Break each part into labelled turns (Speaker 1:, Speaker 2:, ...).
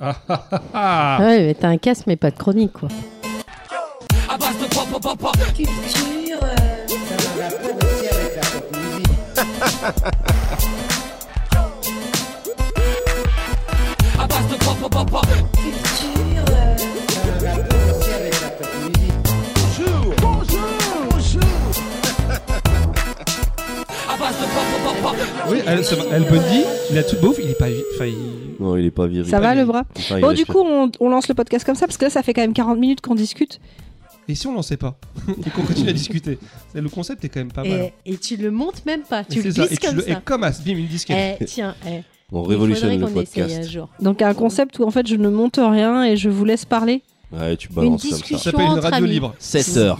Speaker 1: Ah, ah, ah, ah.
Speaker 2: Ouais, mais t'as un casque, mais pas de chronique, quoi.
Speaker 1: Oui, elle, ça va. elle Bundy, il a tout beauf, il est pas. vi- Enfin, il-
Speaker 3: Non, il est pas viril.
Speaker 4: Ça va le bras
Speaker 3: Enfin, il
Speaker 4: Bon, du
Speaker 3: respire.
Speaker 4: coup, on, on lance le podcast comme ça parce que là, ça fait quand même 40 minutes qu'on discute.
Speaker 1: Et si on lançait pas Et qu'on continue à discuter C'est- Le concept est quand même pas mal.
Speaker 2: Et, Eh, et tu le montes même pas, tu
Speaker 1: Et
Speaker 2: le
Speaker 1: Ah, c'est ça,
Speaker 2: glisses
Speaker 1: et tu
Speaker 2: comme
Speaker 1: le- Et
Speaker 2: ça.
Speaker 1: comme as, bim, une disquette.
Speaker 2: Eh, tiens, eh,
Speaker 3: On
Speaker 2: il faudrait
Speaker 3: révolutionne le
Speaker 2: qu'on
Speaker 4: euh,
Speaker 2: essaye un
Speaker 3: podcast.
Speaker 2: jour.
Speaker 4: Donc, un concept où en fait, je ne monte rien et je vous laisse parler.
Speaker 3: Ouais, tu balances
Speaker 2: Une
Speaker 3: comme
Speaker 1: Ça
Speaker 2: discussion.
Speaker 3: ça.
Speaker 1: s'appelle une
Speaker 2: entre
Speaker 1: radio
Speaker 2: amis.
Speaker 1: libre.
Speaker 3: 7 heures.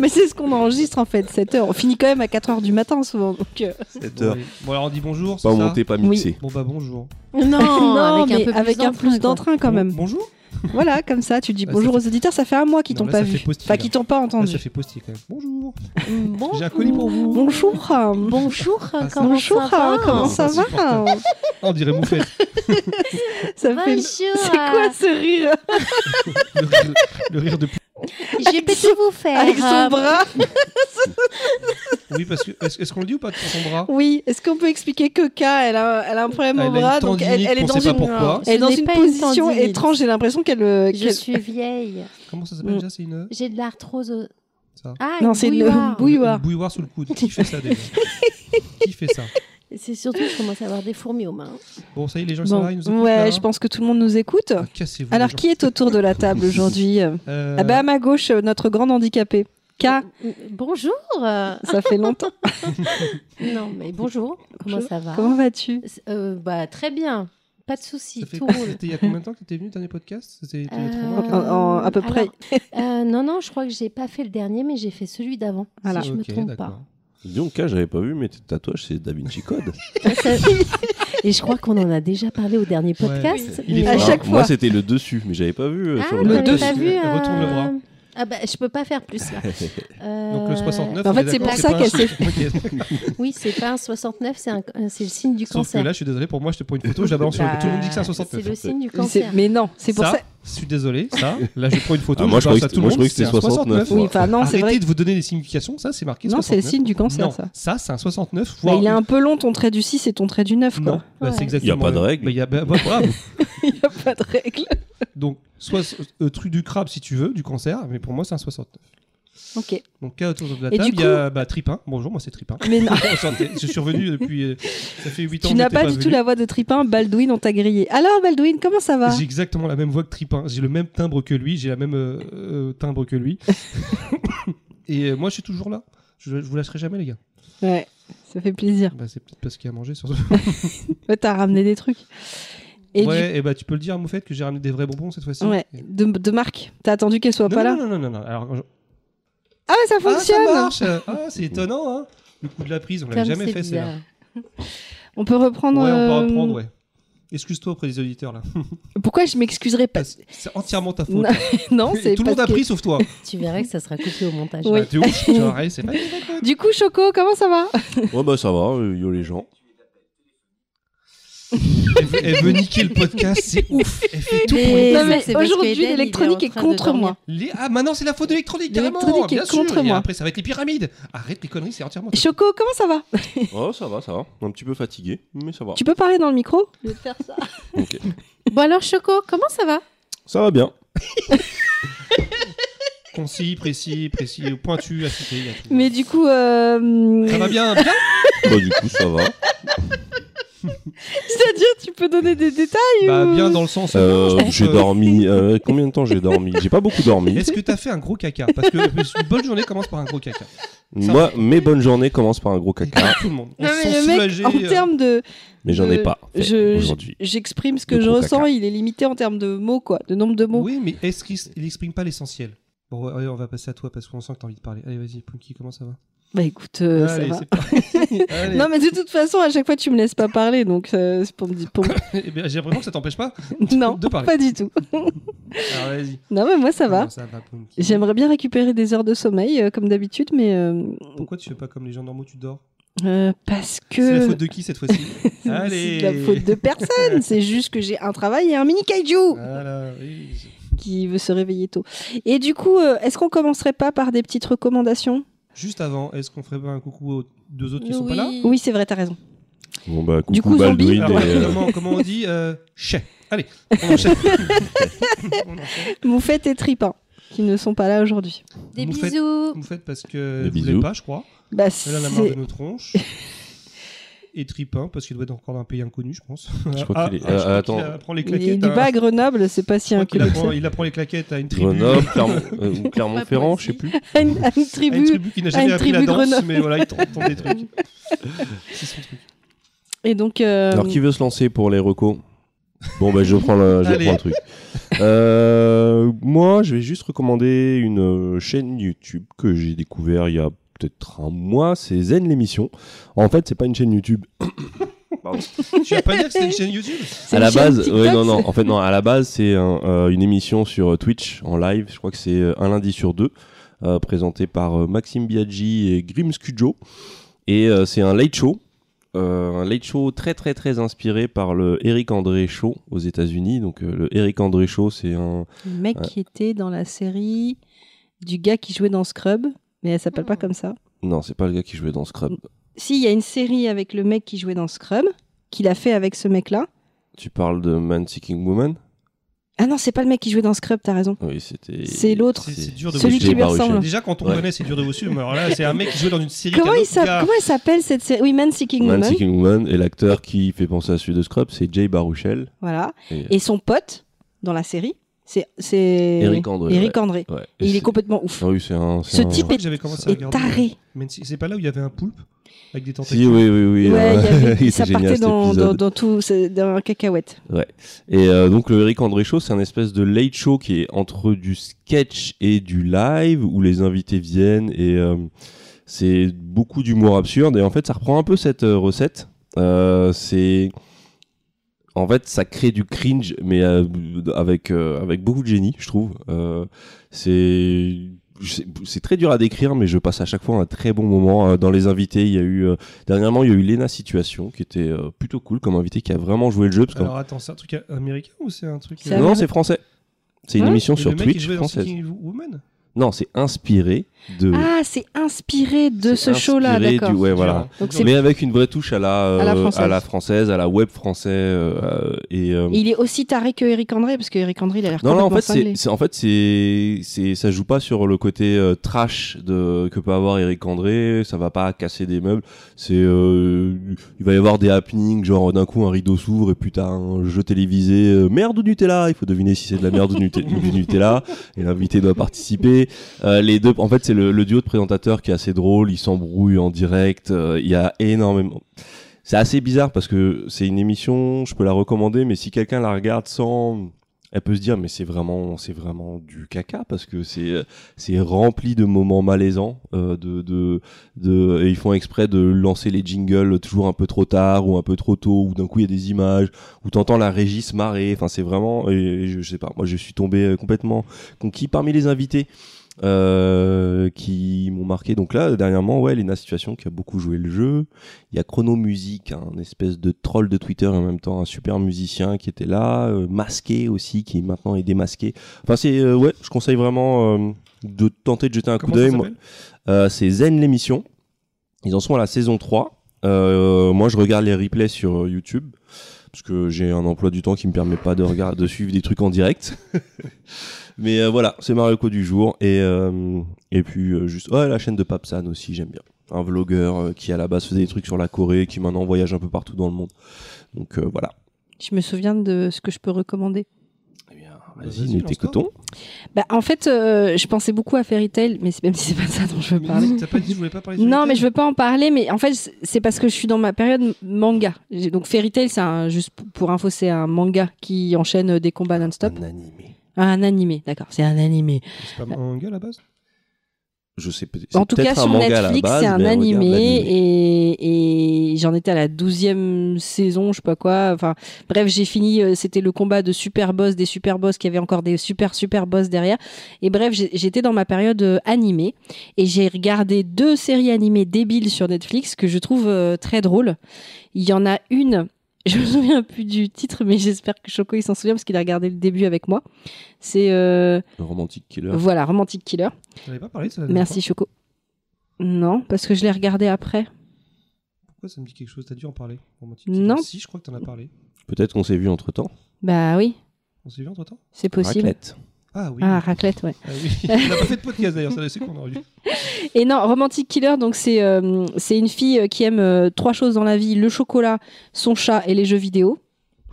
Speaker 4: Mais c'est ce qu'on enregistre en fait, 7h. On finit quand même à 4h du matin souvent. Donc, euh,
Speaker 3: 7
Speaker 1: Bon,
Speaker 3: heures.
Speaker 1: allez. Bon, alors on dit bonjour. c'est
Speaker 3: Pas
Speaker 1: ça
Speaker 3: monté, pas
Speaker 4: Oui.
Speaker 3: mixé.
Speaker 1: Bon, bah bonjour.
Speaker 2: Non,
Speaker 4: non,
Speaker 2: Oh, avec un
Speaker 4: mais
Speaker 2: peu
Speaker 4: avec
Speaker 2: plus
Speaker 4: un plus
Speaker 2: d'entrain, quoi.
Speaker 4: d'entrain quand
Speaker 1: Bon-
Speaker 4: même.
Speaker 1: Bonjour
Speaker 4: Voilà, comme ça, tu dis
Speaker 1: Bah,
Speaker 4: bonjour
Speaker 1: ça
Speaker 4: aux auditeurs. Ça fait un mois qu'ils
Speaker 1: Non,
Speaker 4: t'ont
Speaker 1: là,
Speaker 4: pas
Speaker 1: ça
Speaker 4: vu.
Speaker 1: fait post-it,
Speaker 4: Enfin,
Speaker 1: là.
Speaker 4: qu'ils t'ont pas
Speaker 1: Là,
Speaker 4: entendu.
Speaker 1: Ça fait post-it quand même. Bonjour.
Speaker 2: Bon-
Speaker 1: J'ai un colis pour vous.
Speaker 4: Bonjour. euh,
Speaker 2: Bonjour,
Speaker 1: Ah, ça-
Speaker 2: comment
Speaker 4: Bonjour,
Speaker 2: ça
Speaker 4: euh,
Speaker 2: va
Speaker 4: comment ça
Speaker 1: Ça
Speaker 4: va
Speaker 1: Ah, on dirait Moufette.
Speaker 4: Ça
Speaker 2: Bonjour,
Speaker 4: fait le- C'est quoi ce rire
Speaker 1: le, rire- le rire de.
Speaker 2: j'ai pu vous faire.
Speaker 4: avec son
Speaker 2: euh,
Speaker 4: bras
Speaker 1: Oui, parce que. Est-ce est-ce qu'on le dit ou pas de son bras
Speaker 4: Oui, est-ce qu'on peut expliquer que K, elle a, elle a un problème
Speaker 1: Ah, Elle
Speaker 4: au
Speaker 1: a une
Speaker 4: bras, donc elle,
Speaker 1: tendinite,
Speaker 4: elle est
Speaker 1: on
Speaker 4: dans
Speaker 1: sait pas
Speaker 4: une,
Speaker 1: pourquoi.
Speaker 2: Je
Speaker 4: elle est dans
Speaker 2: n'ai
Speaker 4: une
Speaker 2: pas une
Speaker 4: position
Speaker 2: tendinite.
Speaker 4: étrange. J'ai l'impression qu'elle. euh,
Speaker 2: Je
Speaker 4: qu'elle-
Speaker 2: suis vieille,
Speaker 1: Comment ça s'appelle
Speaker 4: Mm.
Speaker 1: déjà C'est une.
Speaker 2: j'ai de l'arthrose. au-
Speaker 1: Ça.
Speaker 2: Ah,
Speaker 4: Non,
Speaker 2: une
Speaker 4: c'est une
Speaker 2: bouilloire.
Speaker 4: bouille- Bouilloire.
Speaker 1: Une bouilloire sous le coude. Qui fait ça déjà Qui fait ça
Speaker 2: C'est surtout que je commence à avoir des fourmis aux mains.
Speaker 1: Bon, ça y est, les gens ils sont
Speaker 4: Bon,
Speaker 1: là, ils nous écoutent.
Speaker 4: ouais,
Speaker 1: là. hein
Speaker 4: je pense que tout le monde nous écoute.
Speaker 1: Ah, Cassez-vous.
Speaker 4: Alors,
Speaker 1: les gens.
Speaker 4: qui est autour de la table aujourd'hui
Speaker 1: Euh,
Speaker 4: Ah bah, à ma gauche, euh, notre grande handicapée. K,
Speaker 2: Euh, Bonjour. euh,
Speaker 4: ça fait longtemps.
Speaker 2: Non, mais bonjour. Comment
Speaker 4: Bonjour.
Speaker 2: ça va
Speaker 4: Comment vas-tu
Speaker 2: Euh, Bah très bien, pas de soucis,
Speaker 1: ça fait-
Speaker 2: tout roule.
Speaker 1: C'était il y a combien de temps que tu étais venu, le dernier podcast C'était il y a trois
Speaker 2: Euh,
Speaker 1: mois,
Speaker 4: En- en- à peu près.
Speaker 2: alors, euh, non, non, je crois que j'ai pas fait le dernier, mais j'ai fait celui d'avant.
Speaker 4: Voilà.
Speaker 2: Si je me
Speaker 1: Ok,
Speaker 2: trompe pas.
Speaker 1: d'accord.
Speaker 3: Dis donc, K, j'avais pas vu, mais tes tatouages, c'est Da Vinci Code.
Speaker 2: Et je crois qu'on en a déjà parlé au dernier
Speaker 1: Ouais.
Speaker 2: podcast.
Speaker 1: Il est
Speaker 2: mais-
Speaker 4: À
Speaker 3: Alors,
Speaker 4: chaque
Speaker 3: Moi,
Speaker 4: fois.
Speaker 3: c'était le dessus, mais j'avais pas vu. euh,
Speaker 2: Ah,
Speaker 3: sur
Speaker 1: le
Speaker 2: t'avais
Speaker 1: dessus.
Speaker 2: pas vu
Speaker 1: Elle retourne le
Speaker 2: euh,
Speaker 1: bras.
Speaker 2: Ah bah, je peux pas faire plus là. Euh,
Speaker 1: Donc le 69.
Speaker 4: Mais en
Speaker 1: on
Speaker 4: fait,
Speaker 1: est
Speaker 4: c'est
Speaker 1: d'accord,
Speaker 4: pour ça
Speaker 1: pas un
Speaker 4: qu'elle
Speaker 1: chiffre. Ok.
Speaker 2: Oui, c'est pas un 69, c'est un- euh, c'est le signe du
Speaker 1: Sauf que
Speaker 2: cancer.
Speaker 1: là, je suis désolé, pour moi, je te prends une photo, je la balance sur le-
Speaker 2: Bah,
Speaker 1: Tout le monde dit que c'est un 69.
Speaker 2: C'est le signe du
Speaker 4: Mais c'est-
Speaker 2: cancer.
Speaker 4: Mais non, c'est pour ça.
Speaker 1: Je suis désolé, ça. Là, je prends une photo.
Speaker 3: Ah, moi,
Speaker 1: balance
Speaker 3: je croyais
Speaker 1: à
Speaker 3: que-
Speaker 1: tout le
Speaker 3: moi, je
Speaker 1: monde,
Speaker 3: croyais que c'était
Speaker 1: c'est un
Speaker 3: 69.
Speaker 4: Oui, enfin, non, c'est
Speaker 1: Arrêtez
Speaker 4: vrai.
Speaker 1: de vous donner des significations, ça, c'est marqué
Speaker 4: Non, c'est le
Speaker 1: 69.
Speaker 4: signe du cancer,
Speaker 1: Non,
Speaker 4: ça.
Speaker 1: Ça, c'est un 69
Speaker 4: Bah,
Speaker 1: fois.
Speaker 4: il est un peu long ton trait du 6 et ton trait du 9,
Speaker 1: Non,
Speaker 4: quoi.
Speaker 1: bah,
Speaker 2: Ouais.
Speaker 1: c'est exactement.
Speaker 3: Y a pas de
Speaker 1: le-
Speaker 3: règle.
Speaker 1: Bah, y a- bah, bah, bravo.
Speaker 4: Il n'y a pas de règle.
Speaker 1: Donc, soit euh, truc du crabe si tu veux, du cancer, mais pour moi, c'est un 69.
Speaker 4: Ok.
Speaker 1: Donc, cas autour de la
Speaker 4: Et
Speaker 1: table,
Speaker 4: du
Speaker 1: il y a bah, Tripin. Bonjour, moi, c'est Tripin.
Speaker 4: Mais non.
Speaker 1: Enchanté. Je suis revenu depuis. euh, ça fait 8 ans
Speaker 4: Tu
Speaker 1: que
Speaker 4: n'as
Speaker 1: j'étais
Speaker 4: pas du tout
Speaker 1: venu.
Speaker 4: la voix de Tripin, Baldwin, on t'a grillé. Alors Baldwin, comment ça va
Speaker 1: J'ai exactement la même voix que Tripin. J'ai le même timbre que lui. J'ai la même euh, euh, timbre que lui. Et euh, moi, je suis toujours là. Je, je vous lâcherai jamais, les gars.
Speaker 4: Ouais, ça fait plaisir.
Speaker 1: Bah, c'est peut-être parce qu'il y a à manger. Sur...
Speaker 4: Ouais, t'as ramené des trucs. Et
Speaker 1: ouais, et bah, tu peux le dire à Moufette que j'ai ramené des vrais bonbons cette fois-ci.
Speaker 4: du... ouais,
Speaker 1: Et-
Speaker 4: de, de Marc, t'as attendu qu'elle soit
Speaker 1: Non,
Speaker 4: pas
Speaker 1: non,
Speaker 4: là
Speaker 1: non, non, non, non. Alors, je-
Speaker 4: Ah ouais, ça
Speaker 1: Ah, ça
Speaker 4: fonctionne
Speaker 1: marche Ah, c'est étonnant, hein Le coup de la prise, on l'avait
Speaker 2: Comme
Speaker 1: jamais
Speaker 2: c'est
Speaker 1: fait, c'est là.
Speaker 2: bizarre.
Speaker 4: hein. On peut
Speaker 1: Ouais,
Speaker 4: reprendre.
Speaker 1: on peut
Speaker 4: euh,
Speaker 1: reprendre, ouais. Excuse-toi auprès des auditeurs, là.
Speaker 4: Pourquoi je m'excuserai pas
Speaker 1: C'est c'est entièrement ta faute.
Speaker 4: Non, Bah, non, c'est
Speaker 1: Tout le monde
Speaker 4: parce
Speaker 1: a
Speaker 4: que-
Speaker 1: pris, sauf toi.
Speaker 2: Tu verras que ça sera coupé au montage.
Speaker 4: Oui.
Speaker 1: Bah, t'es ouf, tu vois, ouais, c'est pas...
Speaker 4: Du coup, Choco, comment ça va
Speaker 3: Ouais, bah, ça va, euh, yo les gens.
Speaker 1: elle, veut, elle veut niquer le podcast, c'est ouf. Elle fait tout pour
Speaker 2: Mais-
Speaker 1: les...
Speaker 4: Non,
Speaker 2: ça,
Speaker 4: mais
Speaker 2: c'est parce que
Speaker 4: aujourd'hui,
Speaker 2: Eden, il est
Speaker 4: l'électronique
Speaker 2: en
Speaker 4: est
Speaker 2: train de
Speaker 4: contre moi.
Speaker 1: Les- Ah, maintenant, c'est la faute de l'électronique, carrément.
Speaker 4: L'électronique
Speaker 1: bien
Speaker 4: est
Speaker 1: sûr.
Speaker 4: contre
Speaker 1: Et
Speaker 4: moi.
Speaker 1: après, ça va être les pyramides. Arrête les conneries, c'est entièrement... ta-
Speaker 4: Choco, comment ça va
Speaker 3: Oh, ça va, ça va. Un petit peu fatigué, mais ça va.
Speaker 4: Tu peux parler dans le micro
Speaker 3: Ok.
Speaker 2: Bon alors Choco, comment ça va
Speaker 3: Ça va bien.
Speaker 1: Concis, précis, précis, pointu, affûté, il y a tout.
Speaker 4: Mais du coup, euh...
Speaker 1: Ça va bien, bien
Speaker 3: Bah, du coup, ça va.
Speaker 4: c'est-à-dire, tu peux donner des détails
Speaker 1: Bah,
Speaker 4: ou-
Speaker 1: bien dans le sens...
Speaker 3: Euh,
Speaker 1: Je pense,
Speaker 3: j'ai
Speaker 1: euh,
Speaker 3: dormi. euh, combien de temps j'ai dormi J'ai pas beaucoup dormi.
Speaker 1: Est-ce que t'as fait un gros caca Parce que euh, une bonne journée commence par un gros caca.
Speaker 3: Moi, mes bonnes journées commencent par un gros caca,
Speaker 1: Tout le monde. On
Speaker 4: Non,
Speaker 1: se
Speaker 4: mais
Speaker 1: sent
Speaker 4: le
Speaker 1: soulagé.
Speaker 4: mec, en
Speaker 1: euh,
Speaker 4: termes de,
Speaker 3: mais j'en ai
Speaker 4: Euh,
Speaker 3: pas fait
Speaker 4: je-
Speaker 3: aujourd'hui.
Speaker 4: J'exprime ce que
Speaker 3: Le
Speaker 4: je
Speaker 3: gros
Speaker 4: ressens,
Speaker 3: caca.
Speaker 4: il est limité en termes de mots, quoi, de nombre de mots.
Speaker 1: Oui, mais est-ce qu'il il exprime pas l'essentiel Bon, ouais, ouais, on va passer à toi parce qu'on sent que t'as envie de parler. Allez, vas-y, Punky, comment ça va
Speaker 4: Bah écoute, euh, ça
Speaker 1: Allez,
Speaker 4: va.
Speaker 1: c'est parti. Allez.
Speaker 4: Non mais de toute façon, à chaque fois tu me laisses pas parler, donc euh, c'est pour me dire... pour me-
Speaker 1: Eh bien, J'ai l'impression que ça t'empêche pas.
Speaker 4: non,
Speaker 1: de parler.
Speaker 4: pas du tout.
Speaker 1: Alors, vas-y.
Speaker 4: Non mais moi ça va.
Speaker 1: Comment Ça va, Punky.
Speaker 4: J'aimerais bien récupérer des heures de sommeil, euh, comme d'habitude, mais... euh,
Speaker 1: Pourquoi tu fais pas comme les gens normaux, tu dors
Speaker 4: Euh, parce
Speaker 1: C'est la
Speaker 4: que
Speaker 1: faute de qui cette fois-ci Allez
Speaker 4: c'est de la faute de personne. c'est juste que j'ai un travail et un mini kaiju
Speaker 1: Ah. Voilà, oui, je-
Speaker 4: qui veut se réveiller tôt. Et du coup, euh, est-ce qu'on commencerait pas par des petites recommandations
Speaker 1: Juste avant, est-ce qu'on ferait pas un coucou aux deux autres qui sont pas là
Speaker 4: Oui, c'est vrai, t'as raison.
Speaker 3: Bon bah coucou
Speaker 4: Du coup, zombie.
Speaker 3: Baldwin
Speaker 1: Alors,
Speaker 3: et, euh,
Speaker 1: comment, comment on dit euh, chais. Allez, on enchaîne. On enchaîne.
Speaker 4: Moufette et Tripin, qui ne sont pas là aujourd'hui.
Speaker 2: Des
Speaker 1: Vous faites-
Speaker 2: bisous.
Speaker 1: Vous faites parce que
Speaker 3: Des
Speaker 1: vous voulez
Speaker 3: bisous.
Speaker 1: pas, je crois.
Speaker 4: Bah,
Speaker 1: Elle en a marre de
Speaker 4: c'est-
Speaker 1: nos tronches. Et Tripin, parce qu'il doit être encore dans un pays inconnu, je pense. Ah,
Speaker 3: Je crois qu'il est-
Speaker 1: je
Speaker 3: euh,
Speaker 1: crois qu'il
Speaker 3: attends.
Speaker 1: apprend les
Speaker 4: il est
Speaker 1: claquettes. à-
Speaker 4: pas à Grenoble, c'est pas si
Speaker 1: je crois qu'il
Speaker 4: inconnu que ça.
Speaker 1: apprend, il apprend les claquettes à une tribu.
Speaker 3: Grenoble, Clermont- euh, ou Clermont-Ferrand, je sais plus.
Speaker 4: À une, à une
Speaker 1: à une
Speaker 4: tribu.
Speaker 1: tribu qui n'a jamais
Speaker 4: une
Speaker 1: appris la
Speaker 4: tribu
Speaker 1: danse,
Speaker 4: Grenoble.
Speaker 1: mais voilà, il tente tente des trucs. C'est son truc.
Speaker 4: Et donc, euh,
Speaker 3: Alors qui veut se lancer pour les recos Bon bah je prends le, je
Speaker 1: Allez.
Speaker 3: prends le truc. Euh, moi je vais juste recommander une euh, chaîne YouTube que j'ai découvert il y a peut-être un mois, c'est Zen l'émission. En fait c'est pas une chaîne YouTube. Pardon.
Speaker 1: Tu vas pas dire que c'était une chaîne YouTube
Speaker 4: c'est
Speaker 3: À
Speaker 4: une
Speaker 3: la
Speaker 4: chaîne
Speaker 3: base,
Speaker 4: TikTok,
Speaker 3: ouais, non, non. En fait, non. À la base, c'est un, euh, une émission sur euh, Twitch en live. Je crois que c'est euh, un lundi sur deux, euh, présentée par euh, Maxime Biaggi et Grim Scujo. Et euh, c'est un late show, euh, un late show très très très inspiré par le Eric André Show aux États-Unis. Donc euh, le Eric André Show, c'est un
Speaker 4: Le mec qui était dans la série du gars qui jouait dans Scrub, mais elle s'appelle
Speaker 1: Ah.
Speaker 4: pas comme ça.
Speaker 3: non, c'est pas le gars qui jouait dans Scrub.
Speaker 4: Si, il y a une série avec le mec qui jouait dans Scrub, qu'il a fait avec ce mec-là.
Speaker 3: Tu parles de Man Seeking Woman
Speaker 4: Ah non, c'est pas le mec qui jouait dans Scrub, t'as raison.
Speaker 3: Oui, c'était.
Speaker 4: C'est l'autre.
Speaker 1: C'est- c'est dur de vous
Speaker 4: Celui qui lui
Speaker 3: J'ai pas
Speaker 4: ressemble.
Speaker 3: réussi.
Speaker 1: Déjà, quand on
Speaker 3: Ouais.
Speaker 1: connaît, c'est dur de vous suivre. mais Alors là, c'est un mec qui joue dans une série.
Speaker 4: Comment,
Speaker 1: qu'un
Speaker 4: il
Speaker 1: autre
Speaker 4: s'appelle-
Speaker 1: gars-
Speaker 4: comment elle s'appelle cette série Oui, Man Seeking
Speaker 3: Man
Speaker 4: Woman.
Speaker 3: Seeking Woman et l'acteur qui fait penser à celui de Scrub, c'est Jay Baruchel.
Speaker 4: Voilà.
Speaker 3: Et-
Speaker 4: Et son pote dans la série, c'est c'est
Speaker 3: Eric André.
Speaker 4: Eric André.
Speaker 3: Ouais. Ouais.
Speaker 4: Et
Speaker 3: Et
Speaker 4: il est
Speaker 3: c'est-
Speaker 4: complètement ouf.
Speaker 3: Ah oui, c'est un. c'est
Speaker 4: Ce
Speaker 3: un-
Speaker 1: Je
Speaker 4: type
Speaker 1: crois que J'avais commencé à
Speaker 4: Et
Speaker 1: regarder.
Speaker 4: taré.
Speaker 1: Mais si- c'est pas là où il y avait un poulpe avec des tentacules.
Speaker 3: Si, oui, oui, oui.
Speaker 4: Ouais, il y
Speaker 3: euh,
Speaker 4: avait-
Speaker 3: il était
Speaker 4: ça
Speaker 3: génial,
Speaker 4: partait
Speaker 3: cet
Speaker 4: dans, dans,
Speaker 3: épisode.
Speaker 4: dans tout, c'est- dans un cacahuète.
Speaker 3: Et euh, donc, le Eric André Show, c'est un espèce de late show qui est entre du sketch et du live où les invités viennent et euh, c'est beaucoup d'humour absurde. Et en fait, ça reprend un peu cette euh, recette. Euh, c'est. En fait, ça crée du cringe, mais euh, avec, euh, avec beaucoup de génie, je trouve. Euh, c'est. c'est- C'est très dur à décrire, mais je passe à chaque fois un très bon moment. Euh, Dans les invités, il y a eu euh, dernièrement il y a eu Lena Situation qui était euh, plutôt cool comme invité, qui a vraiment joué le jeu parce que
Speaker 1: Alors attends, c'est un truc américain ou c'est un truc.
Speaker 4: C'est
Speaker 3: non,
Speaker 4: américain.
Speaker 3: c'est français. C'est une
Speaker 4: Hein
Speaker 3: émission
Speaker 1: Et
Speaker 3: sur
Speaker 1: le mec qui
Speaker 3: Twitch
Speaker 1: jouait dans
Speaker 3: française.
Speaker 1: Seeking Woman
Speaker 3: Non, c'est inspiré de.
Speaker 4: Ah, c'est inspiré de
Speaker 3: Euh, c'est
Speaker 4: ce show-là,
Speaker 3: inspiré du-
Speaker 4: d'accord.
Speaker 3: Ouais, voilà.
Speaker 4: Donc c'est-
Speaker 3: Mais avec une vraie touche à la, euh,
Speaker 4: À la française.
Speaker 3: à la française, à la web français euh, euh, et. euh,
Speaker 4: Et Il est aussi taré que Eric André, parce que Eric André, il a l'air
Speaker 3: Non, non,
Speaker 4: complètement
Speaker 3: en fait,
Speaker 4: cinglé.
Speaker 3: c'est, c'est- en fait, c'est, c'est, ça joue pas sur le côté euh, trash de, que peut avoir Eric André. Ça va pas casser des meubles. C'est, euh, il va y avoir des happenings, genre d'un coup un rideau s'ouvre et puis t'as un jeu télévisé euh, merde ou Nutella. Il faut deviner si c'est de la merde ou Nute- ou du Nutella. Et l'invité doit participer. Euh, les deux, en fait, c'est le, le duo de présentateurs qui est assez drôle. Ils s'embrouillent en direct. Euh, Il y a énormément. C'est assez bizarre parce que c'est une émission, je peux la recommander, mais si quelqu'un la regarde sans, elle peut se dire mais c'est vraiment, c'est vraiment du caca parce que c'est, euh, c'est rempli de moments malaisants, euh, de, de, de, et ils font exprès de lancer les jingles toujours un peu trop tard ou un peu trop tôt ou d'un coup il y a des images ou t'entends la régie se marrer. Enfin c'est vraiment, et, et je, je sais pas, moi je suis tombé euh, complètement conquis parmi les invités. euh, qui m'ont marqué donc là dernièrement ouais Lena Situation qui a beaucoup joué le jeu il y a Chrono Music, un espèce de troll de Twitter et en même temps un super musicien qui était là, euh, masqué aussi, qui maintenant est démasqué. Enfin, c'est euh, ouais, je conseille vraiment euh, de tenter de jeter un coup
Speaker 1: Comment ça
Speaker 3: d'œil. moi.
Speaker 1: s'appelle
Speaker 3: Euh, c'est Zen l'émission. Ils en sont à la saison 3. Euh, moi, je regarde les replays sur euh, YouTube parce que j'ai un emploi du temps qui me permet pas de, regarder, de suivre des trucs en direct. Mais euh, voilà, c'est Marioco du jour et euh, et puis euh, juste ouais, la chaîne de Papsan aussi, j'aime bien. Un vlogueur euh, qui à la base faisait des trucs sur la Corée, qui maintenant voyage un peu partout dans le monde. Donc euh, voilà.
Speaker 4: Je me souviens de ce que je peux recommander.
Speaker 3: Eh bien,
Speaker 4: Ah,
Speaker 1: vas-y,
Speaker 3: vas-y, nous
Speaker 1: lance-toi.
Speaker 3: t'écoutons.
Speaker 4: Bah, en fait, euh, je pensais beaucoup à Fairy Tail, mais c'est- même si c'est pas ça dont je veux
Speaker 1: Mais
Speaker 4: parler.
Speaker 1: T'as pas dit, je voulais pas parler de
Speaker 4: Non,
Speaker 1: Fairy
Speaker 4: mais
Speaker 1: Tail
Speaker 4: je veux pas en parler, mais en fait, c'est- c'est parce que je suis dans ma période manga. J'ai- Donc Fairy Tail, c'est un, juste p- pour info, c'est un manga qui enchaîne euh, des combats non-stop.
Speaker 3: Un animé.
Speaker 4: Un animé, d'accord, c'est un animé.
Speaker 1: C'est pas un manga à la base
Speaker 3: Je sais peut-être.
Speaker 4: En
Speaker 3: c'est
Speaker 4: tout
Speaker 3: peut-être
Speaker 4: cas,
Speaker 3: un
Speaker 4: sur
Speaker 3: manga à la
Speaker 4: Netflix,
Speaker 3: base,
Speaker 4: c'est un
Speaker 3: mais regarde
Speaker 4: animé
Speaker 3: l'animé.
Speaker 4: et, et et j'en étais à la douzième saison, je sais pas quoi. Enfin, bref, j'ai fini. euh, C'était le combat de super boss des super boss qui avait encore des super super boss derrière. Et bref, j'ai- j'étais dans ma période euh, animée et j'ai regardé deux séries animées débiles sur Netflix que je trouve euh, très drôles. Il y en a une. Je me souviens plus du titre, mais j'espère que Choco il s'en souvient parce qu'il a regardé le début avec moi. C'est euh,
Speaker 3: Le romantique killer.
Speaker 4: voilà Romantic Killer.
Speaker 1: J'en avais pas parlé, ça. la dernière
Speaker 4: Merci Choco. Non, parce que je l'ai regardé après.
Speaker 1: fois. Pourquoi ça me dit quelque chose T'as dû en parler. romantique.
Speaker 4: Non.
Speaker 1: Si, je crois que t'en as parlé.
Speaker 3: Peut-être qu'on s'est vu entre temps.
Speaker 4: Bah oui,
Speaker 1: On s'est vu entre temps
Speaker 4: c'est possible.
Speaker 3: Raclette.
Speaker 1: Ah oui.
Speaker 4: Ah, raclette, ouais.
Speaker 1: Ah oui. on n'a pas fait de podcast d'ailleurs, ça c'est qu'on aurait dû.
Speaker 4: Et non, Romantic Killer, donc c'est euh, c'est une fille euh, qui aime euh, trois choses dans la vie le chocolat, son chat et les jeux vidéo.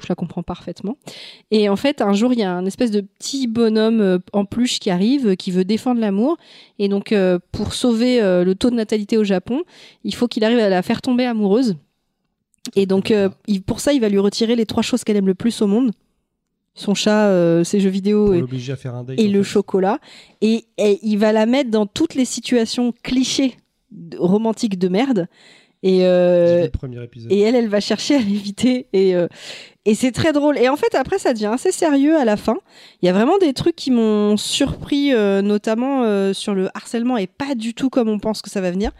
Speaker 4: Je la comprends parfaitement. Et en fait, un jour, il y a un espèce de petit bonhomme euh, en peluche qui arrive, euh, qui veut défendre l'amour. Et donc, euh, pour sauver euh, le taux de natalité au Japon, il faut qu'il arrive à la faire tomber amoureuse. Et donc, euh, il- pour ça, il va lui retirer les trois choses qu'elle aime le plus au monde son chat, euh, ses jeux vidéo
Speaker 1: Pour
Speaker 4: et,
Speaker 1: l'obliger à faire un date.
Speaker 4: et
Speaker 1: en
Speaker 4: le
Speaker 1: fait.
Speaker 4: chocolat. Et, et il va la mettre dans toutes les situations clichés de- romantiques de merde. Et,
Speaker 1: J'ai vu
Speaker 4: euh,
Speaker 1: le premier épisode.
Speaker 4: et elle, elle va chercher à l'éviter. Et, euh, et c'est très drôle. Et en fait, après, ça devient assez sérieux à la fin. Il y a vraiment des trucs qui m'ont surpris, euh, notamment euh, sur le harcèlement et pas du tout comme on pense que ça va venir.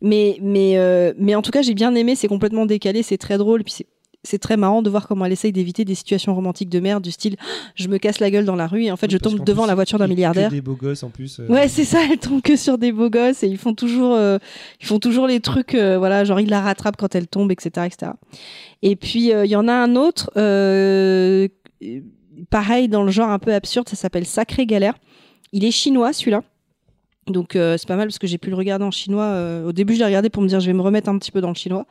Speaker 4: Mais, mais, euh, mais en tout cas, j'ai bien aimé. C'est complètement décalé, c'est très drôle. Puis c'est. C'est très marrant de voir comment elle essaye d'éviter des situations romantiques de merde, du style je me casse la gueule dans la rue et en fait
Speaker 1: Oui,
Speaker 4: je
Speaker 1: parce
Speaker 4: tombe
Speaker 1: qu'en
Speaker 4: devant
Speaker 1: plus,
Speaker 4: la voiture d'un
Speaker 1: Il- que
Speaker 4: milliardaire.
Speaker 1: Des beaux gosses en plus. euh,
Speaker 4: Ouais, c'est ça, elle tombe que sur des beaux gosses et ils font toujours, euh, ils font toujours les trucs, euh, voilà, genre ils la rattrapent quand elle tombe, etc. etc. Et puis euh, il y en a un autre, euh, euh, pareil, dans le genre un peu absurde, ça s'appelle Sacré Galère. Il est chinois celui-là. Donc euh, c'est pas mal parce que j'ai pu le regarder en chinois. euh, au début, je l'ai regardé pour me dire je vais me remettre un petit peu dans le chinois.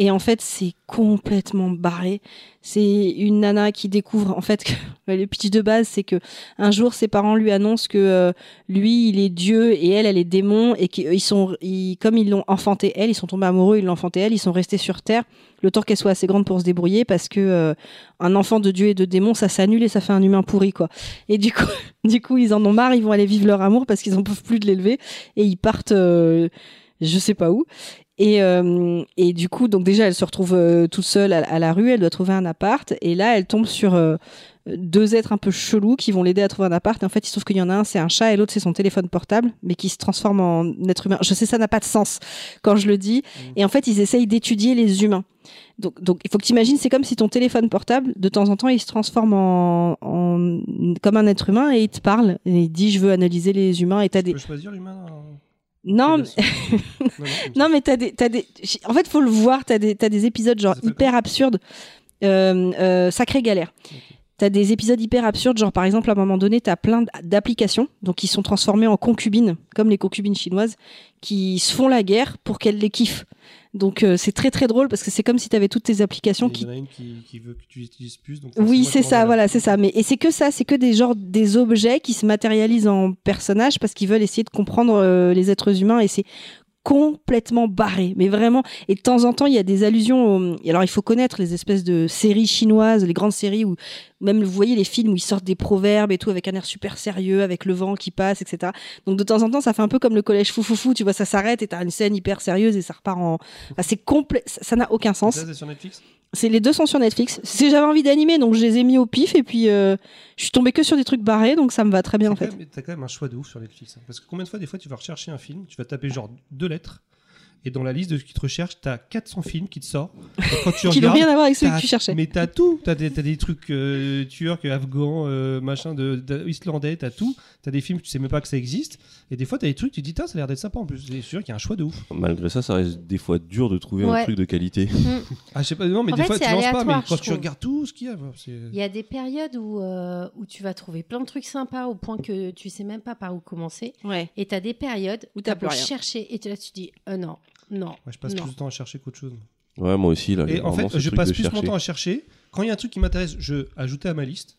Speaker 4: Et en fait, c'est complètement barré. C'est une nana qui découvre en fait que le pitch de base, c'est que un jour ses parents lui annoncent que euh, lui, il est dieu et elle, elle est démon et qu'ils sont, ils- comme ils l'ont enfantée elle, ils sont tombés amoureux, ils l'ont enfantée elle, ils sont restés sur terre le temps qu'elle soit assez grande pour se débrouiller parce que euh, un enfant de dieu et de démon, ça s'annule et ça fait un humain pourri quoi. Et du coup, du coup, ils en ont marre, ils vont aller vivre leur amour parce qu'ils en peuvent plus de l'élever et ils partent, euh, je sais pas où. Et, euh, et du coup, donc déjà, elle se retrouve euh, toute seule à, à la rue, elle doit trouver un appart et là, elle tombe sur euh, deux êtres un peu chelous qui vont l'aider à trouver un appart. Et en fait, il se trouve qu'il y en a un, c'est un chat, et l'autre, c'est son téléphone portable, mais qui se transforme en être humain. Je sais, ça n'a pas de sens quand je le dis. Et en fait, ils essayent d'étudier les humains. Donc, donc il faut que tu imagines, c'est comme si ton téléphone portable, de temps en temps, il se transforme en, en- comme un être humain et il te parle. Et il dit, je veux analyser les humains. Et t'as
Speaker 1: Tu
Speaker 4: des.
Speaker 1: peux choisir l'humain. hein.
Speaker 4: Non,
Speaker 1: Quelle
Speaker 4: mais-
Speaker 1: version Non, non,
Speaker 4: non, mais t'as des, t'as des. En fait, faut le voir. T'as des, t'as des épisodes genre
Speaker 1: Ça s'appelle
Speaker 4: hyper absurdes, euh, euh, sacrée galère. T'as des épisodes hyper absurdes, genre par exemple à un moment donné, t'as plein d'applications, donc qui sont transformées en concubines, comme les concubines chinoises, qui se font la guerre pour qu'elles les kiffent. Donc euh, c'est très très drôle parce que c'est comme si t'avais toutes tes applications
Speaker 1: Il
Speaker 4: qui
Speaker 1: y en a une qui, qui veut que tu utilises plus. Donc forcément,
Speaker 4: oui, c'est
Speaker 1: elle te
Speaker 4: ça,
Speaker 1: rend
Speaker 4: voilà, c'est ça. Mais et c'est que ça, c'est que des genres des objets qui se matérialisent en personnages parce qu'ils veulent essayer de comprendre euh, les êtres humains et c'est complètement barré, mais vraiment. Et de temps en temps, il y a des allusions. au- et alors, il faut connaître les espèces de séries chinoises, les grandes séries où même vous voyez les films où ils sortent des proverbes et tout avec un air super sérieux, avec le vent qui passe, etc. Donc de temps en temps, ça fait un peu comme le collège foufoufou, tu vois, ça s'arrête et t'as une scène hyper sérieuse et ça repart en. Enfin, c'est complet, ça ça n'a aucun
Speaker 1: malade.
Speaker 4: sens.
Speaker 1: Ça, c'est sur Netflix.
Speaker 4: C'est les deux sont sur Netflix. C'est j'avais envie d'animer, donc je les ai mis au pif et puis euh, je suis tombée que sur des trucs barrés, donc ça me va très bien en
Speaker 1: T'as
Speaker 4: fait.
Speaker 1: quand même- T'as quand même un choix de ouf sur Netflix. hein. Parce que combien de fois, des fois, tu vas rechercher un film, tu vas taper genre deux lettres, et dans la liste de ce qui te recherche, t'as 400 films qui te sortent. Et quand tu
Speaker 4: Qui n'ont
Speaker 1: regardes,
Speaker 4: rien à voir avec ceux
Speaker 1: T'as-
Speaker 4: que tu cherchais.
Speaker 1: Mais t'as tout. T'as des, t'as des trucs euh, turcs, afghans, euh, machin, de, d'a- islandais, t'as tout. T'as des films, tu sais même pas que ça existe. Et des fois, t'as des trucs, tu te dis, Tain, ça a l'air d'être sympa en plus. C'est sûr qu'il y a un choix de ouf.
Speaker 3: Malgré ça, ça reste des fois dur de trouver un
Speaker 2: Ouais.
Speaker 3: truc de qualité.
Speaker 1: Ah, je sais pas, non, mais
Speaker 2: En
Speaker 1: des
Speaker 2: fait,
Speaker 1: fois, tu
Speaker 2: c'est
Speaker 1: lances pas, mais
Speaker 2: aléatoire,
Speaker 1: quand
Speaker 2: je
Speaker 1: tu
Speaker 2: trouve.
Speaker 1: regardes tout ce qu'il y a, c'est.
Speaker 2: Il y a des périodes où, euh, où tu vas trouver plein de trucs sympas au point que tu sais même pas par où commencer.
Speaker 4: Ouais.
Speaker 2: Et tu as des périodes
Speaker 4: Où
Speaker 2: où
Speaker 4: t'as
Speaker 2: tu
Speaker 4: plus
Speaker 2: peux
Speaker 4: rien.
Speaker 2: chercher et tu- là tu dis euh, non, non.
Speaker 1: Ouais, je passe
Speaker 2: non.
Speaker 1: plus de temps à chercher qu'autre chose.
Speaker 3: Ouais, moi aussi, là.
Speaker 1: Et en
Speaker 3: vraiment, ce
Speaker 1: fait, je
Speaker 3: truc
Speaker 1: passe
Speaker 3: de
Speaker 1: plus mon
Speaker 3: chercher.
Speaker 1: temps à chercher. Quand il y a un truc qui m'intéresse, je ajoute à ma liste.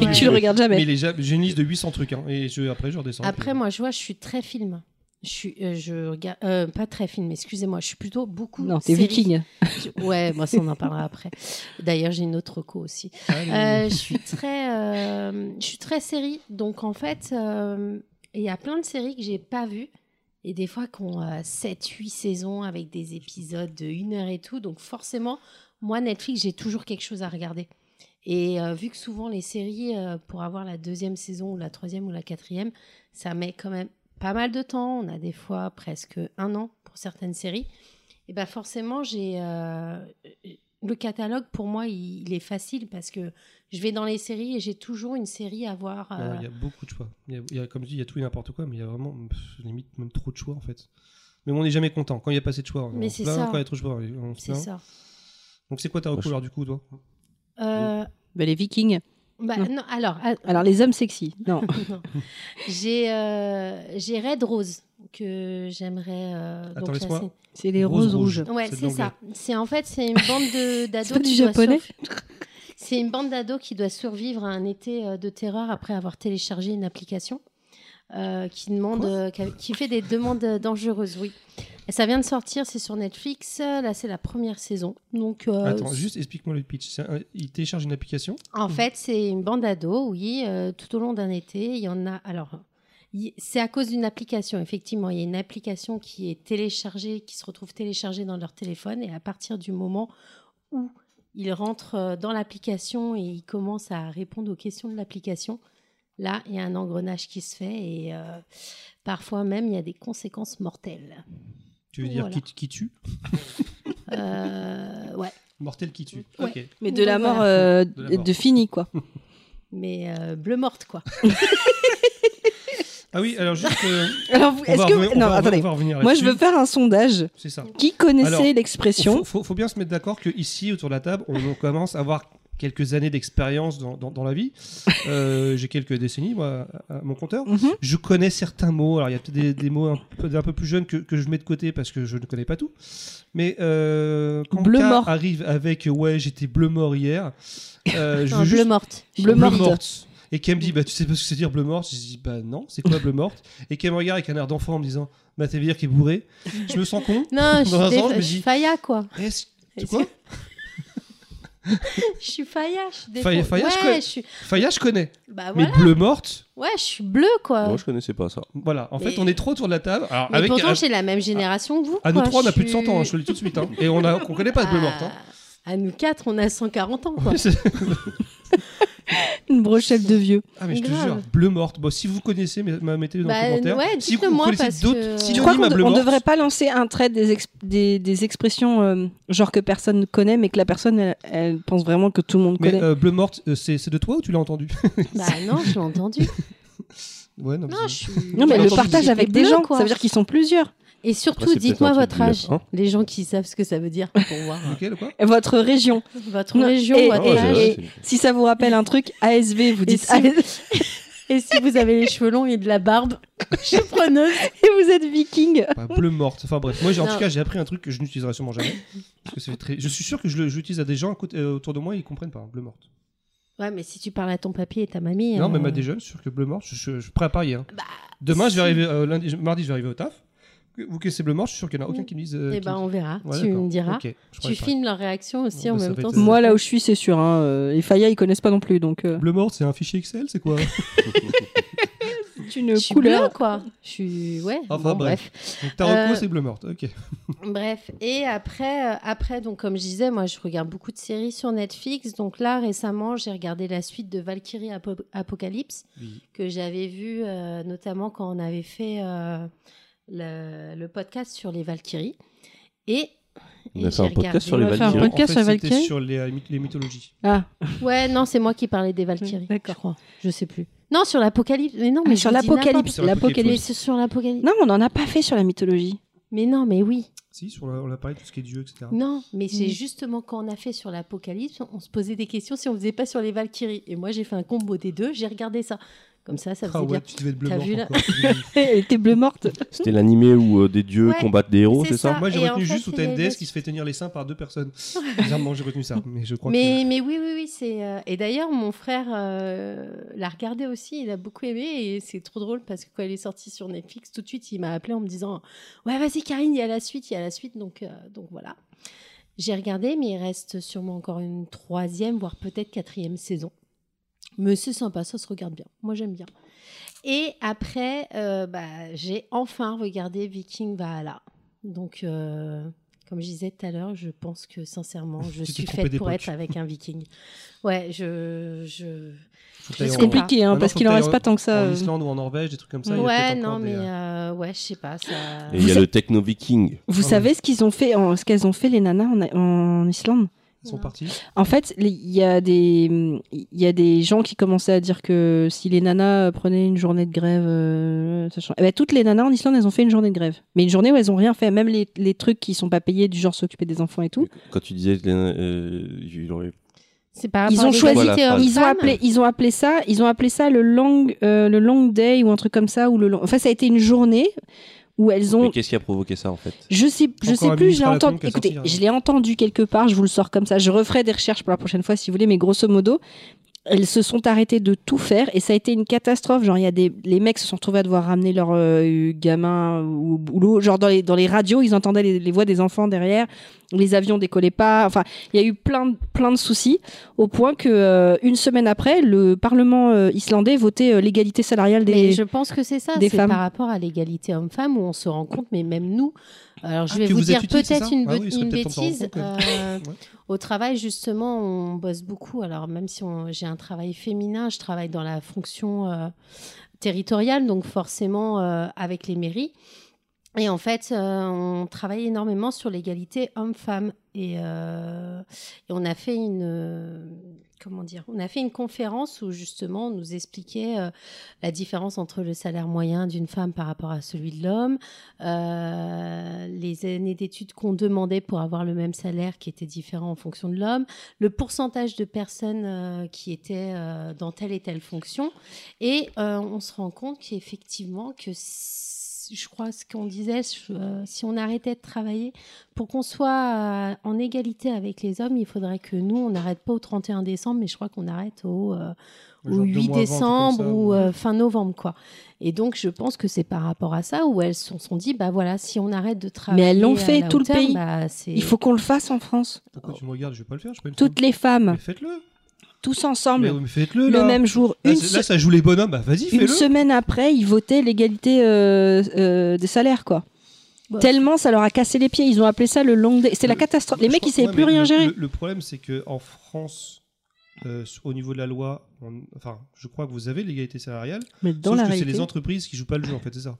Speaker 2: Ouais.
Speaker 4: Tu le regardes jamais.
Speaker 1: Mais les ja- j'ai une liste de 800 trucs. hein, et je, après, je redescends.
Speaker 2: Après, moi, je vois, je suis très film. Je suis, euh, je regarde, euh, pas très film, excusez-moi, je suis plutôt beaucoup.
Speaker 4: Non, t'es
Speaker 2: série.
Speaker 4: viking.
Speaker 2: Je- Ouais, moi, ça, on en parlera après. D'ailleurs, j'ai une autre reco aussi.
Speaker 1: Allez.
Speaker 2: Euh, je suis très, euh, je suis très série. Donc, en fait, euh, il y a plein de séries que j'ai pas vues et des fois qu'on a 7-8 saisons avec des épisodes de 1 heure et tout. Donc forcément, moi, Netflix, j'ai toujours quelque chose à regarder. Et euh, vu que souvent les séries, euh, pour avoir la deuxième saison ou la troisième ou la quatrième, ça met quand même pas mal de temps. On a des fois presque un an pour certaines séries. Et ben forcément, j'ai euh, le catalogue pour moi, il, il est facile parce que je vais dans les séries et j'ai toujours une série à voir.
Speaker 1: Non,
Speaker 2: euh,
Speaker 1: Il Ah, y a beaucoup de choix. Il y a- il y a, comme je dis, il y a tout et n'importe quoi, mais il y a vraiment pff, limite même trop de choix en fait. Mais on n'est jamais content quand il n'y a pas assez de choix.
Speaker 2: Mais
Speaker 1: on se
Speaker 2: c'est
Speaker 1: plaint
Speaker 2: ça.
Speaker 1: Quand il y a trop de choix, on se
Speaker 2: c'est
Speaker 1: plaint.
Speaker 2: ça.
Speaker 1: Donc c'est quoi ta recouleur du coup, toi
Speaker 2: Euh,
Speaker 4: Bah, les Vikings.
Speaker 2: bah,
Speaker 4: Non.
Speaker 2: non, alors, ah,
Speaker 4: Alors les hommes sexy. Non.
Speaker 2: non. j'ai euh, j'ai Red Rose que j'aimerais. euh,
Speaker 1: Attends,
Speaker 2: donc la
Speaker 1: laisse-moi.
Speaker 2: sé-
Speaker 4: C'est les
Speaker 1: Rose
Speaker 4: roses
Speaker 1: rouge.
Speaker 4: rouges.
Speaker 2: Ouais,
Speaker 1: C'est de
Speaker 2: c'est ça. C'est en fait c'est une bande de- d'ados.
Speaker 4: C'est pas du
Speaker 2: qui doit
Speaker 4: japonais
Speaker 2: surv- C'est une bande d'ados qui doit survivre à un été euh, de terreur après avoir téléchargé une application euh, qui demande, euh, qui, a- qui fait des demandes euh, dangereuses. Oui. Et ça vient de sortir, c'est sur Netflix. Euh, Là, c'est la première saison. Donc, euh,
Speaker 1: Attends, juste explique-moi le pitch. C'est un- il télécharge une application.
Speaker 2: en fait, c'est une bande d'ados, oui, euh, tout au long d'un été. Il y en a. Alors, il- c'est à cause d'une application, effectivement. Il y a une application qui est téléchargée, qui se retrouve téléchargée dans leur téléphone. Et à partir du moment où ils rentrent euh, dans l'application et ils commencent à répondre aux questions de l'application, là, il y a un engrenage qui se fait. Et euh, parfois même, il y a des conséquences mortelles.
Speaker 1: Tu veux dire
Speaker 2: Voilà.
Speaker 1: qui, qui tue
Speaker 2: Euh, ouais.
Speaker 1: Mortel qui tue.
Speaker 2: Ouais.
Speaker 1: Ok.
Speaker 4: Mais de la
Speaker 2: Voilà.
Speaker 4: mort euh,
Speaker 1: De la mort.
Speaker 4: de fini quoi.
Speaker 2: Mais euh, bleu morte, quoi.
Speaker 1: Ah oui, alors juste. euh,
Speaker 4: Alors vous-
Speaker 1: on
Speaker 4: est-ce
Speaker 1: va
Speaker 4: que
Speaker 1: revenir- on
Speaker 4: non
Speaker 1: va- on va
Speaker 4: attendez.
Speaker 1: revenir
Speaker 4: Moi je
Speaker 1: là-dessus.
Speaker 4: veux faire un sondage.
Speaker 1: C'est ça.
Speaker 4: Qui
Speaker 1: Alors,
Speaker 4: connaissait
Speaker 1: Faut,
Speaker 4: l'expression
Speaker 1: faut, faut bien se mettre d'accord que ici autour de la table, on, on commence à avoir quelques années d'expérience dans, dans- dans la vie. Euh, J'ai quelques décennies, moi, à, à mon compteur.
Speaker 4: Mhm.
Speaker 1: Je connais certains mots. Alors, il y a peut-être des, des mots un peu, un peu plus jeunes que, que je mets de côté parce que je ne connais pas tout. Mais euh, quand
Speaker 4: Bleu
Speaker 1: K
Speaker 4: mort.
Speaker 1: arrive avec Ouais, j'étais bleu mort hier, euh, je
Speaker 2: Non,
Speaker 1: veux
Speaker 2: bleu
Speaker 1: juste
Speaker 2: morte.
Speaker 4: Bleu
Speaker 1: bleu
Speaker 4: morte.
Speaker 1: morte. Et qu'elle me dit, bah, tu sais pas ce que c'est dire bleu morte Je dis, bah non, c'est quoi bleu morte Et qu'elle me regarde avec un air d'enfant en me disant, bah, ça veut dire qu'il est bourré. Je me sens con.
Speaker 2: Non, je
Speaker 1: Dans un
Speaker 2: suis,
Speaker 1: sens, je me
Speaker 2: défa- je suis
Speaker 1: dis-
Speaker 2: Faya, quoi.
Speaker 1: Est-ce
Speaker 2: Est-ce
Speaker 1: quoi
Speaker 2: Je suis Faya, je suis défa-
Speaker 1: Faya- Faya, je
Speaker 2: ouais,
Speaker 1: connais.
Speaker 2: je suis...
Speaker 1: Faya, je connais.
Speaker 2: Bah
Speaker 1: Mais
Speaker 2: voilà,
Speaker 1: bleu morte,
Speaker 2: ouais, je suis bleue, quoi.
Speaker 3: Moi, je connaissais pas ça.
Speaker 1: voilà. En
Speaker 2: Mais-
Speaker 1: fait, on est trop autour de la table. Alors,
Speaker 2: Mais
Speaker 1: avec
Speaker 2: pourtant,
Speaker 1: à,
Speaker 2: j'ai la même génération que vous,
Speaker 1: à nous
Speaker 2: quoi.
Speaker 1: trois, on a plus de
Speaker 2: suis- Bah,
Speaker 1: 100 ans, hein, je te le dis tout de suite. hein. Et on a, on connaît pas ce bleu hein. morte. hein.
Speaker 2: À... à nous quatre, on a 140 ans, quoi.
Speaker 1: C'est-
Speaker 4: Une brochette de vieux.
Speaker 1: ah, mais je te
Speaker 2: Grave.
Speaker 1: jure, bleu morte. Bon, si vous connaissez, mais- mais mettez-le dans
Speaker 2: Bah,
Speaker 1: les commentaires.
Speaker 2: ouais,
Speaker 1: si vous
Speaker 2: dites-le-moi,
Speaker 1: connaissez
Speaker 2: parce
Speaker 1: d'autres
Speaker 2: que-
Speaker 4: Je crois
Speaker 1: synonymes
Speaker 4: qu'on
Speaker 1: à
Speaker 4: de-
Speaker 1: bleu
Speaker 4: on
Speaker 1: morte,
Speaker 4: devrait pas lancer un trait des, exp- des, des expressions euh, genre que personne ne connaît, mais que la personne elle, elle pense vraiment que tout le monde
Speaker 1: mais
Speaker 4: connaît.
Speaker 1: euh, bleu morte, euh, c'est c'est de toi ou tu l'as entendu
Speaker 2: Bah non, je l'ai entendu.
Speaker 1: Ouais, non.
Speaker 2: Non, je
Speaker 1: c'est-
Speaker 2: suis...
Speaker 4: non, mais
Speaker 1: on
Speaker 4: le
Speaker 1: entend-
Speaker 4: partage
Speaker 2: J'étais
Speaker 4: avec des
Speaker 2: bleue,
Speaker 4: gens,
Speaker 2: quoi.
Speaker 4: ça veut dire qu'ils sont plusieurs.
Speaker 2: Et
Speaker 3: Après,
Speaker 2: surtout,
Speaker 3: c'est
Speaker 2: dites-moi
Speaker 3: peut-être
Speaker 2: votre
Speaker 3: un
Speaker 2: âge.
Speaker 3: truc Hein du F1.
Speaker 2: Les gens qui savent ce que ça veut dire, pour voir euh,
Speaker 1: Lequel, quoi
Speaker 4: Votre région.
Speaker 2: votre
Speaker 4: Non,
Speaker 2: région,
Speaker 4: et-
Speaker 3: Ah
Speaker 1: Oh,
Speaker 2: votre
Speaker 3: ouais,
Speaker 2: âge.
Speaker 4: et-
Speaker 3: c'est- c'est-
Speaker 4: Si ça vous rappelle un truc, ASV, vous dites
Speaker 2: si-
Speaker 4: ASV,
Speaker 2: Et si vous avez les cheveux longs et de la barbe, je suis preneuse.
Speaker 4: et vous êtes viking.
Speaker 1: Bah, bleu morte. Enfin bref, moi j'ai- en
Speaker 2: Non.
Speaker 1: tout cas j'ai appris un truc que je n'utiliserai sûrement jamais. Parce que ça fait très... Je suis sûr que je le- je l'utilise à des gens à côté- euh, autour de moi, ils comprennent pas. hein, bleu morte.
Speaker 2: Ouais, mais si tu parles à ton papy et ta mamie.
Speaker 1: Non,
Speaker 2: euh,
Speaker 1: même à des jeunes, je suis sûr que bleu morte, je, je, je suis prêt à parier. hein.
Speaker 2: Bah,
Speaker 1: Demain, je vais
Speaker 2: si.
Speaker 1: arriver, euh, lundi, je- mardi, je vais arriver au taf. Que- Vous connaissez bleu morte, je suis sûr qu'il n'y en a aucun qui me dise. euh,
Speaker 2: Eh
Speaker 1: qui
Speaker 2: ben,
Speaker 1: me-
Speaker 2: on verra.
Speaker 1: Ouais,
Speaker 2: tu
Speaker 1: d'accord.
Speaker 2: me diras.
Speaker 1: Ok, je
Speaker 2: Tu
Speaker 1: croyais pas.
Speaker 2: filmes leur réaction aussi en
Speaker 1: Bon, bah, ça
Speaker 2: même
Speaker 1: va
Speaker 2: temps.
Speaker 1: être-
Speaker 2: c'est-
Speaker 4: Moi, là où je suis, c'est sûr. hein, euh, les Faya, ils connaissent pas non plus, donc euh,
Speaker 1: Bleu morte, c'est un fichier Excel, c'est quoi
Speaker 4: c'est une
Speaker 2: je suis
Speaker 4: couleur.
Speaker 2: bleue, quoi. Euh, Je suis. Ouais.
Speaker 1: Enfin,
Speaker 2: bon, bref.
Speaker 1: Donc, ta reco,
Speaker 2: Euh,
Speaker 1: c'est bleu morte. Ok.
Speaker 2: Bref. Et après, euh, après, donc comme je disais, moi, je regarde beaucoup de séries sur Netflix. Donc là, récemment, j'ai regardé la suite de Valkyrie Apo- Apocalypse que j'avais vue, euh, notamment quand on avait fait euh, le, le podcast sur les Valkyries. Et
Speaker 3: On
Speaker 2: et
Speaker 3: a fait un
Speaker 2: j'ai
Speaker 3: podcast
Speaker 2: regardé-
Speaker 3: sur les hein.
Speaker 4: On va faire un
Speaker 3: Valkyries.
Speaker 4: podcast
Speaker 1: En fait,
Speaker 4: sur les
Speaker 1: c'était
Speaker 4: Valkyries
Speaker 1: sur les, euh, myth- les mythologies.
Speaker 4: Ah,
Speaker 2: Ouais, non, c'est moi qui parlais des Valkyries.
Speaker 4: D'accord.
Speaker 2: Je crois. Je sais plus. Ah, Non, sur l'apocalypse. Mais non, mais
Speaker 4: sur
Speaker 2: je vous dis n'importe
Speaker 4: l'apocalypse.
Speaker 1: Ah, Sur l'apocalypse.
Speaker 2: Mais
Speaker 4: L'apocalypse.
Speaker 2: c'est sur l'apocalypse.
Speaker 4: Non, on n'en a pas fait sur la mythologie.
Speaker 2: Mais non, mais oui.
Speaker 1: Si, sur la- on a parlé de tout ce qui est Dieu, etc.
Speaker 2: Non, mais c'est
Speaker 4: Mm.
Speaker 2: justement quand on a fait sur l'apocalypse, on se posait des questions si on faisait pas sur les Valkyries. Et moi, j'ai fait un combo des deux. J'ai regardé ça. Comme ça, ça faisait
Speaker 1: Ah ouais,
Speaker 2: bien.
Speaker 1: tu devais être bleu
Speaker 2: T'as
Speaker 1: morte
Speaker 2: vu, là
Speaker 1: encore.
Speaker 4: Elle était bleue morte.
Speaker 3: C'était l'animé où euh, des dieux
Speaker 2: Ouais,
Speaker 3: combattent des héros,
Speaker 2: c'est
Speaker 3: c'est ça,
Speaker 2: ça.
Speaker 1: Moi, j'ai
Speaker 2: Et
Speaker 1: retenu
Speaker 2: en fait,
Speaker 1: juste où
Speaker 2: c'est
Speaker 1: t'as une
Speaker 2: des-
Speaker 1: déesse qui se fait tenir les seins par deux personnes. Bizarrement, j'ai retenu ça, mais je crois
Speaker 2: Mais, mais oui, oui, oui, c'est. euh, Et d'ailleurs, mon frère euh, l'a regardé aussi, il a beaucoup aimé et c'est trop drôle parce que quand il est sorti sur Netflix, tout de suite, il m'a appelé en me disant Ouais, vas-y, Karine, il y a la suite, il y a la suite. Donc, euh, donc voilà. J'ai regardé, mais il reste sûrement encore une troisième, voire peut-être quatrième saison. Mais c'est sympa, ça se regarde bien. Moi, j'aime bien. Et après, euh, bah, j'ai enfin regardé Viking Valhalla. Donc, euh, comme je disais tout à l'heure, je pense que sincèrement, je
Speaker 1: Tu t'es
Speaker 2: suis
Speaker 1: trompé
Speaker 2: faite pour
Speaker 1: d'époque.
Speaker 2: être avec un Viking. Ouais, je. je...
Speaker 1: Faut que
Speaker 2: Je
Speaker 1: t'ailles
Speaker 4: C'est
Speaker 2: sais
Speaker 1: en-
Speaker 2: pas.
Speaker 4: compliqué, hein,
Speaker 1: Maintenant,
Speaker 4: parce
Speaker 1: Bah faut
Speaker 4: qu'il en
Speaker 1: que
Speaker 4: reste
Speaker 1: t'ailles
Speaker 4: pas tant que ça.
Speaker 1: En
Speaker 4: euh.
Speaker 1: Islande ou en Norvège, des trucs comme ça. il y a
Speaker 2: ouais,
Speaker 1: peut-être
Speaker 2: non,
Speaker 1: encore des,
Speaker 2: mais
Speaker 1: euh,
Speaker 2: euh, ouais, je sais pas. Ça...
Speaker 3: Et il y a
Speaker 4: Vous-
Speaker 3: le techno viking.
Speaker 4: Vous
Speaker 1: Ah
Speaker 4: savez ce qu'ils ont fait, en- ce qu'elles ont fait les nanas en, en Islande
Speaker 1: Ils sont
Speaker 2: euh, Non.
Speaker 1: partis.
Speaker 4: En fait, les- il y a des, il y a des gens qui commençaient à dire que si les nanas euh, prenaient une journée de grève, euh, ça change- Eh ben, toutes les nanas en Islande, elles ont fait une journée de grève. Mais une journée où elles ont rien fait, même les, les trucs qui sont pas payés, du genre s'occuper des enfants et tout.
Speaker 3: Quand tu disais, euh, il aurait-
Speaker 2: C'est Ah, par
Speaker 4: Ils
Speaker 2: rapport
Speaker 4: ont
Speaker 2: à l'égalité
Speaker 4: choisi-
Speaker 3: Voilà,
Speaker 2: homme-femme.
Speaker 4: Ils ont appelé, ils ont appelé ça, ils ont appelé ça le long, euh, le long day ou un truc comme ça ou le long. Enfin, ça a été une journée où elles ont
Speaker 3: mais qu'est-ce qui a provoqué ça en fait
Speaker 4: Je sais, je
Speaker 1: Encore
Speaker 4: sais
Speaker 1: un
Speaker 4: plus, je
Speaker 1: ministre
Speaker 4: l'ai
Speaker 1: à la con
Speaker 4: entendu.
Speaker 1: qui a
Speaker 4: Écoutez,
Speaker 1: sorti, hein.
Speaker 4: je l'ai entendu quelque part, je vous le sors comme ça. Je referai des recherches pour la prochaine fois si vous voulez, mais grosso modo, elles se sont arrêtées de tout faire et ça a été une catastrophe. Genre, il y a des, les mecs se sont retrouvés à devoir ramener leurs euh, gamins au boulot. Genre, dans les, dans les radios, ils entendaient les, les voix des enfants derrière. Les avions décollaient pas. Enfin, il y a eu plein, de- plein de soucis au point que, euh, une semaine après, le Parlement euh, islandais votait euh, l'égalité salariale des.
Speaker 2: Mais je pense que c'est ça,
Speaker 4: des
Speaker 2: c'est
Speaker 4: femmes.
Speaker 2: par rapport à l'égalité homme-femme où on se rend compte, mais même nous, alors je
Speaker 1: Ah,
Speaker 2: vais
Speaker 1: que
Speaker 2: vous
Speaker 1: vous êtes
Speaker 2: dire
Speaker 1: utile, c'est
Speaker 2: peut-être
Speaker 1: ça
Speaker 2: une,
Speaker 1: Ah
Speaker 2: bê-
Speaker 1: oui, il serait
Speaker 2: une
Speaker 1: peut-être temps de s'en rendre
Speaker 2: bêtise.
Speaker 1: compte,
Speaker 2: euh,
Speaker 1: Ouais.
Speaker 2: Au travail, justement, on bosse beaucoup. Alors même si on- j'ai un travail féminin, je travaille dans la fonction euh, territoriale, donc forcément euh, avec les mairies. Et en fait, euh, on travaille énormément sur l'égalité homme-femme. Et, euh, et on a fait une euh, comment dire On a fait une conférence où justement on nous expliquait euh, la différence entre le salaire moyen d'une femme par rapport à celui de l'homme, euh, les années d'études qu'on demandait pour avoir le même salaire qui était différent en fonction de l'homme, le pourcentage de personnes euh, qui étaient euh, dans telle et telle fonction. Et euh, on se rend compte qu'effectivement, que si- je crois ce qu'on disait, je- euh, si on arrêtait de travailler, pour qu'on soit euh, en égalité avec les hommes, il faudrait que nous, on n'arrête pas au 31 décembre, mais je crois qu'on arrête au... euh, ou
Speaker 1: Genre deux
Speaker 2: 8
Speaker 1: mois avant, un truc
Speaker 2: décembre
Speaker 1: comme ça,
Speaker 2: ou
Speaker 1: ouais.
Speaker 2: euh, fin novembre quoi. Et donc je pense que c'est par rapport à ça où elles se sont, sont dit bah voilà si on arrête de travailler
Speaker 4: elles l'ont
Speaker 2: à
Speaker 4: fait,
Speaker 2: la
Speaker 4: tout le
Speaker 2: hauteur,
Speaker 4: pays.
Speaker 2: bah, c'est-
Speaker 4: Il faut qu'on le fasse en France.
Speaker 1: Pourquoi tu me regardes Je vais pas le faire. Je suis pas une
Speaker 4: Toutes les
Speaker 1: femme.
Speaker 4: femmes,
Speaker 1: Mais faites-le.
Speaker 4: tous
Speaker 1: Mais,
Speaker 4: ensemble.
Speaker 1: mais faites-le
Speaker 4: le
Speaker 1: là.
Speaker 4: même jour.
Speaker 1: Là,
Speaker 4: une
Speaker 1: c'est-
Speaker 4: se-
Speaker 1: là, ça joue les bonhommes. Bah, vas-y,
Speaker 4: une
Speaker 1: fais-le.
Speaker 4: semaine après, ils votaient l'égalité euh, euh, des salaires, quoi.
Speaker 2: Bah.
Speaker 4: Tellement ça leur a cassé les pieds. Ils ont appelé ça le long day. C'est la
Speaker 1: Le-
Speaker 4: catastrophe. Les
Speaker 1: Je
Speaker 4: mecs,
Speaker 1: crois-
Speaker 4: ils savaient
Speaker 1: ouais,
Speaker 4: plus
Speaker 1: mais
Speaker 4: rien
Speaker 1: le,
Speaker 4: gérer.
Speaker 1: Le, le problème, c'est que en France, euh, au niveau de la loi, on- enfin, je crois que vous avez l'égalité salariale.
Speaker 4: Mais dans
Speaker 1: sauf
Speaker 4: la
Speaker 1: que
Speaker 4: réalité.
Speaker 1: c'est les entreprises qui jouent pas le jeu, en fait, c'est ça.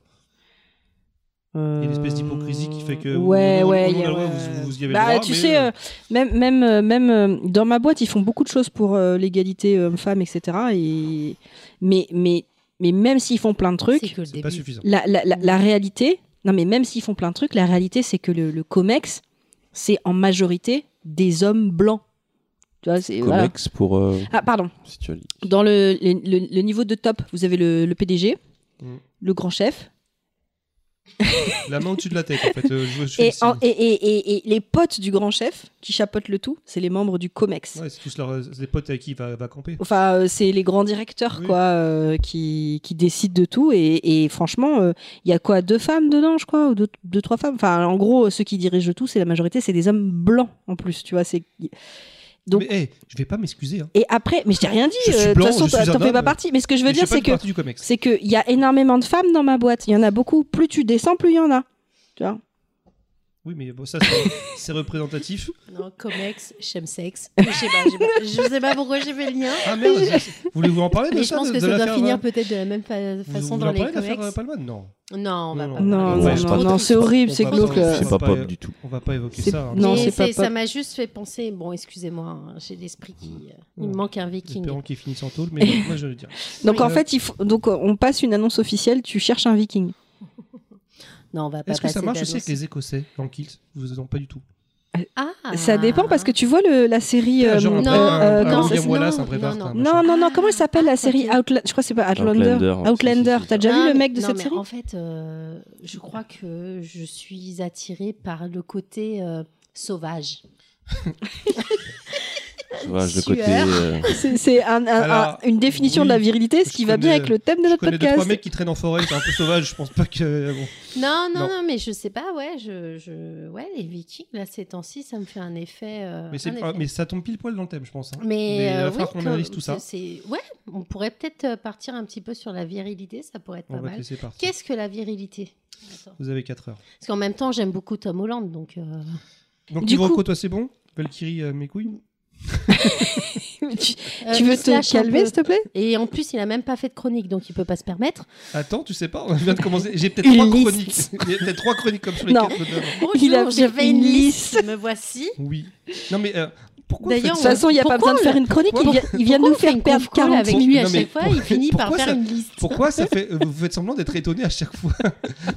Speaker 1: Il y a une espèce d'hypocrisie qui fait que.
Speaker 4: Ouais,
Speaker 1: au- au- au
Speaker 4: ouais.
Speaker 1: nom de
Speaker 4: il y
Speaker 1: la
Speaker 4: a-
Speaker 1: loi, vous, vous y avez
Speaker 4: Bah,
Speaker 1: le droit.
Speaker 4: tu
Speaker 1: mais,
Speaker 4: sais,
Speaker 1: euh,
Speaker 4: euh, même, même, euh, même euh, dans ma boîte, ils font beaucoup de choses pour euh, l'égalité homme-femme, etc. Et... Mais, mais, mais même s'ils font plein de trucs,
Speaker 2: c'est que le
Speaker 1: c'est pas
Speaker 2: début.
Speaker 1: suffisant.
Speaker 4: la, la- la- la réalité, non mais même s'ils font plein de trucs, la réalité c'est que le, le COMEX, c'est en majorité des hommes blancs. Tu vois, c'est voilà.
Speaker 3: Comex pour. euh,
Speaker 4: Ah pardon.
Speaker 3: si tu as dit.
Speaker 4: Dans le, le- le- le niveau de top, vous avez le, le PDG,
Speaker 1: Mm.
Speaker 4: le grand chef,
Speaker 1: La main au-dessus de la tête, en fait. euh, je, je fais
Speaker 4: et,
Speaker 1: le signe.
Speaker 4: en- et- et- et- et les potes du grand chef qui chapotent le tout, c'est les membres du COMEX.
Speaker 1: Ouais, c'est tous leurs c'est les potes avec qui il va, va camper.
Speaker 4: Enfin, euh, c'est les grands directeurs
Speaker 1: Oui.
Speaker 4: quoi euh, qui, qui décident de tout et, et franchement, euh, il y a quoi deux femmes dedans, je crois, ou deux, deux, trois femmes. Enfin, en gros, ceux qui dirigent tout, c'est la majorité, c'est des hommes blancs en plus, tu vois. C'est donc-
Speaker 1: Mais hey, je vais pas m'excuser. Hein.
Speaker 4: et après, mais je t'ai rien dit.
Speaker 1: Je suis
Speaker 4: euh, De toute
Speaker 1: blanc,
Speaker 4: façon,
Speaker 1: je suis un
Speaker 4: t'en fais
Speaker 1: homme.
Speaker 4: pas partie. Mais ce que je veux
Speaker 1: Mais
Speaker 4: dire,
Speaker 1: fais pas
Speaker 4: c'est que
Speaker 1: partie du comex.
Speaker 4: c'est qu'il y a énormément de femmes dans ma boîte. Il y en a beaucoup. Plus tu descends, plus il y en a. Tu vois.
Speaker 1: Oui, mais bon, ça, c'est- c'est représentatif.
Speaker 2: Non, comex, chemsex, je sais pas, j'ai pas- je sais pas pourquoi j'ai fait le lien.
Speaker 1: Ah merde, vous voulez-vous en parler de
Speaker 2: Mais je
Speaker 1: ça
Speaker 2: pense
Speaker 1: de-
Speaker 2: que
Speaker 1: de
Speaker 2: ça doit
Speaker 1: l'affaire,
Speaker 2: finir
Speaker 1: euh,
Speaker 2: peut-être de la même fa-
Speaker 1: vous-
Speaker 2: façon
Speaker 1: vous
Speaker 2: dans
Speaker 1: en
Speaker 2: les
Speaker 1: parlez de l'affaire, euh,
Speaker 2: comex.
Speaker 1: Palman Non,
Speaker 2: Non, on va
Speaker 1: Non,
Speaker 2: pas.
Speaker 1: non.
Speaker 2: parler
Speaker 4: Non,
Speaker 2: de
Speaker 3: Ouais,
Speaker 2: ça.
Speaker 3: c'est
Speaker 4: non,
Speaker 3: pas-
Speaker 4: non, c'est horrible, c'est
Speaker 1: pas-
Speaker 4: glauque.
Speaker 1: euh,
Speaker 4: euh.
Speaker 3: C'est pas
Speaker 1: pas-
Speaker 3: pop du tout.
Speaker 1: on va pas évoquer
Speaker 4: C'est-
Speaker 1: ça. hein.
Speaker 4: non,
Speaker 2: Mais
Speaker 4: c'est pas
Speaker 2: c'est-
Speaker 4: pop.
Speaker 2: ça m'a juste fait penser. Bon, excusez-moi, hein, j'ai l'esprit qui. euh, Il me
Speaker 1: Ouais.
Speaker 2: manque un viking.
Speaker 1: Espérons qu'il finisse en tôle, mais non, moi je veux dire.
Speaker 4: Donc
Speaker 1: Oui.
Speaker 4: en fait, il faut, donc euh, on passe une annonce officielle. Tu cherches un Viking.
Speaker 2: Non, on va pas
Speaker 1: Est-ce que ça
Speaker 2: passer
Speaker 1: marche aussi
Speaker 2: d'annonce.
Speaker 1: avec les Écossais en kilt Vous en pas du tout.
Speaker 2: Ah.
Speaker 4: Ça dépend parce que tu vois le, la série. euh,
Speaker 1: Genre un
Speaker 4: euh,
Speaker 1: pré-
Speaker 4: euh,
Speaker 1: un-
Speaker 4: comment
Speaker 1: un
Speaker 4: ça
Speaker 1: William
Speaker 2: non,
Speaker 1: Wallace, un
Speaker 2: non,
Speaker 1: Brevard.
Speaker 2: non.
Speaker 1: un machin.
Speaker 4: Non, non, non, comment elle s'appelle la série Outlander Je crois que c'est pas Outlander.
Speaker 3: Outlander, ouais,
Speaker 4: Outlander,
Speaker 3: si, si, si.
Speaker 4: t'as déjà vu
Speaker 2: Ah,
Speaker 4: le mec de
Speaker 2: non,
Speaker 4: cette
Speaker 2: mais
Speaker 4: série
Speaker 2: En fait, euh, je crois que je suis attirée par le côté euh, sauvage.
Speaker 3: Tu vois, le
Speaker 2: Sueur.
Speaker 3: côté. euh,
Speaker 4: C'est- C'est un- un- un-
Speaker 1: Alors,
Speaker 4: une définition
Speaker 1: oui,
Speaker 4: de la virilité, ce
Speaker 1: je
Speaker 4: qui va bien
Speaker 1: connais-
Speaker 4: avec le thème de
Speaker 1: Je
Speaker 4: notre
Speaker 1: connais deux, trois
Speaker 4: podcast.
Speaker 1: mecs qui traînent en forêt, c'est un peu sauvage, je pense pas que. bon.
Speaker 2: Non, non, non,
Speaker 1: Non.
Speaker 2: mais je sais pas, ouais, je, je- ouais, les Vikings, là, ces temps-ci, ça me fait un effet. euh,
Speaker 1: Mais, c'est-
Speaker 2: un
Speaker 1: ah,
Speaker 2: effet.
Speaker 1: mais ça tombe pile poil dans le thème, je pense. hein.
Speaker 2: Mais,
Speaker 1: Mais il va
Speaker 2: euh,
Speaker 1: falloir
Speaker 2: oui,
Speaker 1: qu'on
Speaker 2: que-
Speaker 1: analyse tout ça.
Speaker 2: c'est- Ouais, on pourrait peut-être euh, partir un petit peu sur la virilité, ça pourrait être
Speaker 1: On
Speaker 2: pas
Speaker 1: va te
Speaker 2: mal.
Speaker 1: laisser partir.
Speaker 2: Qu'est-ce que la virilité Attends.
Speaker 1: Vous avez 4 heures.
Speaker 2: Parce qu'en même temps, j'aime beaucoup Tom Holland, donc. euh,
Speaker 1: Donc,
Speaker 4: Du
Speaker 1: niveau
Speaker 4: coup-
Speaker 1: reco, toi, c'est bon Valkyrie, euh, mes couilles
Speaker 4: tu,
Speaker 2: euh,
Speaker 4: tu veux
Speaker 2: il se lâche
Speaker 4: te
Speaker 2: un
Speaker 4: calmer,
Speaker 2: peu.
Speaker 4: s'il te plaît
Speaker 2: Et en plus, il a même pas fait de chronique, donc il peut pas se permettre.
Speaker 1: Attends, tu sais pas On vient de commencer. J'ai peut-être
Speaker 2: Une
Speaker 1: 3
Speaker 2: liste.
Speaker 1: chroniques. Il y a peut-être 3 chroniques comme sur les
Speaker 4: Non.
Speaker 1: 4
Speaker 2: Bonjour,
Speaker 4: Il a fait
Speaker 2: je fais
Speaker 4: une
Speaker 2: une liste.
Speaker 4: liste.
Speaker 2: Me voici.
Speaker 1: Oui. Non, mais euh, pourquoi
Speaker 2: D'ailleurs,
Speaker 1: faites
Speaker 4: De
Speaker 1: ça
Speaker 4: toute façon, il n'y a pas
Speaker 2: Pourquoi
Speaker 4: besoin de
Speaker 2: on
Speaker 4: faire une chronique. Il
Speaker 2: Pourquoi-
Speaker 4: vient, il vient de
Speaker 2: Pourquoi
Speaker 4: nous
Speaker 2: on fait
Speaker 4: faire
Speaker 2: une
Speaker 4: perdre
Speaker 2: conf-call
Speaker 4: 40
Speaker 2: avec
Speaker 1: minutes.
Speaker 2: lui à
Speaker 1: Non, mais
Speaker 2: chaque fois. Il finit par
Speaker 1: pourquoi
Speaker 2: faire
Speaker 1: ça-
Speaker 2: une liste.
Speaker 1: Pourquoi ça fait euh, vous faites semblant d'être étonné à chaque fois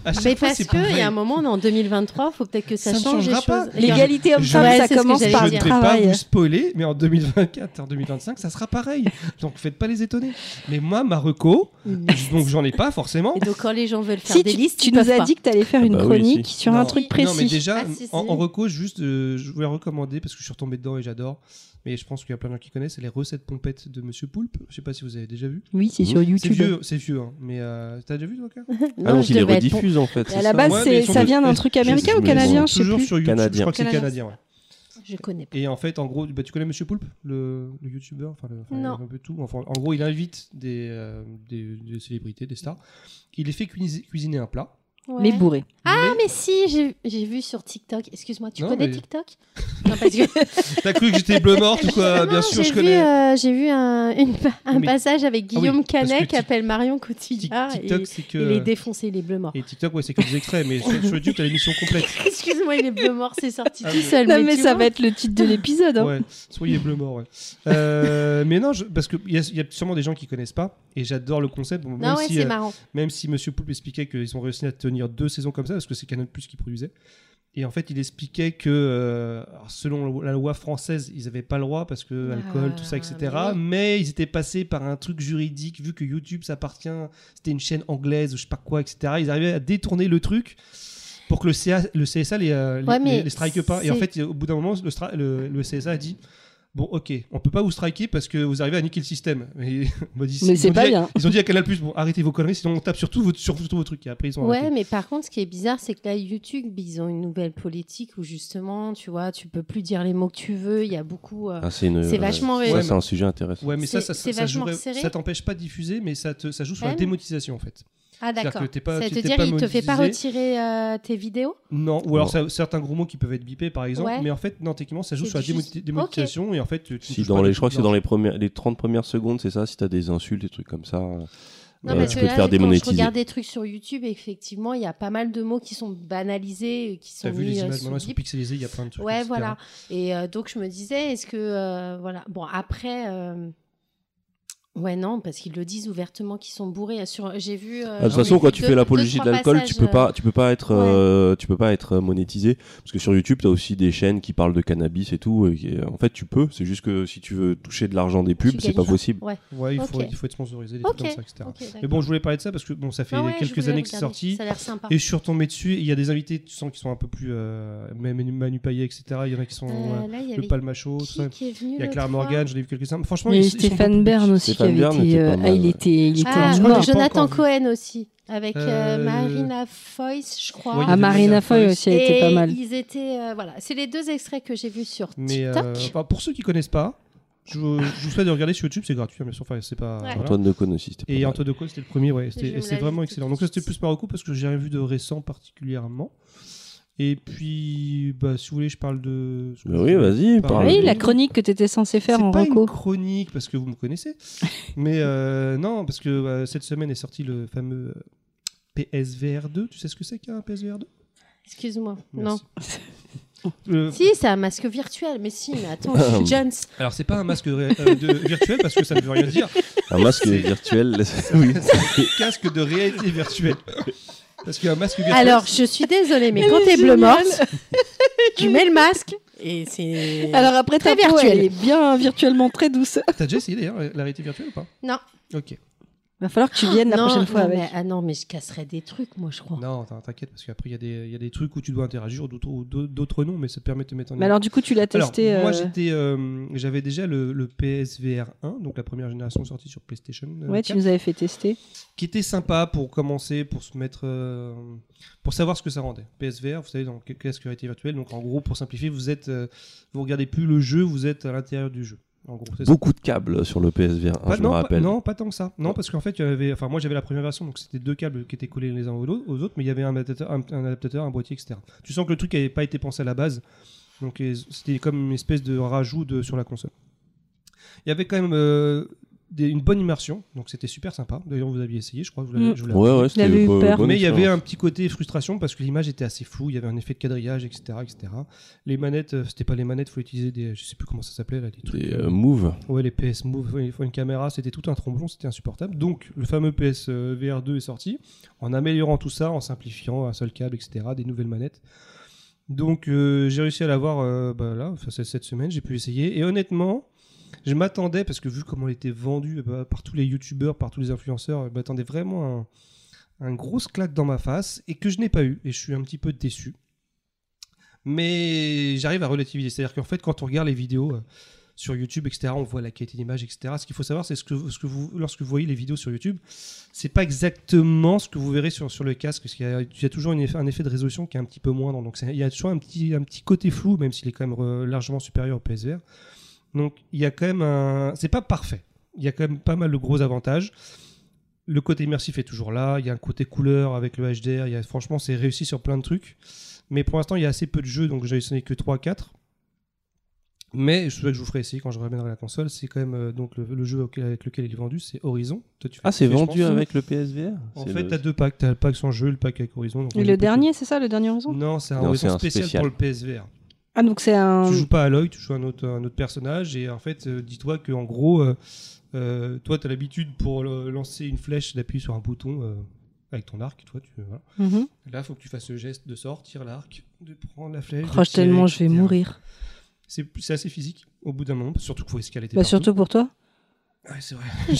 Speaker 1: À chaque
Speaker 2: Mais
Speaker 1: fois,
Speaker 2: parce
Speaker 1: c'est
Speaker 2: qu'il y
Speaker 1: pareil.
Speaker 2: a un moment, on est en 2023, faut peut-être que ça,
Speaker 1: Ça ne
Speaker 2: change les
Speaker 1: changera pas.
Speaker 2: choses.
Speaker 1: Les gars,
Speaker 2: Regarde,
Speaker 4: L'égalité homme-femme,
Speaker 1: Ouais,
Speaker 2: c'est
Speaker 4: ça
Speaker 2: ce que
Speaker 4: commence
Speaker 2: j'allais
Speaker 4: par
Speaker 1: Je
Speaker 2: dire.
Speaker 4: le
Speaker 1: ne vais pas
Speaker 4: travail.
Speaker 1: vous spoiler, mais en 2024, en 2025, ça sera pareil. Donc faites pas les étonner. Mais moi, ma reco,
Speaker 2: une
Speaker 1: donc j'en ai pas forcément.
Speaker 2: Et donc quand les gens veulent faire
Speaker 4: Si
Speaker 2: des
Speaker 4: tu,
Speaker 2: listes,
Speaker 4: tu
Speaker 2: ils
Speaker 4: nous
Speaker 2: peuvent
Speaker 4: as
Speaker 2: pas.
Speaker 4: dit que tu allais faire
Speaker 3: Ah
Speaker 4: une
Speaker 3: bah oui,
Speaker 4: chronique
Speaker 3: si.
Speaker 4: sur un
Speaker 1: Non.
Speaker 4: truc
Speaker 1: Non, mais
Speaker 4: précis.
Speaker 1: déjà,
Speaker 2: Ah, si, si.
Speaker 1: En, en reco, juste, euh, je voulais recommander parce que je suis retombé dedans et j'adore. Mais je pense qu'il y a plein de gens qui connaissent c'est les recettes pompettes de Monsieur Poulpe. Je sais pas si vous avez déjà vu.
Speaker 4: Oui, c'est sur
Speaker 1: C'est
Speaker 4: YouTube.
Speaker 1: vieux, c'est vieux. hein. Mais euh, t'as déjà vu toi Kat
Speaker 3: Ah, donc
Speaker 2: je
Speaker 3: il les
Speaker 2: devais être
Speaker 3: rediffuse en fait.
Speaker 4: Et
Speaker 3: c'est
Speaker 4: à la
Speaker 3: ça
Speaker 4: base,
Speaker 1: Ouais, mais
Speaker 4: Ah, c'est-
Speaker 1: ils sont
Speaker 4: ça
Speaker 1: de-
Speaker 4: vient d'un truc
Speaker 1: sais
Speaker 4: américain
Speaker 3: plus,
Speaker 4: ou
Speaker 3: mais
Speaker 4: canadien,
Speaker 3: ils
Speaker 4: je sais
Speaker 1: Toujours
Speaker 4: plus.
Speaker 1: sur YouTube. Je
Speaker 3: Canadien.
Speaker 1: crois que c'est
Speaker 2: Canadien.
Speaker 1: canadien. ouais.
Speaker 2: bon. Je connais pas.
Speaker 1: Et en fait, en gros, bah, tu connais Monsieur Poulpe, le, le youtubeur, enfin, le- enfin,
Speaker 2: Non.
Speaker 1: un peu tout. Enfin, en gros, il invite des, euh, des, des célébrités, des stars. Il les fait cuisi- cuisiner un plat.
Speaker 4: Mais bourré.
Speaker 2: Ah mais si, j'ai- j'ai vu sur TikTok. Excuse-moi, tu
Speaker 1: Non,
Speaker 2: connais
Speaker 1: mais-
Speaker 2: TikTok Non parce que
Speaker 1: T'as cru que j'étais bleu morte ou quoi
Speaker 2: Non,
Speaker 1: Ah, Bien sûr,
Speaker 2: j'ai
Speaker 1: je connais.
Speaker 2: vu, euh, j'ai vu un, une pa- un
Speaker 1: Oui, mais- Ah
Speaker 2: passage avec Guillaume
Speaker 1: oui, parce que
Speaker 2: Canet
Speaker 1: Tik-
Speaker 2: qui appelle Marion
Speaker 1: Tic-
Speaker 2: Cotillard et
Speaker 1: TikTok, c'est
Speaker 2: ah, il est
Speaker 1: que.
Speaker 2: défoncé, il est bleu mort.
Speaker 1: Et TikTok, ouais, c'est que des extraits, mais sur, sur YouTube, t'as l'émission complète.
Speaker 2: Excuse-moi, il est bleu mort, c'est sorti
Speaker 1: Ah,
Speaker 2: tout
Speaker 1: mais-
Speaker 2: seul.
Speaker 4: Non, mais
Speaker 2: tu
Speaker 4: ça
Speaker 2: vois.
Speaker 4: va être le titre de l'épisode. hein.
Speaker 1: Ouais, soyez bleu mort. ouais. Euh, mais non, je- parce qu'il y, a- il y a sûrement des gens qui connaissent pas, et j'adore le concept. bon, même
Speaker 2: Non ouais,
Speaker 1: si,
Speaker 2: c'est
Speaker 1: euh,
Speaker 2: marrant.
Speaker 1: même si Monsieur Poulpe expliquait qu'ils ont réussi à tenir deux saisons comme ça, parce que c'est Canal Plus qui produisait. Et en fait, il expliquait que euh, alors, selon la loi française, ils n'avaient pas le droit parce que
Speaker 2: Ah,
Speaker 1: alcool, tout ça, etc.
Speaker 2: mais oui.
Speaker 1: Mais ils étaient passés par un truc juridique, vu que YouTube, ça appartient, c'était une chaîne anglaise ou je sais pas quoi, etc. Ils arrivaient à détourner le truc pour que le, CA le CSA les, euh, les-
Speaker 2: Ouais, mais
Speaker 1: les- les strike pas. Et en
Speaker 2: c'est-
Speaker 1: fait, au bout d'un moment, le, stra- le- le CSA a dit. Bon, ok, on peut pas vous striker parce que vous arrivez à niquer le système. Et on m'a dit-
Speaker 4: Mais
Speaker 1: ils
Speaker 4: c'est
Speaker 1: ont
Speaker 4: pas
Speaker 1: dit-
Speaker 4: bien.
Speaker 1: ils ont dit à Canal Plus, bon, arrêtez vos conneries, sinon on tape sur, tout votre- sur tous vos trucs. Et après, ils ont
Speaker 2: Ouais,
Speaker 1: arrêté.
Speaker 2: mais par contre, ce qui est bizarre, c'est que là, YouTube, ils ont une nouvelle politique où justement, tu vois, tu peux plus dire les mots que tu veux. Il y a beaucoup. euh,
Speaker 3: Ah, c'est une-
Speaker 2: c'est vachement.
Speaker 3: Ça,
Speaker 1: Ouais,
Speaker 3: c'est un sujet intéressant.
Speaker 1: Ouais, mais ça,
Speaker 2: C'est-
Speaker 1: ça,
Speaker 2: c'est
Speaker 1: ça,
Speaker 2: vachement
Speaker 1: jouerait-
Speaker 2: serré.
Speaker 1: ça t'empêche pas de diffuser, mais ça, te, ça joue sur
Speaker 2: Ouais,
Speaker 1: la
Speaker 2: mais-
Speaker 1: démonétisation en fait.
Speaker 2: Ah
Speaker 1: C'est-à-dire
Speaker 2: d'accord.
Speaker 1: que t'es pas-
Speaker 2: ça
Speaker 1: tu-
Speaker 2: veut
Speaker 1: t'es
Speaker 2: dire
Speaker 1: pas
Speaker 2: il te fait pas
Speaker 1: monétisé.
Speaker 2: retirer euh, tes vidéos
Speaker 1: Non, ou alors ça- certains gros mots qui peuvent être bipés par exemple,
Speaker 2: Ouais.
Speaker 1: mais en fait, non, techniquement, ça joue
Speaker 2: C'est
Speaker 1: sur la démo-
Speaker 2: juste-
Speaker 1: démonétisation et en fait, tu- tu
Speaker 3: Si
Speaker 1: touches
Speaker 3: dans
Speaker 1: pas
Speaker 3: les,
Speaker 1: du
Speaker 3: je crois
Speaker 1: tout
Speaker 3: que c'est
Speaker 1: l'argent.
Speaker 3: dans les, premières, les 30 premières secondes, c'est ça, si t'as des insultes, des trucs comme ça.
Speaker 2: Non,
Speaker 3: Euh,
Speaker 2: parce que
Speaker 3: tu peux te
Speaker 2: là,
Speaker 3: faire
Speaker 2: quand je
Speaker 3: démonétiser.
Speaker 2: regarde des trucs sur YouTube, effectivement, il y a pas mal de mots qui sont banalisés, et qui sont
Speaker 1: T'as vu
Speaker 2: mis
Speaker 1: les
Speaker 2: euh,
Speaker 1: images,
Speaker 2: sous
Speaker 1: maintenant elles sont
Speaker 2: bip.
Speaker 1: pixelisées, il y a plein de trucs.
Speaker 2: Ouais,
Speaker 1: etc.
Speaker 2: voilà. Et euh, donc, je me disais, est-ce que. euh, voilà. Bon, après. euh, Ouais, non, parce qu'ils le disent ouvertement qu'ils sont bourrés. Sur... J'ai vu. euh,
Speaker 3: Ah, de toute
Speaker 1: oui.
Speaker 3: façon, quand tu
Speaker 2: deux-
Speaker 3: fais l'apologie
Speaker 2: deux,
Speaker 3: de
Speaker 2: trois
Speaker 3: l'alcool, tu
Speaker 2: passages,
Speaker 3: peux pas, tu peux pas être,
Speaker 2: ouais.
Speaker 3: euh, tu peux pas être euh, monétisé, parce que sur YouTube, t'as aussi des chaînes qui parlent de cannabis et tout. et qui- en fait, tu peux. C'est juste que si tu veux toucher de l'argent des pubs,
Speaker 2: Tu
Speaker 3: c'est
Speaker 2: gagnes
Speaker 3: pas
Speaker 2: pas.
Speaker 3: possible.
Speaker 2: Ouais.
Speaker 1: Ouais, il faut,
Speaker 2: Ok.
Speaker 1: il faut être sponsorisé, des
Speaker 2: Ok.
Speaker 1: trucs comme ça, etc.
Speaker 2: Ok,
Speaker 1: Mais
Speaker 2: d'accord.
Speaker 1: bon, je voulais parler de ça parce que bon, ça fait
Speaker 2: Ah ouais, je
Speaker 1: quelques
Speaker 2: voulais
Speaker 1: années que c'est
Speaker 2: regarder.
Speaker 1: sorti.
Speaker 2: Ça a l'air sympa.
Speaker 1: Et je suis retombé dessus, et il y a des invités, tu sens qui sont un peu plus euh, même Manu Payet, etc. Il y en a qui sont
Speaker 2: Euh,
Speaker 1: euh,
Speaker 2: là, il y
Speaker 1: le
Speaker 2: avait
Speaker 1: palmacho, tout
Speaker 2: qui
Speaker 1: ça.
Speaker 2: qui est venu
Speaker 1: Il y a
Speaker 2: l'autre
Speaker 1: Claire
Speaker 2: fois
Speaker 1: Morgan, je l'ai vu quelques uns. Franchement,
Speaker 4: Il y
Speaker 1: ils-
Speaker 4: a
Speaker 1: ils sont pas
Speaker 4: Stéphane
Speaker 1: publics.
Speaker 4: Bern aussi qui
Speaker 3: Stéphane
Speaker 4: avait
Speaker 3: Bern
Speaker 4: été.
Speaker 3: était pas
Speaker 4: euh,
Speaker 3: mal,
Speaker 4: Ah, il
Speaker 3: ouais.
Speaker 4: était, il était
Speaker 2: Ah,
Speaker 1: je
Speaker 4: mort.
Speaker 1: crois que j'ai pas
Speaker 2: Jonathan
Speaker 1: encore vu.
Speaker 2: Cohen aussi, avec euh,
Speaker 1: Euh,
Speaker 2: Marina Foïs, je crois.
Speaker 1: Ouais, il y a
Speaker 4: Ah,
Speaker 1: des
Speaker 4: Marina
Speaker 1: Marina
Speaker 4: Foy
Speaker 1: Foy.
Speaker 4: aussi, elle était pas mal.
Speaker 2: Et ils étaient. euh, voilà, c'est les deux extraits que j'ai vus sur
Speaker 1: Mais euh,
Speaker 2: TikTok.
Speaker 1: enfin, pour ceux qui connaissent pas, je, vous- je vous souhaite de regarder sur YouTube, c'est gratuit, hein, bien sûr. Enfin, c'est pas.
Speaker 2: Ouais.
Speaker 1: voilà.
Speaker 3: Antoine Decaune aussi, c'était pas
Speaker 1: Et
Speaker 3: mal.
Speaker 1: Antoine Decaune, c'était le premier, ouais.
Speaker 2: Je vais
Speaker 1: c'était-
Speaker 2: me
Speaker 1: Et c'est
Speaker 2: la
Speaker 1: vraiment
Speaker 2: jeter
Speaker 1: excellent.
Speaker 2: tout
Speaker 1: Donc
Speaker 2: de
Speaker 1: ça, c'était
Speaker 2: suite.
Speaker 1: plus Marocco parce que j'ai rien vu de récent particulièrement. Et puis, bah, si vous voulez, je parle de.
Speaker 3: Bah oui, vas-y,
Speaker 1: Parle.
Speaker 3: parle.
Speaker 4: Oui, la chronique que tu étais censé faire en
Speaker 1: C'est pas une
Speaker 4: reco.
Speaker 1: chronique parce que vous me connaissez. Mais euh, non, parce que euh, cette semaine est sorti le fameux euh, PSVR2. Tu sais ce que c'est qu'un PSVR2
Speaker 2: Excuse-moi. Non.
Speaker 1: Merci. Euh,
Speaker 2: Si, c'est un masque virtuel, mais si, mais attends,
Speaker 1: Ah,
Speaker 2: Jones.
Speaker 1: Alors, c'est pas un masque ré- euh, de- virtuel parce que ça ne veut rien dire.
Speaker 3: Un masque
Speaker 1: C'est-
Speaker 3: virtuel. oui.
Speaker 1: casque de réalité virtuelle. Parce qu'un masque virtuel.
Speaker 2: Alors, je suis désolée, mais
Speaker 4: Elle
Speaker 2: quand
Speaker 4: est
Speaker 2: t'es bleu
Speaker 4: géniale.
Speaker 2: morte, tu mets le masque et c'est.
Speaker 4: Alors après, ta
Speaker 2: Très
Speaker 4: peau,
Speaker 2: virtuelle.
Speaker 4: elle est bien virtuellement très douce.
Speaker 1: t'as déjà essayé d'ailleurs la la réalité virtuelle ou pas
Speaker 2: Non.
Speaker 1: Ok.
Speaker 4: Va falloir que tu viennes la
Speaker 2: Non,
Speaker 4: prochaine fois
Speaker 2: non,
Speaker 4: avec.
Speaker 2: mais- ah non, mais je casserai des trucs, moi, je crois.
Speaker 1: Non, t'in- t'inquiète, parce qu'après, il y, a des- il y a des trucs où tu dois interagir, d'autres- ou d'au- d'autres non, mais ça te permet de te mettre en
Speaker 4: Mais alors du coup, tu l'as
Speaker 1: Alors,
Speaker 4: testé.
Speaker 1: moi,
Speaker 4: euh,
Speaker 1: j'étais, euh, j'avais déjà le, le PSVR 1, donc la première génération sortie sur PlayStation. euh,
Speaker 4: Ouais, tu
Speaker 1: 4,
Speaker 4: nous avais fait tester.
Speaker 1: qui était sympa pour commencer, pour se mettre, euh, pour savoir ce que ça rendait. PSVR, vous savez, donc qu'est-ce que la réalité virtuelle Donc en gros, pour simplifier, vous êtes, euh, vous regardez plus le jeu, vous êtes à l'intérieur du jeu. en gros. c'est ça.
Speaker 3: Beaucoup de câbles sur le PSVR, hein,
Speaker 1: Pas-
Speaker 3: je
Speaker 1: Bah non,
Speaker 3: me
Speaker 1: pas-
Speaker 3: rappelle.
Speaker 1: non, pas tant que ça. Non, parce qu'en fait, il y avait, enfin, moi j'avais la première version, donc c'était deux câbles qui étaient collés les uns aux l'autre- aux autres, mais il y avait un adaptateur, un, un adaptateur, un boîtier, etc. Tu sens que le truc n'avait pas été pensé à la base, donc et c'était comme une espèce de rajout de, sur la console. Il y avait quand même euh, des- une bonne immersion, donc c'était super sympa. D'ailleurs, vous aviez essayé, je crois, vous l'avez-
Speaker 4: Mm.
Speaker 1: je vous l'avais-
Speaker 3: Ouais, ouais,
Speaker 4: avait
Speaker 3: c'était
Speaker 4: eu
Speaker 3: pas-
Speaker 4: peur.
Speaker 3: bonne
Speaker 1: mais il y avait
Speaker 3: expérience.
Speaker 1: un petit côté frustration parce que l'image était assez floue, il y avait un effet de quadrillage, etc. etc. Les manettes, euh, c'était pas les manettes, faut utiliser des. Je sais plus comment ça s'appelait là, des trucs.
Speaker 3: Des
Speaker 1: euh,
Speaker 3: euh, moves.
Speaker 1: Ouais, les PS Move, il faut une caméra, c'était tout un tromblon, c'était insupportable. Donc, le fameux PS euh, VR 2 est sorti, en améliorant tout ça, en simplifiant un seul câble, etc., des nouvelles manettes. Donc, euh, j'ai réussi à l'avoir euh, bah, là, enfin, c'est cette semaine, j'ai pu essayer. Et honnêtement, je m'attendais, parce que vu comment elle était vendue euh, bah, par tous les youtubeurs, par tous les influenceurs, je m'attendais vraiment à un, un grosse claque dans ma face, et que je n'ai pas eu, et je suis un petit peu déçu. Mais j'arrive à relativiser, c'est-à-dire qu'en fait, quand on regarde les vidéos... euh, sur YouTube, etc. On voit la qualité d'image, etc. Ce qu'il faut savoir, c'est ce que, ce que vous, lorsque vous voyez les vidéos sur YouTube, c'est pas exactement ce que vous verrez sur, sur le casque, parce qu'il y a, il y a toujours une eff- un effet de résolution qui est un petit peu moindre. Donc c'est- il y a toujours un petit, un petit côté flou, même s'il est quand même euh, largement supérieur au PSVR. Donc il y a quand même un, c'est pas parfait. Il y a quand même pas mal de gros avantages. Le côté immersif est toujours là. Il y a un côté couleur avec le HDR. Il y a, franchement, c'est réussi sur plein de trucs. Mais pour l'instant, il y a assez peu de jeux, donc j'ai essayé que 3-4. Mais je souhaite que je vous ferai essayer quand je ramènerai la console. C'est quand même euh, donc le, le jeu auquel- avec lequel il est vendu, c'est Horizon. Toi, tu fais
Speaker 3: Ah, c'est
Speaker 1: kiffer, je
Speaker 3: vendu
Speaker 1: pense.
Speaker 3: avec le PSVR
Speaker 1: En
Speaker 3: C'est
Speaker 1: fait,
Speaker 3: le-
Speaker 1: t'as deux packs. T'as le pack sans jeu, le pack avec Horizon. donc on
Speaker 4: Et
Speaker 1: est
Speaker 4: le
Speaker 1: pas
Speaker 4: dernier, c'est ça, le dernier
Speaker 1: sûr.
Speaker 4: horizon
Speaker 1: Non, c'est un
Speaker 3: Non,
Speaker 1: Horizon
Speaker 3: c'est un
Speaker 1: spécial,
Speaker 3: spécial.
Speaker 1: pour le PSVR.
Speaker 4: Ah, donc c'est un.
Speaker 1: Tu joues pas à l'œil, tu joues un autre, un autre personnage. Et en fait, euh, dis-toi que en gros, euh, euh, toi, t'as l'habitude pour le- lancer une flèche d'appuyer sur un bouton euh, avec ton arc. Toi, tu euh, voilà.
Speaker 4: Mhm.
Speaker 1: Là, faut que tu fasses le geste de sortir l'arc, de prendre la flèche. de
Speaker 4: Oh,
Speaker 1: tirer,
Speaker 4: tellement je vais
Speaker 1: etc.
Speaker 4: mourir.
Speaker 1: C'est c'est assez physique au bout d'un moment, surtout qu'il faut escalader.
Speaker 4: Bah,
Speaker 1: partout.
Speaker 4: surtout pour toi.
Speaker 1: Ouais, c'est vrai.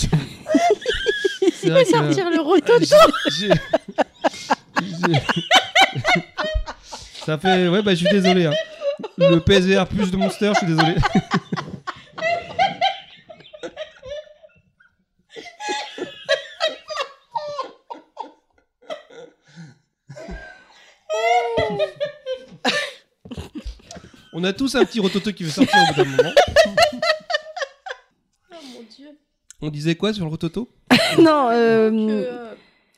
Speaker 1: C'est vrai que-
Speaker 2: sortir le roto.
Speaker 1: J'ai- j'ai- j'ai- Ça fait. Ouais, bah, je suis désolé. hein. Le PSVR plus de Monster, je suis désolé. On a tous un petit rototo qui veut sortir au bout d'un moment.
Speaker 2: Oh mon dieu.
Speaker 1: On disait quoi sur le rototo
Speaker 4: non, euh,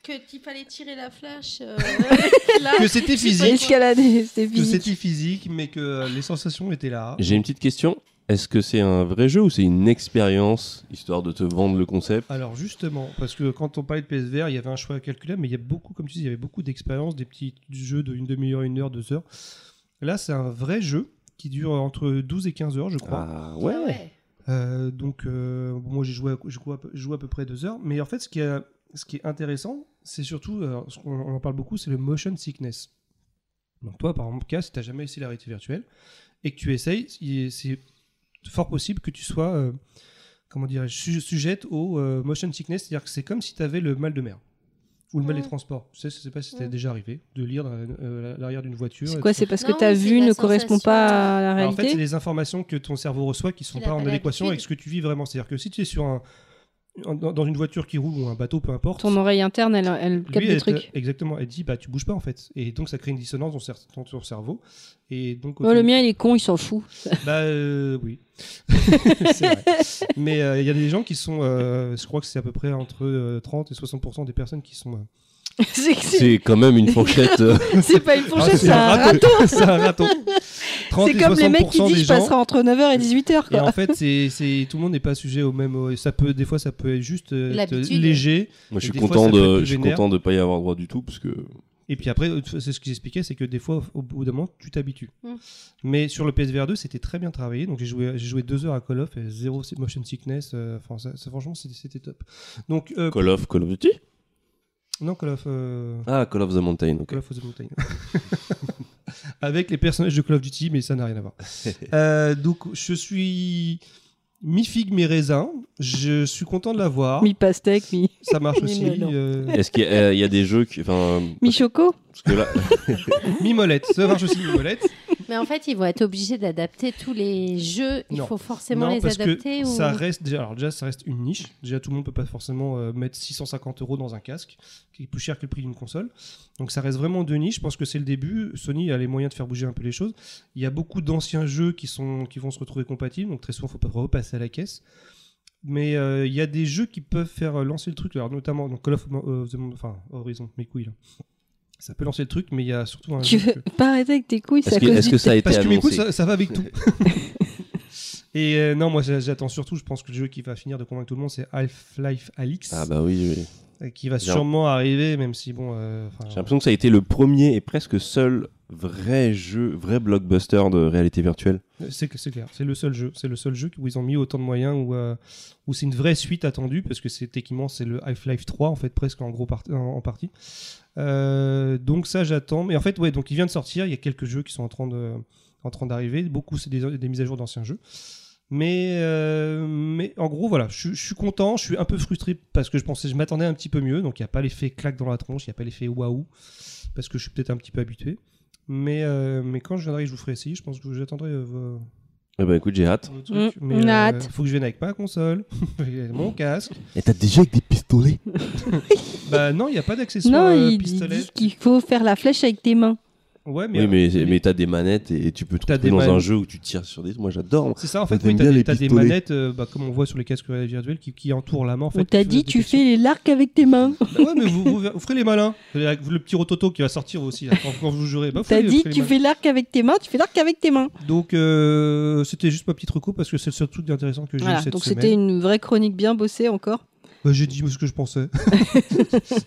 Speaker 2: Que, qu'il fallait tirer la euh. flèche.
Speaker 1: Que c'était physique.
Speaker 4: escalader, c'était
Speaker 1: que
Speaker 4: physique.
Speaker 1: c'était physique, mais que euh, les sensations étaient là.
Speaker 3: J'ai une petite question. Est-ce que c'est un vrai jeu ou c'est une expérience, histoire de te vendre le concept
Speaker 1: Alors justement, parce que quand on parlait de PSVR, il y avait un choix calculable, mais il y a beaucoup, comme tu dis, il y avait beaucoup d'expériences, des petits jeux de une demi-heure, une heure, deux heures. Là, c'est un vrai jeu qui dure entre 12 et 15 heures, je crois.
Speaker 3: Ah ouais
Speaker 1: Euh, donc, euh, bon, moi, j'ai joué, à- je joue à peu- je joue à peu près deux heures. Mais en fait, ce qui est, ce qui est intéressant, c'est surtout, euh, ce qu'on on en parle beaucoup, c'est le motion sickness. Donc, toi, par exemple, Cas, si t'as jamais essayé la réalité virtuelle et que tu essayes, il est- c'est fort possible que tu sois, euh, comment dirais-je, su- sujette au euh, motion sickness, c'est-à-dire que c'est comme si tu avais le mal de mer ou le mal
Speaker 2: Ouais.
Speaker 1: des transports. Tu sais, je sais pas si t'es
Speaker 2: Ouais.
Speaker 1: déjà arrivé de lire dans la- euh, l'arrière d'une voiture.
Speaker 4: C'est
Speaker 1: et
Speaker 4: quoi
Speaker 1: tout ça.
Speaker 4: C'est parce que
Speaker 2: Non,
Speaker 4: ta
Speaker 2: mais c'est
Speaker 4: vue
Speaker 2: la
Speaker 4: ne correspond pas
Speaker 2: sensation.
Speaker 4: à la
Speaker 1: Alors, en fait, c'est
Speaker 4: réalité
Speaker 1: les informations que ton cerveau reçoit qui ne sont
Speaker 2: Qu'il
Speaker 1: pas
Speaker 2: a
Speaker 1: en
Speaker 2: pas
Speaker 1: adéquation
Speaker 2: l'habitude.
Speaker 1: avec ce que tu vis vraiment. C'est-à-dire que si tu es sur un, en- dans dans une voiture qui roule ou un bateau, peu importe,
Speaker 4: Ton oreille interne, elle, elle
Speaker 1: lui,
Speaker 4: capte des
Speaker 1: elle te-
Speaker 4: trucs.
Speaker 1: exactement, elle dit bah tu bouges pas en fait, et donc ça crée une dissonance dans, cer- dans ton cerveau. Et donc
Speaker 4: Oh, le mien, il est con, il s'en fout.
Speaker 1: bah euh, oui, C'est vrai. Mais euh, il y a des gens qui sont, euh, je crois que c'est à peu près entre euh, 30 et 60 des personnes qui sont. euh,
Speaker 4: C'est que c'est-
Speaker 3: C'est quand même une fourchette. euh,
Speaker 4: c'est pas une
Speaker 1: Ah,
Speaker 4: fourchette,
Speaker 1: c'est
Speaker 4: c'est un rat.
Speaker 1: c'est un râteau. 30
Speaker 4: C'est
Speaker 1: et
Speaker 4: comme les mecs qui
Speaker 1: 60% des
Speaker 4: disent je
Speaker 1: gens-
Speaker 4: passerai entre 9h et 18h.
Speaker 1: Et
Speaker 4: Quoi.
Speaker 1: en fait, c'est, c'est, tout le monde n'est pas sujet au même. au- Ça peut, des fois, ça peut être juste euh, être
Speaker 2: L'habitude.
Speaker 1: léger.
Speaker 3: Moi, je
Speaker 1: Et
Speaker 3: suis
Speaker 1: des fois,
Speaker 3: content
Speaker 1: ça peut être
Speaker 3: de,
Speaker 1: plus
Speaker 3: je suis
Speaker 1: vénère.
Speaker 3: content de pas y avoir droit du tout parce que
Speaker 1: Et puis après, euh, c'est ce qu'ils expliquaient, c'est que des fois, au bout d'un moment, tu t'habitues.
Speaker 4: Mmh.
Speaker 2: Mm.
Speaker 1: Mais sur le PSVR 2, c'était très bien travaillé. Donc j'ai joué, j'ai joué deux heures à Call of, et zéro motion sickness. euh, Enfin, ça- ça, franchement, c'était, c'était top. Donc euh,
Speaker 3: Call of, Call of Duty.
Speaker 1: non, Call of. euh,
Speaker 3: Ah, Call of the Mountain. ok.
Speaker 1: Call of the Mountain. Avec les personnages de Call of Duty, mais ça n'a rien à voir. Euh, donc, je suis mi-figue, mi-raisin. Je suis content de l'avoir.
Speaker 4: Mi-pastèque, mi-
Speaker 1: Ça marche aussi.
Speaker 4: Mi-melon.
Speaker 1: euh,
Speaker 3: Est-ce qu'il y, a- euh, il y a des jeux qui, enfin, euh,
Speaker 4: mi-choco.
Speaker 3: parce que là,
Speaker 1: Mimolette, ça marche aussi Mimolette.
Speaker 2: Mais en fait, ils vont être obligés d'adapter tous les jeux. Il
Speaker 1: Non.
Speaker 2: faut forcément
Speaker 1: non,
Speaker 2: les
Speaker 1: parce
Speaker 2: adapter.
Speaker 1: que
Speaker 2: ou...
Speaker 1: ça reste déjà, alors déjà ça reste une niche. Déjà tout le monde peut pas forcément euh, mettre 650 euros dans un casque, qui est plus cher que le prix d'une console. Donc ça reste vraiment deux niches. Je pense que c'est le début. Sony a les moyens de faire bouger un peu les choses. Il y a beaucoup d'anciens jeux qui sont qui vont se retrouver compatibles. Donc très souvent faut pas repasser à la caisse. Mais euh, il y a des jeux qui peuvent faire euh, lancer le truc. Alors notamment donc Call of euh, the Mon- enfin Horizon, mes couilles là. Ça peut lancer le truc, mais il y a surtout un.
Speaker 4: Tu
Speaker 1: jeu
Speaker 4: veux
Speaker 1: que-
Speaker 4: pas arrêter avec tes couilles,
Speaker 3: Est-ce
Speaker 4: ça
Speaker 3: que,
Speaker 4: cause
Speaker 3: est-ce
Speaker 4: du
Speaker 3: que ça a été
Speaker 1: parce que mes couilles, ça,
Speaker 3: annoncé
Speaker 1: ça va avec tout. Et euh, non, moi j'a- j'attends surtout, je pense que le jeu qui va finir de convaincre tout le monde, c'est Half-Life Alix,
Speaker 3: Ah bah oui, oui.
Speaker 1: euh, qui va
Speaker 3: j'ai-
Speaker 1: sûrement arriver, même si bon. euh, enfin,
Speaker 3: J'ai l'impression que ça a été le premier et presque seul vrai jeu, vrai blockbuster de réalité virtuelle.
Speaker 1: euh, c'est que- c'est clair, c'est le seul jeu, c'est le seul jeu où ils ont mis autant de moyens, où, euh, où c'est une vraie suite attendue, parce que c'est techniquement c'est le Half-Life 3 en fait presque en gros part- en, en partie. Euh, donc ça j'attends, mais en fait ouais, donc il vient de sortir, il y a quelques jeux qui sont en train de en train d'arriver. Beaucoup, c'est des, des mises à jour d'anciens jeux. Mais, euh, mais en gros, voilà, je, suis- je suis content, je suis un peu frustré parce que je pensais, je m'attendais un petit peu mieux. Donc il n'y a pas l'effet claque dans la tronche, il n'y a pas l'effet waouh, parce que je suis peut-être un petit peu habitué. Mais, euh, mais quand je viendrai, je vous ferai essayer. Je pense que j'attendrai euh, vos-
Speaker 3: Eh bah écoute, j'ai hâte.
Speaker 1: vos trucs.
Speaker 4: Mm,
Speaker 1: Mais
Speaker 4: on a
Speaker 1: euh,
Speaker 4: hâte.
Speaker 1: faut que je vienne avec ma console, et mon casque.
Speaker 3: Et t'as déjà avec des pistolets
Speaker 1: Bah non, il n'y a pas d'accessoire
Speaker 4: Non,
Speaker 1: euh,
Speaker 4: il dit
Speaker 1: pistolet.
Speaker 4: qu'il faut faire la flèche avec tes mains.
Speaker 1: Ouais, mais,
Speaker 3: Oui, mais,
Speaker 1: euh,
Speaker 3: mais t'as des manettes et, et tu peux te
Speaker 1: T'as
Speaker 3: retrouver
Speaker 1: des
Speaker 3: dans un
Speaker 1: manettes.
Speaker 3: jeu où tu tires sur des... Moi j'adore.
Speaker 1: c'est ça en fait.
Speaker 3: t'aimes
Speaker 1: Oui,
Speaker 3: bien
Speaker 1: t'as des,
Speaker 3: les
Speaker 1: t'as des
Speaker 3: pistolets.
Speaker 1: manettes, euh, bah, comme on voit sur les casques virtuels, qui, qui entourent la main. En fait,
Speaker 4: On
Speaker 1: qui
Speaker 4: t'a
Speaker 1: font
Speaker 4: dit,
Speaker 1: la
Speaker 4: tu
Speaker 1: détection.
Speaker 4: fais l'arc avec tes mains.
Speaker 1: Bah ouais, mais vous, vous, vous ferez les malins. Le le petit rototo qui va sortir aussi, là, quand, quand vous jouerez. Bah, vous
Speaker 4: T'as
Speaker 1: ferez- vous
Speaker 4: dit,
Speaker 1: ferez les
Speaker 4: tu
Speaker 1: malins.
Speaker 4: fais l'arc avec tes mains, tu fais l'arc avec tes mains.
Speaker 1: Donc, euh, c'était juste ma petite reco parce que c'est le seul truc d'intéressant que j'ai eu
Speaker 4: Voilà,
Speaker 1: cette
Speaker 4: donc c'était
Speaker 1: semaine.
Speaker 4: une vraie chronique bien bossée encore.
Speaker 1: Bah, j'ai dit ce que je pensais.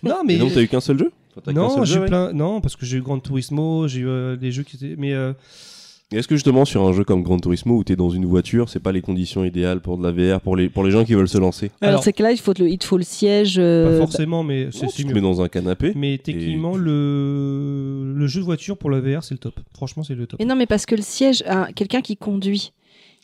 Speaker 1: non, mais.
Speaker 3: Et donc t'as eu qu'un seul jeu Enfin, t'as qu'un
Speaker 1: non,
Speaker 3: seul
Speaker 1: j'ai
Speaker 3: jeu,
Speaker 1: eu
Speaker 3: ouais.
Speaker 1: plein... non, parce que j'ai eu Grand Turismo, j'ai eu euh, des jeux qui étaient. Mais euh,
Speaker 3: Et Est-ce que justement sur un jeu comme Gran Turismo où t'es dans une voiture, c'est pas les conditions idéales pour de la VR, pour les, pour les gens qui veulent se lancer
Speaker 4: Alors,
Speaker 1: Alors-
Speaker 4: c'est que là, il faut le, il te faut le siège.
Speaker 1: pas
Speaker 4: euh,
Speaker 1: forcément, mais c'est
Speaker 3: Non,
Speaker 1: c'est
Speaker 3: Tu te
Speaker 1: mieux.
Speaker 3: mets dans un canapé
Speaker 1: Mais techniquement, le... le jeu de voiture pour la VR, c'est le top. Franchement, c'est le top.
Speaker 4: Mais non, mais parce que le siège, hein, quelqu'un qui conduit,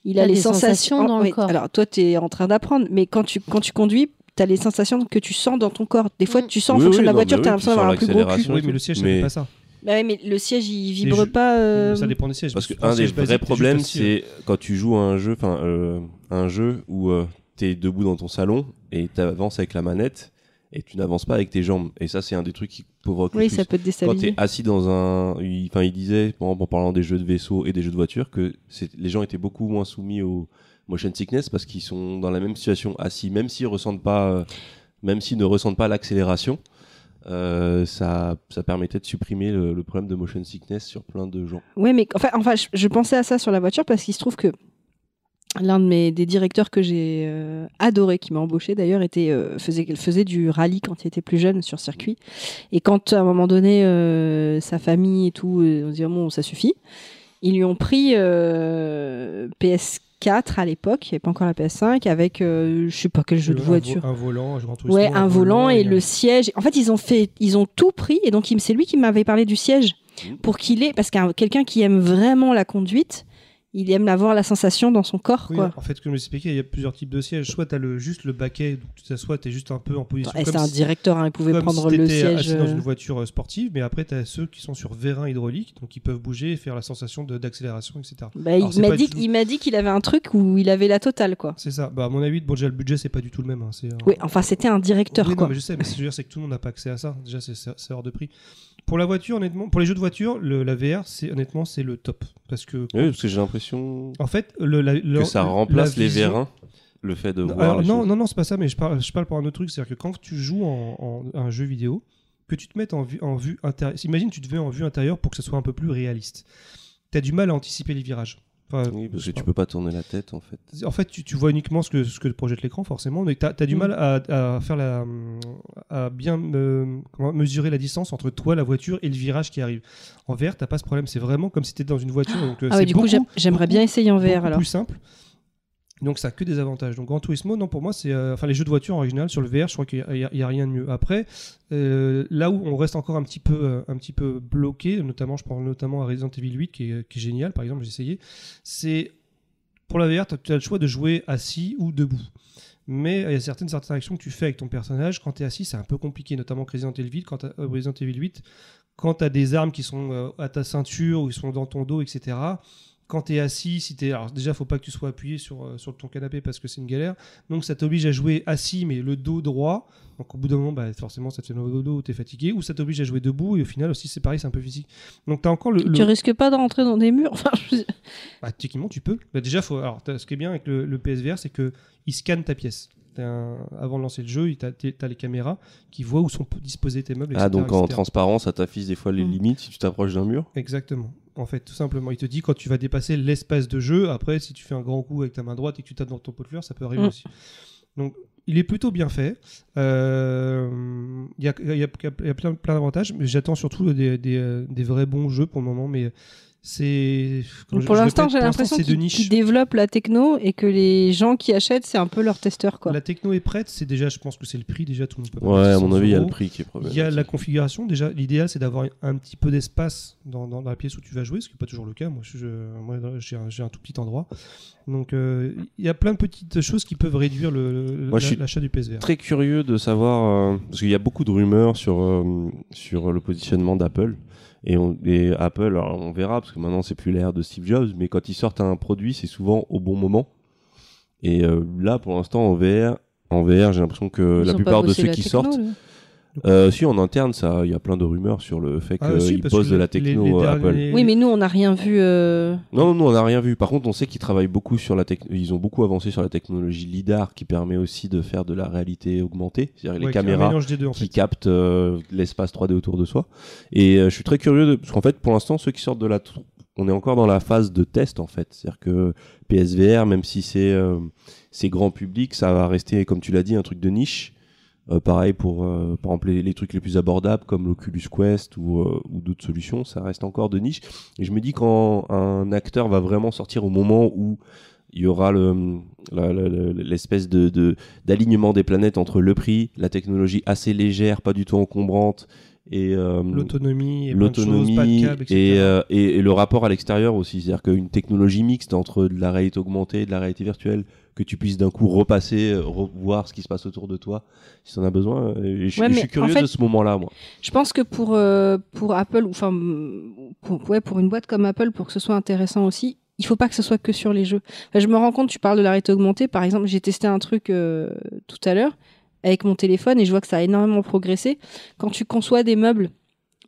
Speaker 4: il
Speaker 2: T'as
Speaker 4: a les
Speaker 2: des
Speaker 4: sensations.
Speaker 2: sensations dans le corps.
Speaker 4: Alors toi, tu es en train d'apprendre, mais quand tu, quand tu conduis, tu as les sensations que tu sens dans ton corps. Des fois,
Speaker 2: Mm.
Speaker 4: tu sens en
Speaker 3: Oui,
Speaker 4: fonction
Speaker 3: oui,
Speaker 4: de la
Speaker 3: non,
Speaker 4: voiture,
Speaker 3: mais
Speaker 4: tu as
Speaker 3: oui,
Speaker 4: l'impression
Speaker 3: tu sens
Speaker 4: d'avoir un plus gros cul.
Speaker 3: l'accélération.
Speaker 1: Ah, Oui, mais le siège, ça
Speaker 3: Mais-
Speaker 1: fait pas ça.
Speaker 4: Bah oui, mais le siège, il
Speaker 1: C'est
Speaker 4: vibre
Speaker 1: ju-
Speaker 4: pas. euh,
Speaker 1: Ça dépend des sièges.
Speaker 3: Parce que
Speaker 1: Sur un
Speaker 3: un des
Speaker 1: siège basique,
Speaker 3: vrais
Speaker 1: t'es juste
Speaker 3: problèmes,
Speaker 1: assis.
Speaker 3: c'est quand tu joues à un jeu, enfin euh, un jeu où euh, t'es debout dans ton salon et t'avances avec la manette et tu n'avances pas avec tes jambes. Et ça, c'est un des trucs qui provoque. le
Speaker 4: Oui,
Speaker 3: plus.
Speaker 4: ça peut te
Speaker 3: Quand t'es
Speaker 4: déstabiliser.
Speaker 3: assis dans un, il- enfin il disait, par exemple, en parlant des jeux de vaisseau et des jeux de voiture, que c'est- les gens étaient beaucoup moins soumis au motion sickness parce qu'ils sont dans la même situation assis, même s'ils ressentent pas, euh, même s'ils ne ressentent pas l'accélération. euh, ça, ça permettait de supprimer le- le problème de motion sickness sur plein de gens.
Speaker 4: Ouais, mais enfin, enfin je, je pensais à ça sur la voiture parce qu'il se trouve que l'un de mes des directeurs que j'ai euh, adoré, qui m'a embauché d'ailleurs, était euh, faisait faisait du rallye quand il était plus jeune sur circuit. Et quand à un moment donné, euh, sa famille et tout, euh, on se dit bon, ça suffit. Ils lui ont pris euh, PS4 à l'époque, il n'y avait pas encore la PS5, avec euh, je sais pas quel jeu de
Speaker 1: Un vo-
Speaker 4: voiture.
Speaker 1: Un volant, un Grand Turismo,
Speaker 4: Ouais, un volant et le
Speaker 1: un-
Speaker 4: siège. En fait, ils ont fait, ils ont tout pris et donc il- c'est lui qui m'avait parlé du siège
Speaker 3: Mmh.
Speaker 4: pour qu'il ait, parce qu'un quelqu'un qui aime vraiment la conduite, il aime avoir la sensation dans son corps,
Speaker 1: Oui,
Speaker 4: quoi.
Speaker 1: en fait, comme je l'expliquais, il y a plusieurs types de sièges. Soit tu as le, juste le baquet, donc tu t'assois, tu es juste un peu en position.
Speaker 4: Et
Speaker 1: comme
Speaker 4: c'est un
Speaker 1: si-
Speaker 4: directeur, hein, il pouvait
Speaker 1: comme
Speaker 4: prendre
Speaker 1: si
Speaker 4: le
Speaker 1: t'étais
Speaker 4: siège.
Speaker 1: assis dans
Speaker 4: euh,
Speaker 1: une voiture euh, sportive, mais après, tu as ceux qui sont sur vérin hydraulique, donc ils peuvent bouger et faire la sensation de- d'accélération, etc.
Speaker 4: bah,
Speaker 1: Alors,
Speaker 4: il
Speaker 1: c'est
Speaker 4: m'a
Speaker 1: pas
Speaker 4: dit,
Speaker 1: du tout-
Speaker 4: il m'a dit qu'il avait un truc où il avait la totale, quoi.
Speaker 1: C'est ça. Bah, à mon avis, bon, déjà, le budget, c'est pas du tout le même. hein, c'est, euh,
Speaker 4: Oui, enfin, c'était un directeur,
Speaker 1: Oui, non,
Speaker 4: quoi.
Speaker 1: mais je sais, mais ce que je veux dire, c'est que tout le monde n'a pas accès à ça. Déjà, c'est- c'est c'est hors de prix. Pour la voiture, honnêtement, pour les jeux de voiture, le- la VR, c'est honnêtement, c'est le top. Parce que,
Speaker 3: Oui, parce que j'ai l'impression
Speaker 1: en fait, le, la-
Speaker 3: que
Speaker 1: le-
Speaker 3: ça
Speaker 1: la
Speaker 3: remplace les
Speaker 1: vision-
Speaker 3: vérins, le fait de
Speaker 1: Non,
Speaker 3: voir.
Speaker 1: alors,
Speaker 3: les
Speaker 1: non,
Speaker 3: choses.
Speaker 1: non, non, c'est pas ça, mais je parle, je parle pour un autre truc. C'est-à-dire que quand tu joues en, en- un jeu vidéo, que tu te mettes en, vue- en vue intérieure. Imagine, tu te mets en vue intérieure pour que ce soit un peu plus réaliste. Tu as du mal à anticiper les virages. Enfin,
Speaker 3: Oui, parce
Speaker 1: je
Speaker 3: que
Speaker 1: sais
Speaker 3: tu
Speaker 1: pas.
Speaker 3: peux euh, pas tourner la tête en fait.
Speaker 1: En fait, tu, tu vois uniquement ce que, ce que projette l'écran, forcément, mais tu as, du
Speaker 4: Mm.
Speaker 1: mal à, à faire la. à bien euh, comment, mesurer la distance entre toi, la voiture et le virage qui arrive. En VR, t'as pas ce problème, c'est vraiment comme si tu dans une voiture. Donc, euh,
Speaker 4: Ah
Speaker 1: c'est
Speaker 4: ouais, du coup,
Speaker 1: beaucoup-
Speaker 4: j'aime- j'aimerais bien essayer en VR,
Speaker 1: beaucoup
Speaker 4: alors.
Speaker 1: plus simple. Donc ça a que des avantages. Donc Gran Turismo, non pour moi c'est, euh, enfin les jeux de voiture en original sur le VR, je crois qu'il n'y a, il y a rien de mieux. Après, euh, là où on reste encore un petit peu, euh, un petit peu bloqué, notamment je pense notamment à Resident Evil 8 qui est, qui est génial, par exemple j'ai essayé, c'est pour la VR tu as le choix de jouer assis ou debout. Mais il y a certaines interactions que tu fais avec ton personnage. Quand tu es assis, c'est un peu compliqué, notamment que Resident Evil 8. Quand t'as- euh, Resident Evil 8, quand tu as des armes qui sont euh, à ta ceinture ou qui sont dans ton dos, etc. Quand tu es assis, si t'es- alors déjà, faut pas que tu sois appuyé sur, euh, sur ton canapé parce que c'est une galère. Donc ça t'oblige à jouer assis, mais le dos droit. Donc au bout d'un moment, bah, forcément, ça te fait mal au dos, tu es fatigué. Ou ça t'oblige à jouer debout. Et au final aussi, c'est pareil, c'est un peu physique. Donc tu as encore le, le-
Speaker 4: Tu risques pas de rentrer dans des murs. Enfin, je-
Speaker 1: bah, techniquement, tu peux. Bah, déjà, faut... Alors, t'as- ce qui est bien avec le, le PSVR, c'est que il scanne ta pièce. T'as un- Avant de lancer le jeu, tu as les caméras qui voient où sont p- disposés tes meubles.
Speaker 3: Ah,
Speaker 1: etc.,
Speaker 3: donc en
Speaker 1: etc..
Speaker 3: transparence, ça t'affiche des fois les
Speaker 4: Mm.
Speaker 3: limites si tu t'approches d'un mur.
Speaker 1: Exactement. En fait, tout simplement, il te dit quand tu vas dépasser l'espace de jeu. Après, si tu fais un grand coup avec ta main droite et que tu tapes dans ton pot de fleurs, ça peut arriver
Speaker 4: Mm.
Speaker 1: aussi. Donc, il est plutôt bien fait. Euh, Il y, a, il y a- il y a plein, plein d'avantages, mais j'attends surtout des, des, euh, des vrais bons jeux pour le moment. Mais c'est. comme je-
Speaker 4: pour
Speaker 1: je
Speaker 4: l'instant,
Speaker 1: répète,
Speaker 4: j'ai
Speaker 1: pour
Speaker 4: l'impression
Speaker 1: c'est de
Speaker 4: qu'ils
Speaker 1: niche.
Speaker 4: qu'ils développent la techno et que les gens qui achètent, c'est un peu leur testeur. Quoi.
Speaker 1: La techno est prête, c'est déjà, je pense que c'est le prix déjà tout le monde peut.
Speaker 3: Ouais, à mon avis, il y a le
Speaker 1: prix.
Speaker 3: prix qui
Speaker 1: Il y
Speaker 3: est
Speaker 1: a
Speaker 3: problématique.
Speaker 1: la configuration déjà. L'idéal, c'est d'avoir un petit peu d'espace dans, dans la pièce où tu vas jouer, ce qui n'est pas toujours le cas. Moi, je- je- moi, j'ai un, j'ai un tout petit endroit, donc euh, il y a plein de petites choses qui peuvent réduire le- le-
Speaker 3: Moi, je
Speaker 1: la-
Speaker 3: suis
Speaker 1: l'achat du PSVR.
Speaker 3: Très curieux de savoir, euh, parce qu'il y a beaucoup de rumeurs sur, euh, sur le positionnement d'Apple. Et, on- et Apple, alors on verra, parce que maintenant c'est plus l'ère de Steve Jobs, mais quand ils sortent un produit, c'est souvent au bon moment. Et euh, là, pour l'instant, en VR, en VR j'ai l'impression que
Speaker 4: Ils
Speaker 3: Euh, la
Speaker 4: ont pas
Speaker 3: plupart de
Speaker 4: bossé
Speaker 3: ceux
Speaker 4: la
Speaker 3: qui
Speaker 4: techno,
Speaker 3: sortent.
Speaker 4: là.
Speaker 3: Euh, si, en interne, ça- il y a plein de rumeurs sur le fait
Speaker 1: Ah,
Speaker 3: qu'ils
Speaker 1: si, parce
Speaker 3: posent
Speaker 1: que
Speaker 3: de la
Speaker 1: les- les
Speaker 3: techno euh, Apple.
Speaker 1: derniers-
Speaker 4: Oui, mais nous, on n'a rien vu. euh,
Speaker 3: Non, non, non, on n'a rien vu. Par contre, on sait qu'ils travaillent beaucoup sur la techno. Ils ont beaucoup avancé sur la technologie lidar, qui permet aussi de faire de la réalité augmentée, c'est-à-dire
Speaker 1: Ouais,
Speaker 3: les
Speaker 1: qui est un
Speaker 3: caméras
Speaker 1: mélange des deux, en
Speaker 3: qui
Speaker 1: fait.
Speaker 3: captent euh, l'espace 3D autour de soi. Et euh, je suis très curieux de... parce qu'en fait, pour l'instant, ceux qui sortent de la, tr- on est encore dans la phase de test en fait. C'est-à-dire que PSVR, même si c'est euh, c'est grand public, ça va rester, comme tu l'as dit, un truc de niche. Euh, pareil pour euh, par exemple les, les trucs les plus abordables comme l'Oculus Quest ou, euh, ou d'autres solutions, ça reste encore de niche. Et je me dis quand un acteur va vraiment sortir au moment où il y aura le- la- la- la- l'espèce de- de d'alignement des planètes entre le prix, la technologie assez légère, pas du tout encombrante et euh,
Speaker 1: L'autonomie, et plein de choses,
Speaker 3: l'autonomie
Speaker 1: pas de câble, etc.
Speaker 3: et, euh, et- et le rapport à l'extérieur aussi. C'est-à-dire qu'une technologie mixte entre de la réalité augmentée et de la réalité virtuelle, que tu puisses d'un coup repasser, euh, revoir ce qui se passe autour de toi, si tu en as besoin. euh, Et je,
Speaker 4: Ouais,
Speaker 3: je
Speaker 4: mais
Speaker 3: suis curieux
Speaker 4: en fait-
Speaker 3: de ce moment-là, moi.
Speaker 4: Je pense que pour, euh, pour Apple, ou enfin, pour, ouais, pour une boîte comme Apple, pour que ce soit intéressant aussi, il faut pas que ce soit que sur les jeux. Enfin, je me rends compte, tu parles de la réalité augmentée. Par exemple, j'ai testé un truc euh, tout à l'heure avec mon téléphone et je vois que ça a énormément progressé. Quand tu conçois des meubles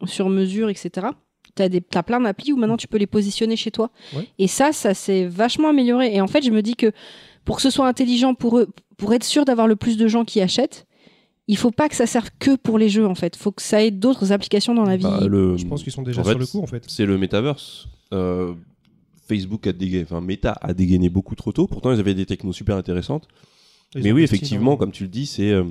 Speaker 4: sur mesure, etc., tu as, plein d'applis où maintenant tu peux les positionner chez toi.
Speaker 1: Ouais.
Speaker 4: Et ça, ça s'est vachement amélioré. Et en fait, je me dis que pour que ce soit intelligent pour eux, pour être sûr d'avoir le plus de gens qui achètent, il faut pas que ça serve que pour les jeux en fait. faut que ça ait d'autres applications dans la vie.
Speaker 3: Bah, le-
Speaker 1: Je pense qu'ils sont déjà
Speaker 3: en fait,
Speaker 1: sur le coup, en fait.
Speaker 3: C'est le metaverse. Euh, Facebook a dégainé, enfin Meta a dégainé beaucoup trop tôt. Pourtant, ils avaient des technos super intéressantes.
Speaker 1: Ils
Speaker 3: Mais
Speaker 1: ont hein.
Speaker 3: oui,
Speaker 1: investi
Speaker 3: effectivement,
Speaker 1: dans-
Speaker 3: comme tu le dis, c'est euh,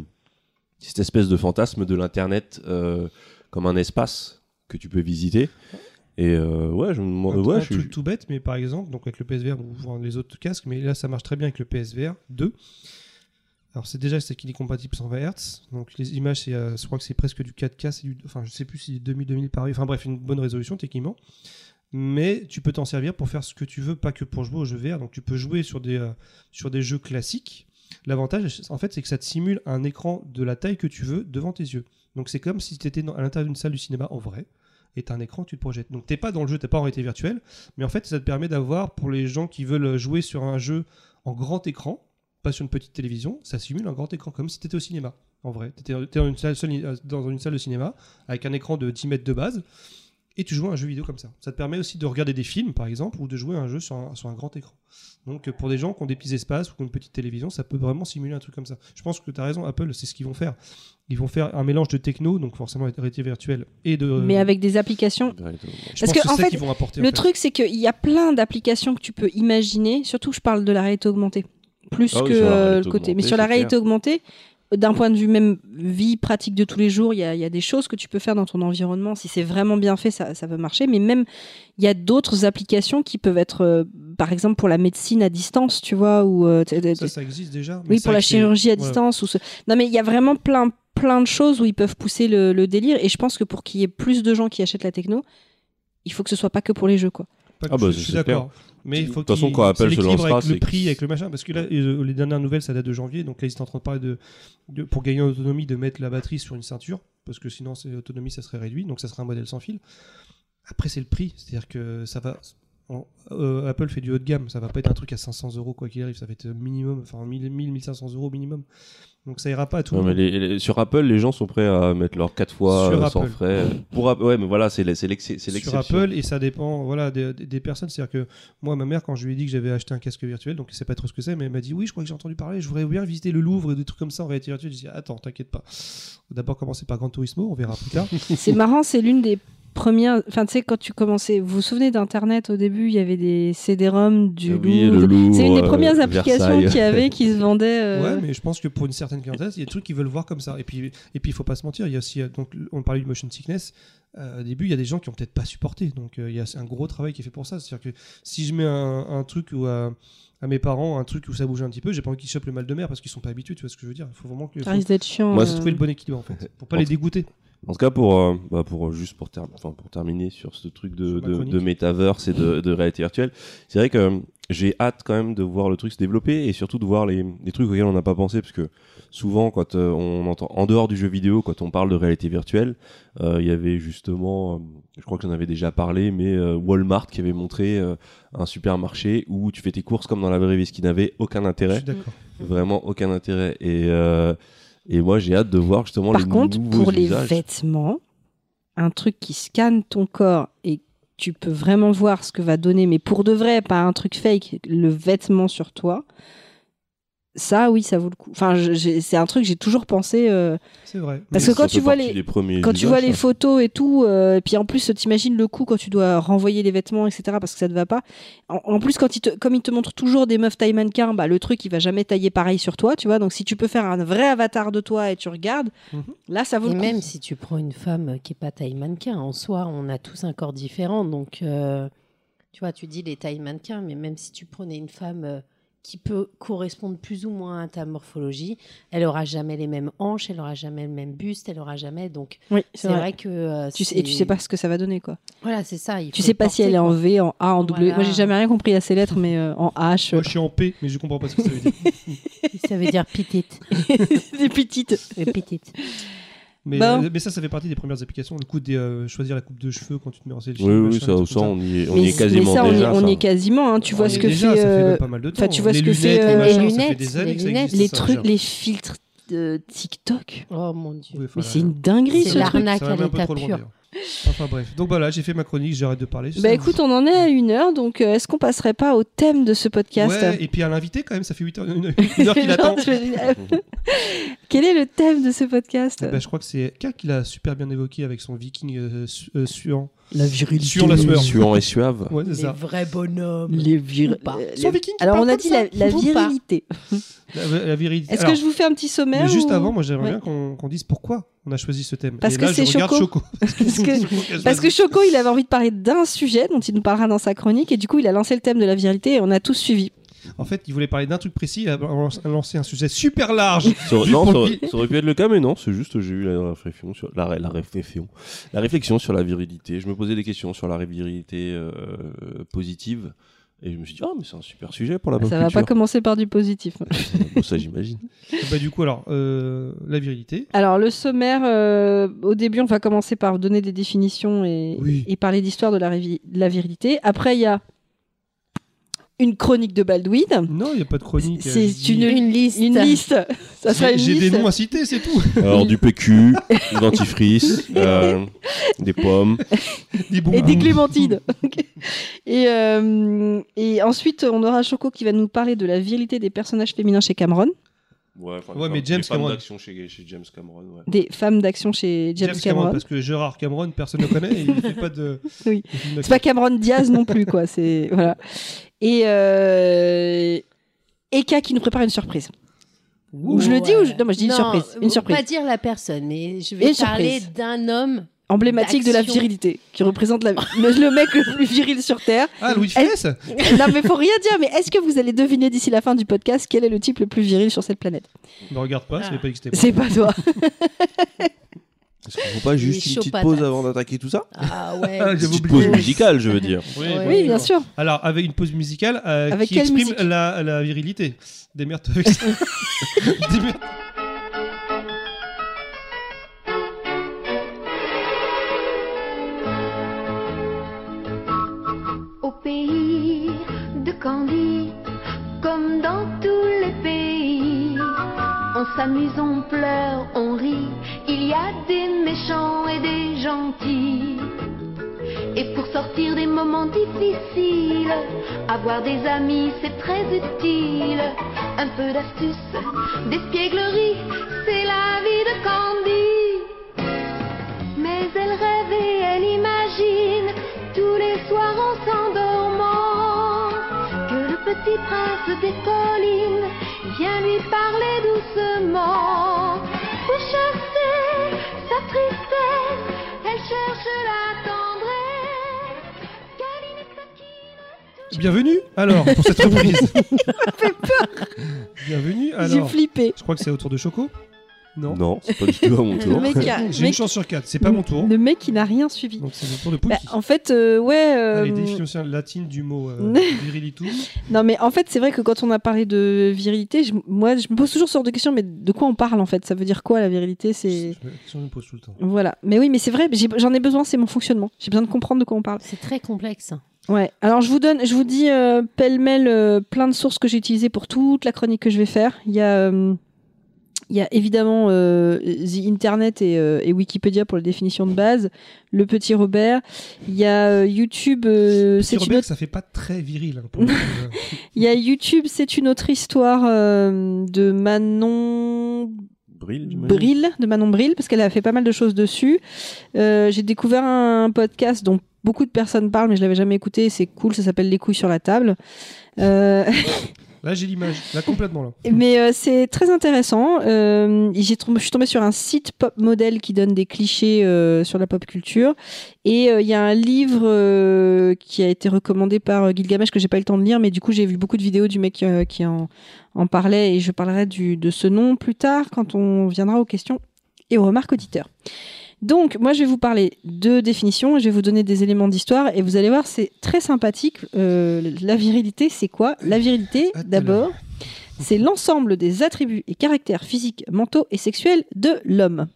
Speaker 3: cette espèce de fantasme de l'Internet euh, comme un espace que tu peux visiter. Et euh, ouais, je me demande-
Speaker 1: Un,
Speaker 3: ouais,
Speaker 1: un
Speaker 3: je suis-
Speaker 1: truc tout bête, mais par exemple, donc avec le PSVR, bon, vous vendez les autres casques, mais là ça marche très bien avec le PSVR 2. Alors c'est déjà c'est qu'il est compatible 120 Hz, donc les images, c'est, euh, je crois que c'est presque du 4K, c'est du, enfin je sais plus si 2000 2000 par enfin bref une bonne résolution techniquement, mais tu peux t'en servir pour faire ce que tu veux, pas que pour jouer aux jeux VR, donc tu peux jouer sur des euh, sur des jeux classiques. L'avantage en fait c'est que ça te simule un écran de la taille que tu veux devant tes yeux. Donc c'est comme si tu étais à l'intérieur d'une salle du cinéma en vrai et t'as un écran, tu te projettes. Donc t'es pas dans le jeu, t'es pas en réalité virtuelle, mais en fait ça te permet d'avoir pour les gens qui veulent jouer sur un jeu en grand écran, pas sur une petite télévision, ça simule un grand écran comme si t'étais au cinéma. En vrai, t'étais t'es dans une salle seule- euh, dans une salle de cinéma avec un écran de 10 mètres de base et tu joues à un jeu vidéo comme ça. Ça te permet aussi de regarder des films par exemple ou de jouer à un jeu sur un, sur un grand écran. Donc euh, pour des gens qui ont des petits espaces ou qui ont une petite télévision, ça peut vraiment simuler un truc comme ça. Je pense que t'as raison, Apple, c'est ce qu'ils vont faire. Ils vont faire un mélange de techno, donc forcément réalité virtuelle et de
Speaker 4: Mais avec des applications.
Speaker 1: je
Speaker 4: Parce
Speaker 1: pense
Speaker 4: que, en
Speaker 1: c'est ça
Speaker 4: fait,
Speaker 1: qu'ils vont apporter, en
Speaker 4: Le
Speaker 1: fait.
Speaker 4: truc, c'est qu'il y a plein d'applications que tu peux imaginer. Surtout, je parle de la réalité augmentée. Plus
Speaker 3: Ah oui,
Speaker 4: que
Speaker 3: sur la
Speaker 4: euh,
Speaker 3: réalité
Speaker 4: le côté. Mais
Speaker 3: augmentée,
Speaker 4: sur la
Speaker 3: c'est
Speaker 4: réalité augmentée, d'un point de vue même vie pratique de tous les jours, il y, a- il y a des choses que tu peux faire dans ton environnement. Si c'est vraiment bien fait, ça, ça peut marcher. Mais même, il y a d'autres applications qui peuvent être, euh, par exemple, pour la médecine à distance, tu vois, ou euh, t'es- t'es-
Speaker 1: Ça, ça existe déjà. mais
Speaker 4: Oui,
Speaker 1: c'est vrai
Speaker 4: pour la
Speaker 1: que c'est-
Speaker 4: chirurgie à
Speaker 1: voilà.
Speaker 4: distance. Ou ce... Non, mais il y a vraiment plein, plein de choses où ils peuvent pousser le, le délire. Et je pense que pour qu'il y ait plus de gens qui achètent la techno, il faut que ce soit pas que pour les jeux. quoi.
Speaker 1: Pas que
Speaker 3: Ah bah,
Speaker 1: je,
Speaker 3: ça,
Speaker 1: je suis
Speaker 3: c'est clair.
Speaker 1: d'accord. Mais il faut
Speaker 3: De toute façon,
Speaker 1: qu'il-
Speaker 3: quand Apple
Speaker 1: c'est
Speaker 3: se
Speaker 1: l'équilibre
Speaker 3: lancera,
Speaker 1: avec le
Speaker 3: c'est-
Speaker 1: prix, avec le machin, parce que là, euh, les dernières nouvelles, ça date de janvier, donc là, ils sont en train de parler de, de- pour gagner en autonomie, de mettre la batterie sur une ceinture, parce que sinon, c'est- l'autonomie, ça serait réduit, donc ça serait un modèle sans fil. Après, c'est le prix, c'est-à-dire que ça va. on- euh, Apple fait du haut de gamme, ça va pas être un truc à 500 euros quoi qu'il arrive, ça va être minimum, enfin 1000, 1000, 1500 euros minimum. Donc ça ira pas à tout
Speaker 3: Non,
Speaker 1: le
Speaker 3: mais
Speaker 1: monde.
Speaker 3: les- les- sur Apple, les gens sont prêts à mettre leurs 4 fois
Speaker 1: Sur
Speaker 3: euh, sans
Speaker 1: Apple.
Speaker 3: frais. Pour App- ouais, mais voilà, c'est la- c'est l'excé- c'est
Speaker 1: sur
Speaker 3: l'exception.
Speaker 1: Apple et ça dépend voilà des, des- des personnes c'est à dire que moi ma mère quand je lui ai dit que j'avais acheté un casque virtuel donc elle sait pas trop ce que c'est mais elle m'a dit oui je crois que j'ai entendu parler je voudrais bien visiter le Louvre et des trucs comme ça en réalité virtuelle je dis attends t'inquiète pas On va d'abord commencer par Gran Turismo on verra plus tard
Speaker 4: C'est marrant, c'est l'une des premières. Enfin, tu sais, quand tu commençais, vous vous souvenez d'Internet au début, il y avait des CD-ROM du
Speaker 3: Ah Oui,
Speaker 4: Louvre.
Speaker 3: le Louvre,
Speaker 4: C'est une des
Speaker 3: euh,
Speaker 4: premières applications
Speaker 3: Versailles.
Speaker 4: qu'il y avait qui se vendait. euh,
Speaker 1: ouais mais je pense que pour une certaine clientèle il y a des trucs qu'ils veulent voir comme ça et puis et puis il faut pas se mentir il y a aussi euh, donc on parlait du motion sickness euh, au début, il y a des gens qui ont peut-être pas supporté, donc euh, il y a un gros travail qui est fait pour ça. C'est-à-dire que si je mets un, un truc où euh, à mes parents un truc où ça bouge un petit peu, j'ai pas envie qu'ils chopent le mal de mer parce qu'ils sont pas habitués. Tu vois ce que je veux dire Il faut vraiment que
Speaker 4: Ça risque d'être chiant.
Speaker 3: Moi,
Speaker 4: euh.
Speaker 1: faut trouver le bon équilibre en fait, pour pas les dégoûter.
Speaker 3: En tout cas, pour, euh, bah, pour euh, juste pour, ter- enfin, pour terminer sur ce truc de,
Speaker 1: Sur ma
Speaker 3: de,
Speaker 1: chronique.
Speaker 3: de metaverse et de, de réalité virtuelle, c'est vrai que euh, j'ai hâte quand même de voir le truc se développer et surtout de voir les, les trucs auxquels on n'a pas pensé parce que souvent quand euh, on entend en dehors du jeu vidéo quand on parle de réalité virtuelle euh, il y avait justement euh, je crois que j'en avais déjà parlé mais euh, Walmart qui avait montré euh, un supermarché où tu fais tes courses comme dans la vraie vie ce qui n'avait aucun
Speaker 1: Je
Speaker 3: intérêt
Speaker 1: suis d'accord.
Speaker 3: vraiment aucun intérêt et euh, et moi j'ai hâte de voir justement
Speaker 4: Par
Speaker 3: les
Speaker 4: contre,
Speaker 3: nouveaux
Speaker 4: pour les
Speaker 3: usages.
Speaker 4: vêtements, un truc qui scanne ton corps et tu peux vraiment voir ce que va donner, mais pour de vrai, pas un truc fake, le vêtement sur toi. Ça, oui, ça vaut le coup. Enfin, je- j'ai- c'est un truc que j'ai toujours pensé. euh,
Speaker 1: C'est vrai.
Speaker 4: Parce
Speaker 1: Mais-
Speaker 4: que quand
Speaker 3: Ça
Speaker 4: tu
Speaker 3: fait
Speaker 4: vois
Speaker 3: partie
Speaker 4: les-
Speaker 3: des premiers
Speaker 4: quand tu
Speaker 3: usages,
Speaker 4: vois les
Speaker 3: ça.
Speaker 4: photos et tout, euh, et puis en plus, t'imagines le coup quand tu dois renvoyer les vêtements, etc., parce que ça ne va pas. En, en plus, quand il te, comme il te montre toujours des meufs taille mannequin, bah, le truc, il va jamais tailler pareil sur toi, tu vois. Donc, si tu peux faire un vrai avatar de toi et tu regardes,
Speaker 1: Mhm.
Speaker 4: là, ça vaut
Speaker 2: Et
Speaker 4: le coup.
Speaker 2: même si tu prends une femme qui est pas taille mannequin, en soi, on a tous un corps différent. Donc, euh, tu vois, tu dis les tailles mannequins, mais même si tu prenais une femme euh, qui peut correspondre plus ou moins à ta morphologie, elle aura jamais les mêmes hanches, elle aura jamais le même buste, elle aura jamais. Donc,
Speaker 4: Oui,
Speaker 2: c'est vrai. que. euh,
Speaker 4: Tu sais,
Speaker 2: c'est-
Speaker 4: et tu sais pas ce que ça va donner, quoi.
Speaker 2: Voilà, c'est ça. il
Speaker 4: Tu
Speaker 2: faut
Speaker 4: sais
Speaker 2: le
Speaker 4: pas si
Speaker 2: porter,
Speaker 4: elle est en
Speaker 2: quoi.
Speaker 4: V, en A, en W.
Speaker 2: Voilà.
Speaker 4: Moi, j'ai jamais rien compris à ces lettres, mais euh, en H,
Speaker 1: Moi, je suis en paix, mais je comprends pas ce que ça veut dire.
Speaker 2: Ça veut dire petite.
Speaker 4: des petites.
Speaker 2: Oui, petite.
Speaker 1: Mais,
Speaker 4: Bon.
Speaker 1: euh, mais ça, ça fait partie des premières applications. Le coup de euh, choisir la coupe de cheveux quand tu te mets en selfie.
Speaker 3: Oui, oui,
Speaker 1: machin,
Speaker 3: ça,
Speaker 1: des trucs
Speaker 3: ça,
Speaker 1: comme
Speaker 3: on y est, on
Speaker 4: mais,
Speaker 3: y est quasiment
Speaker 4: mais ça, on y-
Speaker 3: déjà.
Speaker 4: on, y
Speaker 3: ça.
Speaker 4: est quasiment. hein. Tu vois
Speaker 1: Mais
Speaker 4: ce que
Speaker 1: déjà,
Speaker 4: fait.
Speaker 1: ça fait
Speaker 4: euh,
Speaker 1: même pas mal de temps.
Speaker 4: enfin, tu vois
Speaker 1: les
Speaker 4: ce que fait,
Speaker 1: lunettes, les machins,
Speaker 4: euh,
Speaker 2: les
Speaker 1: ça fait
Speaker 2: lunettes,
Speaker 1: des années
Speaker 2: les
Speaker 1: que ça
Speaker 2: lunettes,
Speaker 1: existe.
Speaker 4: les
Speaker 1: ça,
Speaker 4: trucs,
Speaker 1: déjà.
Speaker 4: les filtres de TikTok.
Speaker 2: Oh mon dieu.
Speaker 1: Oui, enfin,
Speaker 4: Mais
Speaker 1: là,
Speaker 4: c'est une dinguerie,
Speaker 2: C'est
Speaker 4: ce
Speaker 1: ça va
Speaker 4: truc.
Speaker 1: même
Speaker 2: l'arnaque à
Speaker 1: un peu
Speaker 2: l'état
Speaker 1: trop loin,
Speaker 2: pur.
Speaker 1: d'ailleurs. Enfin bref, donc voilà, j'ai fait ma chronique, j'arrête de parler.
Speaker 4: Bah écoute, on en est à une heure, donc euh, est-ce qu'on passerait pas au thème de ce podcast
Speaker 1: ouais, et puis à l'invité quand même, ça fait 8 heures, une, une heure qu'il
Speaker 4: Genre,
Speaker 1: attend.
Speaker 4: je me dis, euh, Quel est le thème de ce podcast
Speaker 1: Eh ben, je crois que c'est K qui l'a super bien évoqué avec son viking euh, su- euh, suant.
Speaker 4: La virilité.
Speaker 1: Suant la sueur.
Speaker 3: Suant et suave.
Speaker 1: Ouais, c'est
Speaker 2: Les
Speaker 1: ça.
Speaker 2: vrais bonhommes.
Speaker 4: Les vir-
Speaker 2: Ou pas.
Speaker 4: euh,
Speaker 1: Son
Speaker 4: les-
Speaker 1: viking qui
Speaker 4: Alors on
Speaker 1: parle
Speaker 4: a
Speaker 1: comme
Speaker 4: dit
Speaker 1: ça.
Speaker 4: la, la
Speaker 2: Ou pas.
Speaker 4: virilité.
Speaker 1: La, la virilité.
Speaker 4: Est-ce
Speaker 1: Alors,
Speaker 4: que je vous fais un petit sommaire
Speaker 1: Mais juste
Speaker 4: ou-
Speaker 1: avant, moi j'aimerais
Speaker 4: Ouais.
Speaker 1: bien qu'on qu'on dise pourquoi on a choisi ce thème.
Speaker 4: Parce
Speaker 1: Et
Speaker 4: que
Speaker 1: là,
Speaker 4: c'est
Speaker 1: je regarde
Speaker 4: Choco. Parce que- Parce que Choco, il avait envie de parler d'un sujet dont il nous parlera dans sa chronique, et du coup, il a lancé le thème de la virilité, et on a tous suivi.
Speaker 1: En fait, il voulait parler d'un truc précis, il a a lancé un sujet super large.
Speaker 3: Ça aurait-
Speaker 1: Juste
Speaker 3: non,
Speaker 1: pour
Speaker 3: ça aurait,
Speaker 1: le-
Speaker 3: ça aurait pu être le cas, mais non, c'est juste j'ai eu la réflexion, sur, la, ré- la réflexion, la réflexion sur la virilité. Je me posais des questions sur la virilité euh, positive, et je me suis dit, ah, mais c'est un super sujet pour la pop
Speaker 4: Ça va pas
Speaker 3: culture.
Speaker 4: commencer par du positif.
Speaker 3: Bon, ça, j'imagine.
Speaker 1: bah, du coup, alors, euh, la virilité.
Speaker 4: Alors, le sommaire, euh, au début, on va commencer par donner des définitions et,
Speaker 1: Oui.
Speaker 4: et parler d'histoire de la, révi- de la virilité. Après, il y a une chronique de Baldwin.
Speaker 1: Non, il n'y a pas de chronique.
Speaker 4: C'est
Speaker 1: euh, je dis-
Speaker 4: une-
Speaker 2: Une liste.
Speaker 4: Une liste. Ça sera
Speaker 1: J'ai
Speaker 4: une
Speaker 1: j'ai
Speaker 4: liste.
Speaker 1: des noms à citer, c'est tout.
Speaker 3: Alors, du PQ, du dentifrice, euh, des pommes.
Speaker 1: Des bons
Speaker 4: Et des
Speaker 1: coups.
Speaker 4: clémentines. Ok. et, euh, et ensuite, on aura Choco qui va nous parler de la virilité des personnages féminins chez Cameron,
Speaker 3: Ouais, enfin,
Speaker 1: Ouais, mais
Speaker 3: des
Speaker 1: James
Speaker 3: femmes
Speaker 1: Cameron.
Speaker 3: d'action chez, chez James Cameron, ouais.
Speaker 4: des femmes d'action chez James, Cameron.
Speaker 1: Parce que Gérard Cameron, personne ne le connaît. et il fait pas de.
Speaker 4: Oui.
Speaker 1: il fait de-
Speaker 4: C'est pas Cameron Diaz non plus, quoi. C'est voilà. Et euh... Eka qui nous prépare une surprise. Ou je le dis ou je- non, moi, je dis une surprise, une surprise.
Speaker 2: Pas dire la personne, mais je
Speaker 4: Une
Speaker 2: vais
Speaker 4: surprise.
Speaker 2: parler d'un homme.
Speaker 4: Emblématique de la
Speaker 2: D'action.
Speaker 4: virilité, qui représente la- le, le mec le plus viril sur Terre.
Speaker 1: Ah, Louis de Funès
Speaker 4: Non, mais faut rien dire, mais est-ce que vous allez deviner d'ici la fin du podcast quel est le type le plus viril sur cette planète
Speaker 1: Ne regarde pas, ça
Speaker 2: Ah.
Speaker 1: n'est pas existé.
Speaker 4: C'est pas toi.
Speaker 3: Parce qu'il ne faut pas juste une
Speaker 2: chaud
Speaker 3: petite
Speaker 2: patate.
Speaker 3: pause avant d'attaquer tout ça
Speaker 2: Ah ouais.
Speaker 1: Ah,
Speaker 3: Une
Speaker 1: J'avais
Speaker 3: petite
Speaker 1: oublié.
Speaker 3: pause musicale, je veux dire.
Speaker 2: Ouais.
Speaker 4: Oui, bien sûr.
Speaker 1: Alors, avec une pause musicale euh,
Speaker 4: Avec
Speaker 1: qui
Speaker 4: quelle
Speaker 1: exprime
Speaker 4: musique
Speaker 1: la, la virilité. Démerde avec ça. Démerde.
Speaker 5: Au pays de Candy, comme dans tous les pays, on s'amuse, on pleure, on rit. Il y a des méchants et des gentils. Et pour sortir des moments difficiles, avoir des amis, c'est très utile. Un peu d'astuce, d'espièglerie, c'est la vie de Candy. Mais elle rêve et elle imagine tous les soirs en s'endormant que le petit prince des collines vient lui parler doucement. Pour chasser sa tristesse, elle cherche la tendresse. Câline et taquine.
Speaker 1: Bienvenue, alors, pour cette reprise. Bienvenue, alors.
Speaker 4: J'ai flippé.
Speaker 1: Je crois que c'est au tour de Choco. Non.
Speaker 3: Non, c'est pas du tout à mon
Speaker 4: Le
Speaker 3: tour.
Speaker 4: mec, a-
Speaker 1: J'ai une
Speaker 4: mec-
Speaker 1: chance sur quatre, c'est pas mon tour.
Speaker 4: Le mec, il n'a rien suivi.
Speaker 1: Donc c'est le tour de
Speaker 4: Bah,
Speaker 1: Pouki.
Speaker 4: en fait, euh, ouais. euh,
Speaker 1: Ah, les définitions latines du mot euh, virilitum.
Speaker 4: Non, mais en fait, c'est vrai que quand on a parlé de virilité, je- moi, je me pose toujours ce genre de questions, mais de quoi on parle en fait Ça veut dire quoi la virilité C'est
Speaker 1: Je- je me pose tout le temps.
Speaker 4: voilà. Mais oui, mais c'est vrai. j'ai- J'en ai besoin. C'est mon fonctionnement. J'ai besoin de comprendre de quoi on parle.
Speaker 2: C'est très complexe.
Speaker 4: Ouais. Alors je vous donne, je vous dis euh, pêle-mêle euh, plein de sources que j'ai utilisées pour toute la chronique que je vais faire. Il y a, euh, il y a évidemment euh, The Internet et, euh, et Wikipédia pour la définition de base. Le petit Robert. Il y a euh, YouTube. euh,
Speaker 1: Petit
Speaker 4: c'est une
Speaker 1: Robert,
Speaker 4: autre.
Speaker 1: ça fait pas très viril. hein, pour le coup, euh.
Speaker 4: Il y a YouTube. C'est une autre histoire euh, de Manon
Speaker 3: Brille, j'imagine.
Speaker 4: Bril, de Manon Bril, parce qu'elle a fait pas mal de choses dessus. Euh, j'ai découvert un podcast dont beaucoup de personnes parlent, mais je l'avais jamais écouté. C'est cool, ça s'appelle Les couilles sur la table. Euh,
Speaker 1: Là, j'ai l'image. Là, complètement. Là.
Speaker 4: mais euh, c'est très intéressant. Euh, j'ai tombé- je suis tombée sur un site pop modèle qui donne des clichés euh, sur la pop culture. Et euh, il y a un livre euh, qui a été recommandé par euh, Gilgamesh que j'ai pas eu le temps de lire, mais du coup j'ai vu beaucoup de vidéos du mec euh, qui en, en parlait et je parlerai du, de ce nom plus tard quand on viendra aux questions et aux remarques auditeurs. Donc, moi, je vais vous parler de définition et je vais vous donner des éléments d'histoire et vous allez voir, c'est très sympathique. Euh, la virilité, c'est quoi La virilité,
Speaker 1: À tout à
Speaker 4: d'abord, c'est l'ensemble des attributs et caractères physiques, mentaux et sexuels de l'homme.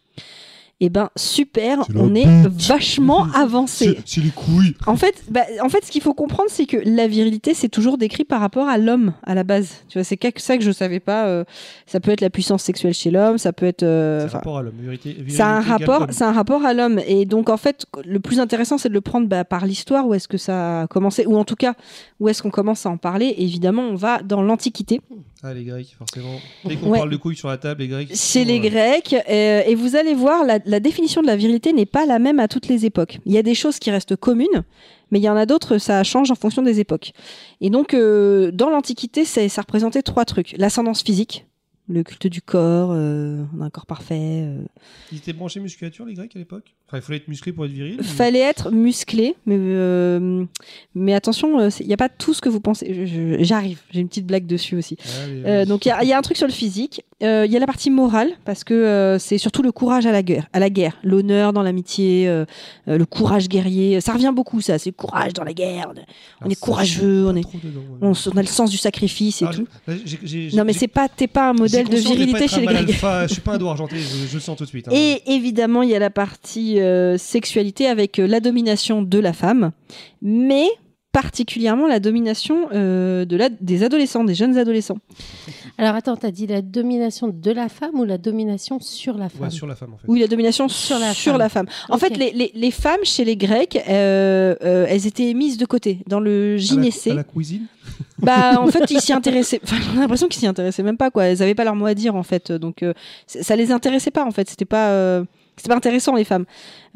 Speaker 4: Eh ben, super,
Speaker 3: C'est la
Speaker 4: on est vachement avancé.
Speaker 3: C'est les couilles.
Speaker 4: En fait, bah, en fait, ce qu'il faut comprendre, c'est que la virilité, c'est toujours décrit par rapport à l'homme à la base. Tu vois, c'est que ça que je savais pas. euh, ça peut être la puissance sexuelle chez l'homme, ça peut être.
Speaker 1: C'est un
Speaker 4: euh, enfin,
Speaker 1: rapport à l'homme. Virilité- virilité
Speaker 4: c'est un
Speaker 1: égale
Speaker 4: rapport,
Speaker 1: homme.
Speaker 4: c'est un rapport à l'homme. Et donc en fait, le plus intéressant, c'est de le prendre bah, par l'histoire où est-ce que ça a commencé, ou en tout cas où est-ce qu'on commence à en parler. Et évidemment, on va dans l'Antiquité,
Speaker 1: Ah, les Grecs, forcément. Dès qu'on
Speaker 4: Ouais.
Speaker 1: parle de couilles sur la table, les Grecs.
Speaker 4: chez les
Speaker 1: Voilà.
Speaker 4: Grecs, euh, et vous allez voir, la, la définition de la virilité n'est pas la même à toutes les époques. Il y a des choses qui restent communes, mais il y en a d'autres, ça change en fonction des époques. Et donc euh, dans l'Antiquité, ça, ça représentait trois trucs l'ascendance physique, le culte du corps, euh, on a un corps parfait. euh,
Speaker 1: Ils étaient branchés musculature, les Grecs, à l'époque Enfin, il fallait être musclé pour être viril. mais-
Speaker 4: Fallait être musclé, mais, euh, mais attention, euh, il n'y a pas tout ce que vous pensez. Je- je- J'arrive, j'ai une petite blague dessus aussi.
Speaker 1: Allez,
Speaker 4: Euh,
Speaker 1: vas-y.
Speaker 4: donc il y a- il y, a un truc sur le physique, Euh, il y a la partie morale, parce que euh, c'est surtout le courage à la guerre, à la guerre, l'honneur dans l'amitié, euh, euh, le courage guerrier, ça revient beaucoup ça, c'est le courage dans la guerre, on
Speaker 1: Ah,
Speaker 4: est
Speaker 1: ça,
Speaker 4: courageux,
Speaker 1: pas
Speaker 4: on, est,
Speaker 1: trop dedans, ouais.
Speaker 4: on, s- on a le sens du sacrifice et
Speaker 1: Ah,
Speaker 4: tout.
Speaker 1: j'ai- là, j'ai- j'ai-
Speaker 4: Non mais
Speaker 1: j'ai-
Speaker 4: c'est pas, t'es pas un modèle
Speaker 1: j'ai
Speaker 4: de
Speaker 1: conscience pas
Speaker 4: virilité
Speaker 1: être
Speaker 4: chez
Speaker 1: un
Speaker 4: les
Speaker 1: mâle
Speaker 4: Grecs.
Speaker 1: alpha, Je suis pas un doigt argenté, je, je le sens tout de suite. hein.
Speaker 4: Et évidemment, il y a la partie euh, sexualité avec euh, la domination de la femme, mais particulièrement la domination euh, de la, des adolescents, des jeunes adolescents.
Speaker 2: Alors attends, t'as dit la domination de la femme ou la domination sur la femme
Speaker 1: Ouais, sur la femme en fait.
Speaker 4: Oui, la domination sur la femme. En
Speaker 2: Ok.
Speaker 4: fait, les, les- les femmes chez les Grecs, euh, euh, elles étaient mises de côté dans le
Speaker 1: À la-
Speaker 4: gynécée.
Speaker 1: À la cuisine
Speaker 4: Bah, en fait, ils s'y intéressaient. Enfin, j'ai l'impression qu'ils s'y intéressaient même pas, quoi. Elles avaient pas leur mot à dire, en fait. Donc, euh, c- ça les intéressait pas, en fait. C'était pas. euh, C'était pas intéressant les femmes.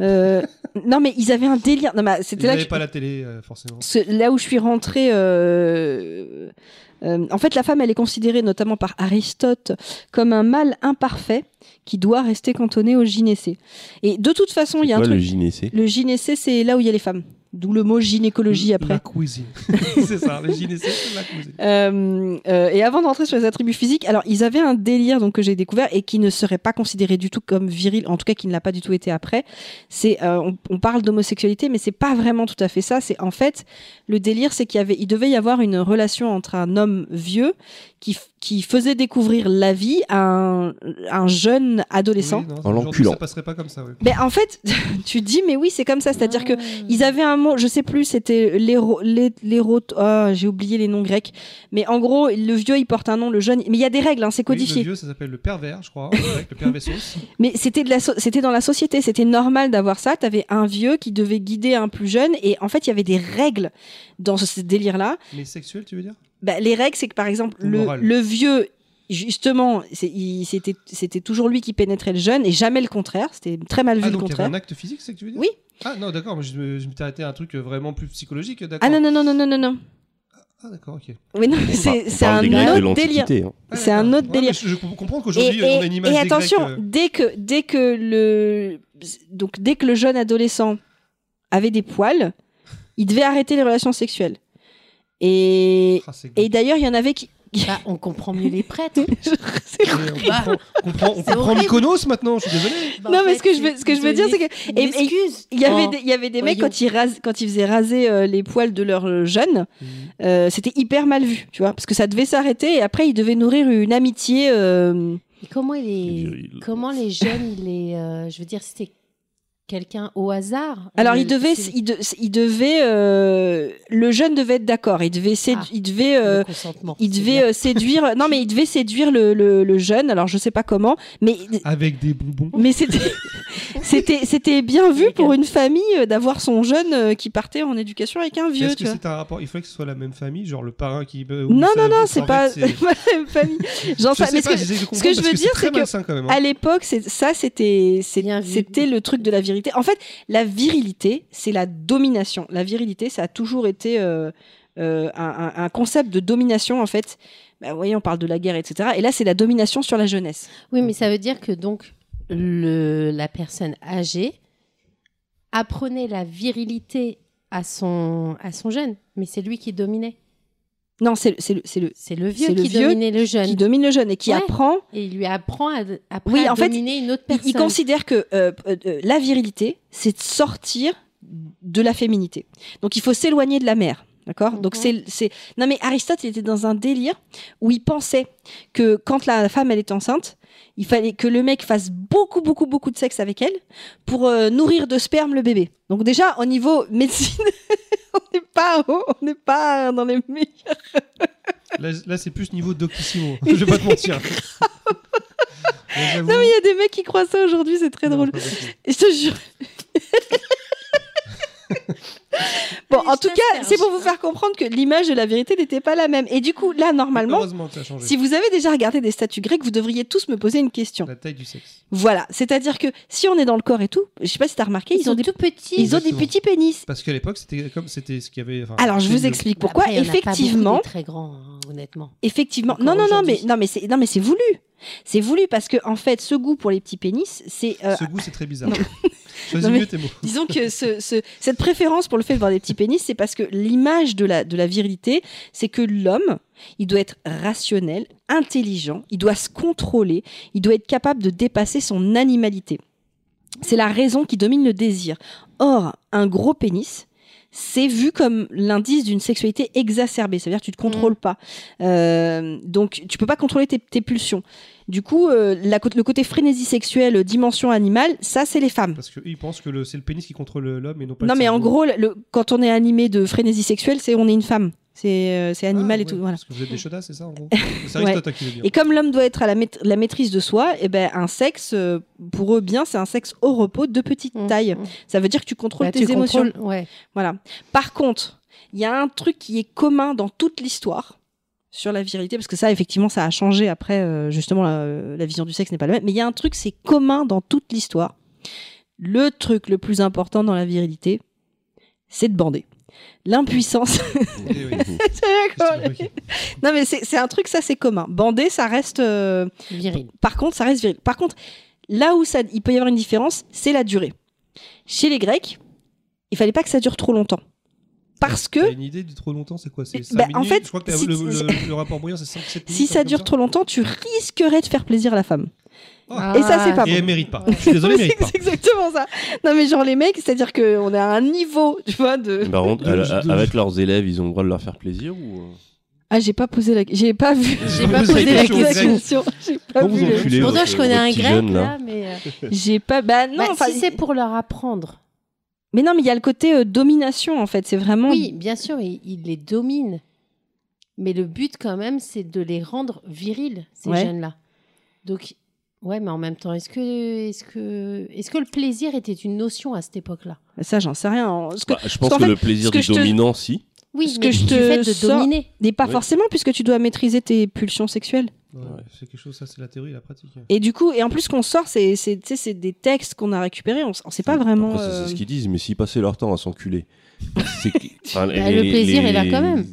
Speaker 4: Euh, non mais ils avaient un délire. Non mais
Speaker 1: Ils
Speaker 4: c'était là.
Speaker 1: n'avaient
Speaker 4: que-
Speaker 1: pas la télé, euh, forcément.
Speaker 4: Ce- là où je suis rentrée euh, Euh, en fait, la femme, elle est considérée notamment par Aristote comme un mâle imparfait qui doit rester cantonné au gynécée. Et de toute façon, il y a un
Speaker 3: Quoi, le
Speaker 4: truc.
Speaker 3: gynécée
Speaker 4: Le gynécée, c'est là où il y a les femmes. D'où le mot
Speaker 3: Mmh,
Speaker 4: gynécologie après.
Speaker 1: La cuisine. c'est ça, les gynécées, c'est la cuisine.
Speaker 4: Euh, euh, et avant de rentrer sur les attributs physiques, alors ils avaient un délire donc que j'ai découvert et qui ne serait pas considéré du tout comme viril, en tout cas qui ne l'a pas du tout été après. C'est euh, on, on parle d'homosexualité, mais c'est pas vraiment tout à fait ça. C'est en fait le délire, c'est qu'il y avait, il devait y avoir une relation entre un homme vieux qui f- qui faisait découvrir la vie à un, à un jeune adolescent.
Speaker 1: Oui, non,
Speaker 3: En
Speaker 1: aujourd'hui,
Speaker 3: l'enculant.
Speaker 1: Ça passerait pas comme ça, oui.
Speaker 4: Mais en fait, tu te dis mais oui c'est comme ça, c'est-à-dire que
Speaker 2: Ah.
Speaker 4: ils avaient un mot, je sais plus, c'était l'héro, l'hé- l'héro- ah, j'ai oublié les noms grecs, mais en gros, le vieux il porte un nom, le jeune, mais il y a des règles, hein, c'est
Speaker 1: Oui,
Speaker 4: codifié.
Speaker 1: le vieux, ça s'appelle le pervers, je crois, avec le pervers sauce.
Speaker 4: mais c'était de la, so- c'était dans la société, c'était normal d'avoir ça. T'avais un vieux qui devait guider un plus jeune, et en fait, il y avait des règles dans ce, ce délire-là.
Speaker 1: Mais sexuel, tu veux dire
Speaker 4: Bah, les règles, c'est que par exemple,
Speaker 1: Ou
Speaker 4: le,
Speaker 1: morale.
Speaker 4: le vieux. Justement, c'est- il- c'était c'était toujours lui qui pénétrait le jeune et jamais le contraire. C'était très mal vu
Speaker 1: Ah,
Speaker 4: le
Speaker 1: donc il y avait
Speaker 4: contraire.
Speaker 1: un acte physique, c'est que tu veux dire
Speaker 4: Oui.
Speaker 1: Ah, non, d'accord, mais je me, je m'étais arrêté à un truc euh, vraiment plus psychologique, d'accord.
Speaker 4: Ah non, non, non, non, non, non, non.
Speaker 1: Ah, d'accord, ok.
Speaker 4: Oui, non,
Speaker 3: On par-
Speaker 4: c'est
Speaker 3: on
Speaker 4: c'est
Speaker 3: parle
Speaker 4: un
Speaker 3: des Grecs de
Speaker 4: autre délire.
Speaker 3: l'Antiquité, hein.
Speaker 1: Ah,
Speaker 4: C'est
Speaker 1: d'accord.
Speaker 4: un autre
Speaker 1: Ouais,
Speaker 4: délire.
Speaker 1: mais Je, je comprends
Speaker 4: Et,
Speaker 1: qu'aujourd'hui,
Speaker 4: et-
Speaker 1: on a une image
Speaker 4: et
Speaker 1: des
Speaker 4: attention,
Speaker 1: Grecs, euh,
Speaker 4: dès que dès que le donc dès que le jeune adolescent avait des poils, il devait arrêter les relations sexuelles. Et
Speaker 1: ah, c'est
Speaker 4: et d'ailleurs, il y en avait qui
Speaker 2: Bah, on comprend mieux les prêtres. Bah,
Speaker 4: C'est
Speaker 1: Mais on comprend, on comprend, on
Speaker 2: C'est
Speaker 1: comprend
Speaker 2: horrible.
Speaker 1: Mykonos maintenant, je suis désolé.
Speaker 2: Bah,
Speaker 4: Non,
Speaker 2: en
Speaker 4: mais
Speaker 2: fait,
Speaker 4: ce que je veux-
Speaker 2: c'est-
Speaker 4: ce que je veux dire, c'est que-
Speaker 2: une
Speaker 4: et- et-
Speaker 2: excuse.
Speaker 4: il y avait
Speaker 2: Oh.
Speaker 4: des- il y avait des mecs
Speaker 2: voyons.
Speaker 4: quand ils rasent- quand ils faisaient raser euh, les poils de leurs euh, jeunes, euh, c'était hyper mal vu, tu vois, parce que ça devait s'arrêter et après ils devaient nourrir une amitié euh,
Speaker 2: Et comment il est-
Speaker 3: Viril.
Speaker 2: comment les jeunes, il est, euh, je veux dire, c'était quelqu'un au hasard.
Speaker 4: Alors,
Speaker 2: Le-
Speaker 4: il devait,
Speaker 2: c'est
Speaker 4: il, de- il devait, euh, le jeune devait être d'accord. Il devait, sédu-
Speaker 2: Ah.
Speaker 4: il devait,
Speaker 2: le
Speaker 4: euh,
Speaker 2: consentement.
Speaker 4: il
Speaker 2: c'est
Speaker 4: devait
Speaker 2: bien.
Speaker 4: euh, séduire. Non, mais il devait séduire le, le, le jeune. Alors, je sais pas comment, mais
Speaker 1: Avec des bonbons.
Speaker 4: mais c'était, c'était, c'était bien vu pour une famille euh, d'avoir son jeune euh, qui partait en éducation avec un vieux.
Speaker 1: Est-ce
Speaker 4: Tu
Speaker 1: que
Speaker 4: vois.
Speaker 1: c'est un rapport Il faudrait que ce soit la même famille, genre le parrain qui. euh, ou
Speaker 4: Non,
Speaker 1: ça-
Speaker 4: non, non,
Speaker 1: enfin,
Speaker 4: c'est
Speaker 1: en
Speaker 4: pas,
Speaker 1: fait, c'est-
Speaker 4: pas la même famille. J'en
Speaker 1: Je
Speaker 4: sais,
Speaker 1: sais
Speaker 4: mais ce
Speaker 1: pas,
Speaker 4: que-
Speaker 1: j'essaie de comprendre
Speaker 4: que je
Speaker 1: parce
Speaker 4: veux dire,
Speaker 1: très
Speaker 4: c'est que-
Speaker 1: malsain, quand même, hein.
Speaker 4: à l'époque, c'est- ça, c'était c'est-
Speaker 2: Bien vu.
Speaker 4: c'était le truc de la virilité. En fait, la virilité, c'est la domination. La virilité, ça a toujours été euh, euh, un, un- un concept de domination, en fait. Bah, vous voyez, on parle de la guerre, etc. Et là, c'est la domination sur la jeunesse.
Speaker 2: Oui, mais ça veut dire que donc le, la personne âgée apprenait la virilité à son à son jeune, mais c'est lui qui dominait.
Speaker 4: Non, c'est le, c'est le, c'est le-
Speaker 2: C'est le vieux
Speaker 4: C'est le
Speaker 2: qui
Speaker 4: vieux
Speaker 2: dominait le jeune
Speaker 4: qui domine le jeune et qui
Speaker 2: Ouais.
Speaker 4: apprend.
Speaker 2: et il lui apprend à, après
Speaker 4: Oui,
Speaker 2: à
Speaker 4: en fait,
Speaker 2: dominer une autre
Speaker 4: Il,
Speaker 2: personne.
Speaker 4: il considère que euh, euh, euh, la virilité, c'est de sortir de la féminité. Donc, il faut s'éloigner de la mère. D'accord Donc,
Speaker 2: Mhm.
Speaker 4: c'est, c'est. Non, mais Aristote, il était dans un délire où il pensait que quand la femme, elle est enceinte, il fallait que le mec fasse beaucoup, beaucoup, beaucoup de sexe avec elle pour euh, nourrir de sperme le bébé. Donc, déjà, au niveau médecine, on n'est pas, au- on n'est pas dans les meilleurs.
Speaker 1: Là, là, c'est plus niveau doctissimo. hein. je vais pas te mentir.
Speaker 4: Non, mais il y a des mecs qui croient ça aujourd'hui, c'est très drôle. Et je te jure. bon,
Speaker 2: Allez,
Speaker 4: en
Speaker 2: je
Speaker 4: tout cas,
Speaker 2: t'asperge.
Speaker 4: c'est pour vous faire comprendre que l'image de la vérité n'était pas la même. Et du coup, là, normalement,
Speaker 1: Heureusement que ça a changé.
Speaker 4: si vous avez déjà regardé des statues grecques, vous devriez tous me poser une question.
Speaker 1: La taille du sexe.
Speaker 4: Voilà, c'est-à-dire que si on est dans le corps et tout, je sais pas si t'as remarqué, ils, ont des,
Speaker 2: tout petits.
Speaker 4: ils ont des
Speaker 1: Exactement.
Speaker 4: petits pénis.
Speaker 1: Parce qu'à l'époque, c'était comme c'était ce qu'il y avait. enfin,
Speaker 4: Alors, je
Speaker 1: c'était
Speaker 4: vous
Speaker 1: le-
Speaker 4: explique pourquoi.
Speaker 2: Après, il y en a pas beaucoup des
Speaker 4: effectivement,
Speaker 2: très grands, hein, honnêtement.
Speaker 4: Effectivement.
Speaker 2: Encore
Speaker 4: Non, non, non, mais
Speaker 2: aujourd'hui.
Speaker 4: non, mais c'est non, mais c'est voulu. C'est voulu parce que en fait, ce goût pour les petits pénis, c'est euh,
Speaker 1: Ce goût, c'est très bizarre. Choisis
Speaker 4: Non, mais-
Speaker 1: mieux tes mots.
Speaker 4: Disons que ce- ce- cette préférence pour le fait de voir des petits pénis, c'est parce que l'image de la, de la virilité, c'est que l'homme, il doit être rationnel, intelligent, il doit se contrôler, il doit être capable de dépasser son animalité. C'est la raison qui domine le désir. Or, un gros pénis, c'est vu comme l'indice d'une sexualité exacerbée, c'est-à-dire que tu ne te contrôles pas. Euh, donc, tu peux pas contrôler tes, tes pulsions. Du coup, euh, la cô- le côté frénésie sexuelle, dimension animale, ça, c'est les femmes.
Speaker 1: Parce qu'ils pensent que le- c'est le pénis qui contrôle l'homme et non pas
Speaker 4: Non,
Speaker 1: le
Speaker 4: mais en
Speaker 1: cerveau.
Speaker 4: gros, le- le- quand on est animé de frénésie sexuelle, c'est on est une femme. C'est euh, c'est
Speaker 1: Ah,
Speaker 4: animal et
Speaker 1: ouais,
Speaker 4: tout. Voilà.
Speaker 1: Parce que vous êtes des chedasses, c'est ça en gros C'est Aristote hein, qui le dit.
Speaker 4: Et comme l'homme doit être à la, maît- la maîtrise de soi, eh ben, un sexe, euh, pour eux bien, c'est un sexe au repos de petite
Speaker 2: Mmh,
Speaker 4: taille.
Speaker 2: mmh.
Speaker 4: Ça veut dire que tu contrôles
Speaker 2: Bah,
Speaker 4: tes
Speaker 2: tu
Speaker 4: émotions.
Speaker 2: contrôles, ouais.
Speaker 4: Voilà. Par contre, il y a un truc qui est commun dans toute l'histoire sur la virilité, parce que ça, effectivement, ça a changé après, euh, justement, la, la vision du sexe n'est pas la même, mais il y a un truc, c'est commun dans toute l'histoire. Le truc le plus important dans la virilité, c'est de bander. L'impuissance.
Speaker 1: Eh oui.
Speaker 4: non, mais c'est c'est un truc, ça, c'est commun. Bandé, ça reste. euh,
Speaker 2: Viril.
Speaker 4: Par contre, ça reste viril. Par contre, là où ça, il peut y avoir une différence, c'est la durée. Chez les Grecs, il fallait pas que ça dure trop longtemps. Parce que
Speaker 1: T'as une idée du trop longtemps, c'est quoi C'est cinq
Speaker 4: Bah,
Speaker 1: minutes
Speaker 4: en fait,
Speaker 1: Je crois que
Speaker 4: si-
Speaker 1: le, le- le rapport moyen, c'est 5-7 minutes.
Speaker 4: si
Speaker 1: un
Speaker 4: ça
Speaker 1: truc
Speaker 4: dure
Speaker 1: comme
Speaker 4: trop longtemps, tu risquerais de faire plaisir à la femme.
Speaker 1: Ah.
Speaker 4: Et ça, c'est pas
Speaker 1: Et
Speaker 4: bon.
Speaker 1: elle mérite pas. Je suis désolé, elle
Speaker 4: C'est
Speaker 1: mérite pas.
Speaker 4: c'est exactement ça. Non, mais genre, les mecs, c'est-à-dire qu'on est à un niveau, tu vois, de.
Speaker 3: Par contre,
Speaker 1: De-
Speaker 3: à la-
Speaker 1: de-
Speaker 3: à- avec leurs élèves, ils ont le droit de leur faire plaisir ou euh Bah,
Speaker 4: Ah, j'ai pas posé la. J'ai pas vu.
Speaker 2: J'ai pas posé la question.
Speaker 4: J'ai pas
Speaker 3: Quand vous
Speaker 4: vu. le-
Speaker 3: enculez
Speaker 2: Pourtant,
Speaker 3: votre-
Speaker 2: je connais
Speaker 3: votre
Speaker 2: un
Speaker 3: petit
Speaker 2: grec,
Speaker 3: jeune,
Speaker 2: là, mais. euh,
Speaker 4: J'ai pas. Bah non,
Speaker 2: bah,
Speaker 4: enfin,
Speaker 2: si c'est pour leur apprendre.
Speaker 4: Mais non, mais il y a le côté euh, domination, en fait. C'est vraiment.
Speaker 2: Oui, bien sûr, il, il les domine. Mais le but, quand même, c'est de les rendre virils, ces
Speaker 4: Ouais.
Speaker 2: jeunes-là. Donc, ouais, mais en même temps, est-ce que, est que, est que le plaisir était une notion à cette époque-là
Speaker 4: Bah, Ça, j'en sais rien. hein. Ce que-
Speaker 3: Bah, je pense
Speaker 4: qu'en
Speaker 3: que
Speaker 4: fait,
Speaker 3: le plaisir
Speaker 4: ce que
Speaker 3: du
Speaker 4: je te-
Speaker 3: dominant, si.
Speaker 2: Oui,
Speaker 4: Ce
Speaker 2: mais
Speaker 4: que je
Speaker 2: du
Speaker 4: te
Speaker 2: fait de
Speaker 4: sors-
Speaker 2: dominer.
Speaker 4: Mais pas
Speaker 3: Ouais.
Speaker 4: forcément, puisque tu dois maîtriser tes pulsions sexuelles.
Speaker 1: Ouais, C'est quelque chose, ça, c'est la théorie, la pratique.
Speaker 4: Et du coup, et en plus, qu'on sort, c'est c'est- tu sais, c'est des textes qu'on a récupérés. On, s- on sait pas vraiment.
Speaker 3: Après, ça,
Speaker 4: euh,
Speaker 3: c'est ce qu'ils disent, mais s'ils passaient leur temps à s'enculer. c'est que- enfin,
Speaker 2: Bah, le plaisir est là quand même.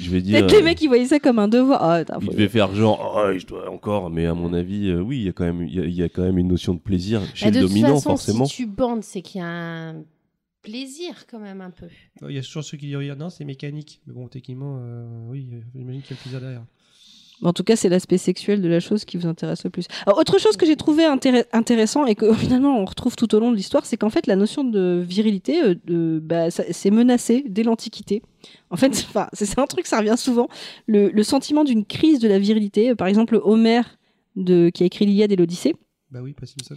Speaker 3: Je vais dire.
Speaker 4: Peut-être les
Speaker 3: euh,
Speaker 4: mecs, ils voyaient ça comme un devoir. Ah, attends,
Speaker 3: Il
Speaker 4: faut-
Speaker 3: devait faire genre, oh, je dois encore, mais à mon avis, euh, oui, il y, a quand même- il y, a, il y a quand même une notion de plaisir chez
Speaker 2: Bah, de
Speaker 3: le
Speaker 2: toute
Speaker 3: dominant,
Speaker 2: façon,
Speaker 3: forcément.
Speaker 2: si tu bandes, c'est qu'il y a un plaisir, quand même, un peu.
Speaker 1: Non, Il y a toujours ceux qui disent non, c'est mécanique. Mais bon, techniquement, euh, oui, euh, j'imagine qu'il y a le plaisir derrière.
Speaker 4: Mais En tout cas, c'est l'aspect sexuel de la chose qui vous intéresse le plus. Alors, autre chose que j'ai trouvé intér- intéressant et que finalement on retrouve tout au long de l'histoire, c'est qu'en fait la notion de virilité, euh, de- bah, ça- c'est menacé dès l'Antiquité. En fait, enfin, c'est c'est un truc, ça revient souvent. Le, le sentiment d'une crise de la virilité, euh, par exemple Homère de, qui a écrit l'Iliade et l'Odyssée,
Speaker 1: Bah oui, pas Simpson.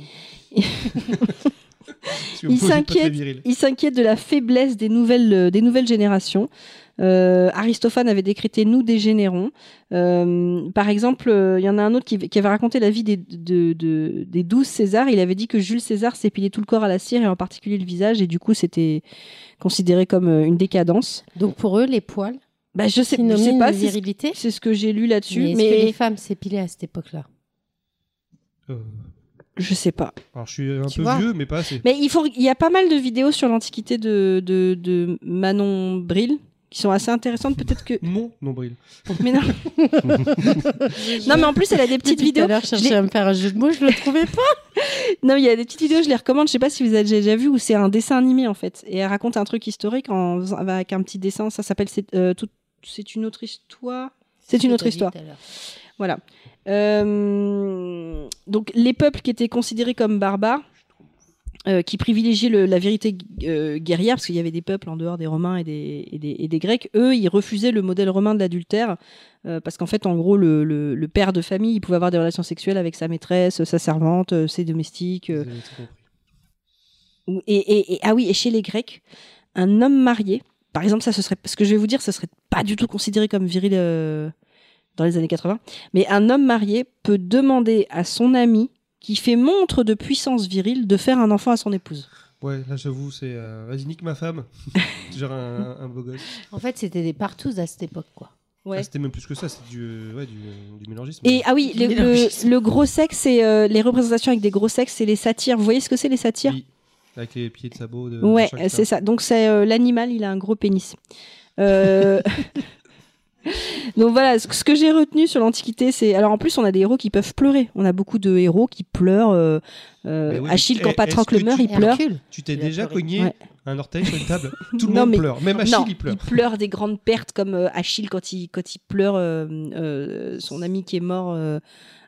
Speaker 4: Il s'inquiète. Il s'inquiète de la faiblesse des nouvelles, euh, des nouvelles générations. Euh, Aristophane avait décrété Nous dégénérons. Euh, par exemple, euh, il y en a un autre qui, qui avait raconté la vie des, de- de- des douze Césars. Il avait dit que Jules César s'épilait tout le corps à la cire et en particulier le visage, et du coup, c'était considéré comme euh, une décadence.
Speaker 2: Donc, pour eux, les poils,
Speaker 4: Bah, je sais, je
Speaker 2: synonyme
Speaker 4: sais pas,
Speaker 2: de
Speaker 4: c'est ce-
Speaker 2: virilité.
Speaker 4: c'est ce que j'ai lu
Speaker 2: Mais
Speaker 4: là-dessus,
Speaker 2: est-ce
Speaker 4: mais,
Speaker 2: que les femmes s'épilaient à cette époque-là
Speaker 4: je sais pas.
Speaker 1: Euh, alors, je suis un
Speaker 2: Tu
Speaker 1: peu
Speaker 2: vois.
Speaker 1: vieux, mais pas assez.
Speaker 4: Mais il, faut, il y a pas mal de vidéos sur l'Antiquité de, de, de Manon Bril qui sont assez intéressantes. Peut-être que.
Speaker 1: Mon nombril.
Speaker 4: Mais non. non, mais en plus, elle a des petites vidéos.
Speaker 2: je cherchais à me faire un jeu de mots, je le trouvais pas.
Speaker 4: Non, il y a des petites vidéos, je les recommande. Je sais pas si vous avez déjà vu, où c'est un dessin animé en fait. Et elle raconte un truc historique en, faisant- avec un petit dessin. Ça s'appelle C'est euh, tout- C'est une autre histoire. C'est une autre histoire. Voilà. Euh, donc, les peuples qui étaient considérés comme barbares, euh, qui privilégiaient le- la vérité euh, guerrière, parce qu'il y avait des peuples en dehors des Romains et des, et des- et des Grecs, eux, ils refusaient le modèle romain de l'adultère, euh, parce qu'en fait, en gros, le, le- le père de famille, il pouvait avoir des relations sexuelles avec sa maîtresse, sa servante, euh, ses domestiques. euh,
Speaker 1: Vous avez tout compris.
Speaker 4: ou- Et, et- et- ah oui, et chez les Grecs, un homme marié, par exemple, ça ce serait, ce que je vais vous dire, ce serait pas du tout considéré comme viril euh, dans les années 80. Mais un homme marié peut demander à son ami qui fait montre de puissance virile de faire un enfant à son épouse.
Speaker 1: Ouais, là, j'avoue, c'est. euh, Vas-y, nique ma femme. Genre un, un beau gosse.
Speaker 2: En fait, c'était des partous à cette époque, quoi.
Speaker 4: Ouais.
Speaker 1: Ah, C'était même plus que ça, c'est du, euh, ouais, du, euh, du mélangisme.
Speaker 4: Et ah oui, le, le, le gros sexe, c'est euh, les représentations avec des gros sexes, c'est les satires. Vous voyez ce que c'est les satires
Speaker 1: Oui, Avec les pieds de sabot. De,
Speaker 4: Ouais,
Speaker 1: machin, etc.
Speaker 4: c'est ça. Donc c'est euh, l'animal, il a un gros pénis. Euh, Donc voilà, ce ce que j'ai retenu sur l'Antiquité, c'est alors en plus on a des héros qui peuvent pleurer. On a beaucoup de héros qui pleurent. euh, euh,
Speaker 1: Mais oui,
Speaker 4: Achille
Speaker 1: mais
Speaker 4: quand
Speaker 1: est-ce
Speaker 4: Patrocle
Speaker 1: que
Speaker 4: meurt,
Speaker 1: tu-
Speaker 4: il pleure.
Speaker 2: Hercule.
Speaker 1: Tu t'es
Speaker 2: Il a
Speaker 1: déjà
Speaker 2: pleuré.
Speaker 1: cogné
Speaker 4: Ouais.
Speaker 1: un orteil sur une table. Tout le
Speaker 4: Non,
Speaker 1: monde
Speaker 4: mais-
Speaker 1: pleure. Même Achille,
Speaker 4: non,
Speaker 1: il pleure.
Speaker 4: des grandes pertes comme euh, Achille quand il quand il pleure euh, euh, son ami qui est mort euh,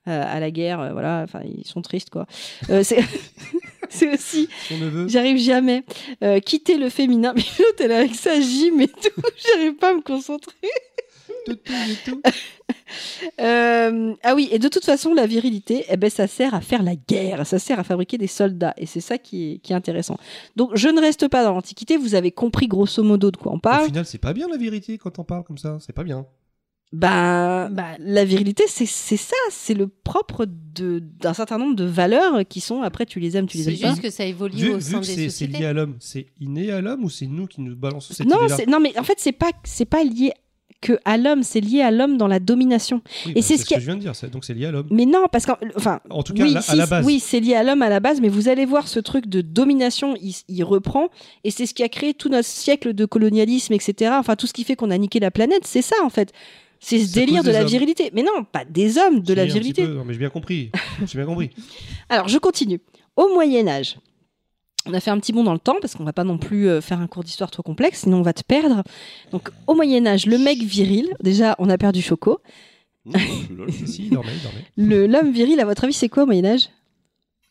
Speaker 4: euh, à la guerre. euh, voilà, enfin ils sont tristes quoi. Euh, c'est c'est aussi
Speaker 1: Son neveu.
Speaker 4: J'arrive jamais. Euh, quitter le féminin. Mais l'autre, elle est avec sa gym et tout. J'arrive pas à me concentrer.
Speaker 1: tout, tout, tout.
Speaker 4: Euh, ah oui, et de toute façon, la virilité, eh ben, ça sert à faire la guerre. Ça sert à fabriquer des soldats. Et c'est ça qui est, qui est intéressant. Donc, je ne reste pas dans l'Antiquité. Vous avez compris grosso modo de quoi on
Speaker 1: Au
Speaker 4: parle.
Speaker 1: final, c'est pas bien la vérité quand on parle comme ça. C'est pas bien.
Speaker 4: Bah,
Speaker 2: Bah,
Speaker 4: la virilité, c'est c'est ça. C'est le propre de- d'un certain nombre de valeurs qui sont, après, tu les aimes, tu les
Speaker 1: C'est
Speaker 4: aimes
Speaker 2: C'est
Speaker 4: pas.
Speaker 2: juste que ça évolue
Speaker 1: Vu,
Speaker 2: au
Speaker 1: vu
Speaker 2: sein
Speaker 1: que
Speaker 2: des
Speaker 1: c'est c'est lié
Speaker 2: sociétés.
Speaker 1: à l'homme, c'est inné à l'homme ou c'est nous qui nous balançons cette
Speaker 4: Non,
Speaker 1: idée-là
Speaker 4: c'est- non, mais en fait, c'est pas, c'est pas lié que à l'homme, c'est lié à l'homme dans la domination.
Speaker 1: Oui,
Speaker 4: Et
Speaker 1: bah,
Speaker 4: c'est
Speaker 1: c'est
Speaker 4: ce
Speaker 1: ce
Speaker 4: qui-
Speaker 1: que je viens de dire, c'est- donc c'est lié à l'homme.
Speaker 4: Mais non, parce qu'en enfin,
Speaker 1: En tout cas,
Speaker 4: oui,
Speaker 1: à, la, à
Speaker 4: si,
Speaker 1: la base.
Speaker 4: oui, c'est lié à l'homme à la base, mais vous allez voir ce truc de domination, il, il reprend, et c'est ce qui a créé tout notre siècle de colonialisme, etc. Enfin, tout ce qui fait qu'on a niqué la planète, c'est ça en fait. C'est ce
Speaker 1: C'est à
Speaker 4: délire
Speaker 1: cause
Speaker 4: de
Speaker 1: des
Speaker 4: la
Speaker 1: hommes.
Speaker 4: virilité. Mais non, pas des hommes, de
Speaker 1: J'ai
Speaker 4: la
Speaker 1: un petit
Speaker 4: virilité.
Speaker 1: peu- non, mais j'ai bien compris. J'ai bien compris.
Speaker 4: Alors, je continue. Au Moyen Âge, on a fait un petit bond dans le temps parce qu'on va pas non plus euh, faire un cours d'histoire trop complexe, sinon on va te perdre. Donc, au Moyen Âge, le mec viril, déjà, on a perdu Choco.
Speaker 1: Si, si, il dormait, il dormait.
Speaker 4: Le- L'homme viril, à votre avis, c'est quoi au Moyen Âge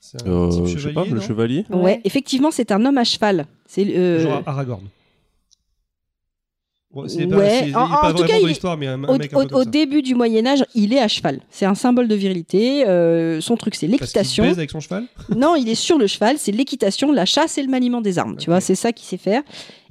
Speaker 1: C'est un
Speaker 3: Euh,
Speaker 1: type
Speaker 3: je sais pas,
Speaker 1: chevalier,
Speaker 3: le
Speaker 1: non
Speaker 3: chevalier
Speaker 4: ouais. effectivement, c'est un homme à cheval. C'est euh,
Speaker 1: Genre Aragorn. Bon, c'est pas,
Speaker 4: Ouais.
Speaker 1: c'est- il est
Speaker 4: En- en
Speaker 1: pas
Speaker 4: tout cas,
Speaker 1: vraiment
Speaker 4: il
Speaker 1: dans
Speaker 4: est-
Speaker 1: l'histoire, mais un, un
Speaker 4: au,
Speaker 1: mec un peu
Speaker 4: au-
Speaker 1: comme
Speaker 4: au
Speaker 1: ça.
Speaker 4: début du Moyen Âge, il est à cheval. C'est un symbole de virilité. euh, son truc, c'est
Speaker 1: Parce qu'il
Speaker 4: l'équitation.
Speaker 1: baise avec son cheval
Speaker 4: Non, il est sur le cheval, c'est l'équitation, la chasse et le maniement des armes. Tu
Speaker 1: Ok.
Speaker 4: vois, c'est ça qu'il sait faire.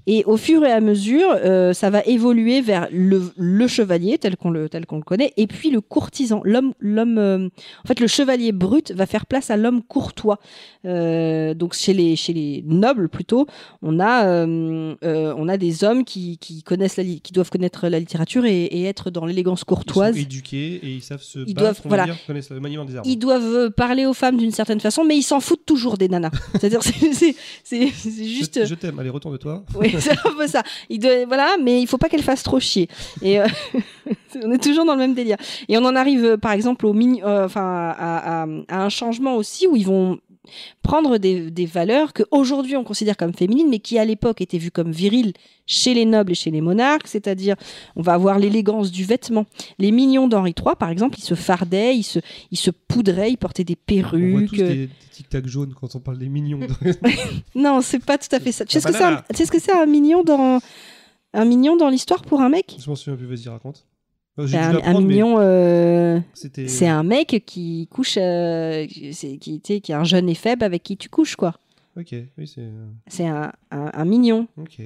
Speaker 4: Et au fur et à mesure, euh, ça va évoluer vers le, le chevalier tel qu'on le, tel qu'on le connaît, et puis le courtisan, l'homme, l'homme. euh, en fait, le chevalier brut va faire place à l'homme courtois. Euh, donc chez les, chez les nobles plutôt, on a, euh, euh, on a des hommes qui, qui connaissent la, li- qui doivent connaître la littérature et, et être dans l'élégance courtoise.
Speaker 1: Ils sont éduqués et ils savent se
Speaker 4: Ils
Speaker 1: battre,
Speaker 4: doivent-
Speaker 1: on va
Speaker 4: voilà.
Speaker 1: dire, connaissent le maniement des armes.
Speaker 4: ils doivent euh, parler aux femmes d'une certaine façon, mais ils s'en foutent toujours des nanas. C'est-à-dire, c'est- c'est c'est- c'est
Speaker 1: Je-
Speaker 4: juste. euh,
Speaker 1: Je, t'aime, allez, retourne de toi.
Speaker 4: Oui, c'est un peu ça. Il doit- voilà, mais il faut pas qu'elle fasse trop chier. Et euh, on est toujours dans le même délire. Et on en arrive, euh, par exemple, au mini- euh, enfin, à, à- à un changement aussi où ils vont prendre des, des valeurs que aujourd'hui on considère comme féminines, mais qui à l'époque étaient vues comme viriles chez les nobles et chez les monarques. C'est-à-dire, on va avoir l'élégance du vêtement. Les mignons d'Henri III, par exemple, ils se fardaient, ils se, ils se poudraient, ils portaient des
Speaker 1: On voit
Speaker 4: perruques.
Speaker 1: tous des, des tic-tac jaunes quand on parle des mignons.
Speaker 4: Non, c'est pas tout à fait ça. Tu sais ce
Speaker 1: La
Speaker 4: que c'est un,
Speaker 1: banane.
Speaker 4: tu sais ce que c'est un mignon dans un mignon dans l'histoire pour un mec
Speaker 1: je m'en souviens plus, vas-y, raconte. Enfin,
Speaker 4: C'est
Speaker 1: J'ai
Speaker 4: Bah, un,
Speaker 1: dû
Speaker 4: un
Speaker 1: l'apprendre, mais
Speaker 4: mignon. euh,
Speaker 1: c'était-
Speaker 4: C'est un mec qui couche, euh, c'est- qui, tu sais, qui est un jeune et faible avec qui tu couches quoi.
Speaker 1: Ok, oui, c'est. euh,
Speaker 4: C'est un, un, un mignon.
Speaker 1: Ok.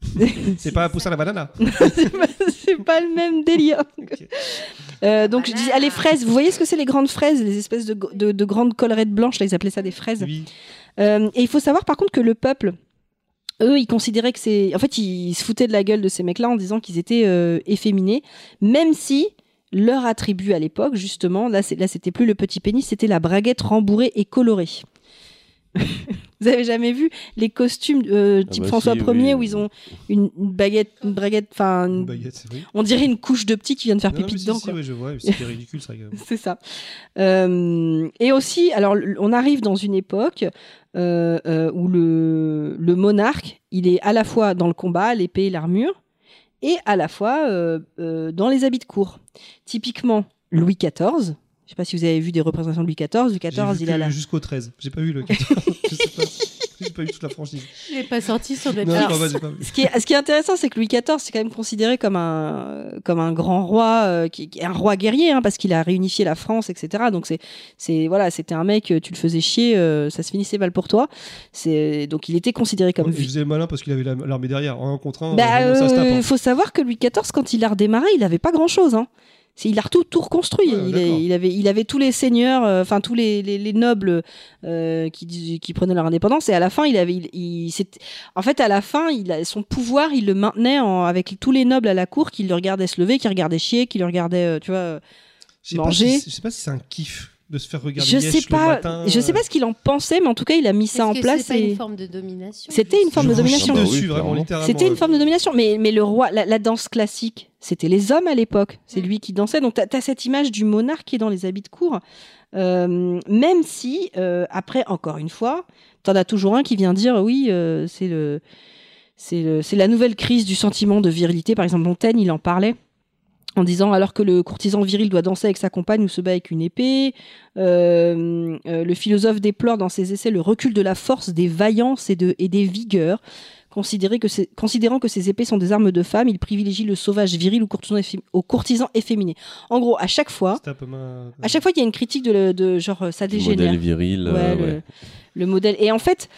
Speaker 1: C'est pas un poussin à la banane
Speaker 4: c'est pas, c'est pas le même délire.
Speaker 1: Ok.
Speaker 4: Euh, donc je dis, ah, les fraises. Vous voyez ce que c'est les grandes fraises, les espèces de, gr- de, de grandes collerettes blanches. Là, ils appelaient ça des fraises.
Speaker 1: Oui.
Speaker 4: Euh, et il faut savoir par contre que le peuple, eux, ils considéraient que c'est. En fait, ils se foutaient de la gueule de ces mecs-là en disant qu'ils étaient euh, efféminés, même si leur attribut à l'époque, justement, là, c'est- là c'était plus le petit pénis, c'était la braguette rembourrée et colorée. Vous avez jamais vu les costumes euh,
Speaker 1: Ah
Speaker 4: type
Speaker 3: bah
Speaker 4: François
Speaker 3: si, oui.
Speaker 4: Ier où ils ont une, une baguette, une braguette, enfin, une-
Speaker 1: Une baguette, oui.
Speaker 4: on dirait une couche de petits qui vient de faire
Speaker 1: Non,
Speaker 4: pipi
Speaker 1: mais si,
Speaker 4: dedans.
Speaker 1: si,
Speaker 4: quoi.
Speaker 1: ouais, je vois, mais c'était ridicule, ça. quand même.
Speaker 4: C'est ça. Euh, et aussi, alors, l- on arrive dans une époque euh, euh, où le, le monarque, il est à la fois dans le combat, l'épée et l'armure, et à la fois euh, euh, dans les habits de cour. Typiquement, Louis XIV. Je sais pas si vous avez vu des représentations de Louis XIV. Louis
Speaker 1: J'ai
Speaker 4: XIV,
Speaker 1: vu
Speaker 4: il a
Speaker 1: que
Speaker 4: la.
Speaker 1: Jusqu'au 13. J'ai pas vu le 14. je sais pas. J'ai pas eu toute la franchise.
Speaker 2: Je l'ai pas sorti sur
Speaker 1: Non,
Speaker 2: Netflix.
Speaker 1: non, bah, j'ai pas vu.
Speaker 4: Ce qui, est, ce qui est intéressant, c'est que Louis XIV, c'est quand même considéré comme un, comme un grand roi, euh, qui, qui est un roi guerrier, hein, parce qu'il a réunifié la France, etc. Donc c'est, c'est voilà, c'était un mec, euh, tu le faisais chier, euh, ça se finissait mal pour toi. C'est donc il était considéré comme.
Speaker 1: Il faisait malin parce qu'il avait la- l'armée derrière. En un contre un,
Speaker 4: bah,
Speaker 1: euh, ça se tape.
Speaker 4: euh,
Speaker 1: hein.
Speaker 4: faut savoir que Louis XIV, quand il a redémarré, il avait pas grand chose. Hein. C'est- Il a tout, tout reconstruit.
Speaker 1: Ouais,
Speaker 4: il, a-
Speaker 1: d'accord.
Speaker 4: il avait, il avait tous les seigneurs, euh, enfin tous les, les, les nobles euh, qui, dis- qui prenaient leur indépendance. Et à la fin, il avait, il, il- c'est- en fait, à la fin, il a, son pouvoir, il le maintenait en- avec tous les nobles à la cour qui le regardaient se lever, qui regardaient chier, qui le regardaient, euh, tu vois. euh,
Speaker 1: Je sais pas
Speaker 4: manger.
Speaker 1: si- Je sais pas si c'est un kiff de se faire regarder
Speaker 4: Je
Speaker 1: Liège
Speaker 4: sais
Speaker 1: le
Speaker 4: pas,
Speaker 1: matin.
Speaker 4: je sais pas ce qu'il en pensait, mais en tout cas, il a mis
Speaker 2: Est-ce
Speaker 4: ça en
Speaker 2: que
Speaker 4: place.
Speaker 2: C'est pas
Speaker 4: et-
Speaker 2: une forme de domination.
Speaker 4: C'était une forme de
Speaker 1: euh, Je vous chie
Speaker 4: domination.
Speaker 3: Ah bah oui,
Speaker 1: dessus, vraiment,
Speaker 3: clairement.
Speaker 1: littéralement. euh,
Speaker 4: C'était une forme de domination, mais, mais le roi, la, la danse classique, c'était les hommes à l'époque, c'est
Speaker 2: Mm.
Speaker 4: lui qui dansait. Donc tu as, cette image du monarque qui est dans les habits de cour, Euh, même si, euh, après, encore une fois, tu en as toujours un qui vient dire oui, euh, c'est le. C'est le- c'est la nouvelle crise du sentiment de virilité. Par exemple, Montaigne, il en parlait en disant alors que le courtisan viril doit danser avec sa compagne ou se bat avec une épée, euh, euh, le philosophe déplore dans ses essais le recul de la force, des vaillances et, de, et des vigueurs. Considéré que c'est- considérant que ces épées sont des armes de femmes, il privilégie le sauvage viril au courtisan, effé- au courtisan efféminé. En gros, à chaque fois,
Speaker 1: C'était un peu ma-
Speaker 4: à chaque fois, il y a une critique de, le- de genre euh, ça
Speaker 3: Le
Speaker 4: dégénère.
Speaker 3: modèle viril.
Speaker 4: Ouais,
Speaker 3: euh,
Speaker 4: le,
Speaker 3: ouais.
Speaker 4: le modèle. Et en fait,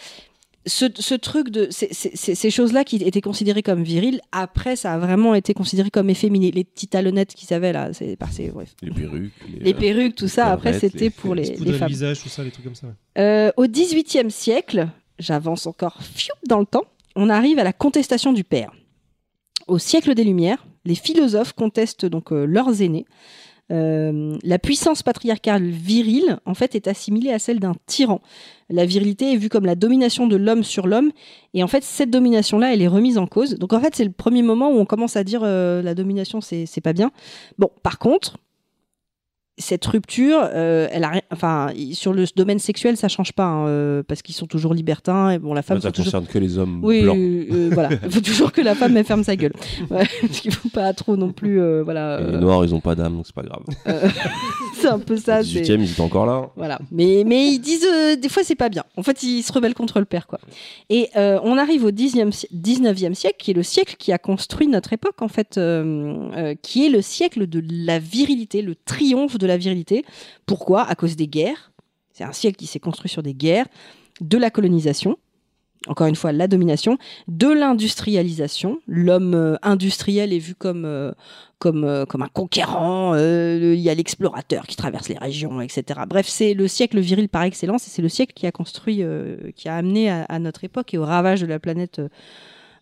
Speaker 4: ce, ce truc de ces- ces ces- ces choses-là qui étaient considérées comme viriles, après, ça a vraiment été considéré comme efféminé. Les petites talonnettes qu'ils avaient là, c'est par ces- bref.
Speaker 3: Les perruques. Les, euh,
Speaker 4: Les perruques, tout ça,
Speaker 3: les
Speaker 4: après,
Speaker 3: barrettes,
Speaker 4: c'était
Speaker 3: les-
Speaker 4: pour
Speaker 1: Il se
Speaker 4: les,
Speaker 1: poudrait
Speaker 4: les
Speaker 1: le
Speaker 4: femmes.
Speaker 1: visage, tout ça, les trucs comme ça. ouais.
Speaker 4: Euh, au XVIIIe siècle, j'avance encore fiou dans le temps, on arrive à la contestation du père. Au siècle des Lumières, les philosophes contestent donc euh, leurs aînés. Euh, la puissance patriarcale virile, en fait, est assimilée à celle d'un tyran. La virilité est vue comme la domination de l'homme sur l'homme, et en fait, cette domination-là, elle est remise en cause. Donc, en fait, c'est le premier moment où on commence à dire euh, la domination, c'est c'est pas bien. Bon, par contre, cette rupture, euh, elle a, rien- enfin, i- sur le domaine sexuel, ça change pas, hein, euh, parce qu'ils sont toujours libertins. Et bon, la femme,
Speaker 3: ça
Speaker 4: faut toujours
Speaker 3: concerne que les hommes
Speaker 4: oui,
Speaker 3: blancs.
Speaker 4: euh, euh, voilà. Il faut toujours que la femme elle ferme sa gueule. Ouais, parce qu'il faut pas trop non plus. euh, voilà.
Speaker 3: Et les
Speaker 4: euh,
Speaker 3: noirs, ils ont pas d'âme, donc c'est pas grave.
Speaker 4: c'est un peu ça.
Speaker 3: Le
Speaker 4: c'est-
Speaker 3: 18 e ils étaient encore là.
Speaker 4: Voilà. Mais, mais ils disent, euh, des fois, c'est pas bien. En fait, ils se rebellent contre le père, quoi. Et euh, on arrive au 10e, si- 19e siècle, qui est le siècle qui a construit notre époque, en fait, euh, euh, qui est le siècle de la virilité, le triomphe de la virilité. Pourquoi À cause des guerres. C'est un siècle qui s'est construit sur des guerres, de la colonisation. Encore une fois, la domination, de l'industrialisation. L'homme euh, industriel est vu comme euh, comme, euh, comme un conquérant, euh, le- il y a l'explorateur qui traverse les régions, etc. Bref, c'est le siècle viril par excellence et c'est le siècle qui a construit, euh, qui a amené à, à notre époque et au ravage de la planète euh,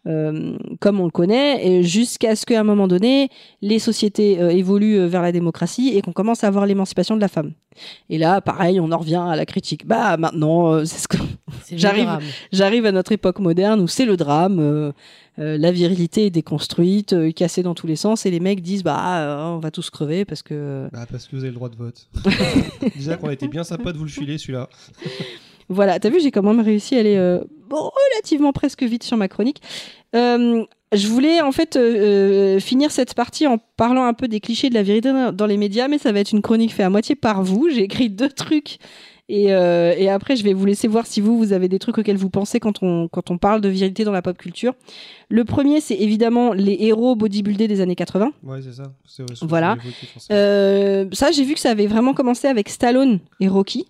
Speaker 4: euh, comme on le connaît, et jusqu'à ce qu'à un moment donné, les sociétés euh, évoluent euh, vers la démocratie et qu'on commence à avoir l'émancipation de la femme. Et là, pareil, on en revient à la critique. Bah maintenant, euh, c'est ce que
Speaker 2: C'est
Speaker 4: J'arrive.
Speaker 2: vulnérable.
Speaker 4: J'arrive à notre époque moderne où c'est le drame, euh, euh, la virilité est déconstruite, euh, cassée dans tous les sens, et les mecs disent bah euh, on va tous crever parce que euh,
Speaker 1: Bah, parce que vous avez le droit de vote. Déjà qu'on a été bien sympa de vous le filer celui-là.
Speaker 4: voilà. T'as vu, j'ai quand même réussi à aller euh, bon, relativement presque vite sur ma chronique. Euh, je voulais en fait euh, euh, finir cette partie en parlant un peu des clichés de la vérité dans- dans les médias, mais ça va être une chronique faite à moitié par vous. J'ai écrit deux trucs et, euh, et après je vais vous laisser voir si vous vous avez des trucs auxquels vous pensez quand on quand on parle de vérité dans la pop culture. Le premier, c'est évidemment les héros bodybuildés des années 80.
Speaker 1: Ouais, c'est ça. C'est- c'est-
Speaker 4: Voilà.
Speaker 1: c'est évoqué, forcément.
Speaker 4: Euh, ça, j'ai vu que ça avait vraiment commencé avec Stallone et Rocky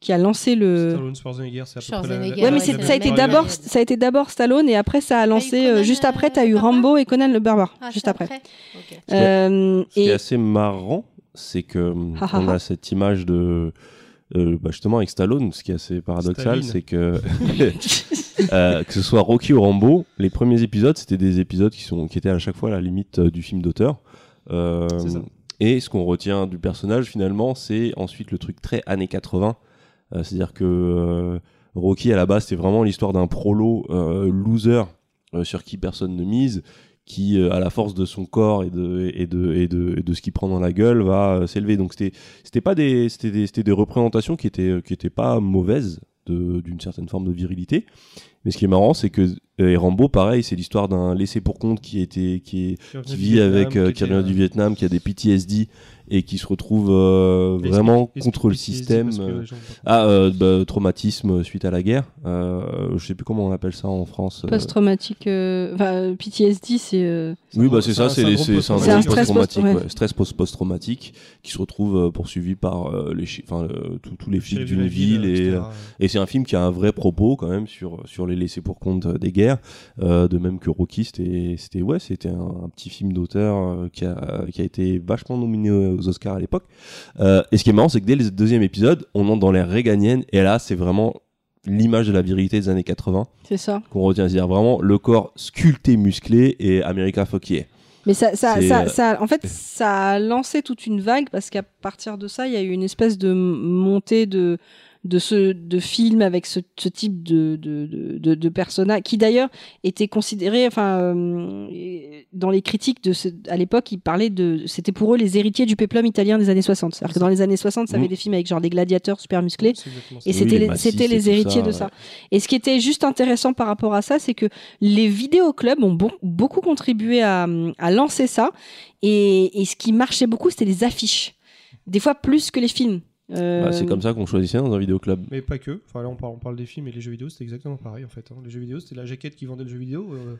Speaker 4: qui a lancé le
Speaker 1: Stallone, Schwarzenegger, c'est à peu près la- la-
Speaker 2: Schwarzenegger,
Speaker 4: Euh, Ouais, mais
Speaker 2: Ouais,
Speaker 4: c'est-
Speaker 2: c'est
Speaker 4: ça a
Speaker 2: la
Speaker 4: été
Speaker 2: même
Speaker 4: d'abord,
Speaker 2: période.
Speaker 4: ça a été d'abord Stallone et après ça a lancé. euh,
Speaker 2: Conan,
Speaker 4: juste
Speaker 2: euh,
Speaker 4: après, t'as eu
Speaker 2: Barbare
Speaker 4: Rambo et Conan le Barbare.
Speaker 2: Ah,
Speaker 4: juste
Speaker 2: c'est
Speaker 4: après.
Speaker 2: Ok.
Speaker 3: après.
Speaker 4: Euh,
Speaker 3: Ce qui est
Speaker 4: et
Speaker 3: assez marrant, c'est que euh,
Speaker 4: Ah, ah,
Speaker 3: on
Speaker 4: ah.
Speaker 3: a cette image de euh, bah, justement avec Stallone, ce qui est assez
Speaker 1: Staline.
Speaker 3: paradoxal, c'est que euh, que ce soit Rocky ou Rambo, les premiers épisodes c'était des épisodes qui sont qui étaient à chaque fois à la limite euh, du film d'auteur. Euh,
Speaker 1: C'est ça.
Speaker 3: et ce qu'on retient du personnage finalement, c'est ensuite le truc très années 80, Euh, c'est-à-dire que euh, Rocky à la base c'était vraiment l'histoire d'un prolo euh, loser euh, sur qui personne ne mise qui euh, à la force de son corps et de et de et de, et de ce qu'il prend dans la gueule va euh, s'élever donc c'était c'était pas des c'était des c'était des représentations qui étaient euh, qui étaient pas mauvaises de d'une certaine forme de virilité mais ce qui est marrant c'est que euh, et Rambo pareil c'est l'histoire d'un laissé pour compte qui était qui est qui vit avec euh, qui revient du Vietnam qui a des PTSD et qui se retrouve euh,
Speaker 1: Esprit-
Speaker 3: vraiment
Speaker 1: Esprit-
Speaker 3: contre le
Speaker 1: PTSD,
Speaker 3: système
Speaker 1: parce que
Speaker 3: euh,
Speaker 1: les gens-
Speaker 3: ah, euh, bah, traumatisme suite à la guerre. Euh, je sais plus comment on appelle ça en France. euh.
Speaker 4: post-traumatique, euh, enfin, euh, PTSD, c'est. euh,
Speaker 3: Oui, bah c'est ça, c'est les- c'est- c'est un,
Speaker 4: C'est un
Speaker 3: syndrome
Speaker 4: stress
Speaker 3: post-traumatique,
Speaker 4: post- ouais.
Speaker 3: ouais, stress post- post-traumatique, qui se retrouve euh, poursuivi par euh, les, chi- enfin, euh, tous- tous les flics
Speaker 1: J'ai vu
Speaker 3: d'une
Speaker 1: la
Speaker 3: ville. et,
Speaker 1: etc.
Speaker 3: euh, et c'est un film qui a un vrai propos quand même sur, sur les laissés pour compte euh, des guerres, euh, de même que Rocky, c'était c'était- ouais, c'était un, un petit film d'auteur euh, qui, a, qui a été vachement nominé aux Oscars à l'époque. Euh, et ce qui est marrant, c'est que dès le deuxième épisode, on entre dans l'ère réganienne, et là, c'est vraiment l'image de la virilité des années 80
Speaker 4: c'est ça.
Speaker 3: qu'on retient, c'est-à-dire vraiment le corps sculpté, musclé et America Fuckier.
Speaker 4: Mais ça, ça,
Speaker 3: C'est,
Speaker 4: ça,
Speaker 3: euh,
Speaker 4: ça- en fait, ça a lancé toute une vague parce qu'à partir de ça, il y a eu une espèce de m- montée de de ce de film avec ce, ce type de de, de, de, de personnage qui d'ailleurs était considéré, enfin, euh, et dans les critiques de ce- à l'époque, ils parlaient de, c'était pour eux les héritiers du péplum italien des années 60. C'est-à-dire que dans les années 60, ça avait
Speaker 3: Mm.
Speaker 4: des films avec genre des gladiateurs super musclés.
Speaker 1: C'est exactement ça.
Speaker 4: Et
Speaker 3: Oui,
Speaker 4: c'était
Speaker 3: les
Speaker 4: les,
Speaker 3: massifs
Speaker 4: c'était
Speaker 3: et
Speaker 4: les
Speaker 3: tout
Speaker 4: héritiers
Speaker 3: ça, ouais.
Speaker 4: de ça. Et ce qui était juste intéressant par rapport à ça, c'est que les vidéoclubs ont bon- beaucoup contribué à, à lancer ça. Et, et ce qui marchait beaucoup, c'était les affiches. Des fois plus que les films. Euh,
Speaker 3: Bah, c'est comme ça qu'on choisissait dans un vidéoclub.
Speaker 1: Mais pas que. Enfin, là, on parle, on parle des films et les jeux vidéo, c'était exactement pareil en fait. hein. Les jeux vidéo, c'était la jaquette qui vendait le jeu vidéo. euh,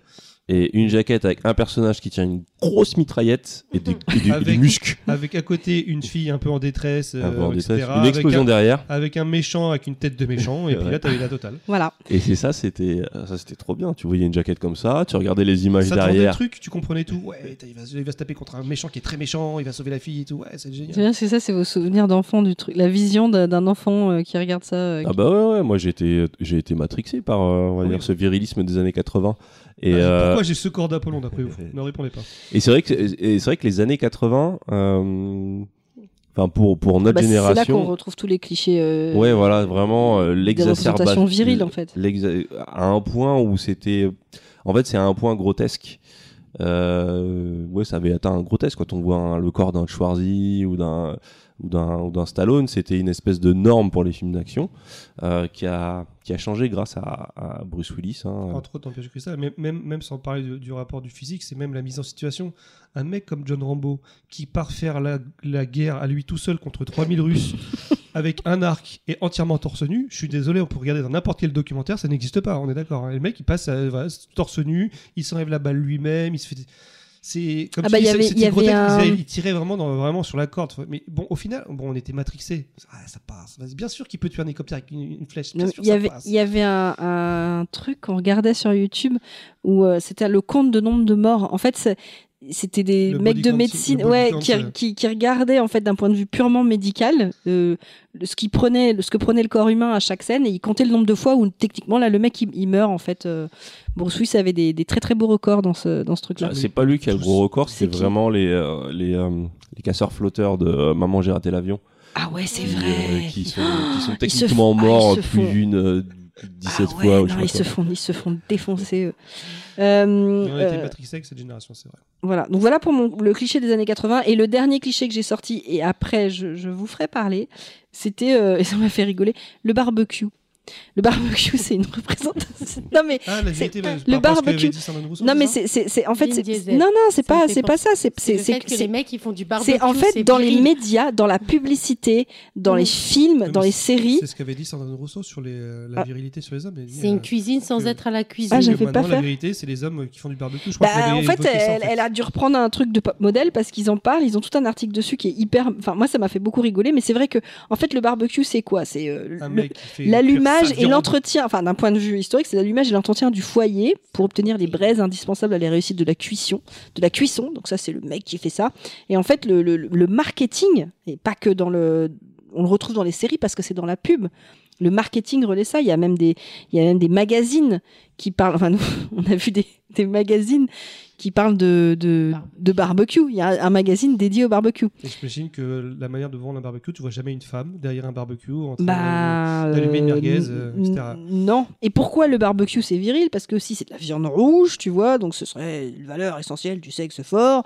Speaker 3: Et une jaquette avec un personnage qui tient une grosse mitraillette et des, et du- et du
Speaker 1: Avec-
Speaker 3: muscle,
Speaker 1: avec à côté une fille un peu en détresse, euh,
Speaker 3: un peu Ah, en
Speaker 1: etc.,
Speaker 3: détresse, une
Speaker 1: avec
Speaker 3: explosion
Speaker 1: un-
Speaker 3: derrière.
Speaker 1: Avec un méchant avec une tête de méchant, et puis là, t'avais la totale.
Speaker 4: Voilà.
Speaker 3: Et c'est ça, c'était euh, ça c'était trop bien. Tu voyais une jaquette comme ça, tu regardais les images
Speaker 1: Ça te rendait le
Speaker 3: Bah, derrière.
Speaker 1: truc, tu comprenais tout. Ouais, t'as- il va, se- il va se taper contre un méchant qui est très méchant, il va sauver la fille et tout. Ouais, c'est
Speaker 4: C'est
Speaker 1: génial.
Speaker 4: bien parce que ça, c'est vos souvenirs d'enfant du truc. la vision d'un- d'un enfant euh, qui regarde ça. euh,
Speaker 3: Ah
Speaker 4: qui-
Speaker 3: bah ouais, ouais, moi j'ai été, j'ai été matrixé par, euh, on va
Speaker 1: Oui.
Speaker 3: dire, ce virilisme des années 80. Et,
Speaker 1: Ah, j'ai-
Speaker 3: euh,
Speaker 1: Pourquoi j'ai ce corps d'Apollon d'après vous Ne répondez pas.
Speaker 3: et c'est vrai que, et c'est vrai que les années 80, euh, enfin pour, pour notre
Speaker 4: Bah, C'est là qu'on
Speaker 3: génération,
Speaker 4: retrouve tous les clichés. euh,
Speaker 3: ouais voilà, vraiment euh,
Speaker 4: des
Speaker 3: l'exacerbation
Speaker 4: représentations viriles en fait.
Speaker 3: l'exa- à un point où c'était en fait c'est à un point grotesque Euh, ouais ça avait atteint un grotesque quand on voit un- le corps d'un Schwarzy ou d'un ou d'un ou d'un Stallone c'était une espèce de norme pour les films d'action euh, qui a qui a changé grâce à, à Bruce Willis hein.
Speaker 1: Entre autres, dans Piège du Cristal, mais même, même sans parler de- du rapport du physique, c'est même la mise en situation. Un mec comme John Rambo, qui part faire la, la guerre à lui tout seul contre 3000 Russes, avec un arc et entièrement torse nu, je suis désolé, on peut regarder dans n'importe quel documentaire, ça n'existe pas, on est d'accord. hein. Et Le mec, il passe euh, voilà, torse nu, il s'enlève la balle lui-même, il se fait. C'est comme
Speaker 4: Ah
Speaker 1: si
Speaker 4: bah, il y
Speaker 1: c'est-
Speaker 4: avait- il y
Speaker 1: c'était
Speaker 4: avait
Speaker 1: grotesque,
Speaker 4: un-
Speaker 1: ils avaient- ils tiraient vraiment, dans- vraiment sur la corde. Mais bon, au final, bon, on était matrixés. Ah, ça passe. Bien sûr qu'il peut tuer un hélicoptère avec une, une flèche. Bien
Speaker 4: Non,
Speaker 1: sûr,
Speaker 4: Il y
Speaker 1: ça
Speaker 4: avait,
Speaker 1: passe.
Speaker 4: il y avait un, un truc qu'on regardait sur YouTube où euh, c'était le compte de nombre de morts. En fait, c'est- c'était des
Speaker 1: Le
Speaker 4: mecs
Speaker 1: body
Speaker 4: de
Speaker 1: count,
Speaker 4: médecine
Speaker 1: le body
Speaker 4: ouais,
Speaker 1: count,
Speaker 4: qui,
Speaker 1: euh.
Speaker 4: qui, qui regardaient en fait d'un point de vue purement médical euh, le- ce qui prenait le- ce que prenait le corps humain à chaque scène et ils comptaient le nombre de fois où techniquement là le mec il, il meurt en fait. Euh, Bruce Willis avait des, des très très beaux records dans ce dans ce truc là.
Speaker 3: c'est pas lui qui a le gros record
Speaker 4: C'est
Speaker 3: c'est
Speaker 4: qui
Speaker 3: vraiment les euh, les, euh, les casseurs flotteurs de euh, Maman j'ai raté l'avion
Speaker 4: Ah ouais c'est
Speaker 3: qui,
Speaker 4: vrai.
Speaker 3: euh, qui sont
Speaker 4: Oh,
Speaker 3: qui sont
Speaker 4: ils se
Speaker 3: techniquement
Speaker 4: font- ah, ils
Speaker 3: morts
Speaker 4: se
Speaker 3: plus
Speaker 4: font-
Speaker 3: d'une euh, 17
Speaker 4: Ah ouais,
Speaker 3: fois ou je sais pas
Speaker 4: non, ils
Speaker 3: quoi.
Speaker 4: se font ils se font défoncer. eux. Euh,
Speaker 1: Mais on a été
Speaker 4: euh,
Speaker 1: matrixés avec cette génération, c'est vrai.
Speaker 4: Voilà, donc voilà pour mon, le cliché des années 80. Et le dernier cliché que j'ai sorti, et après je, je vous ferai parler, c'était, euh, et ça m'a fait rigoler, le barbecue. Le barbecue, c'est une représentation. Non mais,
Speaker 1: Ah, la
Speaker 4: C'est
Speaker 1: vérité,
Speaker 4: pas-
Speaker 1: bah,
Speaker 4: le
Speaker 1: par rapport à ce qu'avait
Speaker 4: barbecue.
Speaker 1: dit Sandrine Rousseau,
Speaker 4: non mais
Speaker 1: ça
Speaker 4: c'est, c'est, c'est- en fait,
Speaker 2: Vin
Speaker 4: c'est,
Speaker 2: Diesel.
Speaker 4: non non, c'est
Speaker 2: Ça me
Speaker 4: pas,
Speaker 2: fait
Speaker 4: c'est pas ça. C'est,
Speaker 2: C'est
Speaker 4: c'est,
Speaker 2: le
Speaker 4: c'est,
Speaker 2: fait que les mecs, ils font du barbecue.
Speaker 4: c'est en fait
Speaker 2: c'est
Speaker 4: dans les
Speaker 2: viril.
Speaker 4: médias, dans la publicité, dans
Speaker 2: Mm.
Speaker 4: les films,
Speaker 1: Comme
Speaker 4: dans les
Speaker 1: c'est-
Speaker 4: séries.
Speaker 1: C'est ce qu'avait dit Sandrine Rousseau sur les, euh, la
Speaker 4: Ah.
Speaker 1: virilité sur les hommes. Elle dit,
Speaker 2: C'est
Speaker 1: euh,
Speaker 2: une cuisine sans
Speaker 1: que-
Speaker 2: être à la
Speaker 1: que
Speaker 2: cuisine.
Speaker 4: Ah, je fais pas
Speaker 1: maintenant,
Speaker 4: faire.
Speaker 1: La vérité, c'est les hommes qui font du barbecue. Je crois
Speaker 4: Bah,
Speaker 1: qu'on
Speaker 4: en
Speaker 1: avait
Speaker 4: fait,
Speaker 1: évoqué ça, en
Speaker 4: elle,
Speaker 1: fait.
Speaker 4: elle a dû reprendre un truc de pop modèle parce qu'ils en parlent. Ils ont tout un article dessus qui est hyper. Enfin, moi, ça m'a fait beaucoup rigoler. Mais c'est vrai que, en fait, le barbecue, c'est quoi C'est euh,
Speaker 1: Un
Speaker 4: le-
Speaker 1: mec qui fait
Speaker 4: L'allumage
Speaker 1: cuire sa
Speaker 4: et
Speaker 1: viande.
Speaker 4: l'entretien, enfin d'un point de vue historique, c'est l'allumage et l'entretien du foyer pour obtenir les braises indispensables à la réussite de la cuisson. De la cuisson, donc ça c'est le mec qui fait ça. Et en fait, le, le- le marketing, et pas que dans le, on le retrouve dans les séries parce que c'est dans la pub. Le marketing relaie ça. Il y a même des, il y a même des magazines qui parlent. Enfin, nous, on a vu des, des magazines qui parlent de, de, de barbecue. Il y a un magazine dédié au barbecue.
Speaker 1: Et j'imagine que la manière de vendre un barbecue, tu vois jamais une femme derrière un barbecue. En train
Speaker 4: Bah,
Speaker 1: d'allumer une
Speaker 4: euh,
Speaker 1: merguez,
Speaker 4: n-
Speaker 1: euh,
Speaker 4: n-
Speaker 1: etc.
Speaker 4: Non. Et pourquoi le barbecue c'est viril Parce que aussi c'est de la viande rouge, tu vois, donc ce serait une valeur essentielle du sexe fort.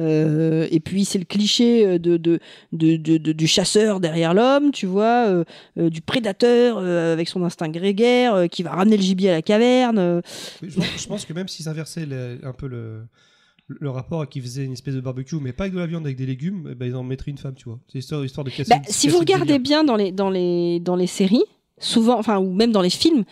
Speaker 4: Euh, et puis c'est le cliché euh, de, de, de- de- de- du chasseur derrière l'homme, tu vois, euh, euh, du prédateur euh, avec son instinct grégaire euh, qui va ramener le gibier à la caverne. euh.
Speaker 1: de- Je pense- je pense que même s'ils inversaient le- un peu le le rapport et qu'ils faisaient une espèce de barbecue, mais pas avec de la viande, avec des légumes, eh ben, ils en mettraient une femme, tu vois. C'est histoire, histoire de casser.
Speaker 4: Bah,
Speaker 1: le-
Speaker 4: si
Speaker 1: casser
Speaker 4: vous
Speaker 1: le
Speaker 4: regardez
Speaker 1: délire.
Speaker 4: bien dans les, dans les, dans les séries, souvent, enfin, ou même dans les films,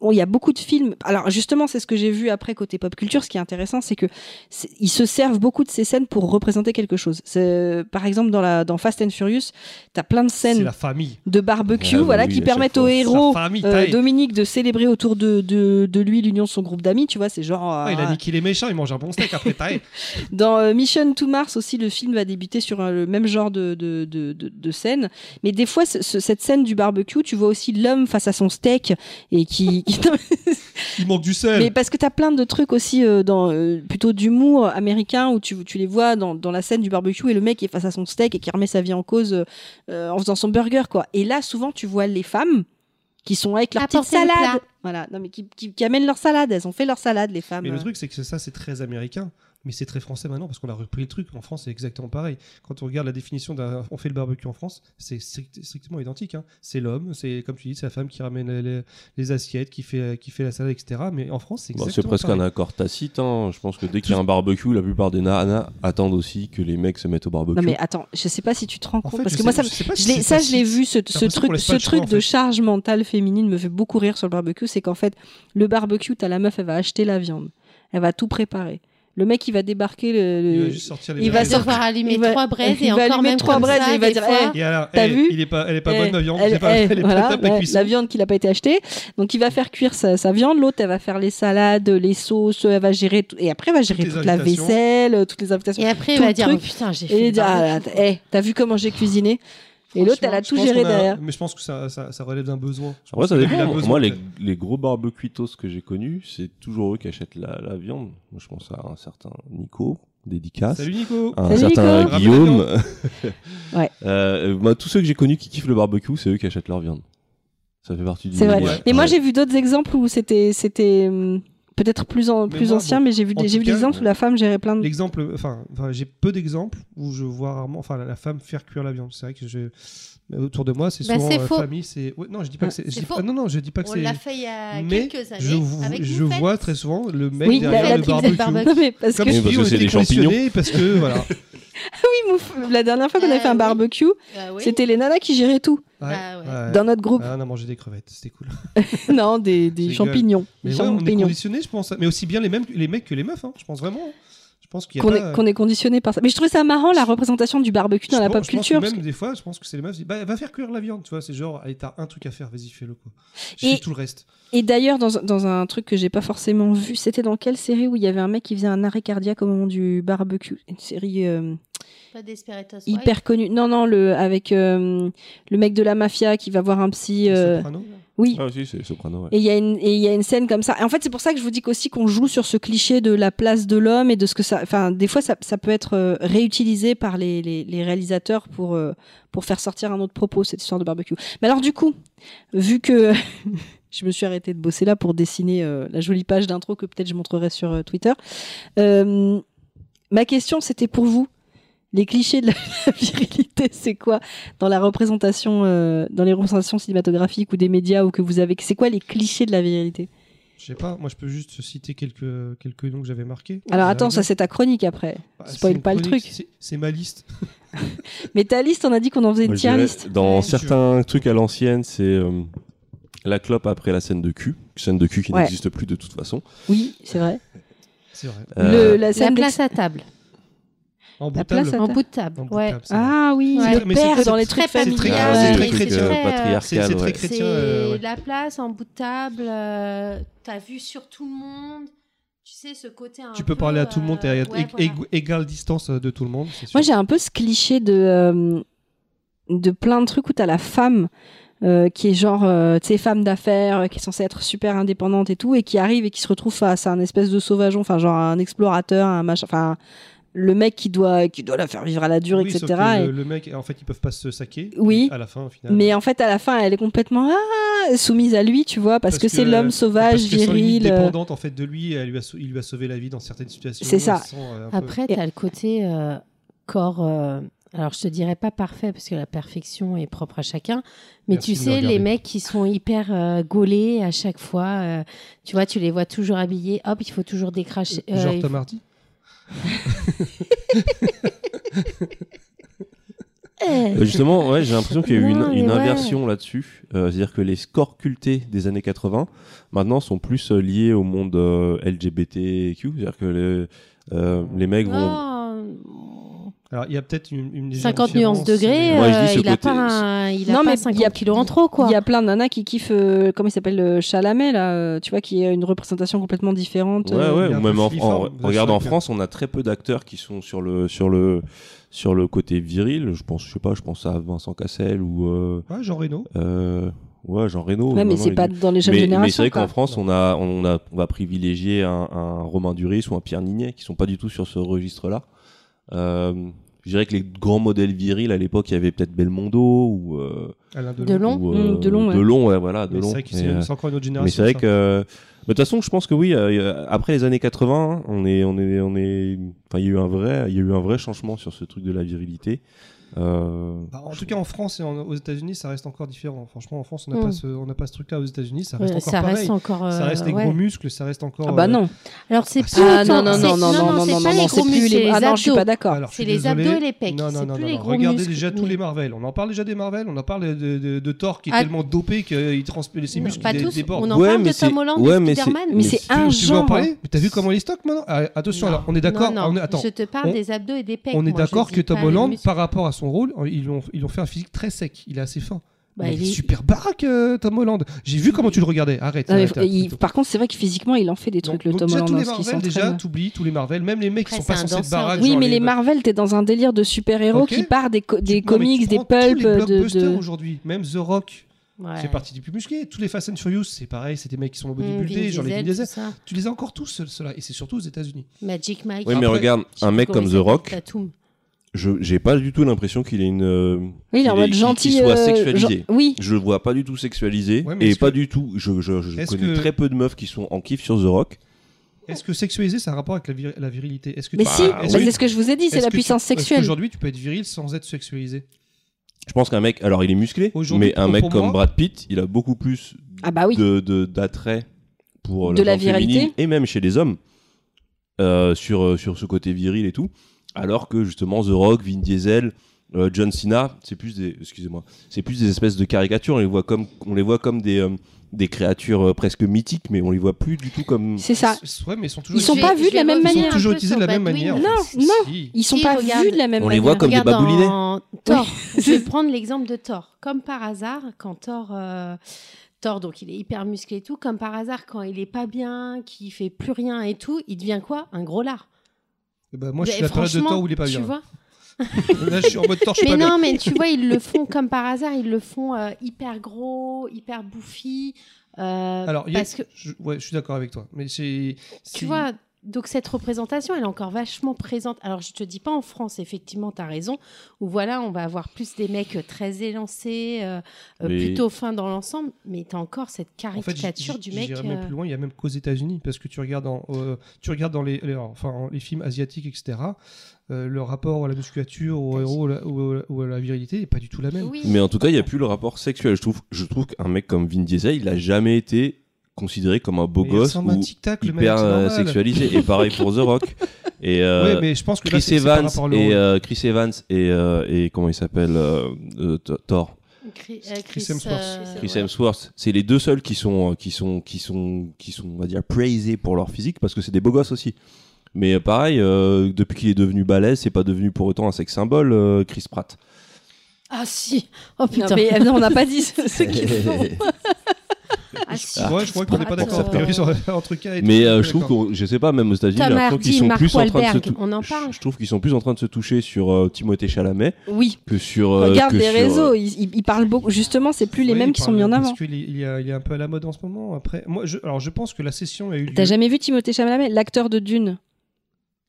Speaker 4: bon, il y a beaucoup de films. Alors, justement, c'est ce que j'ai vu après côté pop culture. Ce qui est intéressant, c'est que c'est- ils se servent beaucoup de ces scènes pour représenter quelque chose. C'est- euh, Par exemple, dans, la, dans Fast and Furious, t'as plein de
Speaker 1: c'est
Speaker 4: scènes
Speaker 1: la famille.
Speaker 4: de barbecue,
Speaker 3: Ah
Speaker 4: voilà,
Speaker 3: oui,
Speaker 4: qui
Speaker 3: à
Speaker 4: permettent
Speaker 3: chaque
Speaker 4: aux
Speaker 3: fois.
Speaker 4: héros.
Speaker 1: Sa famille,
Speaker 4: euh,
Speaker 1: taille.
Speaker 4: Dominique de célébrer autour de, de, de lui l'union de son groupe d'amis, tu vois, c'est genre...
Speaker 1: Ah, il
Speaker 4: euh,
Speaker 1: a niqué les méchants, il mange un bon steak après, taille.
Speaker 4: dans euh, Mission to Mars aussi, le film va débuter sur euh, le même genre de, de, de, de- de scène. Mais des fois, ce- ce- cette scène du barbecue, tu vois aussi l'homme face à son steak et qui. qui- non, mais-
Speaker 1: Il manque du sel.
Speaker 4: mais parce que t'as plein de trucs aussi euh, dans euh, plutôt d'humour américain où tu, tu les vois dans, dans la scène du barbecue et le mec est face à son steak et qui remet sa vie en cause euh, euh, en faisant son burger quoi. Et là, souvent, tu vois les femmes qui sont avec leur petite
Speaker 2: Apporter le
Speaker 4: salade.
Speaker 2: plat.
Speaker 4: Voilà, non mais qui, qui- qui amènent leur salade. Elles ont fait leur salade les femmes.
Speaker 1: Mais
Speaker 4: euh.
Speaker 1: le truc, c'est que ça, c'est très américain, mais c'est très français maintenant parce qu'on a repris le truc. En France, c'est exactement pareil. Quand on regarde la définition d'un. On fait le barbecue en France, c'est strict- strictement identique. hein. C'est l'homme, c'est comme tu dis, c'est la femme qui ramène les, les assiettes, qui fait, qui fait la salade, etc. Mais en France, c'est
Speaker 3: Bon,
Speaker 1: exactement
Speaker 3: Bah, c'est presque
Speaker 1: pareil.
Speaker 3: un accord tacite. hein. Je pense que dès qu'il y a un barbecue, la plupart des nanas attendent aussi que les mecs se mettent au barbecue.
Speaker 4: Non mais attends, je sais pas si tu te rends
Speaker 1: En
Speaker 4: compte
Speaker 1: fait,
Speaker 4: parce
Speaker 1: je
Speaker 4: que moi
Speaker 1: sais-
Speaker 4: ça, me-
Speaker 1: je sais pas
Speaker 4: je
Speaker 1: si
Speaker 4: l'ai-
Speaker 1: c'est
Speaker 4: ça je
Speaker 1: tacite.
Speaker 4: l'ai vu ce, ce
Speaker 1: l'impression qu'on
Speaker 4: truc,
Speaker 1: laisse
Speaker 4: ce
Speaker 1: pas le choix,
Speaker 4: truc
Speaker 1: en
Speaker 4: de
Speaker 1: fait.
Speaker 4: charge mentale féminine me fait beaucoup rire sur le barbecue, c'est qu'en fait le barbecue t'as la meuf elle va acheter la viande, elle va tout préparer, le mec il va débarquer le,
Speaker 1: Il
Speaker 4: le-
Speaker 1: va juste sortir les
Speaker 4: euh, il
Speaker 2: Il
Speaker 4: va
Speaker 2: va
Speaker 1: merguez.
Speaker 2: devoir allumer
Speaker 4: il va-
Speaker 2: trois braises
Speaker 4: il
Speaker 2: et
Speaker 4: va
Speaker 2: encore
Speaker 4: allumer
Speaker 2: même
Speaker 4: trois
Speaker 2: comme
Speaker 4: braises
Speaker 2: ça,
Speaker 4: et il va
Speaker 2: des
Speaker 4: dire,
Speaker 2: fois,
Speaker 4: eh,
Speaker 1: Et alors,
Speaker 4: T'as
Speaker 1: eh,
Speaker 4: vu
Speaker 1: il est pas, elle est pas
Speaker 4: Eh,
Speaker 1: bonne ma viande,
Speaker 4: elle-
Speaker 1: elle est pas,
Speaker 4: eh,
Speaker 1: elle est pas
Speaker 4: voilà,
Speaker 1: top, la
Speaker 4: ouais,
Speaker 1: cuisson.
Speaker 4: la viande qu'il a pas été achetée, donc il va faire cuire sa, sa viande, l'autre elle va faire les salades, les sauces, elle va gérer tout, et après elle va gérer
Speaker 1: Toutes les
Speaker 4: toute la
Speaker 1: invitations.
Speaker 4: vaisselle, toutes les invitations.
Speaker 2: Et après, il
Speaker 4: Tout
Speaker 2: va
Speaker 4: le
Speaker 2: dire,
Speaker 4: eh, truc.
Speaker 2: oh, putain, j'ai
Speaker 4: Et
Speaker 2: fait.
Speaker 4: il
Speaker 2: le
Speaker 4: dit, ah,
Speaker 2: barbecue,
Speaker 4: là, t- hey, t'as vu comment j'ai cuisiné Et l'autre, elle a
Speaker 1: Je
Speaker 4: tout
Speaker 1: pense
Speaker 4: géré
Speaker 1: qu'on a-
Speaker 4: derrière.
Speaker 1: Mais je pense que ça, ça, ça relève d'un besoin. Je
Speaker 3: Après,
Speaker 1: pense
Speaker 3: ça
Speaker 1: qu'il a
Speaker 3: dépend.
Speaker 1: besoin,
Speaker 3: Moi, les,
Speaker 1: peut-être.
Speaker 3: les gros barbecuitos que j'ai connus, c'est toujours eux qui achètent la, la viande. Moi, je pense à un certain Nico, dédicace.
Speaker 1: Salut Nico
Speaker 3: Un
Speaker 4: Salut,
Speaker 3: certain
Speaker 1: Nico.
Speaker 3: Guillaume.
Speaker 4: Ouais.
Speaker 3: Euh, moi, tous ceux que j'ai connus qui kiffent le barbecue, c'est eux qui achètent leur viande. Ça fait partie du.
Speaker 4: C'est vrai.
Speaker 3: délire.
Speaker 4: Mais moi,
Speaker 3: Ouais.
Speaker 4: j'ai vu d'autres exemples où c'était, c'était hum, peut-être plus, en,
Speaker 1: Mais
Speaker 4: plus
Speaker 1: moi,
Speaker 4: ancien,
Speaker 1: bon,
Speaker 4: mais j'ai vu,
Speaker 1: en
Speaker 4: des- j'ai
Speaker 1: tout
Speaker 4: vu des
Speaker 1: cas,
Speaker 4: exemples où la femme gérait
Speaker 2: Mm.
Speaker 4: plein de.
Speaker 1: L'exemple, enfin, enfin, j'ai peu d'exemples où je vois rarement, enfin, la, la femme faire cuire la viande. C'est vrai que je, autour de moi, c'est
Speaker 2: Bah,
Speaker 1: souvent
Speaker 2: c'est
Speaker 1: euh,
Speaker 2: faux.
Speaker 1: famille. C'est, ouais, non, je dis pas que c'est, je
Speaker 2: C'est
Speaker 1: dis pas-
Speaker 2: faux.
Speaker 1: non, non, je dis pas que
Speaker 2: On
Speaker 1: c'est.
Speaker 2: l'a fait il y a
Speaker 1: mais
Speaker 2: quelques années.
Speaker 1: je, vous-
Speaker 2: avec
Speaker 1: je
Speaker 2: Moufette.
Speaker 1: vois très souvent le mec
Speaker 4: Oui,
Speaker 1: derrière
Speaker 4: la-
Speaker 1: le
Speaker 4: la
Speaker 2: pizza de
Speaker 1: barbecue.
Speaker 2: barbecue.
Speaker 4: Non, mais parce que
Speaker 1: Comme
Speaker 3: Oui,
Speaker 1: si
Speaker 3: parce
Speaker 1: on
Speaker 3: que c'est
Speaker 1: était
Speaker 3: des champignons.
Speaker 1: conditionnés parce que voilà.
Speaker 4: oui, mouf, la dernière fois qu'on avait
Speaker 2: Ah,
Speaker 4: fait un
Speaker 2: oui.
Speaker 4: barbecue,
Speaker 2: Ah oui.
Speaker 4: c'était les nanas qui géraient tout
Speaker 2: Ah ouais.
Speaker 1: Ouais.
Speaker 4: dans notre groupe.
Speaker 1: Ah, on a mangé des crevettes, c'était cool.
Speaker 4: non, des, des
Speaker 1: Je rigole.
Speaker 4: champignons.
Speaker 1: Mais
Speaker 4: Des
Speaker 1: ouais, on est
Speaker 4: champignons.
Speaker 1: conditionnés, je pense. Mais aussi bien les, mêmes, les mecs que les meufs, hein, je pense vraiment. Je pense qu'il y a
Speaker 4: Qu'on
Speaker 1: pas-
Speaker 4: est, qu'on est conditionné par ça. Mais je trouvais ça marrant la représentation du barbecue dans
Speaker 1: Je
Speaker 4: la
Speaker 1: pense-
Speaker 4: pop
Speaker 1: je pense
Speaker 4: culture.
Speaker 1: que
Speaker 4: parce
Speaker 1: même
Speaker 4: que-
Speaker 1: des fois, je pense que c'est les meufs qui disent bah, va faire cuire la viande, tu vois. C'est genre, allez, t'as un truc à faire, vas-y, fais-le quoi. Je
Speaker 4: Et-
Speaker 1: fais tout le reste.
Speaker 4: Et d'ailleurs, dans, un- dans un truc que j'ai pas forcément vu, c'était dans quelle série où il y avait un mec qui faisait un arrêt cardiaque au moment du barbecue Une série euh,
Speaker 2: Pas Desperados Wife.
Speaker 4: hyper connue. Non, non, le, avec euh, le mec de la mafia qui va voir un psy. euh,
Speaker 1: Soprano.
Speaker 4: Oui.
Speaker 3: Ah, si, c'est Soprano. ouais.
Speaker 4: Et il y, a une- et il y a une scène comme ça. Et en fait, c'est pour ça que je vous dis qu'aussi qu'on joue sur ce cliché de la place de l'homme et de ce que ça. Enfin, des fois, ça, ça peut être euh, réutilisé par les, les- les réalisateurs pour, euh, pour faire sortir un autre propos, cette histoire de barbecue. Mais alors, du coup, vu que je me suis arrêtée de bosser là pour dessiner euh, la jolie page d'intro que peut-être je montrerai sur euh, Twitter, euh, ma question, c'était pour vous. Les clichés de la la virilité, c'est quoi dans la représentation, euh, dans les représentations cinématographiques ou des médias ou que vous avez, c'est quoi les clichés de la virilité
Speaker 1: Je sais pas, moi je peux juste citer quelques, quelques noms que j'avais marqués.
Speaker 4: Alors
Speaker 1: J'avais
Speaker 4: attends, ça
Speaker 1: dit-
Speaker 4: c'est ta chronique après.
Speaker 1: Bah,
Speaker 4: spoil
Speaker 1: c'est une
Speaker 4: pas le
Speaker 1: chronique,
Speaker 4: truc.
Speaker 1: c'est- C'est ma liste.
Speaker 4: Mais ta liste, on a dit qu'on en faisait une
Speaker 3: Moi, je
Speaker 4: tier
Speaker 3: dirais,
Speaker 4: list.
Speaker 3: Dans
Speaker 1: Ouais.
Speaker 3: certains trucs à l'ancienne, c'est euh, la clope après la scène de cul. Scène de cul qui
Speaker 4: Ouais.
Speaker 3: n'existe plus de toute façon.
Speaker 4: Oui, c'est vrai.
Speaker 1: C'est vrai.
Speaker 3: Euh,
Speaker 4: Le, la
Speaker 2: La
Speaker 4: scène
Speaker 2: place à table.
Speaker 1: En
Speaker 4: La
Speaker 1: bout de table.
Speaker 4: place à-
Speaker 2: En bout de
Speaker 1: En
Speaker 2: table.
Speaker 1: bout de
Speaker 2: Ouais.
Speaker 1: table, c'est vrai.
Speaker 4: Ah oui,
Speaker 2: Ouais.
Speaker 4: le
Speaker 1: Mais c'est
Speaker 4: père
Speaker 1: très-
Speaker 4: dans les
Speaker 2: très
Speaker 4: trucs
Speaker 2: familier.
Speaker 1: C'est très-
Speaker 4: familiales.
Speaker 1: c'est
Speaker 3: des
Speaker 1: très
Speaker 3: trucs,
Speaker 1: chrétien.
Speaker 3: euh,
Speaker 2: C'est très, euh,
Speaker 3: patriarcal,
Speaker 1: c'est- c'est très
Speaker 3: ouais.
Speaker 1: chrétien,
Speaker 2: C'est
Speaker 1: euh, ouais.
Speaker 2: la place en bout de table. euh, T'as vu sur tout le monde. Tu sais, ce côté. Un
Speaker 1: Tu peux
Speaker 2: peu,
Speaker 1: parler à tout le monde,
Speaker 2: euh,
Speaker 1: t'es à
Speaker 2: ouais,
Speaker 1: ég-
Speaker 2: voilà.
Speaker 1: ég- égale distance euh, de tout le monde. c'est sûr.
Speaker 4: Moi j'ai un peu ce cliché de euh, de plein de trucs où t'as la femme. euh, qui est genre, euh, tu sais, femme d'affaires, euh, qui est censée être super indépendante et tout, et qui arrive et qui se retrouve face à un espèce de sauvageon, enfin genre un explorateur, un machin, enfin le mec qui doit, qui doit la faire vivre à la dure,
Speaker 1: Oui, sauf
Speaker 4: etc.
Speaker 1: que
Speaker 4: et-
Speaker 1: le, le mec, en fait, ils peuvent pas se saquer.
Speaker 4: Oui.
Speaker 1: À la fin, au final.
Speaker 4: Mais en fait, à la fin, elle est complètement ah, soumise à lui, tu vois, parce, que, c'est l'homme sauvage,
Speaker 1: parce que sans limite,
Speaker 4: viril. euh,
Speaker 1: dépendante en fait de lui, elle lui a sau- il lui a sauvé la vie dans certaines situations.
Speaker 4: C'est ça.
Speaker 1: sans, euh, un peu-
Speaker 2: Après, tu as le côté euh, corps. euh, alors, je te dirais pas parfait, parce que la perfection est propre à chacun. Mais
Speaker 1: Merci
Speaker 2: tu
Speaker 1: de me
Speaker 2: sais,
Speaker 1: regarder.
Speaker 2: les mecs qui sont hyper euh, gaulés à chaque fois, euh, tu vois, tu les vois toujours habillés. Hop, il faut toujours décracher. euh,
Speaker 1: Genre
Speaker 2: il
Speaker 1: Tom Hardy.
Speaker 2: faut- Eh,
Speaker 3: Euh, justement, ouais, j'ai l'impression qu'il y a eu
Speaker 1: Ah,
Speaker 3: une,
Speaker 2: Non, mais
Speaker 3: une
Speaker 2: ouais.
Speaker 3: inversion là-dessus. Euh, C'est-à-dire que les scores cultés des années 80, maintenant, sont plus euh, liés au monde euh, LGBTQ. C'est-à-dire que les, euh, les mecs
Speaker 1: Oh.
Speaker 3: vont.
Speaker 2: non,
Speaker 1: Alors, il y a peut-être une, une légère
Speaker 2: 50 nuances
Speaker 1: différence,
Speaker 2: degrés,
Speaker 1: euh,
Speaker 3: Moi, je dis
Speaker 2: euh,
Speaker 3: ce
Speaker 2: il a
Speaker 3: côté-
Speaker 2: pas, un- il a
Speaker 4: Non,
Speaker 2: pas
Speaker 4: mais il y a-
Speaker 2: 50 kilos en trop, quoi.
Speaker 4: Il y a plein de nanas qui kiffent, euh, comment il s'appelle, le Chalamet, là, euh, tu vois, qui a une représentation complètement différente.
Speaker 3: Ouais,
Speaker 1: il
Speaker 4: euh,
Speaker 1: y
Speaker 3: ouais,
Speaker 1: a
Speaker 3: ou
Speaker 1: un peu
Speaker 3: même en,
Speaker 1: filiforme,
Speaker 3: en-
Speaker 1: vous
Speaker 3: regarde
Speaker 1: assurez
Speaker 3: en
Speaker 1: que-
Speaker 3: France, on a très peu d'acteurs qui sont sur le sur le sur le côté viril. Je pense, je sais pas, je pense à Vincent Cassel ou euh,
Speaker 1: Ouais, Jean Reno.
Speaker 3: euh, ouais Jean Reno.
Speaker 4: ouais, mais
Speaker 3: maintenant,
Speaker 4: c'est
Speaker 3: il
Speaker 4: pas dans les jeunes
Speaker 3: mais, mais c'est
Speaker 4: générations.
Speaker 3: vrai qu'en
Speaker 4: quoi.
Speaker 3: France, on a, on a, on va privilégier un, un Romain Duris ou un Pierre Ninet qui sont pas du tout sur ce registre-là. Euh, je dirais que les grands modèles virils à l'époque, il y avait peut-être Belmondo ou, euh,
Speaker 1: Alain Delon.
Speaker 2: Delon.
Speaker 3: ou euh,
Speaker 4: Mm, Delon, ouais.
Speaker 3: Delon, ouais, voilà,
Speaker 1: Mais
Speaker 3: Delon.
Speaker 1: c'est vrai que
Speaker 3: Et, euh,
Speaker 1: c'est c'est encore une autre génération.
Speaker 3: mais c'est vrai
Speaker 1: ça.
Speaker 3: que euh, de toute façon, je pense que oui. euh, après les années 80, on est, on est, on est. Enfin, il y a eu un vrai, il y a eu un vrai changement sur ce truc de la virilité. Euh,
Speaker 1: Bah, en tout cas, en France et en- aux États-Unis, ça reste encore différent. Franchement, en France, on n'a
Speaker 2: Mm.
Speaker 1: pas ce, on n'a pas ce truc-là. Aux États-Unis, ça reste
Speaker 2: Ouais,
Speaker 1: encore
Speaker 2: ça
Speaker 1: pareil.
Speaker 2: reste encore. euh,
Speaker 1: ça reste les
Speaker 2: ouais.
Speaker 1: gros muscles, ça reste encore.
Speaker 4: Ah bah
Speaker 1: euh,
Speaker 4: non.
Speaker 2: Alors, c'est plus.
Speaker 4: Ah
Speaker 2: autant-
Speaker 4: non, non,
Speaker 2: c'est-
Speaker 4: non, non, non, non,
Speaker 2: c'est
Speaker 4: non,
Speaker 2: pas
Speaker 4: non,
Speaker 2: les
Speaker 4: c'est
Speaker 2: gros
Speaker 4: plus
Speaker 2: muscles,
Speaker 4: les. Ah non, je suis
Speaker 2: abdos.
Speaker 4: pas d'accord.
Speaker 1: Alors, je
Speaker 2: C'est
Speaker 1: suis
Speaker 2: les
Speaker 1: désolé.
Speaker 2: abdos et les pecs,
Speaker 1: Non,
Speaker 2: c'est
Speaker 1: non, non,
Speaker 2: plus les
Speaker 1: non.
Speaker 2: gros
Speaker 1: Regardez
Speaker 2: muscles,
Speaker 1: déjà tous
Speaker 2: mais-
Speaker 1: les Marvel. On en parle déjà des Marvel. On en parle de, de, de Thor qui est
Speaker 2: Ah.
Speaker 1: tellement dopé qu'il transpire ses
Speaker 2: Non,
Speaker 1: muscles.
Speaker 2: pas
Speaker 1: dé-
Speaker 2: tous.
Speaker 1: débordent.
Speaker 2: On en parle de Tom Holland, de Spider-Man.
Speaker 4: Mais c'est
Speaker 1: Tu veux-
Speaker 4: un
Speaker 1: tu veux en
Speaker 4: genre.
Speaker 1: parler Mais T'as vu comment on les stocke maintenant Ah, Attention,
Speaker 2: Non,
Speaker 1: alors, on est d'accord.
Speaker 2: non, non.
Speaker 1: on est- Attends,
Speaker 2: Je te parle
Speaker 1: on-
Speaker 2: des abdos et des pecs.
Speaker 1: on est
Speaker 2: moi, je
Speaker 1: d'accord
Speaker 2: dis
Speaker 1: que
Speaker 2: pas
Speaker 1: Tom
Speaker 2: les
Speaker 1: Holland,
Speaker 2: muscles.
Speaker 1: par rapport à son rôle, ils lui ont, ils lui ont fait un physique très sec. Il est assez fin.
Speaker 2: Bah,
Speaker 1: Mais
Speaker 2: il
Speaker 1: il est
Speaker 2: est-
Speaker 1: super baraque, euh, Tom Holland. J'ai vu comment tu le regardais. Arrête.
Speaker 4: Non, mais
Speaker 1: arrête,
Speaker 4: f-
Speaker 1: arrête,
Speaker 4: il-
Speaker 1: plutôt.
Speaker 4: par contre, c'est vrai que physiquement, il en fait des
Speaker 1: Donc,
Speaker 4: trucs, le Tom
Speaker 1: déjà,
Speaker 4: Holland,
Speaker 1: tous les
Speaker 4: hein, ce qui
Speaker 1: Marvel, déjà,
Speaker 4: s'entraîne.
Speaker 1: t'oublies tous les Marvel, même les mecs qui
Speaker 2: Après,
Speaker 1: sont pas
Speaker 2: c'est un
Speaker 1: censés être
Speaker 2: danseur.
Speaker 1: baraques.
Speaker 4: Oui,
Speaker 1: genre
Speaker 4: mais les
Speaker 1: mecs-
Speaker 4: Marvel, t'es dans un délire de super-héros
Speaker 1: Ok.
Speaker 4: qui part des, co- des
Speaker 1: Non, mais tu
Speaker 4: comics, des
Speaker 1: prends tous
Speaker 4: pulps,
Speaker 1: les
Speaker 4: de,
Speaker 1: blockbusters
Speaker 4: de-
Speaker 1: aujourd'hui, même The Rock,
Speaker 2: Ouais.
Speaker 1: c'est parti du plus musclé. Tous les Fast and Furious, c'est pareil, c'est des mecs qui sont
Speaker 2: Mmh,
Speaker 1: bodybuildés,
Speaker 2: Vin
Speaker 1: genre les Vin
Speaker 2: Diesel,
Speaker 1: Diesel.
Speaker 2: tout ça.
Speaker 1: Tu les as encore tous, ceux- ceux-là. Et c'est surtout aux États-Unis.
Speaker 2: Magic Mike.
Speaker 3: Oui, mais
Speaker 2: Après,
Speaker 3: regarde,
Speaker 2: je sais
Speaker 3: un
Speaker 2: plus
Speaker 3: mec
Speaker 2: comment
Speaker 3: comme
Speaker 2: il
Speaker 3: The
Speaker 2: s'appelle,
Speaker 3: Rock,
Speaker 2: Tatum.
Speaker 3: je j'ai pas du tout l'impression qu'il ait une. euh,
Speaker 4: Oui, il est
Speaker 3: qu'il
Speaker 4: en
Speaker 3: ait-
Speaker 4: mode
Speaker 3: qu'il-
Speaker 4: gentil.
Speaker 3: qu'il soit
Speaker 4: euh,
Speaker 3: sexualisé.
Speaker 4: gen- Oui,
Speaker 3: Je le vois pas du tout sexualisé
Speaker 1: Ouais, mais
Speaker 3: et
Speaker 1: est-ce
Speaker 3: pas
Speaker 1: que-
Speaker 3: du tout. Je, je- je
Speaker 1: Est-ce
Speaker 3: connais
Speaker 1: que-
Speaker 3: très peu de meufs qui sont en kiff sur The Rock.
Speaker 1: Est-ce que sexualiser, ça a un rapport avec la, vir- la virilité Est-ce que
Speaker 4: mais
Speaker 1: tu-
Speaker 4: si,
Speaker 1: Est-ce
Speaker 4: bah,
Speaker 1: que-
Speaker 4: c'est ce que je vous ai dit, c'est
Speaker 1: est-ce
Speaker 4: la
Speaker 1: que tu-
Speaker 4: puissance
Speaker 1: Est-ce
Speaker 4: sexuelle.
Speaker 1: qu'aujourd'hui, tu peux être viril sans être sexualisé
Speaker 3: Je pense qu'un mec, alors il est musclé,
Speaker 1: Aujourd'hui,
Speaker 3: mais un
Speaker 1: pour
Speaker 3: mec
Speaker 1: moi-
Speaker 3: comme Brad Pitt, il a beaucoup plus
Speaker 4: Ah bah oui.
Speaker 3: de- de- d'attrait pour
Speaker 4: De la
Speaker 3: forme féminine,
Speaker 4: virilité.
Speaker 3: et même chez les hommes euh, sur, euh, sur ce côté viril et tout. Alors que justement The Rock, Vin Diesel, euh, John Cena, c'est plus des excusez-moi, c'est plus des espèces de caricatures. On les voit comme on les voit comme des euh, des créatures euh, presque mythiques, mais on les voit plus du tout comme.
Speaker 4: C'est ça.
Speaker 1: S- Ouais, mais ils sont toujours
Speaker 4: Ils sont
Speaker 2: Je
Speaker 4: pas
Speaker 2: vais-
Speaker 4: vus de
Speaker 2: je
Speaker 4: la
Speaker 2: vais
Speaker 4: même
Speaker 2: revenir
Speaker 1: Ils
Speaker 4: manière.
Speaker 1: sont
Speaker 2: un
Speaker 1: toujours
Speaker 2: peu
Speaker 1: utilisés de
Speaker 2: sur
Speaker 1: la même
Speaker 2: Bad
Speaker 1: manière. en
Speaker 2: Wings.
Speaker 4: Non,
Speaker 1: fait.
Speaker 4: non.
Speaker 1: Si.
Speaker 4: Ils sont
Speaker 2: Si,
Speaker 4: pas
Speaker 2: regarde.
Speaker 4: vus de la même
Speaker 3: On les
Speaker 4: manière.
Speaker 3: voit comme des
Speaker 2: Regarde,
Speaker 3: baboulinaires.
Speaker 2: en Thor, je vais prendre l'exemple de Thor. Comme par hasard, quand Thor, euh, Thor, donc il est hyper musclé et tout, comme par hasard, quand il est pas bien, qu'il fait plus rien et tout, il devient quoi Un gros lard.
Speaker 1: Eh ben, moi, je
Speaker 2: Mais
Speaker 1: suis à la période de
Speaker 2: franchement,
Speaker 1: temps où il est pas
Speaker 2: tu
Speaker 1: bien.
Speaker 2: vois
Speaker 1: Là, je suis en mode torche, je suis
Speaker 2: mais
Speaker 1: pas bien.
Speaker 2: non, mais tu vois, ils le font comme par hasard, ils le font euh, hyper gros, hyper bouffi. euh,
Speaker 1: Alors, il y a-
Speaker 2: parce que
Speaker 1: je, ouais, je suis d'accord avec toi. Mais
Speaker 2: tu
Speaker 1: c'est. c'est-
Speaker 2: vois, donc cette représentation, elle est encore vachement présente. Alors, je te dis pas en France, effectivement, tu as raison, où voilà, on va avoir plus des mecs euh, très élancés, euh, euh,
Speaker 3: Mais-
Speaker 2: plutôt fins dans l'ensemble, mais tu as encore cette
Speaker 1: En fait, j-
Speaker 2: caricature
Speaker 1: j-
Speaker 2: du mec.
Speaker 1: j'irais
Speaker 2: euh,
Speaker 1: même plus loin. Il y a même qu'aux États-Unis, parce que tu regardes dans, euh, tu regardes dans les, les- enfin, les films asiatiques, etc. euh, le rapport à la musculature, au héros, la- ou, à- ou à la virilité, est pas du tout la même.
Speaker 2: oui.
Speaker 3: Mais en tout cas, il n'y a plus le rapport sexuel. Je trouve, je trouve qu'un mec comme Vin Diesel, il a jamais été considéré comme un beau
Speaker 1: Mais il
Speaker 3: gosse
Speaker 1: ressemble à un
Speaker 3: ou
Speaker 1: tic-tac, le mec,
Speaker 3: hyper
Speaker 1: c'est
Speaker 3: euh,
Speaker 1: normal.
Speaker 3: sexualisé. Et pareil pour The Rock. Et euh,
Speaker 1: Ouais, mais je pense que là,
Speaker 3: Chris
Speaker 1: c'est- c'est par
Speaker 3: Evans
Speaker 1: rapport à
Speaker 3: et
Speaker 1: l'euro.
Speaker 3: euh, Chris Evans et euh, et comment il s'appelle euh, euh, Th- Thor,
Speaker 2: Chris, euh,
Speaker 1: Chris
Speaker 2: Chris,
Speaker 1: Hemsworth.
Speaker 2: euh,
Speaker 3: Chris Hemsworth. C'est les deux seuls qui sont euh, qui sont qui sont qui sont on va dire praisés pour leur physique parce que c'est des beaux gosses aussi. Mais euh, pareil, euh, depuis qu'il est devenu balèze, c'est pas devenu pour autant un sexe symbole, euh, Chris Pratt.
Speaker 2: Ah si Oh
Speaker 4: Non,
Speaker 2: putain
Speaker 4: mais, euh, non, on n'a pas dit ce ce qu'ils font.
Speaker 2: Ah, si.
Speaker 1: Ouais, je crois qu'on n'est pas
Speaker 2: Attends,
Speaker 1: d'accord. a priori, sur- entre cas et
Speaker 3: euh, Mais
Speaker 1: tout, on est
Speaker 3: euh,
Speaker 1: pas
Speaker 3: je trouve
Speaker 1: d'accord.
Speaker 3: qu'on, je sais pas, même aux États-Unis, j'ai
Speaker 2: Tom
Speaker 3: l'impression qu'ils
Speaker 2: Hardy,
Speaker 3: sont
Speaker 2: Mark
Speaker 3: plus en train de se
Speaker 2: Wahlberg,
Speaker 3: tou-
Speaker 2: on en
Speaker 3: je-
Speaker 2: parle
Speaker 3: Je trouve qu'ils sont plus en train de se toucher sur euh, Timothée Chalamet
Speaker 4: Oui.
Speaker 3: que sur. euh,
Speaker 4: Regarde
Speaker 3: que
Speaker 4: les
Speaker 3: sur,
Speaker 4: réseaux, ils, ils- ils parlent beaucoup. Justement, c'est plus les
Speaker 1: Oui,
Speaker 4: mêmes qui
Speaker 1: par-
Speaker 4: sont mis en avant.
Speaker 1: Parce qu'il est, il est- il est un peu à la mode en ce moment. Après, moi, je, alors je pense que la session a eu lieu.
Speaker 4: T'as jamais vu Timothée Chalamet, l'acteur de Dune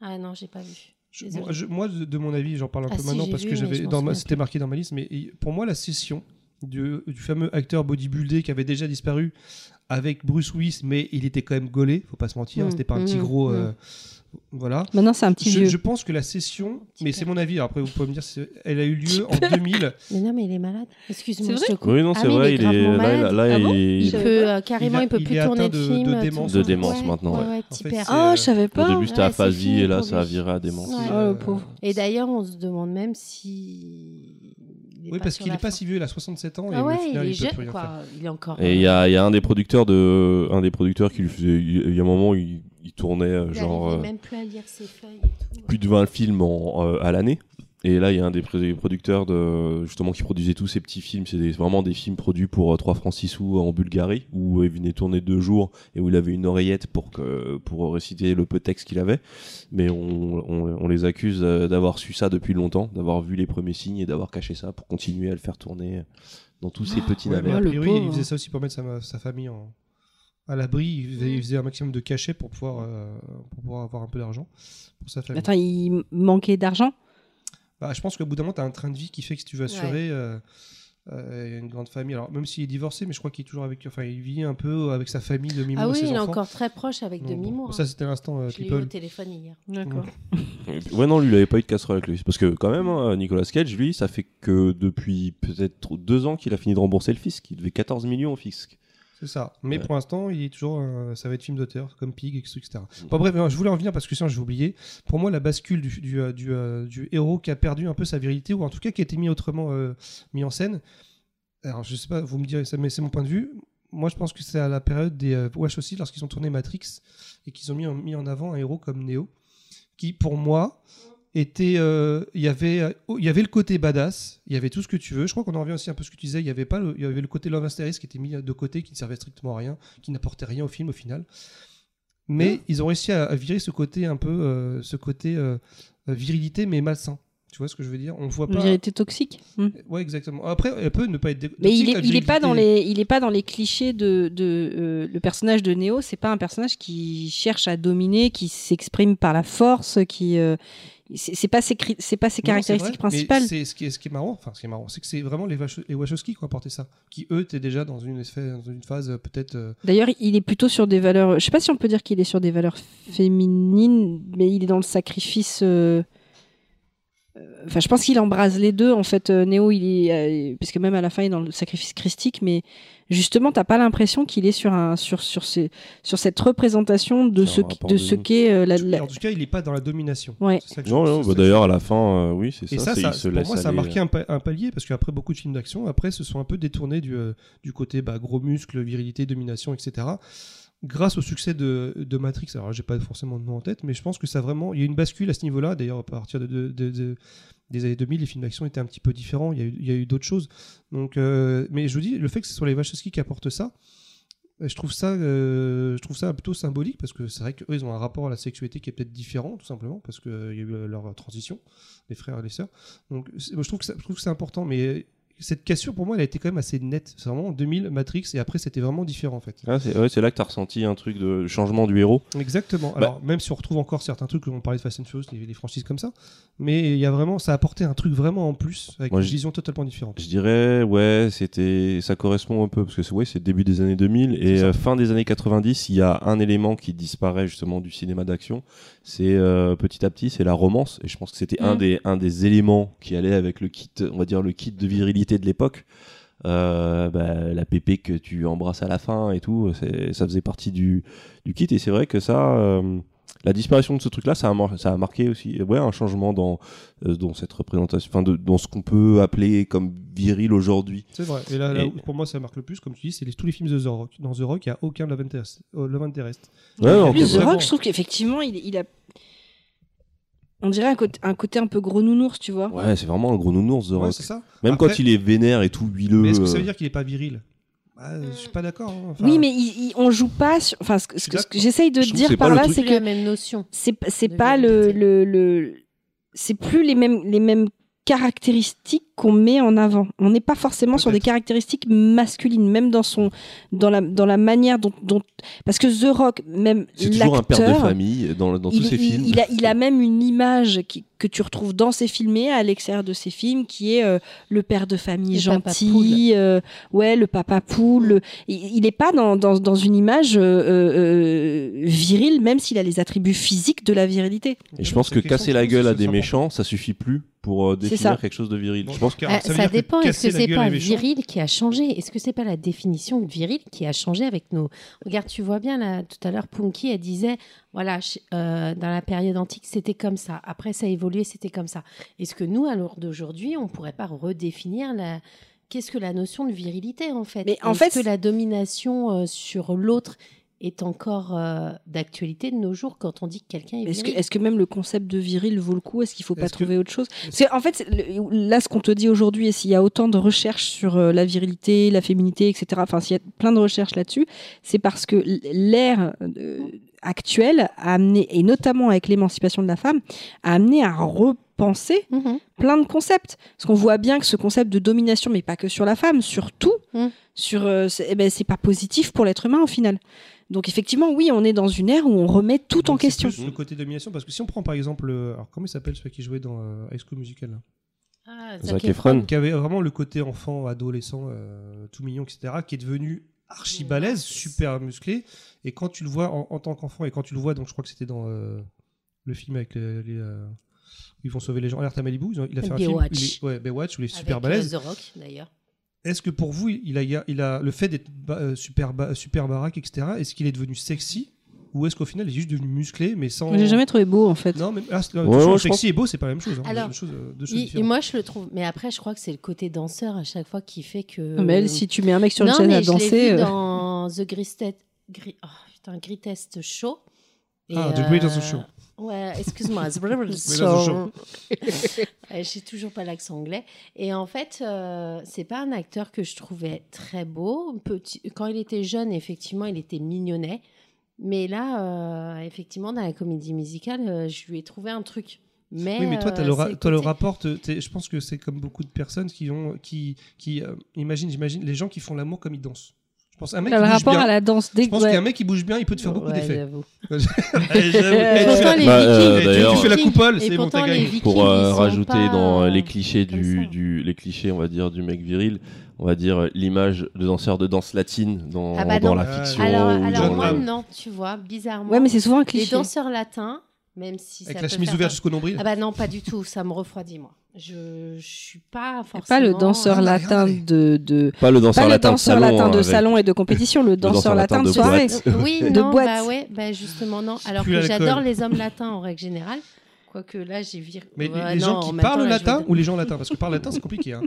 Speaker 2: Ah non, j'ai pas vu.
Speaker 1: Je-
Speaker 2: Désolée.
Speaker 1: moi, je- moi, de de mon avis, j'en parle un
Speaker 2: Ah
Speaker 1: peu
Speaker 2: si,
Speaker 1: maintenant
Speaker 2: j'ai
Speaker 1: parce
Speaker 2: vu,
Speaker 1: que
Speaker 2: mais
Speaker 1: j'avais,
Speaker 2: je m'en
Speaker 1: dans ma-
Speaker 2: souviens
Speaker 1: c'était marqué dans ma liste. Mais et pour moi, la session du, du fameux acteur bodybuildé qui avait déjà disparu avec Bruce Willis, mais il était quand même gaulé, faut pas se mentir,
Speaker 2: Mm,
Speaker 1: c'était pas un petit
Speaker 2: mm,
Speaker 1: gros.
Speaker 2: mm.
Speaker 1: euh, voilà.
Speaker 4: Maintenant, c'est un petit
Speaker 1: Je,
Speaker 4: vieux.
Speaker 1: je pense que la session,
Speaker 2: Petit
Speaker 1: mais c'est mon avis, alors après vous pouvez me dire, si- elle a eu lieu en 2000.
Speaker 2: Mais non, mais il est malade. Excuse-moi, je
Speaker 4: vrai
Speaker 2: te coupe.
Speaker 3: Oui, non,
Speaker 2: Ah,
Speaker 3: c'est
Speaker 2: mais
Speaker 3: vrai,
Speaker 2: il
Speaker 3: il
Speaker 2: est
Speaker 3: est.
Speaker 2: gravement
Speaker 3: Là,
Speaker 2: malade.
Speaker 3: là,
Speaker 4: Ah bon
Speaker 3: il-
Speaker 2: Il
Speaker 4: Je-
Speaker 2: peut euh, carrément,
Speaker 1: Il
Speaker 2: il,
Speaker 1: a-
Speaker 2: peut
Speaker 1: il
Speaker 2: plus
Speaker 1: est
Speaker 2: tourner
Speaker 1: atteint
Speaker 2: de,
Speaker 1: de-
Speaker 2: film. euh,
Speaker 1: de démence.
Speaker 3: De démence, maintenant, ouais.
Speaker 1: En
Speaker 2: petit
Speaker 1: fait,
Speaker 2: père.
Speaker 1: c'est- euh,
Speaker 4: Ah, je savais
Speaker 3: au
Speaker 4: pas.
Speaker 3: début,
Speaker 2: ouais,
Speaker 3: c'était aphasie,
Speaker 2: c'est
Speaker 3: et là,
Speaker 2: fini
Speaker 3: ça
Speaker 2: pour
Speaker 3: a
Speaker 2: lui.
Speaker 3: viré à démence.
Speaker 2: Ouais.
Speaker 1: C'est,
Speaker 4: Oh,
Speaker 1: euh,
Speaker 4: le pauvre.
Speaker 2: Et d'ailleurs, on se demande même si. il est
Speaker 1: Oui,
Speaker 2: pas
Speaker 1: parce
Speaker 2: sur
Speaker 1: qu'il
Speaker 2: la
Speaker 1: est pas
Speaker 2: fin.
Speaker 1: si vieux, il a 67 ans. et
Speaker 2: Ah
Speaker 1: au
Speaker 2: ouais,
Speaker 1: final,
Speaker 2: il est
Speaker 1: peut plus
Speaker 2: jeune,
Speaker 1: rien
Speaker 2: quoi.
Speaker 1: faire.
Speaker 2: Il est encore.
Speaker 3: Et il y a, il y a un des producteurs de, un des producteurs qui lui faisait, il il y a un moment, il, il tournait euh,
Speaker 2: il
Speaker 3: genre
Speaker 2: arrivait
Speaker 3: euh,
Speaker 2: même plus à lire ses feuilles et tout.
Speaker 3: plus de 20 films en, euh, à l'année. Et là, il y a un des pré- producteurs de, justement qui produisait tous ces petits films. C'est des- vraiment des films produits pour euh, 3 francs 6 sous en Bulgarie, où il venait tourner deux jours et où il avait une oreillette pour, que, pour réciter le peu de texte qu'il avait. Mais on, on- on les accuse euh, d'avoir su ça depuis longtemps, d'avoir vu les premiers signes et d'avoir caché ça pour continuer à le faire tourner dans tous ces petits
Speaker 1: Ouais, mais
Speaker 3: navets.
Speaker 1: a
Speaker 4: le
Speaker 1: priori,
Speaker 4: pauvre.
Speaker 1: il faisait ça aussi pour mettre sa, sa famille en, à l'abri. Il, faisait-
Speaker 2: Mm.
Speaker 1: il faisait un maximum de cachets pour pouvoir, euh, pour pouvoir avoir un peu d'argent pour sa famille.
Speaker 4: Attends, il manquait d'argent
Speaker 1: Bah, je pense qu'au bout d'un moment, tu as un train de vie qui fait que si tu veux assurer euh, euh, une grande famille. Alors, même s'il est divorcé, mais je crois qu'il est toujours avec. Enfin, il vit un peu avec sa famille de Mimo
Speaker 2: Ah
Speaker 1: et
Speaker 2: oui,
Speaker 1: ses
Speaker 2: il est
Speaker 1: enfants.
Speaker 2: encore très proche avec
Speaker 1: Donc,
Speaker 2: de
Speaker 1: bon,
Speaker 2: Mimo. hein.
Speaker 1: Ça, c'était l'instant euh,
Speaker 2: Je l'ai eu au
Speaker 1: people.
Speaker 2: téléphone hier.
Speaker 1: D'accord.
Speaker 3: Et puis- Euh, Ouais, non, lui, il avait pas eu de casserole avec lui. Parce que, quand même, hein, Nicolas Cage, lui, ça fait que depuis peut-être deux ans qu'il a fini de rembourser le fisc. Il devait 14 millions au fisc.
Speaker 1: C'est ça. Mais
Speaker 3: Ouais.
Speaker 1: pour l'instant, il est toujours. euh, ça va être film d'auteur, comme Pig, etc. Bon, bref, non, je voulais en venir parce que sinon, j'ai oublié. Pour moi, la bascule du, du, euh, du, euh, du héros qui a perdu un peu sa virilité, ou en tout cas qui a été mis autrement euh, mis en scène. Alors, je sais pas, vous me direz ça, mais c'est mon point de vue. Moi, je pense que c'est à la période des euh, Wash aussi, lorsqu'ils ont tourné Matrix et qu'ils ont mis en, mis en avant un héros comme Neo, qui, pour moi, était, euh, il y avait, euh, oh, il y avait le côté badass, il y avait tout ce que tu veux. Je crois qu'on en revient aussi un peu à ce que tu disais. Il y avait pas, le, il y avait le côté love interest qui était mis de côté, qui ne servait strictement à rien, qui n'apportait rien au film au final. Mais ils ont réussi à, à virer ce côté un peu, euh, ce côté euh, virilité mais malsain. Tu vois ce que je veux dire On voit
Speaker 4: Une
Speaker 1: pas.
Speaker 4: vérité toxique. Mm.
Speaker 1: Ouais, exactement. Après, elle peut ne pas être. dé-
Speaker 4: Mais il
Speaker 1: toxique,
Speaker 4: est,
Speaker 1: la
Speaker 4: il est pas dans
Speaker 1: virilité.
Speaker 4: les, il est pas dans les clichés de, de euh, le personnage de Neo. C'est pas un personnage qui cherche à dominer, qui s'exprime par la force, qui euh, c'est c'est pas ses, cri- c'est pas
Speaker 1: Non,
Speaker 4: ses
Speaker 1: c'est
Speaker 4: caractéristiques
Speaker 1: vrai, mais
Speaker 4: principales.
Speaker 1: C'est ce qui est, ce qui est marrant, enfin ce qui est marrant, c'est que c'est vraiment les, Wacho- les Wachowski qui ont apporté ça, qui eux étaient déjà dans une, espèce- dans une phase euh, peut-être. euh,
Speaker 4: D'ailleurs, il est plutôt sur des valeurs. Je sais pas si on peut dire qu'il est sur des valeurs féminines, mais il est dans le sacrifice. euh, euh, Enfin, je pense qu'il embrase les deux. En fait, euh, Neo, il est euh, parce que même à la fin, il est dans le sacrifice christique. Mais justement, t'as pas l'impression qu'il est sur un sur sur ce- sur cette représentation de
Speaker 3: Sur
Speaker 4: ce
Speaker 3: un
Speaker 4: qui-
Speaker 3: rapport
Speaker 4: de
Speaker 3: de
Speaker 4: ce
Speaker 3: nous.
Speaker 4: qu'est euh, la,
Speaker 1: tu-
Speaker 4: la-
Speaker 1: En tout cas, il n'est pas dans la domination.
Speaker 4: Ouais.
Speaker 1: C'est ça que je-
Speaker 3: Non, non,
Speaker 1: c'est
Speaker 3: bah
Speaker 1: ça que je-
Speaker 3: d'ailleurs, à la fin, euh, oui, c'est ça.
Speaker 1: Et ça,
Speaker 3: c'est-
Speaker 1: ça,
Speaker 3: il se
Speaker 1: pour
Speaker 3: laisse
Speaker 1: moi, ça a
Speaker 3: aller, euh.
Speaker 1: marqué un, pa- un palier parce qu'après beaucoup de films d'action, après, se sont un peu détournés du, euh, du côté bah, gros muscles, virilité, domination, etc. Grâce au succès de, de Matrix, alors j'ai pas forcément de nom en tête, mais je pense que ça vraiment, il y a eu une bascule à ce niveau-là. D'ailleurs, à partir de, de- de- de- des années 2000, les films d'action étaient un petit peu différents. Il y a eu, il y a eu d'autres choses. Donc, euh, mais je vous dis, le fait que ce soit les Wachowski qui apportent ça, euh, je trouve ça, euh, je trouve ça plutôt symbolique parce que c'est vrai qu'eux, ils ont un rapport à la sexualité qui est peut-être différent, tout simplement, parce qu'il y a eu euh, leur transition, les frères et les sœurs. Donc, c'est- moi, je trouve que ça- je trouve que c'est important, mais euh, cette cassure pour moi, elle a été quand même assez nette. C'est vraiment 2000 Matrix et après, c'était vraiment différent en fait.
Speaker 3: Ah, c'est ouais, c'est là que t'as ressenti un truc de changement du héros. Bah.
Speaker 1: Exactement. Alors, même si on retrouve encore certains trucs, on parlait de Fast and Furious, les, les franchises comme ça, mais il y a vraiment, ça a apporté un truc vraiment en plus avec
Speaker 3: Moi,
Speaker 1: une
Speaker 3: je-
Speaker 1: vision totalement différente.
Speaker 3: Je dirais, ouais, c'était, ça correspond un peu parce que c'est ouais, c'est le début des années 2000 et euh, fin des années 90. Il y a un élément qui disparaît justement du cinéma d'action. C'est euh, petit à petit, c'est la romance. Et je pense que c'était un
Speaker 4: Mm.
Speaker 3: des un des éléments qui allait avec le kit, on va dire le kit de virilité de l'époque. Euh, bah, la pépé que tu embrasses à la fin et tout, c'est- ça faisait partie du du kit. Et c'est vrai que ça. euh, la disparition de ce truc-là, ça a, mar- ça a marqué aussi euh, ouais, un changement dans, euh, dans cette représentation, enfin, de- dans ce qu'on peut appeler comme viril aujourd'hui.
Speaker 1: C'est vrai. Et là, là
Speaker 3: Et-
Speaker 1: où pour moi, ça marque le plus, comme tu dis, c'est les- tous les films de The Rock. Dans The Rock, il n'y a aucun Love Interest. euh, Love Interest.
Speaker 3: Ouais, non,
Speaker 4: plus The
Speaker 1: vraiment.
Speaker 4: Rock, je trouve qu'effectivement, il, il a on dirait un côté, un côté un peu gros nounours, tu vois.
Speaker 3: Ouais, c'est vraiment un gros nounours, The
Speaker 1: Ouais,
Speaker 3: Rock.
Speaker 1: c'est ça.
Speaker 3: Même
Speaker 1: Après-
Speaker 3: quand il est vénère et tout huileux.
Speaker 1: Mais est-ce que ça
Speaker 3: euh,
Speaker 1: veut dire qu'il n'est pas viril Bah,
Speaker 2: Euh,
Speaker 1: Je suis pas d'accord. hein. Enfin,
Speaker 4: oui, mais il- il- on joue pas. sur- Enfin, ce que, ce que- ce que j'essaye de
Speaker 3: Je trouve que
Speaker 4: dire
Speaker 3: c'est pas
Speaker 4: par
Speaker 3: le
Speaker 4: là,
Speaker 3: truc-
Speaker 4: c'est
Speaker 2: C'est
Speaker 4: que
Speaker 2: la même notion.
Speaker 4: c'est p- c'est
Speaker 2: De
Speaker 4: pas le,
Speaker 2: vérité.
Speaker 4: le, le- c'est plus les mêmes les mêmes caractéristiques qu'on met en avant. On n'est pas forcément sur des
Speaker 1: Peut-être.
Speaker 4: caractéristiques masculines, même dans son dans la dans la manière dont, dont- parce que The Rock même
Speaker 3: C'est toujours un père de
Speaker 4: l'acteur
Speaker 3: famille dans, dans
Speaker 4: il,
Speaker 3: tous ses
Speaker 4: il-
Speaker 3: films.
Speaker 4: il a, il a même une image qui- que tu retrouves dans ses films et à l'extérieur de ses films, qui est euh, le père de famille
Speaker 2: Le papa Mm.
Speaker 4: gentil, euh, ouais, le papa poule. le- Il il est pas dans, dans, dans une image euh, euh, virile, même s'il a les attributs physiques de la virilité.
Speaker 3: Et je pense
Speaker 1: c'est
Speaker 3: que
Speaker 1: une question
Speaker 3: casser
Speaker 1: de
Speaker 3: la
Speaker 1: goût,
Speaker 3: gueule à
Speaker 1: c'est
Speaker 3: des
Speaker 1: important.
Speaker 3: méchants, ça suffit plus pour euh,
Speaker 4: C'est
Speaker 3: définir
Speaker 4: ça.
Speaker 3: quelque chose de viril.
Speaker 1: Bon,
Speaker 3: Je pense que
Speaker 1: alors,
Speaker 2: Ah,
Speaker 1: veut
Speaker 2: ça
Speaker 1: dire que
Speaker 2: dépend. Est-ce
Speaker 1: casser
Speaker 2: que
Speaker 1: la
Speaker 2: c'est
Speaker 1: gueule à
Speaker 2: pas
Speaker 1: des méchants-
Speaker 2: viril qui a changé Est-ce que c'est pas la définition de viril qui a changé avec nos Regarde, tu vois bien là tout à l'heure, Punky, elle disait voilà, ch- euh, dans la période antique, c'était comme ça. Après, ça a évolué, c'était comme ça. Est-ce que nous, à l'heure d'aujourd'hui, on pourrait pas redéfinir la Qu'est-ce que la notion de virilité en fait
Speaker 4: Mais en
Speaker 2: Est-ce
Speaker 4: fait,
Speaker 2: que la domination euh, sur l'autre est encore euh, d'actualité de nos jours quand on dit que quelqu'un est
Speaker 4: Est-ce que,
Speaker 2: viril
Speaker 4: est-ce que même le concept de viril vaut le coup Est-ce qu'il faut pas
Speaker 1: Est-ce que-
Speaker 4: trouver autre chose Parce que, en fait, c'est- le- là, ce qu'on te dit aujourd'hui, et s'il y a autant de recherches sur euh, la virilité, la féminité, etc., enfin, s'il y a plein de recherches là-dessus, c'est parce que l- l'ère euh, actuelle a amené, et notamment avec l'émancipation de la femme, a amené à repenser
Speaker 2: Mhm.
Speaker 4: plein de concepts. Parce qu'on voit bien que ce concept de domination, mais pas que sur la femme, sur tout,
Speaker 2: Mm.
Speaker 4: sur, euh, c'est eh ben, c'est pas positif pour l'être humain au final. Donc effectivement, oui, on est dans une ère où on remet tout en
Speaker 1: Donc, c'est
Speaker 4: question.
Speaker 1: plus le côté domination, parce que si on prend par exemple, euh, alors comment il s'appelle celui qui jouait dans euh, High School Musical, là
Speaker 2: Ah,
Speaker 3: Zac
Speaker 2: Zac
Speaker 3: Efron.
Speaker 1: qui avait vraiment le côté enfant, adolescent, euh, tout mignon, etc., qui est devenu archi balèze, super musclé, et quand tu le vois en, en tant qu'enfant, et quand tu le vois, donc je crois que c'était dans euh, le film avec euh, les, euh, où ils vont sauver les gens, Alerte à Malibu, ils ont- il a fait un film,
Speaker 2: Baywatch.
Speaker 1: où il est- ouais, Baywatch, où il est super
Speaker 2: Avec,
Speaker 1: balèze,
Speaker 2: euh, The Rock d'ailleurs.
Speaker 1: Est-ce que pour vous, il a, il a le fait d'être ba- euh, super, ba- super baraque, etc., est-ce qu'il est devenu sexy Ou est-ce qu'au final, il est juste devenu musclé, mais sans.
Speaker 4: J'ai jamais trouvé beau en fait.
Speaker 1: Non, mais ah, c'est-
Speaker 3: Ouais,
Speaker 1: attention,
Speaker 3: ouais, je
Speaker 1: sexy
Speaker 3: pense-
Speaker 1: et beau, c'est pas la même chose. hein.
Speaker 2: Alors,
Speaker 1: Deux choses, euh, deux choses
Speaker 2: Il-
Speaker 1: différentes.
Speaker 2: moi, je le trouve. Mais après, je crois que c'est le côté danseur à chaque fois qui fait que.
Speaker 4: Non, mais elle, si tu mets un mec sur une
Speaker 2: Non,
Speaker 4: chaîne
Speaker 2: mais
Speaker 4: à
Speaker 2: je l'ai
Speaker 4: danser,
Speaker 2: vu
Speaker 4: euh,
Speaker 2: dans The Greatest, Gre- oh, putain, Greatest Show. Et,
Speaker 1: Ah, The Greatest Show.
Speaker 2: Ouais, excuse-moi, The Greatest
Speaker 1: Greatest
Speaker 2: Show. Euh, J'ai toujours pas l'accent anglais. Et en fait, euh, c'est pas un acteur que je trouvais très beau. Petit- quand il était jeune, effectivement, il était mignonnet. Mais là, euh, effectivement, dans la comédie musicale, euh, je lui ai trouvé un truc. Mais,
Speaker 1: Oui, mais toi, t'as
Speaker 2: euh,
Speaker 1: le, ra-
Speaker 2: c'est
Speaker 1: toi, le
Speaker 2: côté-
Speaker 1: rapport, te- t'es- je pense que c'est comme beaucoup de personnes qui ont, qui, qui euh, imaginent, j'imagine, les gens qui font l'amour comme ils dansent. Je pense un mec
Speaker 4: Le
Speaker 1: qui bouge
Speaker 4: rapport
Speaker 1: bien.
Speaker 4: à la danse. Dès
Speaker 1: Je
Speaker 4: que-
Speaker 1: pense
Speaker 4: ouais.
Speaker 1: qu'un mec qui bouge bien, il peut te faire beaucoup
Speaker 2: Ouais,
Speaker 1: d'effets.
Speaker 2: j'avoue.
Speaker 1: Allez, j'avoue.
Speaker 2: Et
Speaker 1: Eh, tu
Speaker 2: pourtant,
Speaker 1: fais-
Speaker 2: les
Speaker 3: Bah, euh,
Speaker 2: Vikings,
Speaker 3: d'ailleurs-
Speaker 1: Tu fais la coupole,
Speaker 2: Et
Speaker 1: c'est bon,
Speaker 2: pourtant,
Speaker 1: t'as
Speaker 2: les
Speaker 1: gagné.
Speaker 2: Vikings,
Speaker 3: pour euh,
Speaker 2: ils sont
Speaker 3: rajouter
Speaker 2: pas,
Speaker 3: dans
Speaker 2: euh,
Speaker 3: les clichés
Speaker 2: comme
Speaker 3: du,
Speaker 2: ça.
Speaker 3: du- les clichés on va dire du mec viril on va dire euh, l'image de danseur de danse latine dans,
Speaker 2: Ah bah
Speaker 3: dans
Speaker 2: non.
Speaker 3: la
Speaker 1: Ouais.
Speaker 3: fiction
Speaker 2: Alors,
Speaker 3: ou euh,
Speaker 1: John
Speaker 2: alors
Speaker 3: dans
Speaker 2: moi,
Speaker 3: le-
Speaker 1: Hamm.
Speaker 2: non, tu vois, bizarrement.
Speaker 4: Ouais, mais c'est souvent un
Speaker 2: les
Speaker 4: cliché.
Speaker 2: danseurs latins, même si
Speaker 1: Avec
Speaker 2: ça
Speaker 1: la
Speaker 2: peut
Speaker 1: chemise
Speaker 2: faire-
Speaker 1: ouverte jusqu'au nombril.
Speaker 2: Ah bah non, pas du tout, ça me refroidit moi. Je, je suis pas forcément.
Speaker 4: Pas le danseur
Speaker 1: Ah,
Speaker 4: latin
Speaker 1: regardez.
Speaker 4: de, de...
Speaker 3: pas le danseur
Speaker 4: Pas le
Speaker 3: latin
Speaker 4: danseur
Speaker 3: de salon,
Speaker 4: latin
Speaker 3: hein,
Speaker 4: de
Speaker 3: avec-
Speaker 4: salon et de compétition, le danseur latin de soirée.
Speaker 3: boîte.
Speaker 2: Oui,
Speaker 4: De
Speaker 2: non,
Speaker 4: boîte.
Speaker 2: bah ouais, bah justement non. Alors
Speaker 1: Plus
Speaker 2: que
Speaker 1: l'alcool.
Speaker 2: j'adore les hommes latins en règle générale, quoique là j'ai viré.
Speaker 1: Mais les-
Speaker 2: Ouais,
Speaker 1: les
Speaker 2: non,
Speaker 1: gens
Speaker 2: en
Speaker 1: qui
Speaker 2: même temps,
Speaker 1: parlent
Speaker 2: là, je vais
Speaker 1: latin
Speaker 2: dire-
Speaker 1: ou les gens latins Parce que parler latin, c'est compliqué. hein.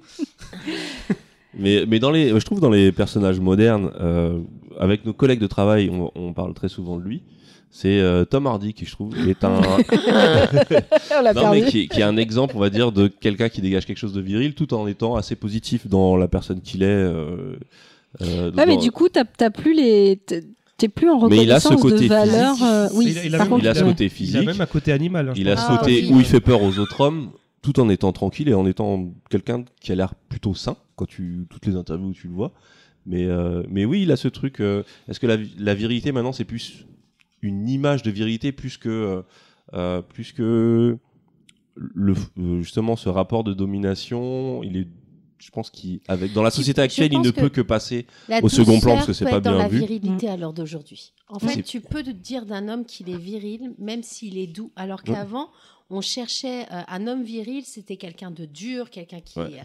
Speaker 3: Mais, mais dans les, je trouve dans les personnages modernes, euh, avec nos collègues de travail, on, on parle très souvent de lui. C'est euh, Tom Hardy qui, je trouve, est un,
Speaker 4: On l'a
Speaker 3: non, mais
Speaker 4: perdu.
Speaker 3: qui, qui est un exemple, on va dire, de quelqu'un qui dégage quelque chose de viril, tout en étant assez positif dans la personne qu'il est. euh, euh,
Speaker 4: Ouais, Ah, mais
Speaker 3: dans-
Speaker 4: du coup, t'as t'as plus les. t'es- T'es plus en
Speaker 3: Mais il a ce
Speaker 4: reconnaissance
Speaker 3: côté
Speaker 4: de valeur.
Speaker 3: physique.
Speaker 4: euh, Oui,
Speaker 1: Il a- il a
Speaker 4: par
Speaker 1: même-
Speaker 4: contre,
Speaker 3: il a ce
Speaker 4: ouais.
Speaker 3: côté
Speaker 1: Il a
Speaker 3: physique,
Speaker 1: même un côté animal. hein, je
Speaker 3: il a
Speaker 1: pense.
Speaker 2: Ah,
Speaker 3: sauté
Speaker 2: oui.
Speaker 3: où il fait peur aux autres hommes, tout en étant tranquille et en étant quelqu'un qui a l'air plutôt sain quand tu toutes les interviews où tu le vois. Mais euh, mais oui, il a ce truc. euh, Est-ce que la, vi- la virilité maintenant c'est plus une image de virilité plus que euh, euh, plus que le f- euh, justement ce rapport de domination, il est je pense qu'avec dans la
Speaker 2: Je-
Speaker 3: société
Speaker 2: je
Speaker 3: actuelle, il
Speaker 2: pense
Speaker 3: ne
Speaker 2: que
Speaker 3: peut que passer.
Speaker 2: La
Speaker 3: au second
Speaker 2: douceur
Speaker 3: plan, parce que c'est
Speaker 2: peut
Speaker 3: pas
Speaker 2: être dans
Speaker 3: bien
Speaker 2: la
Speaker 3: vu.
Speaker 2: virilité à l'heure d'aujourd'hui. En
Speaker 4: Mm.
Speaker 2: fait,
Speaker 3: C'est-
Speaker 2: tu peux te dire d'un homme qu'il est viril, même s'il est doux. Alors qu'avant, on cherchait euh, un homme viril, c'était quelqu'un de dur, quelqu'un qui
Speaker 3: Ouais.
Speaker 2: euh,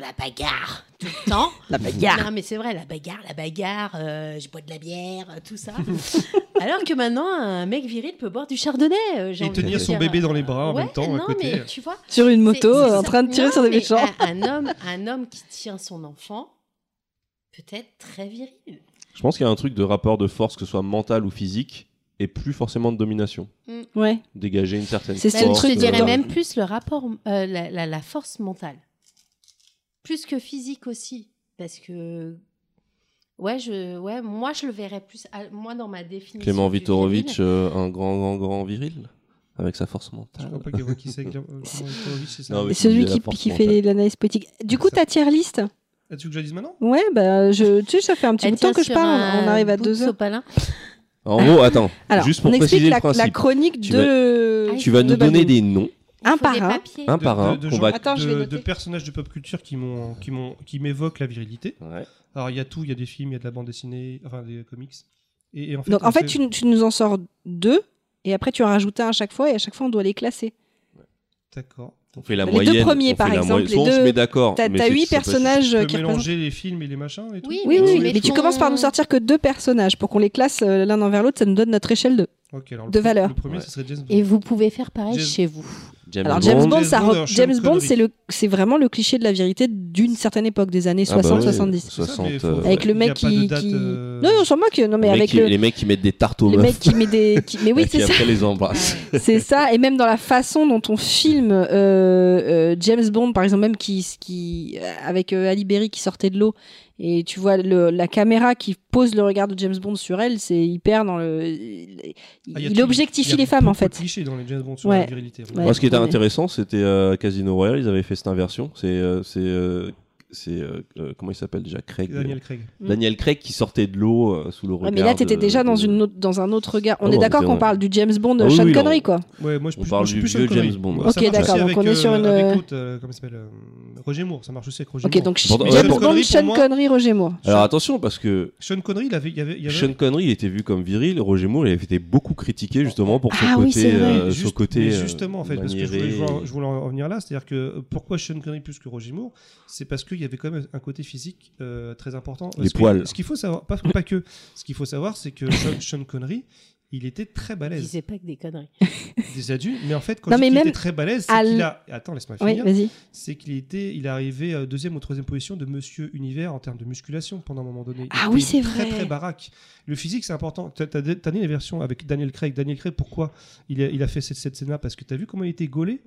Speaker 2: la bagarre tout le temps.
Speaker 4: La bagarre.
Speaker 2: Non, mais c'est vrai, la bagarre, la bagarre, euh, je bois de la bière, euh, tout ça. Alors que maintenant, un mec viril peut boire du chardonnay. euh, j'ai
Speaker 1: Et
Speaker 2: envie de
Speaker 1: tenir son
Speaker 2: dire.
Speaker 1: bébé dans les bras en
Speaker 2: Ouais,
Speaker 1: même temps, à
Speaker 2: non,
Speaker 1: côté.
Speaker 2: mais tu vois,
Speaker 4: Sur une
Speaker 2: c'est-
Speaker 4: moto,
Speaker 2: c'est
Speaker 4: euh,
Speaker 2: ça.
Speaker 4: en train de tirer
Speaker 2: Non,
Speaker 4: sur des
Speaker 2: mais
Speaker 4: méchants.
Speaker 2: Un, un homme, un homme qui tient son enfant peut être très viril.
Speaker 3: Je pense qu'il y a un truc de rapport de force, que ce soit mental ou physique, et plus forcément de domination.
Speaker 4: Ouais.
Speaker 3: Dégager une certaine
Speaker 4: C'est
Speaker 3: force. euh,
Speaker 4: ce
Speaker 2: Bah, je
Speaker 4: truc
Speaker 2: te
Speaker 4: de-
Speaker 2: dirais
Speaker 4: dans-
Speaker 2: même plus le rapport, euh, la, la- la force mentale. Plus que physique aussi. Parce que. Ouais, je, ouais, moi, je le verrais plus. à- moi, dans ma définition.
Speaker 3: Clément
Speaker 2: du
Speaker 3: Vitorovic,
Speaker 2: viril,
Speaker 3: euh, un grand, grand, grand viril, avec sa force
Speaker 1: Je
Speaker 3: mentale.
Speaker 1: crois pas qu'il voit qui c'est. Guillaume- euh, Guillaume Ivanovitch, c'est ça.
Speaker 3: Non, mais-
Speaker 4: Et celui
Speaker 3: Il a la
Speaker 4: qui,
Speaker 3: force
Speaker 4: qui fait
Speaker 3: mentale.
Speaker 4: les- l'analyse politique. Du coup,
Speaker 1: C'est ça.
Speaker 4: ta tier list
Speaker 1: As-tu que je le dise maintenant
Speaker 4: Ouais, bah, je, tu sais, ça fait un petit
Speaker 2: elle
Speaker 4: bout de temps
Speaker 2: tient
Speaker 4: que je
Speaker 2: sur
Speaker 4: parle.
Speaker 2: un
Speaker 4: On arrive à
Speaker 2: bout de
Speaker 4: deux heures.
Speaker 2: sopalin.
Speaker 3: En gros, attends,
Speaker 4: Ah. Alors,
Speaker 3: juste pour
Speaker 4: on
Speaker 3: préciser
Speaker 4: explique la,
Speaker 3: le
Speaker 4: la
Speaker 3: principe.
Speaker 4: chronique
Speaker 3: Tu
Speaker 4: de. Ah,
Speaker 2: vas-
Speaker 3: Tu vas nous
Speaker 4: de
Speaker 3: donner
Speaker 4: Badour.
Speaker 3: des noms,
Speaker 2: Il
Speaker 4: Un
Speaker 2: faut
Speaker 4: par
Speaker 2: des
Speaker 4: un.
Speaker 2: papiers.
Speaker 3: un par un,
Speaker 1: de,
Speaker 3: qu'on
Speaker 1: gens-
Speaker 3: va...
Speaker 4: Attends, je
Speaker 1: de-
Speaker 4: vais
Speaker 1: de
Speaker 4: noter.
Speaker 1: personnages de pop culture qui m'ont qui m'ont qui m'évoquent la virilité.
Speaker 3: Ouais.
Speaker 1: Alors il y a tout, il y a des films, il y a de la bande dessinée, enfin des comics. Et, et en fait,
Speaker 4: Donc,
Speaker 1: on
Speaker 4: en fait, tu, tu nous en sors deux, et après, tu en rajoutes un à chaque fois, et à chaque fois, on doit les classer.
Speaker 1: d'accord.
Speaker 3: On fait la
Speaker 4: Les deux
Speaker 3: moyenne.
Speaker 4: premiers,
Speaker 3: on
Speaker 4: par
Speaker 3: fait la
Speaker 4: exemple,
Speaker 3: moyenne.
Speaker 4: les
Speaker 3: Soit on se
Speaker 4: deux-
Speaker 3: met d'accord.
Speaker 4: T'as
Speaker 3: Oh, mais
Speaker 4: t'as
Speaker 3: c'est-
Speaker 4: huit
Speaker 3: ça peut-
Speaker 1: Tu
Speaker 4: personnages
Speaker 1: peux
Speaker 4: qui représentent-
Speaker 1: mélanger les films et les machins et tout.
Speaker 2: Oui,
Speaker 4: Oui, oui,
Speaker 3: Oui,
Speaker 4: mais,
Speaker 3: mais
Speaker 4: tu
Speaker 2: ton-
Speaker 4: commences par nous sortir que deux personnages pour qu'on les classe euh, l'un envers l'autre, ça nous donne notre échelle de.
Speaker 1: Ok, alors le
Speaker 4: De
Speaker 1: pre-
Speaker 4: valeur.
Speaker 1: Le premier,
Speaker 3: Ouais.
Speaker 1: ce serait James Bond.
Speaker 2: Et vous pouvez faire pareil
Speaker 1: James-
Speaker 2: chez vous.
Speaker 3: James
Speaker 4: Alors
Speaker 3: Bond.
Speaker 4: James Bond,
Speaker 1: James
Speaker 4: ça
Speaker 1: Bond,
Speaker 4: re-
Speaker 1: alors, Sean
Speaker 4: James Bond,
Speaker 1: Connery.
Speaker 4: c'est le, c'est vraiment le cliché de la vérité d'une certaine époque des années
Speaker 3: Ah bah
Speaker 4: 60-70.
Speaker 3: oui,
Speaker 1: C'est ça,
Speaker 3: 60,
Speaker 1: mais faut-
Speaker 3: euh,
Speaker 4: Avec le
Speaker 1: il y a
Speaker 4: mec
Speaker 1: pas de
Speaker 4: qui-
Speaker 1: date,
Speaker 4: qui-
Speaker 1: euh,
Speaker 4: Non, non, sans moi que non, mais
Speaker 3: les, mecs
Speaker 4: avec
Speaker 3: qui-
Speaker 4: le,
Speaker 3: les mecs qui mettent des tartes aux
Speaker 4: les
Speaker 3: meufs
Speaker 4: mecs qui met des, qui- mais
Speaker 3: et
Speaker 4: oui,
Speaker 3: qui
Speaker 4: c'est ça,
Speaker 3: après les embrassent.
Speaker 4: c'est ça, et même dans la façon dont on filme euh, euh, James Bond, par exemple, même qui, qui euh, avec euh, Ali Berry qui sortait de l'eau, et tu vois le, la caméra qui pose le regard de James Bond sur elle, c'est hyper dans le,
Speaker 1: Ah,
Speaker 4: il,
Speaker 1: il y a
Speaker 4: il
Speaker 1: tout- il y
Speaker 4: objectifie
Speaker 1: a
Speaker 4: les femmes en
Speaker 1: beaucoup de
Speaker 4: fait.
Speaker 1: clichés dans les James Bond sur
Speaker 4: Ouais.
Speaker 1: la virilité. hein.
Speaker 4: Ouais.
Speaker 3: Moi, ce qui était
Speaker 4: Ouais.
Speaker 3: intéressant, c'était euh, Casino Royale. Ils avaient fait cette inversion. C'est, euh, c'est, euh, c'est euh, euh, comment il s'appelle déjà Craig. euh,
Speaker 1: Daniel Craig.
Speaker 4: Mm.
Speaker 3: Daniel Craig qui sortait de l'eau euh, sous le regard.
Speaker 4: Ouais, mais là, t'étais
Speaker 3: de-
Speaker 4: déjà dans,
Speaker 3: de-
Speaker 4: une autre- dans un autre regard. On
Speaker 3: Ah
Speaker 4: est
Speaker 3: bon,
Speaker 4: d'accord
Speaker 3: c'est
Speaker 4: qu'on
Speaker 3: vrai.
Speaker 4: parle du James Bond,
Speaker 3: Ah oui,
Speaker 4: Sean
Speaker 3: oui,
Speaker 4: Connery,
Speaker 3: non.
Speaker 4: quoi.
Speaker 1: Ouais, moi je
Speaker 3: On
Speaker 1: suis-
Speaker 3: parle
Speaker 1: moi, je suis
Speaker 3: du
Speaker 1: plus sur
Speaker 3: vieux bah,
Speaker 1: le Connery.
Speaker 3: James Bond.
Speaker 1: Ouais,
Speaker 4: Ok,
Speaker 1: ça marche
Speaker 4: d'accord,
Speaker 1: aussi
Speaker 4: donc
Speaker 1: avec,
Speaker 4: on est
Speaker 1: euh,
Speaker 4: sur une-
Speaker 1: avec l'autre, euh, comment il s'appelle euh, Roger Moore, ça marche aussi avec Roger
Speaker 4: Ok,
Speaker 1: Moore.
Speaker 4: donc
Speaker 3: Pour-
Speaker 4: James
Speaker 3: ouais, pour-
Speaker 4: Bond,
Speaker 1: Connery,
Speaker 4: Sean
Speaker 1: moi-
Speaker 4: Connery, Roger Moore.
Speaker 3: Alors attention parce que
Speaker 1: Sean Connery, il avait, il y avait, il y avait-
Speaker 3: Sean Connery, il était vu comme viril. Roger Moore, il avait été beaucoup critiqué justement pour son
Speaker 4: Ah oui,
Speaker 3: côté,
Speaker 4: c'est vrai.
Speaker 3: euh,
Speaker 1: Mais
Speaker 3: son
Speaker 1: juste-
Speaker 3: côté.
Speaker 1: mais
Speaker 3: euh,
Speaker 1: justement, en fait, parce que je voulais,
Speaker 3: maniéré.
Speaker 1: je voulais- je voulais en venir là, c'est-à-dire que euh, pourquoi Sean Connery plus que Roger Moore, c'est parce qu'il y avait quand même un côté physique euh, très important.
Speaker 3: Les
Speaker 1: Ce que-
Speaker 3: poils.
Speaker 1: ce qu'il faut savoir, pas, pas que, ce qu'il faut savoir, c'est que Sean, Sean Connery, il était très
Speaker 2: Je
Speaker 1: balèze.
Speaker 2: disais pas que des conneries.
Speaker 1: Des adultes, mais en fait, quand
Speaker 4: Non,
Speaker 1: je
Speaker 4: mais
Speaker 1: dis qu'il
Speaker 4: même
Speaker 1: était très balèze, c'est
Speaker 4: à
Speaker 1: qu'il
Speaker 4: l-
Speaker 1: a. Attends, laisse-moi
Speaker 4: Oui,
Speaker 1: finir.
Speaker 4: vas-y.
Speaker 1: c'est qu'il était, il arrivait euh, deuxième ou troisième position de Monsieur Univers en termes de musculation pendant un moment donné. Il
Speaker 4: Ah
Speaker 1: était
Speaker 4: oui, c'est
Speaker 1: Très
Speaker 4: vrai.
Speaker 1: très baraque. Le physique c'est important. T'as t'as- t'as dit la version avec Daniel Craig. Daniel Craig, pourquoi il a, il a fait cette, cette scène-là Parce que t'as vu comment il était gaulé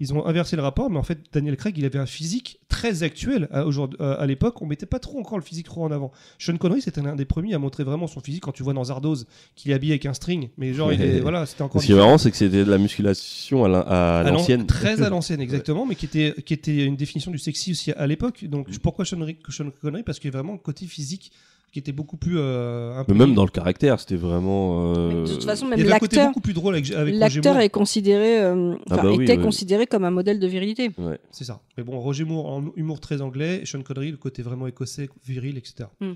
Speaker 1: Ils ont inversé le rapport, mais en fait Daniel Craig, il avait un physique très actuel à, aujourd'hui- euh, à- à l'époque. On mettait pas trop encore le physique trop en avant. Sean Connery, c'était l'un des premiers à montrer vraiment son physique quand tu vois dans Zardoz qu'il est habillé avec un string. Mais genre, il est-
Speaker 3: Ouais.
Speaker 1: voilà, c'était encore.
Speaker 3: Ce qui est marrant, c'est que c'était de la musculation à l'in- à
Speaker 1: À l'an-
Speaker 3: l'ancienne.
Speaker 1: Ah Très à l'ancienne, exactement, mais qui était, qui était une définition du sexy aussi à l'époque. Donc
Speaker 3: Mm.
Speaker 1: pourquoi Sean, Rick- Sean Connery Parce qu'il y avait vraiment le côté physique qui était beaucoup plus. euh, un peu-
Speaker 3: Mais même dans le caractère, c'était vraiment. euh,
Speaker 4: de toute façon,
Speaker 1: il y
Speaker 4: même
Speaker 1: avait un côté
Speaker 4: l'acteur,
Speaker 1: beaucoup plus drôle avec, avec Roger
Speaker 4: l'acteur
Speaker 1: Moore.
Speaker 4: est considéré, euh,
Speaker 3: Ah
Speaker 4: enfin,
Speaker 3: bah oui,
Speaker 4: était
Speaker 3: ouais.
Speaker 4: considéré comme un modèle de virilité.
Speaker 1: C'est ça. Mais bon, Roger Moore, en humour très anglais, et Sean Connery, le côté vraiment écossais, viril, etc.
Speaker 4: Hmm.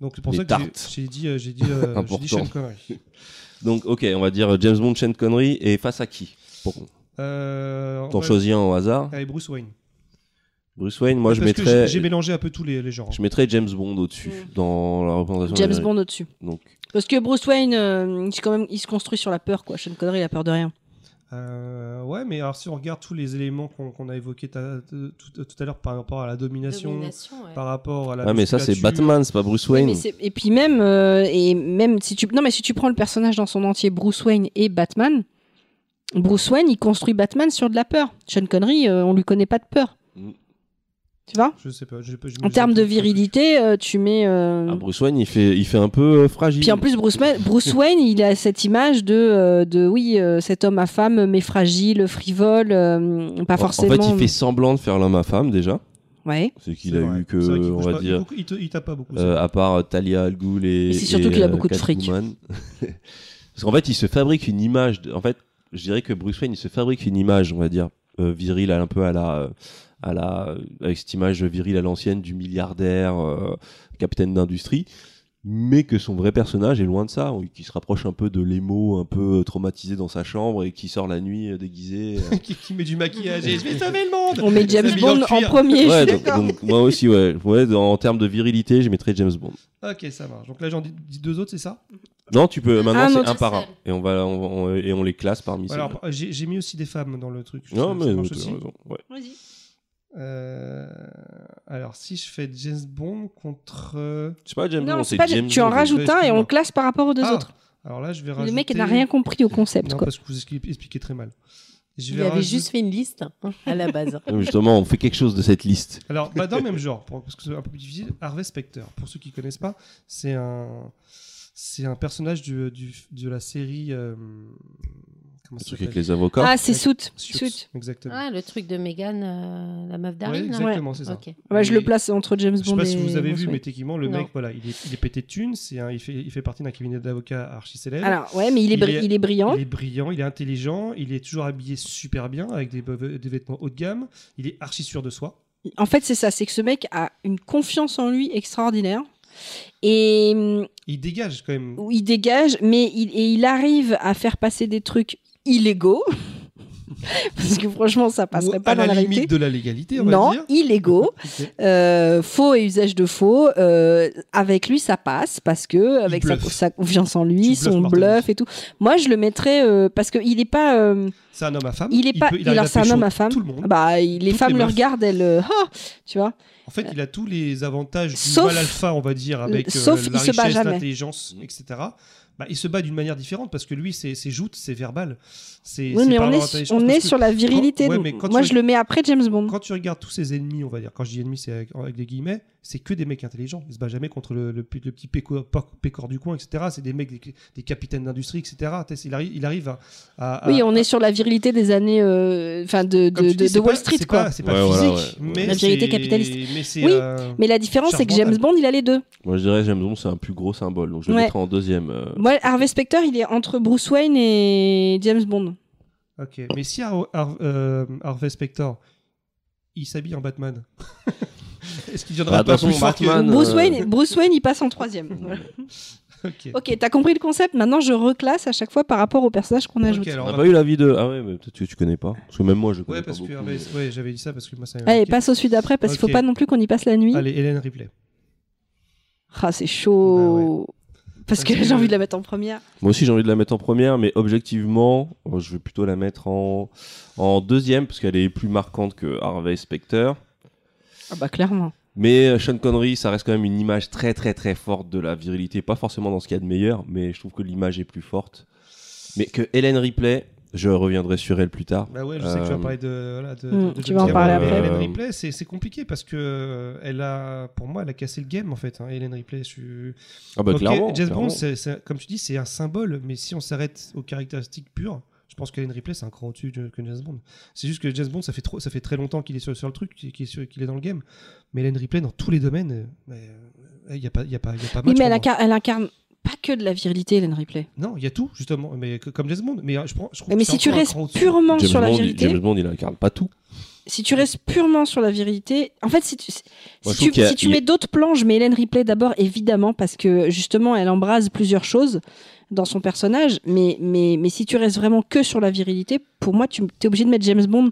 Speaker 1: Donc c'est pour
Speaker 3: Les
Speaker 1: ça que
Speaker 3: tartes.
Speaker 1: j'ai- j'ai dit, euh, j'ai dit, euh, j'ai dit
Speaker 3: Important.
Speaker 1: Sean Connery.
Speaker 3: Donc, ok, on va dire James Bond, Sean Connery, et face à qui Pour-
Speaker 1: Euh,
Speaker 3: T'en
Speaker 1: ouais,
Speaker 3: choisis un au hasard.
Speaker 1: Allez, Bruce Wayne.
Speaker 3: Bruce Wayne, moi je
Speaker 1: Parce que
Speaker 3: mettrais,
Speaker 1: j'ai- j'ai mélangé un peu tous les, les genres.
Speaker 3: je mettrais James Bond au-dessus dans la représentation.
Speaker 4: Mm. James
Speaker 3: américaine.
Speaker 4: Bond au-dessus.
Speaker 3: Donc,
Speaker 4: Parce que Bruce Wayne, euh, il, se- quand même, il se construit sur la peur, quoi. Sean Connery, il a peur de rien.
Speaker 1: Euh, ouais, mais alors si on regarde tous les éléments qu'on qu'on a évoqués ta- tout, tout à l'heure par rapport à la domination,
Speaker 2: Domination, ouais.
Speaker 1: par rapport à la.
Speaker 3: ah mais ça c'est
Speaker 1: musculature,
Speaker 3: Batman, c'est pas Bruce
Speaker 4: Oui,
Speaker 3: Wayne.
Speaker 4: mais c'est- et puis même, euh, et même si tu, non mais si tu prends le personnage dans son entier, Bruce Wayne et Batman, Bruce Wayne, il construit Batman sur de la peur. Sean Connery, euh, on lui connaît pas de peur.
Speaker 3: Mm.
Speaker 4: Tu vois
Speaker 1: Je sais pas. j'ai pas- j'ai-
Speaker 4: En
Speaker 1: j'ai-
Speaker 4: termes de
Speaker 1: j'ai-
Speaker 4: virilité, euh, tu mets. euh,
Speaker 3: Ah, Bruce Wayne, il fait, il fait un peu euh, fragile.
Speaker 4: Puis en plus, Bruce, Ma- Bruce Wayne, il a cette image de, euh, de oui, euh, cet homme à femme, mais fragile, frivole, euh, pas
Speaker 3: En-
Speaker 4: forcément.
Speaker 3: En fait, il fait semblant de faire l'homme à femme déjà.
Speaker 4: Ouais.
Speaker 3: C'est qu'il
Speaker 1: C'est
Speaker 3: a
Speaker 1: vrai,
Speaker 3: eu que,
Speaker 1: c'est vrai qu'il
Speaker 3: on
Speaker 1: bouge
Speaker 3: va
Speaker 1: pas- il
Speaker 3: dire,
Speaker 1: beaucoup- Il, te- il tape pas beaucoup.
Speaker 3: euh, à part euh, Talia Al Ghul et.
Speaker 4: Mais c'est surtout
Speaker 3: et,
Speaker 4: qu'il a
Speaker 3: euh,
Speaker 4: beaucoup de fric.
Speaker 3: Catwoman. Parce qu'en fait, il se fabrique une image. de- En fait, je dirais que Bruce Wayne, il se fabrique une image, on va dire, euh, virile, un peu à la. euh, à la, euh, avec cette image virile à l'ancienne du milliardaire, euh, capitaine d'industrie, mais que son vrai personnage est loin de ça, qui se rapproche un peu de l'émo, un peu euh, traumatisé dans sa chambre et qui sort la nuit euh, déguisé. euh,
Speaker 1: ça. qui, qui met du maquillage et je vais sauver le monde.
Speaker 4: On met
Speaker 1: Il
Speaker 4: James
Speaker 1: s'habille
Speaker 4: Bond
Speaker 1: en
Speaker 4: en
Speaker 1: cuir.
Speaker 4: premier.
Speaker 3: Ouais,
Speaker 4: je suis
Speaker 3: donc,
Speaker 4: d'accord.
Speaker 3: donc moi aussi, ouais. ouais dans- en termes de virilité, je mettrais James Bond.
Speaker 1: Ok, ça marche. Donc là, j'en dis, dis deux autres, c'est ça
Speaker 3: Non, tu peux. Maintenant,
Speaker 4: Un
Speaker 3: c'est
Speaker 4: autre
Speaker 3: un par un.
Speaker 2: seul.
Speaker 3: Et on, va, on, on- et on les classe parmi ces.
Speaker 1: Alors, bah, j'ai j'ai mis aussi des femmes dans le truc.
Speaker 3: non,
Speaker 1: ça, ça
Speaker 3: mais
Speaker 1: marche
Speaker 3: t'as
Speaker 1: aussi.
Speaker 3: raison, ouais.
Speaker 1: Euh, alors, si je fais James Bond contre. euh,
Speaker 3: C'est pas James
Speaker 4: Non,
Speaker 3: Bond,
Speaker 4: c'est pas
Speaker 3: James
Speaker 4: tu en
Speaker 3: Bond.
Speaker 4: rajoutes un et on le classe par rapport aux deux
Speaker 1: Ah,
Speaker 4: autres.
Speaker 1: Alors là, je vais
Speaker 4: Le
Speaker 1: rajouter.
Speaker 4: mec il n'a rien compris au concept.
Speaker 1: Non,
Speaker 4: quoi.
Speaker 1: parce que vous expli- expliquez très mal. Je
Speaker 2: Il
Speaker 1: vais
Speaker 2: avait
Speaker 1: rajouter-
Speaker 2: juste fait une liste hein, à la base.
Speaker 3: Non, mais Justement, on fait quelque chose de cette liste.
Speaker 1: Alors, bah, dans le même genre, pour- parce que c'est un peu plus difficile, Harvey Specter, pour ceux qui ne connaissent pas, c'est un, c'est un personnage du, du- de la série. euh, comment
Speaker 3: Le
Speaker 1: ça
Speaker 3: truc avec
Speaker 1: s'appelle
Speaker 3: les avocats.
Speaker 4: Ah, c'est Soot.
Speaker 1: Suits,
Speaker 4: Soot.
Speaker 1: Exactement.
Speaker 2: Ah, le truc de Megan, euh, la meuf
Speaker 1: Ouais,
Speaker 2: d'Harry. là.
Speaker 1: exactement, c'est ça.
Speaker 2: Ok.
Speaker 4: Ouais, je
Speaker 1: Et-
Speaker 4: le place entre James
Speaker 1: Je sais
Speaker 4: Bond
Speaker 1: pas
Speaker 4: et.
Speaker 1: si vous avez vu,
Speaker 4: Bruce
Speaker 1: mais
Speaker 4: Wayne.
Speaker 1: techniquement, le
Speaker 2: Non.
Speaker 1: mec, voilà, il est, il est pété de thunes, c'est un, il, fait, il fait partie d'un cabinet d'avocats archi célèbre.
Speaker 4: Alors, ouais, mais il est, bri-
Speaker 1: Il est-
Speaker 4: il est brillant.
Speaker 1: Il est brillant, il est intelligent, il est toujours habillé super bien avec des, be- des vêtements haut de gamme, il est archi sûr de soi.
Speaker 4: En fait, c'est ça, c'est que ce mec a une confiance en lui extraordinaire. Et hum,
Speaker 1: Il dégage quand même.
Speaker 4: il dégage, mais il, et il arrive à faire passer des trucs illégaux. Parce que franchement, ça passerait
Speaker 1: Ou
Speaker 4: pas
Speaker 1: à
Speaker 4: dans
Speaker 1: la,
Speaker 4: la
Speaker 1: limite
Speaker 4: réalité.
Speaker 1: de la légalité, on
Speaker 4: Non,
Speaker 1: va dire.
Speaker 4: illégaux.
Speaker 1: Ok.
Speaker 4: Euh, faux et usage de faux. euh, avec lui, ça passe parce que avec sa,
Speaker 1: bluffe.
Speaker 4: sa confiance en lui,
Speaker 1: Tu
Speaker 4: son
Speaker 1: bluffes,
Speaker 4: bluff et tout. Moi, je le mettrais euh, parce que il est pas. euh,
Speaker 1: C'est un homme à femme.
Speaker 4: il est pas.
Speaker 1: peut-
Speaker 4: il
Speaker 1: arrive
Speaker 4: alors, c'est un
Speaker 1: pécho
Speaker 4: homme à femme.
Speaker 1: Tout le monde.
Speaker 4: Bah, il- les
Speaker 1: Toutes
Speaker 4: femmes
Speaker 1: les
Speaker 4: le
Speaker 1: meufs.
Speaker 4: regardent, elles. euh, ah, tu vois.
Speaker 1: En fait, il a tous les avantages du
Speaker 4: Sauf-
Speaker 1: mâle alpha, on va dire, avec euh,
Speaker 4: sauf
Speaker 1: la
Speaker 4: il se bat
Speaker 1: richesse,
Speaker 4: jamais.
Speaker 3: Mm.
Speaker 1: l'intelligence, etc. Bah, il se bat d'une manière différente parce que lui, c'est c'est joute, c'est verbal. C'est
Speaker 4: Oui,
Speaker 1: c'est
Speaker 4: mais
Speaker 1: par
Speaker 4: on
Speaker 1: leur
Speaker 4: est,
Speaker 1: intelligence,
Speaker 4: on
Speaker 1: parce
Speaker 4: est
Speaker 1: que
Speaker 4: sur la virilité.
Speaker 1: ouais,
Speaker 4: donc
Speaker 1: mais quand
Speaker 4: moi,
Speaker 1: tu-
Speaker 4: je le mets après James Bond.
Speaker 1: Quand tu regardes tous ses ennemis, on va dire, quand je dis ennemis, c'est avec, avec des guillemets, c'est que des mecs intelligents. Ils se battent jamais contre le, le p- le petit péco- porc- pécor du coin, etc. C'est des mecs, des, des capitaines d'industrie, etc. Tu sais, Il arrive, il arrive à, à-
Speaker 4: Oui,
Speaker 1: à-
Speaker 4: on est sur la virilité des années, euh, enfin de,
Speaker 1: Ah. comme
Speaker 4: de,
Speaker 1: tu dis,
Speaker 4: de-
Speaker 1: c'est
Speaker 4: de
Speaker 1: pas-
Speaker 4: Wall Street,
Speaker 1: c'est
Speaker 4: quoi.
Speaker 1: pas- C'est pas
Speaker 3: Ouais, voilà,
Speaker 1: physique,
Speaker 3: ouais.
Speaker 1: mais
Speaker 4: La vérité
Speaker 1: c'est-
Speaker 4: capitaliste.
Speaker 1: Mais c'est
Speaker 4: Oui,
Speaker 1: euh,
Speaker 4: Mais la différence, c'est que
Speaker 1: Charmant, hein.
Speaker 4: James Bond, il a les deux.
Speaker 3: Moi, je dirais James Bond, c'est un plus gros symbole. Donc, je le
Speaker 4: Ouais.
Speaker 3: mettrais en deuxième. euh.
Speaker 4: Moi, Harvey Specter, il est entre Bruce Wayne et James Bond.
Speaker 1: Ok, mais si Har- Har- euh, Harvey Spector, il s'habille en Batman, est-ce qu'il viendra
Speaker 3: Bah, de
Speaker 1: pas
Speaker 3: toute
Speaker 1: plus
Speaker 3: façon,
Speaker 1: fort que-
Speaker 3: Batman,
Speaker 4: Bruce,
Speaker 3: euh,
Speaker 4: Wayne, Bruce Wayne, il passe en troisième. Voilà.
Speaker 1: Ok.
Speaker 4: ok, t'as compris le concept. Maintenant, je reclasse à chaque fois par rapport au personnage qu'on ajoute.
Speaker 1: Ok, alors
Speaker 3: On
Speaker 1: on
Speaker 3: n'a
Speaker 1: va-
Speaker 3: pas eu l'avis de. Ah ouais, mais peut-être que tu connais pas. Parce que même moi, je connais
Speaker 1: Ouais,
Speaker 3: pas.
Speaker 1: parce que ah,
Speaker 3: beaucoup,
Speaker 1: Harvey- ouais, j'avais dit ça parce que moi ça.
Speaker 4: Allez,
Speaker 1: ok.
Speaker 4: Eh, passe au suite d'après parce qu'il
Speaker 1: Ok.
Speaker 4: faut pas non plus qu'on y passe la nuit.
Speaker 1: Allez, Hélène Ripley.
Speaker 4: Ah, c'est chaud. Parce que j'ai envie de la mettre en première.
Speaker 3: Moi aussi, j'ai envie de la mettre en première, mais objectivement, euh, je vais plutôt la mettre en, en deuxième, parce qu'elle est plus marquante que Harvey Specter.
Speaker 4: Ah bah clairement.
Speaker 3: Mais euh, Sean Connery, ça reste quand même une image très très très forte de la virilité, pas forcément dans ce qu'il y a de meilleur, mais je trouve que l'image est plus forte. Mais que Hélène Ripley, je reviendrai sur elle plus tard.
Speaker 1: Bah ouais, je sais que tu vas parler de. Voilà, de,
Speaker 4: Mm,
Speaker 1: de- Euh, de
Speaker 4: tu
Speaker 1: James
Speaker 4: vas en
Speaker 1: Cameron.
Speaker 4: parler
Speaker 1: Mais
Speaker 3: après.
Speaker 1: Ellen Ripley, c'est c'est compliqué parce que euh, elle a, pour moi, elle a cassé le game en fait. Hein, Hélène Ripley, je suis-
Speaker 3: Ah bah
Speaker 1: Ok,
Speaker 3: clairement.
Speaker 1: James
Speaker 3: clairement.
Speaker 1: Bond, c'est- c'est- comme tu dis, c'est un symbole, mais si on s'arrête aux caractéristiques pures, je pense qu'Hélène Ripley, c'est un cran au-dessus de- que James Bond. C'est juste que James Bond, ça fait, trop, ça fait très longtemps qu'il est sur, sur le truc, qu'il qu'il est, sur- qu'il est dans le game. Mais Hélène Ripley, dans tous les domaines, il n'y a pas, y a pas, y a pas
Speaker 4: Oui,
Speaker 1: match
Speaker 4: mais
Speaker 1: pour
Speaker 4: elle,
Speaker 1: moi.
Speaker 4: incar- elle incarne pas que de la virilité, Hélène Ripley.
Speaker 1: Non, il y a tout, justement, mais que- comme James Bond. Mais euh, je, prends, je trouve
Speaker 4: Mais,
Speaker 1: que c'est
Speaker 4: si tu
Speaker 1: encore un
Speaker 4: restes
Speaker 1: cran au-dessus.
Speaker 4: purement
Speaker 3: James
Speaker 4: sur la
Speaker 3: Bond, il-
Speaker 4: virilité,
Speaker 3: James Bond, il incarne pas tout.
Speaker 4: si tu restes purement sur la virilité, en fait, si tu, si
Speaker 3: Moi, je
Speaker 4: tu-
Speaker 3: trouve qu'il y a-
Speaker 4: si tu
Speaker 3: il-
Speaker 4: mets d'autres planches, mais Hélène Ripley d'abord, évidemment, parce que justement, elle embrase plusieurs choses dans son personnage, mais, mais, mais si tu restes vraiment que sur la virilité, pour moi, tu es obligé de mettre James Bond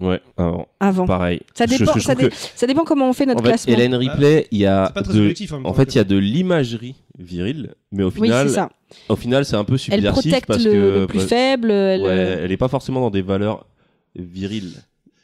Speaker 3: Ouais, alors,
Speaker 4: avant.
Speaker 3: pareil.
Speaker 4: Ça
Speaker 3: Je-
Speaker 4: dépend,
Speaker 3: je
Speaker 4: ça,
Speaker 3: trouve
Speaker 4: dé- ça dépend comment on fait
Speaker 3: que,
Speaker 4: notre
Speaker 3: en fait,
Speaker 4: classement.
Speaker 3: Hélène Ripley, il y a
Speaker 1: C'est pas très hein,
Speaker 3: de-
Speaker 1: objectif.
Speaker 3: en fait, il y a de l'imagerie virile, mais au
Speaker 4: Oui,
Speaker 3: final,
Speaker 4: c'est ça.
Speaker 3: au final, c'est un peu
Speaker 4: Elle
Speaker 3: subversif
Speaker 4: protecte
Speaker 3: parce
Speaker 4: le,
Speaker 3: que
Speaker 4: le plus
Speaker 3: bah,
Speaker 4: faible. Elle, euh,
Speaker 3: ouais, elle est pas forcément dans des valeurs viriles.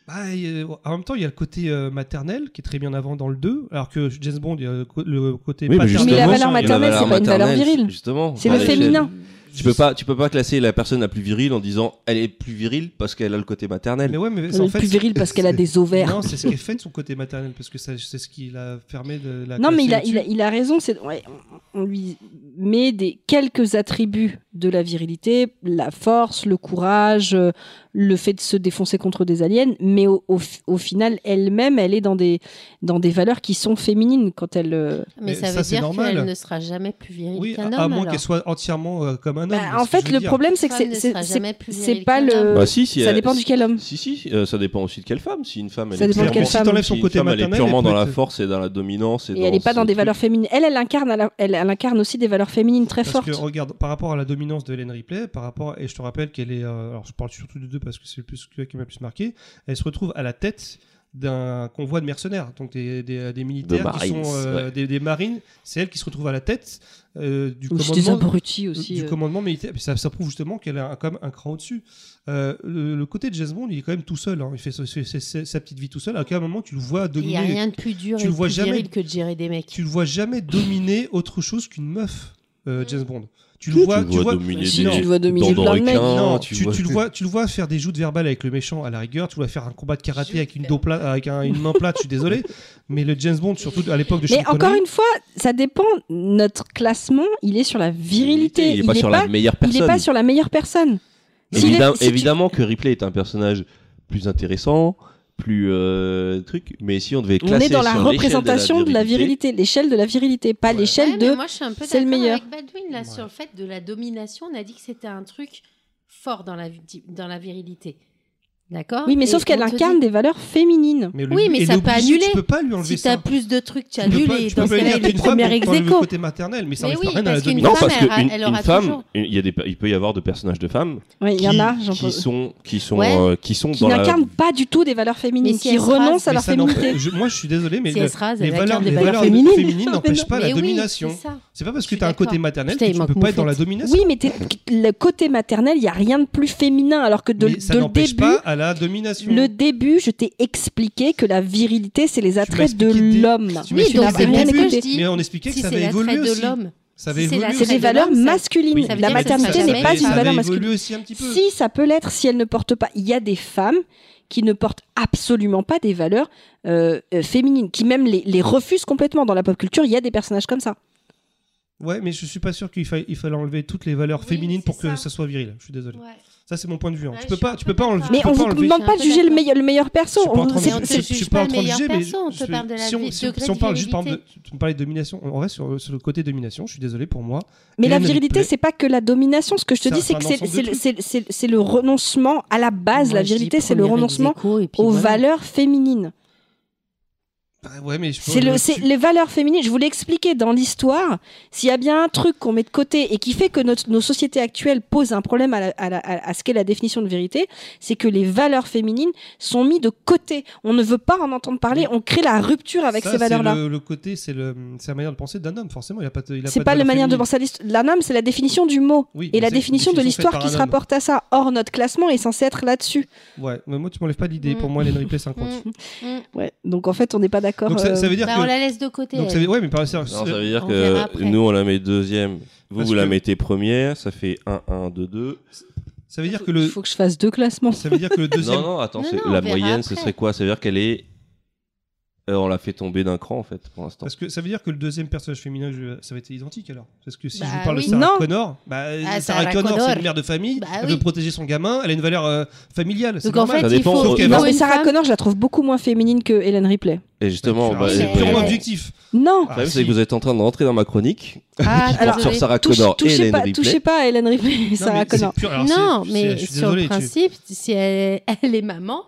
Speaker 1: Bah, il y a- en même temps, il y a le côté euh, maternel qui est très bien avant dans le 2, alors que James Bond, il y a le co- le côté
Speaker 3: Oui, mais
Speaker 1: paternel.
Speaker 3: justement,
Speaker 4: Mais la valeur
Speaker 1: sur-
Speaker 4: maternelle,
Speaker 3: la
Speaker 4: c'est pas une valeur
Speaker 3: maternelle,
Speaker 4: virile.
Speaker 3: c'est- Justement,
Speaker 4: C'est
Speaker 3: dans
Speaker 4: le
Speaker 3: l'échelle.
Speaker 4: féminin.
Speaker 3: Tu peux pas, tu peux pas classer la personne la plus virile en disant elle est plus virile parce qu'elle a le côté maternel.
Speaker 1: Mais ouais, mais
Speaker 4: Elle
Speaker 1: en
Speaker 4: est
Speaker 1: fait,
Speaker 4: plus virile parce qu'elle a des ovaires.
Speaker 1: Non, c'est ce qui est fait de son côté maternel, parce que ça- c'est ce qui la permet de la.
Speaker 4: Non, mais il a,
Speaker 1: classer
Speaker 4: il a,
Speaker 1: au-dessus.
Speaker 4: il a raison. C'est ouais, on on lui met des quelques attributs de la virilité, la force, le courage, euh, le fait de se défoncer contre des aliens. Mais au, au fi- au final, elle-même, elle est dans des dans des valeurs qui sont féminines quand elle. euh,
Speaker 1: Mais
Speaker 2: Mais ça,
Speaker 1: ça,
Speaker 2: veut
Speaker 1: c'est
Speaker 2: dire
Speaker 1: normal.
Speaker 2: qu'elle ne sera jamais plus virile
Speaker 1: Oui,
Speaker 2: qu'un
Speaker 1: à, à
Speaker 2: homme.
Speaker 1: moins
Speaker 2: alors.
Speaker 1: qu'elle soit entièrement euh, comme un homme.
Speaker 4: Bah,
Speaker 1: c'est ce
Speaker 4: en
Speaker 1: que
Speaker 4: fait,
Speaker 1: je veux
Speaker 4: le
Speaker 1: dire. Euh,
Speaker 4: problème, c'est
Speaker 2: Une
Speaker 4: que
Speaker 2: femme
Speaker 4: c'est
Speaker 2: ne
Speaker 4: c'est-
Speaker 2: sera
Speaker 4: c'est
Speaker 2: jamais plus
Speaker 4: c'est
Speaker 2: virile
Speaker 4: pas
Speaker 2: qu'un
Speaker 4: le.
Speaker 2: homme.
Speaker 3: Bah si, si,
Speaker 4: euh, ça
Speaker 3: elle-
Speaker 4: dépend du quel homme.
Speaker 3: Si, si, euh, ça dépend aussi de quelle femme. Si une femme, elle
Speaker 4: Ça
Speaker 3: est
Speaker 4: dépend de
Speaker 3: purement,
Speaker 4: quelle
Speaker 1: Si
Speaker 4: femme.
Speaker 1: t'enlèves son
Speaker 3: si une
Speaker 1: côté
Speaker 3: femme, elle est
Speaker 1: maternel,
Speaker 3: purement
Speaker 1: elle peut
Speaker 3: dans la
Speaker 1: être-
Speaker 3: force et dans la dominance. Et,
Speaker 4: Et elle n'est pas
Speaker 3: ce
Speaker 4: dans des
Speaker 3: truc.
Speaker 4: valeurs féminines. Elle, elle incarne, à la- elle, elle incarne aussi des valeurs féminines très
Speaker 1: Parce
Speaker 4: fortes.
Speaker 1: que regarde, par rapport à la dominance de Hélène Ripley, par rapport et je te rappelle qu'elle est, euh, alors je parle surtout de deux parce que c'est le plus celui qui m'a le plus marqué, elle se retrouve à la tête d'un convoi de mercenaires, donc des, des, des militaires
Speaker 3: De
Speaker 1: qui
Speaker 3: Marines,
Speaker 1: sont euh,
Speaker 3: ouais.
Speaker 1: des, des marines, c'est elle qui se retrouve à la tête euh, du
Speaker 4: Ou c'est des
Speaker 1: commandement
Speaker 4: abrutis aussi.
Speaker 1: du
Speaker 4: euh.
Speaker 1: commandement militaire. Puis ça, ça prouve justement qu'elle a un- quand même un cran au-dessus. Euh, le, le côté de James Bond, il est quand même tout seul. hein. Il fait sa- sa- sa sa petite vie tout seul. À aucun moment, tu le vois
Speaker 2: Il n'y
Speaker 1: dominer.
Speaker 2: a rien de plus dur
Speaker 1: Tu
Speaker 2: et
Speaker 1: le
Speaker 2: de
Speaker 1: vois
Speaker 2: plus
Speaker 1: jamais.
Speaker 2: viril que de gérer des mecs.
Speaker 1: Tu le vois jamais dominer autre chose qu'une meuf, euh,
Speaker 2: Mm.
Speaker 1: James Bond. Tu
Speaker 3: Tu
Speaker 1: le vois, tu vois,
Speaker 3: dominer
Speaker 1: si,
Speaker 3: des-
Speaker 1: tu le
Speaker 4: vois dominer
Speaker 3: dans
Speaker 4: plein de
Speaker 3: des
Speaker 4: mecs.
Speaker 3: requins,
Speaker 1: non, tu, tu le vois, tu le vois faire des joutes verbales avec le méchant à la rigueur. Tu le vois faire un combat de karaté
Speaker 2: Je
Speaker 1: avec une
Speaker 2: fais-
Speaker 1: dos plate, avec un- une main plate. je suis désolé, mais le James Bond, surtout à l'époque de
Speaker 4: Mais
Speaker 1: Sean
Speaker 4: encore
Speaker 1: Connery,
Speaker 4: une fois, ça dépend. Notre classement, il est sur la virilité.
Speaker 3: Il est pas sur la meilleure
Speaker 4: il est
Speaker 3: personne.
Speaker 4: pas sur la meilleure personne. S'il est-
Speaker 3: Évidem-
Speaker 4: si tu-
Speaker 3: évidemment que Ripley est un personnage plus intéressant, plus euh, truc, mais si on devait
Speaker 4: on
Speaker 3: classer
Speaker 4: est dans la
Speaker 3: sur l'échelle
Speaker 4: représentation de la virilité, l'échelle de la virilité, pas
Speaker 1: Ouais.
Speaker 4: l'échelle
Speaker 2: Ouais,
Speaker 4: de.
Speaker 2: mais moi, je suis un peu
Speaker 4: c'est le
Speaker 2: d'accord
Speaker 4: meilleur.
Speaker 2: Avec Baldwin, là,
Speaker 1: Ouais.
Speaker 2: sur le fait de la domination, on a dit que c'était un truc fort dans la, vi- dans la virilité. D'accord
Speaker 4: Oui,
Speaker 2: Et
Speaker 4: mais sauf qu'elle
Speaker 2: on te dit,
Speaker 4: incarne des valeurs féminines.
Speaker 1: mais le-
Speaker 2: Oui, mais
Speaker 1: et
Speaker 2: ça peut
Speaker 1: l'obliger,
Speaker 2: annuler.
Speaker 1: Tu peux pas lui enlever
Speaker 2: Si t'as
Speaker 1: ça.
Speaker 2: plus de trucs, tu
Speaker 1: Tu peux
Speaker 2: annules
Speaker 1: pas-
Speaker 2: et
Speaker 1: tu
Speaker 2: dans
Speaker 1: peux
Speaker 2: ce
Speaker 1: pas lui
Speaker 2: cas-là,
Speaker 1: dire
Speaker 2: il est
Speaker 1: qu'une femme
Speaker 2: premier
Speaker 1: pour
Speaker 2: ex
Speaker 1: enlever le
Speaker 2: aequo.
Speaker 1: côté maternel, mais ça
Speaker 2: Mais
Speaker 1: reste
Speaker 2: oui,
Speaker 1: rien à la
Speaker 2: parce qu'une
Speaker 1: domination.
Speaker 3: Non,
Speaker 2: femme,
Speaker 3: parce
Speaker 2: elle-
Speaker 3: qu'une
Speaker 2: elle
Speaker 3: une
Speaker 2: aura
Speaker 3: femme,
Speaker 2: toujours.
Speaker 3: il y a des, il peut y avoir de personnages de femmes
Speaker 4: Oui, il
Speaker 3: qui,
Speaker 4: y en a, j'en
Speaker 3: qui
Speaker 4: pense-
Speaker 3: sont, qui sont,
Speaker 2: Ouais.
Speaker 3: euh, qui sont
Speaker 4: qui
Speaker 3: dans la-
Speaker 4: n'incarnent pas du tout des valeurs féminines,
Speaker 2: Mais si
Speaker 4: qui
Speaker 2: elle sera-
Speaker 4: renoncent à
Speaker 1: Mais
Speaker 4: leur
Speaker 1: ça n'empêche-
Speaker 4: féminité.
Speaker 1: je- moi, je suis désolé, mais
Speaker 2: Si
Speaker 1: le-
Speaker 2: elle se rase,
Speaker 1: les
Speaker 2: elle
Speaker 1: valeurs,
Speaker 2: incarne des
Speaker 1: les
Speaker 2: valeurs
Speaker 1: valeurs
Speaker 2: féminines.
Speaker 1: féminines n'empêchent pas
Speaker 2: Mais
Speaker 1: la
Speaker 2: oui,
Speaker 1: domination.
Speaker 2: c'est ça.
Speaker 1: C'est pas parce
Speaker 2: Je
Speaker 1: que
Speaker 2: suis
Speaker 1: tu as un côté
Speaker 2: d'accord.
Speaker 1: maternel que
Speaker 2: Putain,
Speaker 1: tu
Speaker 2: il manque
Speaker 1: peux pas être dans la
Speaker 2: Moufette.
Speaker 1: domination.
Speaker 4: Oui, mais t'es- le côté maternel, il y a rien de plus féminin, alors que de,
Speaker 1: mais ça
Speaker 4: de le
Speaker 1: n'empêche
Speaker 4: début,
Speaker 1: pas à la domination.
Speaker 4: le début, je t'ai expliqué que la virilité, c'est les
Speaker 1: m'as
Speaker 4: attraits de
Speaker 1: expliqué dès-
Speaker 4: l'homme.
Speaker 1: tu
Speaker 2: Oui,
Speaker 1: m'as expliqué
Speaker 2: donc
Speaker 1: dès
Speaker 2: c'est
Speaker 1: le
Speaker 2: bien ce
Speaker 1: début,
Speaker 2: que je dis.
Speaker 1: Mais on expliquait que
Speaker 2: Si
Speaker 1: ça
Speaker 2: c'est
Speaker 1: avait
Speaker 2: l'attrait
Speaker 1: évolué
Speaker 2: de
Speaker 1: aussi.
Speaker 2: l'homme.
Speaker 1: Ça avait
Speaker 2: si c'est
Speaker 1: évolué
Speaker 2: l'attrait
Speaker 4: C'est
Speaker 1: aussi.
Speaker 4: des
Speaker 2: de
Speaker 4: valeurs
Speaker 2: l'homme, ça-
Speaker 4: masculines.
Speaker 2: ça veut dire
Speaker 4: la
Speaker 2: que ça
Speaker 4: maternité
Speaker 2: sera
Speaker 4: n'est pas
Speaker 2: jamais
Speaker 4: une
Speaker 2: ça.
Speaker 4: valeur
Speaker 1: Ça avait
Speaker 4: masculine.
Speaker 1: évolué aussi un petit peu.
Speaker 4: Si, ça peut l'être si elle ne porte pas. Il y a des femmes qui ne portent absolument pas des valeurs euh, euh, féminines, qui même les, les refusent complètement. Dans la pop culture, il y a des personnages comme ça.
Speaker 1: Ouais, mais je suis pas sûr qu'il faille, il fallait enlever toutes les valeurs
Speaker 2: Oui,
Speaker 1: féminines
Speaker 2: c'est
Speaker 1: pour que
Speaker 2: ça.
Speaker 1: ça soit viril. Je suis désolé.
Speaker 2: Ouais.
Speaker 1: Ça c'est mon point de vue. hein.
Speaker 2: Ouais,
Speaker 1: tu
Speaker 2: je
Speaker 1: peux
Speaker 2: suis
Speaker 1: pas,
Speaker 2: un
Speaker 1: tu
Speaker 2: peu
Speaker 1: peux pas enlever.
Speaker 2: d'accord.
Speaker 1: tu
Speaker 4: Mais
Speaker 1: peux
Speaker 4: on
Speaker 1: pas
Speaker 4: vous
Speaker 1: enlever-
Speaker 4: demande
Speaker 2: Je suis
Speaker 4: pas
Speaker 2: un
Speaker 4: de
Speaker 2: peu
Speaker 4: juger le
Speaker 2: d'accord.
Speaker 4: meilleur, le meilleur
Speaker 1: Je
Speaker 4: perso.
Speaker 1: suis pas en train de-
Speaker 4: c'est-
Speaker 2: Mais on te
Speaker 1: c'est-
Speaker 2: juge
Speaker 1: je suis
Speaker 2: pas
Speaker 1: pas en
Speaker 2: le
Speaker 1: train de
Speaker 2: meilleur
Speaker 1: juger, mais
Speaker 2: perso, on
Speaker 1: je
Speaker 2: te
Speaker 1: fais-
Speaker 2: parle de la
Speaker 1: si on-
Speaker 2: vi-
Speaker 1: si on-
Speaker 2: degré
Speaker 1: si on
Speaker 2: de
Speaker 1: parle juste par-
Speaker 2: virilité.
Speaker 1: de- tu me parlais de domination, on reste sur, sur le côté domination, je suis désolé pour moi.
Speaker 4: mais la
Speaker 1: Hélène
Speaker 4: virilité,
Speaker 1: Ripley.
Speaker 4: c'est pas que la domination. Ce que je te
Speaker 1: Ça,
Speaker 4: dis,
Speaker 1: c'est
Speaker 4: c'est
Speaker 1: un
Speaker 4: que c'est-
Speaker 1: ensemble de
Speaker 4: c'est le-
Speaker 1: trucs.
Speaker 4: c'est- c'est c'est le renoncement à la base.
Speaker 3: Ah,
Speaker 2: Moi,
Speaker 4: la
Speaker 2: je dis
Speaker 4: virilité, c'est le
Speaker 2: premier ex
Speaker 4: renoncement
Speaker 2: aequo, et puis
Speaker 4: aux
Speaker 2: voilà.
Speaker 4: valeurs féminines.
Speaker 1: Bah ouais, mais je
Speaker 4: C'est le- c'est les valeurs féminines. Je vous l'ai expliqué dans l'histoire. S'il y a bien un truc qu'on met de côté et qui fait que notre- nos sociétés actuelles posent un problème à, la- à la- à- à ce qu'est la définition de vérité, c'est que les valeurs féminines sont mises de côté. On ne veut pas en entendre parler. On crée la rupture avec
Speaker 1: Ça,
Speaker 4: ces valeurs-là.
Speaker 1: C'est le, le côté, c'est le- c'est la manière de penser d'un homme, forcément. Il a pas, de- il a
Speaker 4: C'est
Speaker 1: de
Speaker 4: pas la
Speaker 1: valeur
Speaker 4: manière de
Speaker 1: féminine.
Speaker 4: penser à l'histoire. La norme, c'est la définition du mot.
Speaker 1: Oui,
Speaker 4: Et
Speaker 1: mais
Speaker 4: la
Speaker 1: c'est une
Speaker 4: définition de
Speaker 1: définition faite
Speaker 4: l'histoire
Speaker 1: par
Speaker 4: qui
Speaker 1: un
Speaker 4: se
Speaker 1: homme.
Speaker 4: rapporte à ça. Or, notre classement est censé être là-dessus.
Speaker 1: Ouais, mais moi, tu m'enlèves pas
Speaker 4: Mm.
Speaker 1: l'idée. Pour moi, Hélène Ripley, c'est un conte.
Speaker 4: Ouais. Donc, en fait, on n'est pas d'accord.
Speaker 1: Donc, ça,
Speaker 4: euh,
Speaker 1: ça veut dire
Speaker 2: Bah,
Speaker 1: que.
Speaker 2: on la laisse de côté.
Speaker 1: donc, ça
Speaker 2: elle.
Speaker 1: veut- Ouais, mais par- c'est-
Speaker 3: Non, ça veut dire
Speaker 2: on verra
Speaker 3: que
Speaker 2: après.
Speaker 3: nous, on la met deuxième. Vous,
Speaker 1: Parce
Speaker 3: vous la
Speaker 1: que-
Speaker 3: mettez première, ça fait 1, 1, 2, 2.
Speaker 1: ça veut dire que
Speaker 4: Il
Speaker 1: le.
Speaker 4: faut que je fasse deux classements.
Speaker 1: Ça veut dire que le deuxième.
Speaker 3: Non, non, attends,
Speaker 2: Non,
Speaker 3: c'est-
Speaker 2: non, on
Speaker 3: la
Speaker 2: verra
Speaker 3: moyenne, ce
Speaker 2: après.
Speaker 3: serait quoi Ça veut dire qu'elle est. Euh, on l'a fait tomber d'un cran, en fait, pour l'instant.
Speaker 1: Parce que ça veut dire que le deuxième personnage féminin, je- ça va être identique alors. Parce que si
Speaker 2: Bah
Speaker 1: je vous parle
Speaker 2: oui.
Speaker 1: de Sarah
Speaker 4: Non.
Speaker 1: Connor, bah, Sarah,
Speaker 2: Ah, Sarah
Speaker 1: Connor, c'est
Speaker 2: Connor.
Speaker 1: une mère de famille,
Speaker 2: Bah
Speaker 1: elle
Speaker 2: oui.
Speaker 1: veut protéger son gamin, elle a une valeur euh, familiale. c'est
Speaker 2: Donc en
Speaker 1: normal.
Speaker 2: fait,
Speaker 3: Ça
Speaker 2: il
Speaker 3: dépend,
Speaker 2: faut,
Speaker 1: sauf qu'elle
Speaker 2: il
Speaker 1: va-
Speaker 4: Non,
Speaker 2: faut
Speaker 4: mais
Speaker 2: une
Speaker 4: Sarah
Speaker 2: femme-
Speaker 4: Connor, je la trouve beaucoup moins féminine que Hélène Ripley.
Speaker 3: Et justement, bah,
Speaker 1: c'est
Speaker 3: le
Speaker 2: euh,
Speaker 1: purement
Speaker 2: euh,
Speaker 1: objectif.
Speaker 4: Non.
Speaker 1: Ah,
Speaker 3: Le problème,
Speaker 1: si.
Speaker 3: c'est que vous êtes en train de rentrer dans ma chronique.
Speaker 2: Ah,
Speaker 3: qui porte sur
Speaker 2: désolée.
Speaker 3: Sarah
Speaker 4: Touche-
Speaker 3: Connor et
Speaker 4: touchez,
Speaker 3: Hélène
Speaker 4: pas,
Speaker 3: Ripley.
Speaker 4: touchez pas à Hélène Ripley et
Speaker 1: Non, mais
Speaker 4: Sarah
Speaker 1: c'est
Speaker 4: Connor.
Speaker 1: pur- alors,
Speaker 2: non,
Speaker 1: c'est-
Speaker 2: mais
Speaker 1: c'est- je suis
Speaker 2: sur
Speaker 1: désolé,
Speaker 2: le
Speaker 1: tu-
Speaker 2: principe, si elle, elle est maman,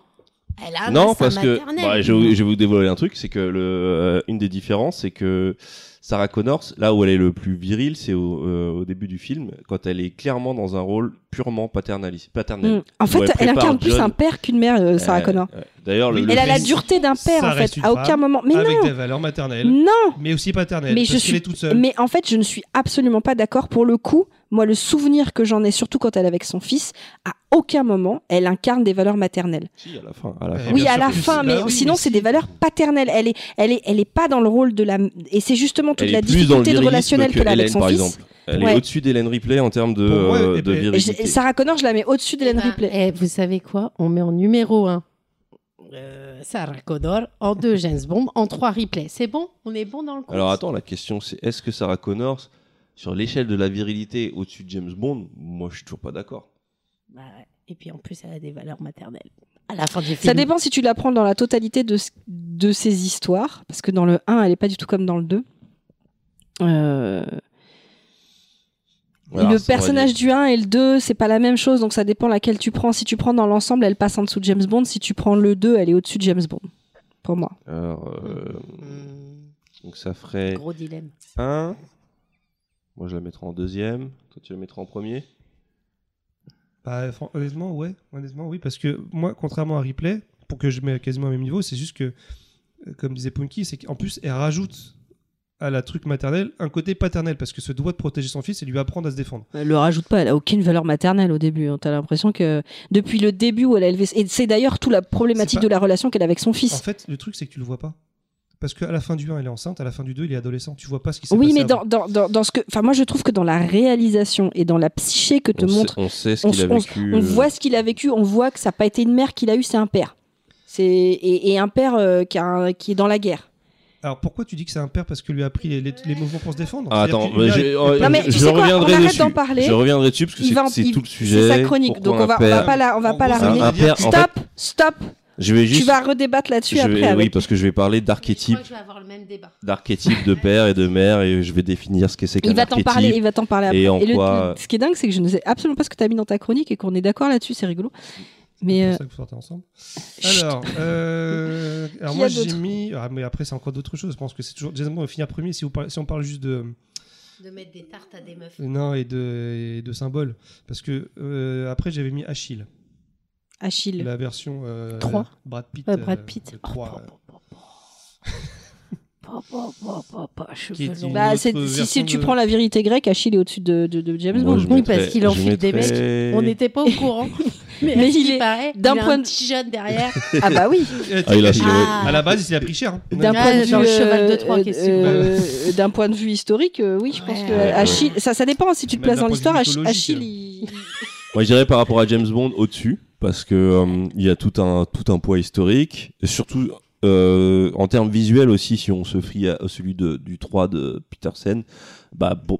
Speaker 2: elle
Speaker 4: Ah,
Speaker 2: a un
Speaker 3: non,
Speaker 2: instinct
Speaker 3: parce que
Speaker 2: maternel.
Speaker 3: bah, je, vais- je vais vous dévoiler un truc, c'est que le, euh, une des différences, c'est que Sarah Connor, là où elle est le plus virile, c'est au, euh, au début du film, quand elle est clairement dans un rôle purement paternaliste, paternel.
Speaker 4: Mm. En fait,
Speaker 3: Ouais,
Speaker 4: elle,
Speaker 3: prépare
Speaker 4: incarne plus
Speaker 3: John.
Speaker 4: un père qu'une mère, euh, Sarah
Speaker 3: Euh,
Speaker 4: Connor.
Speaker 3: ouais. D'ailleurs, le,
Speaker 1: Oui,
Speaker 3: le
Speaker 4: Elle a la
Speaker 3: film-
Speaker 4: dureté d'un père,
Speaker 1: Ça
Speaker 4: en
Speaker 1: reste
Speaker 4: fait,
Speaker 1: une
Speaker 4: à
Speaker 1: femme
Speaker 4: aucun moment. Mais
Speaker 1: Avec
Speaker 4: non,
Speaker 1: des valeurs maternelles,
Speaker 4: non.
Speaker 1: mais aussi paternelles.
Speaker 4: Mais
Speaker 1: Mais
Speaker 4: je
Speaker 1: parce qu'elle
Speaker 4: suis-
Speaker 1: est toute seule.
Speaker 4: Mais en fait, je ne suis absolument pas d'accord pour le coup. Moi, le souvenir que j'en ai, surtout quand elle est avec son fils, à aucun moment, elle incarne des valeurs maternelles.
Speaker 3: Si, à la fin. à la
Speaker 1: Ouais.
Speaker 3: fin.
Speaker 1: Et
Speaker 4: oui,
Speaker 1: bien
Speaker 4: à
Speaker 1: sûr
Speaker 4: la
Speaker 1: que si.
Speaker 4: fin, mais
Speaker 1: Bah oui,
Speaker 4: sinon,
Speaker 1: mais
Speaker 4: c'est
Speaker 1: si.
Speaker 4: des valeurs paternelles. Elle est, elle est, elle est pas dans le rôle de la. Et c'est justement toute
Speaker 3: Elle
Speaker 4: la
Speaker 3: est plus dans le
Speaker 4: difficulté de
Speaker 3: virilisme
Speaker 4: relationnelle
Speaker 3: que
Speaker 4: qu'elle a avec
Speaker 3: Hélène,
Speaker 4: son
Speaker 3: par
Speaker 4: fils.
Speaker 3: exemple. Elle
Speaker 4: Ouais.
Speaker 3: est au-dessus d'Hélène Ripley en termes de,
Speaker 1: Pour moi, eh ben,
Speaker 3: euh,
Speaker 1: et-
Speaker 3: de
Speaker 1: et-
Speaker 4: Et
Speaker 3: virilité.
Speaker 4: je- Sarah Connor, je la mets au-dessus d'Hélène
Speaker 2: Eh ben,
Speaker 4: Ripley.
Speaker 2: eh, vous savez quoi On met en numéro 1 Euh, Sarah Connor, en 2 James Bond, en 3 Ripley. C'est bon On est bon dans le compte
Speaker 3: Alors attends, la question c'est est-ce que Sarah Connor, sur l'échelle de la virilité au-dessus de James Bond, moi je suis toujours pas d'accord.
Speaker 2: Bah, Et puis en plus, elle a des valeurs maternelles. À la fin du film.
Speaker 4: Ça dépend si tu la prends dans la totalité de, ce- de ces histoires, parce que dans le 1, elle n'est pas du tout comme dans le 2. Euh,
Speaker 3: Voilà,
Speaker 4: le
Speaker 3: ça, on va
Speaker 4: personnage
Speaker 3: dire.
Speaker 4: du 1 et le 2, c'est pas la même chose, donc ça dépend laquelle tu prends. Si tu prends dans l'ensemble, elle passe en dessous de James Bond. Si tu prends le 2, elle est au-dessus de James Bond. Pour moi.
Speaker 3: Alors, euh,
Speaker 2: Hmm,
Speaker 3: donc ça ferait
Speaker 2: Gros dilemme.
Speaker 3: 1. Moi je la mettrai en deuxième. Toi tu la mettras en premier.
Speaker 1: Bah, fran- honnêtement, ouais. Honnêtement, oui. Parce que moi, contrairement à Ripley, pour que je mette quasiment au même niveau, c'est juste que, euh, comme disait Punky, c'est qu'en plus, elle rajoute à la truc maternelle un côté paternel. Parce que ce doit de protéger son fils et lui apprendre à se défendre.
Speaker 4: Elle le rajoute pas, elle a aucune valeur maternelle au début. hein. T'as l'impression que depuis le début où elle a élevé. Et c'est d'ailleurs toute la
Speaker 1: C'est pas-
Speaker 4: problématique
Speaker 1: Ah,
Speaker 4: de la relation qu'elle a avec son
Speaker 1: En
Speaker 4: fils.
Speaker 1: fait, le truc, c'est que tu le vois pas. Parce qu'à la fin du 1, elle est enceinte, à la fin du 2, il est adolescent. Tu vois pas ce qui s'est
Speaker 4: Oui,
Speaker 1: passé
Speaker 4: mais
Speaker 1: avant.
Speaker 4: dans, dans, dans, dans ce que. Enfin, moi, je trouve que dans la réalisation et dans la psyché que te
Speaker 3: on, sait,
Speaker 4: montre.
Speaker 3: on sait ce
Speaker 4: on
Speaker 3: qu'il a
Speaker 4: s- on s-
Speaker 3: vécu.
Speaker 4: On
Speaker 3: euh,
Speaker 4: voit ce qu'il a vécu, on voit que ça n'a pas été une mère qu'il a eu, c'est un père. C'est et, et un père euh, qui, a un- qui est dans la guerre.
Speaker 1: Alors pourquoi tu dis que c'est un père parce que lui a appris les, les- les mouvements pour se défendre
Speaker 3: Ah, attends,
Speaker 1: C'est-à-dire qu'il-
Speaker 3: je, euh,
Speaker 4: Non, mais
Speaker 3: je
Speaker 4: tu sais quoi,
Speaker 3: reviendrai
Speaker 4: on arrête
Speaker 3: dessus.
Speaker 4: d'en parler.
Speaker 3: Je reviendrai dessus parce que
Speaker 4: Il va en-
Speaker 3: c'est- c'est
Speaker 4: il-
Speaker 3: tout le sujet.
Speaker 4: C'est sa chronique, donc
Speaker 3: pourquoi
Speaker 4: on va,
Speaker 3: un
Speaker 4: on va
Speaker 3: père-
Speaker 4: pas la, on va
Speaker 1: En
Speaker 4: pas la
Speaker 1: gros,
Speaker 3: un,
Speaker 1: revenir.
Speaker 4: ramener.
Speaker 3: un père. Ah, En
Speaker 4: Stop,
Speaker 3: fait,
Speaker 4: stop.
Speaker 3: je vais juste.
Speaker 4: Tu vas redébattre là-dessus
Speaker 3: je
Speaker 4: après.
Speaker 3: vais- oui,
Speaker 4: avec-
Speaker 3: parce que je vais parler
Speaker 2: Je crois
Speaker 3: d'archétypes
Speaker 2: que je vais avoir le même débat.
Speaker 3: d'archétypes de père et de mère et je vais définir ce que c'est qu'un
Speaker 4: Il va t'en
Speaker 3: archétype.
Speaker 4: parler, il va t'en parler après.
Speaker 3: et en
Speaker 4: le-
Speaker 3: quoi-
Speaker 4: le- ce qui est dingue, c'est que je ne sais absolument pas ce que tu as mis dans ta chronique et qu'on est d'accord là-dessus, c'est rigolo. Mais
Speaker 1: C'est
Speaker 4: euh,
Speaker 1: pour ça que vous sortez ensemble. Alors, euh, alors
Speaker 4: Qui
Speaker 1: moi
Speaker 4: a
Speaker 1: j'ai
Speaker 4: d'autre
Speaker 1: mis. Ah, mais après, c'est encore d'autres choses. Je pense que c'est toujours. Jason Bourne va finir premier si, vous parlez- si on parle juste de
Speaker 2: De mettre des tartes à des meufs.
Speaker 1: nains et de, et de symboles. Parce que euh, après, j'avais mis Achille,
Speaker 4: Achille.
Speaker 1: la version euh,
Speaker 4: Trois.
Speaker 1: Brad Pitt.
Speaker 2: Ouais,
Speaker 1: euh,
Speaker 2: Brad Pitt.
Speaker 1: de
Speaker 2: Oh,
Speaker 1: trois, euh,
Speaker 2: po, po, po, po. Po, po, po, po, po,
Speaker 1: Qui
Speaker 2: cheveux
Speaker 1: est
Speaker 2: longs.
Speaker 1: une
Speaker 4: Bah,
Speaker 1: autre
Speaker 4: c'est- si,
Speaker 1: version
Speaker 4: si tu
Speaker 1: de-
Speaker 4: prends la vérité grecque, Achille est au-dessus de, de- de James
Speaker 3: Moi,
Speaker 4: Bond.
Speaker 3: je
Speaker 2: Oui,
Speaker 3: mettrais-
Speaker 2: parce qu'il enfile
Speaker 3: je
Speaker 2: des mecs.
Speaker 3: mettrais-
Speaker 2: On n'était pas au courant. Mais,
Speaker 4: Mais il
Speaker 2: il
Speaker 4: est-
Speaker 2: est paraît,
Speaker 4: d'un
Speaker 2: d'un point
Speaker 4: point de-
Speaker 2: un petit jeune derrière.
Speaker 4: Ah bah oui.
Speaker 1: Euh,
Speaker 3: Ah, il a-
Speaker 1: Achille,
Speaker 3: il a-
Speaker 2: Ah.
Speaker 1: À la base, il s'est appris cher. hein.
Speaker 4: D'un
Speaker 2: Ah,
Speaker 4: point, de vue,
Speaker 2: dans le
Speaker 4: euh,
Speaker 2: cheval de Troie,
Speaker 4: euh,
Speaker 2: qu'est-ce que-
Speaker 4: euh, d'un point de vue historique, euh, oui, je pense
Speaker 2: Ouais.
Speaker 4: que
Speaker 3: Ouais,
Speaker 4: Achille, ça, ça dépend. Si tu te
Speaker 1: Même
Speaker 4: places
Speaker 1: d'un point
Speaker 4: dans
Speaker 1: de vue
Speaker 4: l'histoire, Ach-
Speaker 1: mythologique,
Speaker 4: Achille,
Speaker 1: euh.
Speaker 4: il-
Speaker 3: Moi, je dirais par rapport à James Bond au-dessus, parce que euh, il y a tout un, tout un poids historique, et surtout euh, en termes visuels aussi, si on se fie à à celui de, du 3 de Petersen, bah, Bo-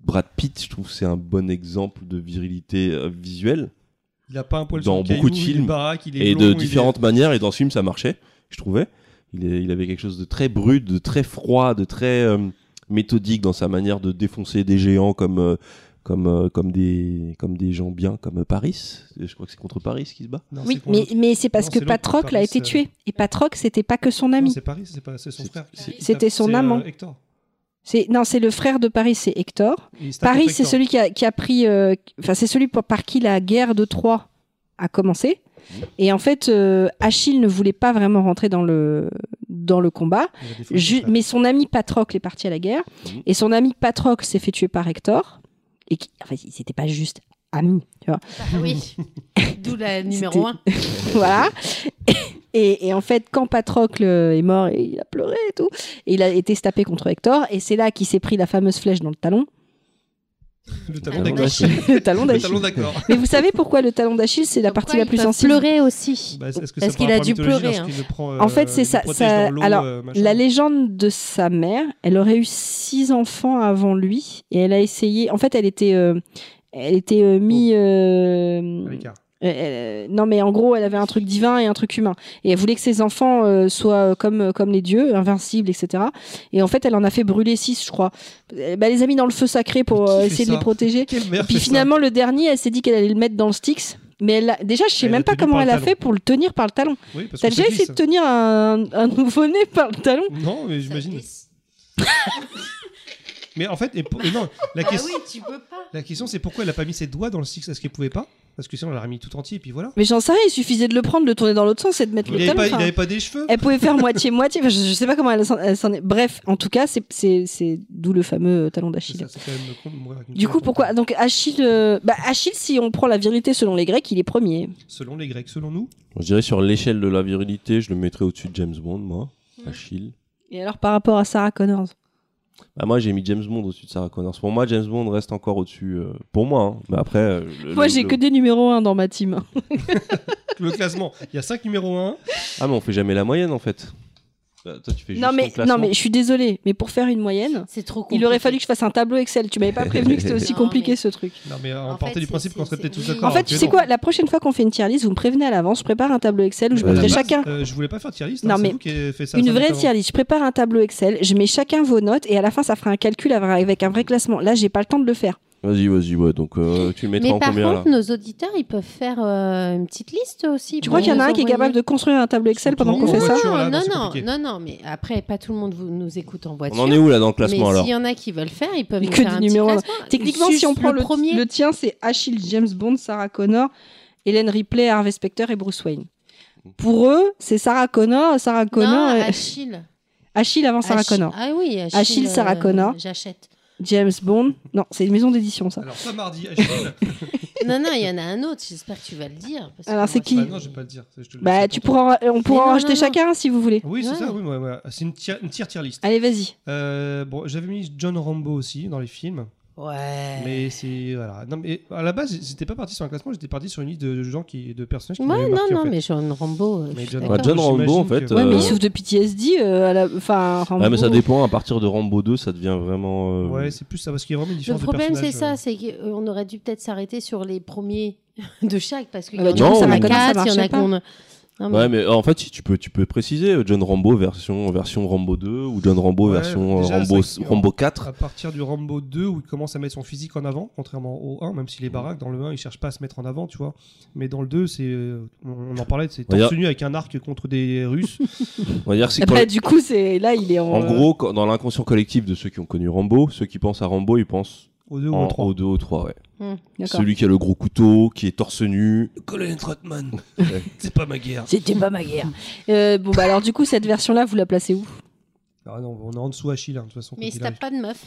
Speaker 3: Brad Pitt, je trouve, que c'est un bon exemple de virilité euh, visuelle,
Speaker 1: Il a pas un poil
Speaker 3: Dans
Speaker 1: sur le
Speaker 3: beaucoup de
Speaker 1: caillou, il est
Speaker 3: films.
Speaker 1: baraque, il est
Speaker 3: et
Speaker 1: blond,
Speaker 3: de
Speaker 1: il est-
Speaker 3: différentes manières, et dans ce film, ça marchait, je trouvais. Il, est- il avait quelque chose de très brut, de très froid, de très euh, méthodique dans sa manière de défoncer des géants comme... euh, comme, euh, comme, des, comme des gens bien, comme Paris. Je crois que c'est contre Paris qui se bat.
Speaker 1: Non,
Speaker 4: Oui,
Speaker 1: c'est pour
Speaker 4: mais,
Speaker 1: l'autre.
Speaker 4: mais c'est parce
Speaker 1: Non,
Speaker 4: que
Speaker 1: c'est l'autre,
Speaker 4: Patrocle a
Speaker 1: Paris,
Speaker 4: été
Speaker 1: euh,
Speaker 4: tué. Et Patrocle, c'était pas que son
Speaker 1: Non,
Speaker 4: ami.
Speaker 1: c'est Paris, c'est pas c'est son
Speaker 3: C'est-
Speaker 1: frère.
Speaker 3: c'est-
Speaker 1: Il se
Speaker 4: C'était
Speaker 1: tape-
Speaker 4: son
Speaker 1: c'est,
Speaker 4: amant.
Speaker 1: euh, Hector.
Speaker 4: C'est non, c'est le frère de Paris, c'est Hector.
Speaker 1: Il se tape
Speaker 4: Paris,
Speaker 1: contre
Speaker 4: c'est
Speaker 1: Hector.
Speaker 4: celui qui a, qui a pris, euh, enfin c'est celui par, par qui la guerre de Troie a commencé. Et en fait, euh, Achille ne voulait pas vraiment rentrer dans le dans le combat.
Speaker 1: Il a des fautes,
Speaker 4: Ju-
Speaker 1: son frère.
Speaker 4: mais son ami Patrocle est parti à la guerre
Speaker 3: Mhm.
Speaker 4: et son ami Patrocle s'est fait tuer par Hector. Et qui, en fait, ils n'étaient pas juste amis, tu vois.
Speaker 2: Bah oui. D'où la numéro
Speaker 4: C'était-
Speaker 2: 1.
Speaker 4: voilà. Et, et en fait, quand Patrocle euh, est mort, il a pleuré et tout. Et il a été se taper contre Hector. Et c'est là qu'il s'est pris la fameuse flèche dans le talon.
Speaker 1: Le
Speaker 2: Ah,
Speaker 1: talon
Speaker 2: bah,
Speaker 1: d'accord.
Speaker 3: D'Achille.
Speaker 4: Le talon
Speaker 1: Le
Speaker 4: d'Achille.
Speaker 1: talon d'accord.
Speaker 4: Mais vous savez pourquoi le talon d'Achille, c'est la partie la plus sensible
Speaker 2: pleurer aussi.
Speaker 1: Bah, que
Speaker 2: Est-ce
Speaker 1: ça
Speaker 2: qu'il
Speaker 1: part
Speaker 2: a
Speaker 1: par
Speaker 2: dû
Speaker 1: mythologie
Speaker 2: pleurer,
Speaker 1: lorsqu'il le prend, euh,
Speaker 4: En fait, c'est
Speaker 1: il le
Speaker 4: ça-
Speaker 1: protège
Speaker 4: ça-
Speaker 1: dans l'eau,
Speaker 4: alors,
Speaker 1: euh, machin.
Speaker 4: La légende de sa mère, elle aurait eu six enfants avant lui. Et elle a essayé. En fait, elle était. euh, Elle était euh, mi. euh,
Speaker 1: À l'écart.
Speaker 4: Euh, elle, euh, non, mais en gros, elle avait un truc divin et un truc humain. Et elle voulait que ses enfants euh, soient euh, comme, euh, comme les dieux, invincibles, etc. Et en fait, elle en a fait brûler six, je crois. Euh, bah, elle les a mis dans le feu sacré pour
Speaker 1: Mais qui
Speaker 4: euh,
Speaker 1: fait
Speaker 4: essayer de
Speaker 1: ça
Speaker 4: les protéger.
Speaker 1: Quelle
Speaker 4: Et
Speaker 1: merde
Speaker 4: puis finalement, le dernier, elle s'est dit qu'elle allait le mettre dans le Styx. Mais elle l'a- déjà, je sais
Speaker 1: Elle l'a
Speaker 4: même pas
Speaker 1: tenu
Speaker 4: comment
Speaker 1: par le
Speaker 4: elle a
Speaker 1: talon.
Speaker 4: fait pour le tenir par le talon.
Speaker 1: Oui, parce
Speaker 4: T'as
Speaker 1: que
Speaker 4: déjà
Speaker 1: ça
Speaker 4: essayé de
Speaker 1: glisse.
Speaker 4: tenir un, un nouveau-né par le talon
Speaker 1: Non, mais j'imagine. Mais en fait, et pour- et non, la,
Speaker 2: Ah
Speaker 1: question,
Speaker 2: oui, tu peux pas.
Speaker 1: la question c'est pourquoi elle a pas mis ses doigts dans le six Est-ce qu'elle pouvait pas Parce que sinon, elle l'aurait mis tout entier et puis voilà.
Speaker 4: Mais j'en sais rien, il suffisait de le prendre, de le tourner dans l'autre sens et de mettre
Speaker 1: Il
Speaker 4: le
Speaker 1: avait,
Speaker 4: talon.
Speaker 1: pas, il
Speaker 4: enfin.
Speaker 1: avait pas des cheveux
Speaker 4: Elle pouvait faire moitié-moitié. Enfin, je, je sais pas comment elle s'en elle s'en est. Bref, en tout cas, c'est- c'est c'est d'où le fameux euh, talon
Speaker 1: C'est
Speaker 4: d'Achille.
Speaker 1: ça, c'est quand même con de mourir avec une
Speaker 4: Du
Speaker 1: fleur
Speaker 4: coup,
Speaker 1: dans le
Speaker 4: pourquoi Donc Achille, euh, bah, Achille, si on prend la vérité selon les Grecs, il est premier.
Speaker 1: dos. Selon les Grecs, selon nous
Speaker 3: Je dirais sur l'échelle de la virilité, je le mettrais au-dessus de James Bond, moi.
Speaker 4: Mm.
Speaker 3: Achille.
Speaker 4: Et alors par rapport à Sarah Connors,
Speaker 3: Bah, moi, j'ai mis James Bond au-dessus de Sarah Connors. Pour moi, James Bond reste encore au-dessus. euh, pour moi, hein. mais après. euh, le-
Speaker 4: moi
Speaker 3: le-
Speaker 4: j'ai
Speaker 3: le-
Speaker 4: que des numéros 1 dans ma team.
Speaker 1: Le classement, il y a 5 numéro 1.
Speaker 3: Ah, mais on fait jamais la moyenne en fait. Bah, toi, tu fais
Speaker 4: Non
Speaker 3: juste
Speaker 4: mais
Speaker 3: ton classement.
Speaker 4: non mais je suis désolée, mais pour faire une moyenne,
Speaker 2: C'est trop compliqué.
Speaker 4: il aurait fallu que je fasse un tableau Excel. Tu m'avais pas prévenu que c'était aussi
Speaker 2: Non,
Speaker 4: compliqué
Speaker 2: mais-
Speaker 4: ce truc.
Speaker 1: Non, mais on
Speaker 2: En
Speaker 1: partait
Speaker 2: fait,
Speaker 1: du
Speaker 2: c'est-
Speaker 1: principe qu'on serait
Speaker 2: c'est-
Speaker 1: peut-être tous
Speaker 2: oui.
Speaker 1: d'accord.
Speaker 4: En
Speaker 2: Ah,
Speaker 4: fait,
Speaker 1: alors
Speaker 4: tu
Speaker 1: que
Speaker 4: sais
Speaker 1: non.
Speaker 4: quoi La prochaine fois qu'on fait une tier list, vous me prévenez à l'avance. Je prépare un tableau Excel où je
Speaker 1: Bah,
Speaker 4: mettrai
Speaker 1: de base,
Speaker 4: chacun
Speaker 1: euh, je voulais pas faire tier list.
Speaker 4: Non,
Speaker 1: hein, c'est
Speaker 4: mais
Speaker 1: vous qui avez fait ça.
Speaker 4: une
Speaker 1: ça,
Speaker 4: vraie
Speaker 1: notamment.
Speaker 4: tier list. Je prépare un tableau Excel. Je mets chacun vos notes et à la fin, ça fera un calcul avec un vrai classement. Là, j'ai pas le temps de le faire.
Speaker 3: Vas-y, vas-y, ouais. Donc, euh, tu le mettras
Speaker 2: Mais
Speaker 3: en
Speaker 2: par
Speaker 3: combien
Speaker 2: contre,
Speaker 3: là
Speaker 2: nos auditeurs, ils peuvent faire euh, une petite liste aussi.
Speaker 4: Tu crois qu'il y en a un qui est capable de construire un tableau Excel
Speaker 1: Surtout
Speaker 4: pendant qu'on
Speaker 1: en
Speaker 4: fait ça
Speaker 1: voiture, là,
Speaker 2: Non,
Speaker 1: non, c'est
Speaker 2: non,
Speaker 1: compliqué.
Speaker 2: non, non, mais après, pas tout le monde vous- nous écoute en voiture.
Speaker 3: On en est où là dans le
Speaker 2: mais
Speaker 3: classement alors
Speaker 2: s'il y en a qui veulent faire, ils peuvent
Speaker 4: Mais
Speaker 2: nous
Speaker 4: que
Speaker 2: faire
Speaker 4: des
Speaker 2: un petit
Speaker 4: numéros, là.
Speaker 2: classement.
Speaker 4: Techniquement,
Speaker 2: Juste
Speaker 4: si on prend le,
Speaker 2: premier,
Speaker 4: le tien, c'est Achille, James Bond, Sarah Connor, Hélène Ripley, Harvey Specter et Bruce Wayne. Pour eux, c'est Sarah Connor, Sarah Connor,
Speaker 2: non,
Speaker 4: euh,
Speaker 2: Achille.
Speaker 4: Achille avant Sarah
Speaker 2: Achille-
Speaker 4: Connor,
Speaker 2: Ah oui, Achille.
Speaker 4: Achille, Sarah
Speaker 2: euh,
Speaker 4: Connor.
Speaker 2: J'achète.
Speaker 4: James Bond. Non, c'est une maison d'édition ça.
Speaker 1: Alors, ça, mardi, Achille.
Speaker 2: Non, non, il y en a un autre, j'espère que tu vas le dire. parce que
Speaker 4: Alors,
Speaker 2: moi,
Speaker 4: c'est
Speaker 2: je-
Speaker 4: qui
Speaker 1: Bah, non, je vais pas le dire. c'est- je te le
Speaker 4: Bah,
Speaker 1: laisse
Speaker 4: tu
Speaker 1: pour toi.
Speaker 4: pourras, en- on pourra
Speaker 2: non,
Speaker 4: en
Speaker 2: non,
Speaker 4: rajouter
Speaker 2: non.
Speaker 4: chacun si vous voulez.
Speaker 1: Oui, c'est
Speaker 2: Ouais.
Speaker 1: ça, oui, ouais, ouais. c'est une tier, une tier tier list.
Speaker 4: Allez, vas-y.
Speaker 1: Euh, bon, j'avais mis John Rambo aussi dans les films,
Speaker 2: Ouais.
Speaker 1: mais c'est voilà. Non, mais à la base, j'étais pas parti sur un classement, j'étais parti sur une liste de gens qui, de personnages qui
Speaker 2: Ouais,
Speaker 1: m'avaient
Speaker 2: non,
Speaker 1: marqué, en
Speaker 2: non,
Speaker 1: fait.
Speaker 2: mais John Rambo. euh,
Speaker 1: Mais
Speaker 2: je suis
Speaker 1: John-
Speaker 2: d'accord.
Speaker 3: Bah, John
Speaker 1: J'imagine
Speaker 3: Rambo en
Speaker 1: que-
Speaker 3: fait.
Speaker 1: Ouais,
Speaker 4: Ouais, mais
Speaker 3: euh,
Speaker 4: il souffre de PTSD. euh, à la... Enfin,
Speaker 3: Ouais, Ah, mais ça
Speaker 4: Rambo.
Speaker 3: dépend. À partir de Rambo 2, ça devient vraiment. euh,
Speaker 1: Ouais, c'est plus ça parce qu'il y a vraiment une
Speaker 2: Le
Speaker 1: différence. de
Speaker 2: problème, c'est
Speaker 1: personnages,
Speaker 2: ça,
Speaker 1: euh.
Speaker 2: c'est qu'on aurait dû peut-être s'arrêter sur les premiers de chaque, parce qu'il
Speaker 4: Ah
Speaker 2: y
Speaker 4: bah,
Speaker 2: en
Speaker 3: du coup, ça
Speaker 2: a
Speaker 3: m'a
Speaker 2: qui
Speaker 3: connu,
Speaker 4: ça
Speaker 2: quatre, il y en a
Speaker 4: marchait pas.
Speaker 2: qu'on. Non, mais-
Speaker 3: Ouais, mais euh, en fait, si tu peux, tu peux préciser euh, John Rambo version, version Rambo 2 ou John Rambo
Speaker 1: Ouais,
Speaker 3: version euh,
Speaker 1: déjà,
Speaker 3: Rambo,
Speaker 1: c'est vrai que-
Speaker 3: Rambo 4.
Speaker 1: À partir du Rambo 2 où il commence à mettre son physique en avant, contrairement au 1, même s'il
Speaker 2: Mm.
Speaker 1: est baraque, dans le 1 il cherche pas à se mettre en avant, tu vois. Mais dans le 2, c'est, euh, on en parlait, c'est
Speaker 3: Regarde.
Speaker 1: torse nu avec un arc contre des Russes.
Speaker 3: On va dire que c'est
Speaker 4: Ah
Speaker 3: quand-
Speaker 4: bah, du coup, c'est là, il est en.
Speaker 3: en
Speaker 2: euh,
Speaker 3: gros quand- dans l'inconscient collectif de ceux qui ont connu Rambo, ceux qui pensent à Rambo, ils pensent
Speaker 1: au 2 ou au
Speaker 3: en,
Speaker 1: 3.
Speaker 3: au 2 au 3, ouais.
Speaker 4: D'accord.
Speaker 3: Celui qui a le gros couteau, qui est torse nu.
Speaker 1: Colonel Trotman, c'est pas ma guerre.
Speaker 4: C'était pas ma guerre. Euh, bon, bah alors, du coup, cette version-là, vous la placez où
Speaker 1: Ah non, on est en dessous Achille, hein, de toute façon.
Speaker 2: Mais
Speaker 1: quoi
Speaker 2: si
Speaker 1: qu'il
Speaker 2: t'as
Speaker 1: arrive.
Speaker 2: pas de meuf.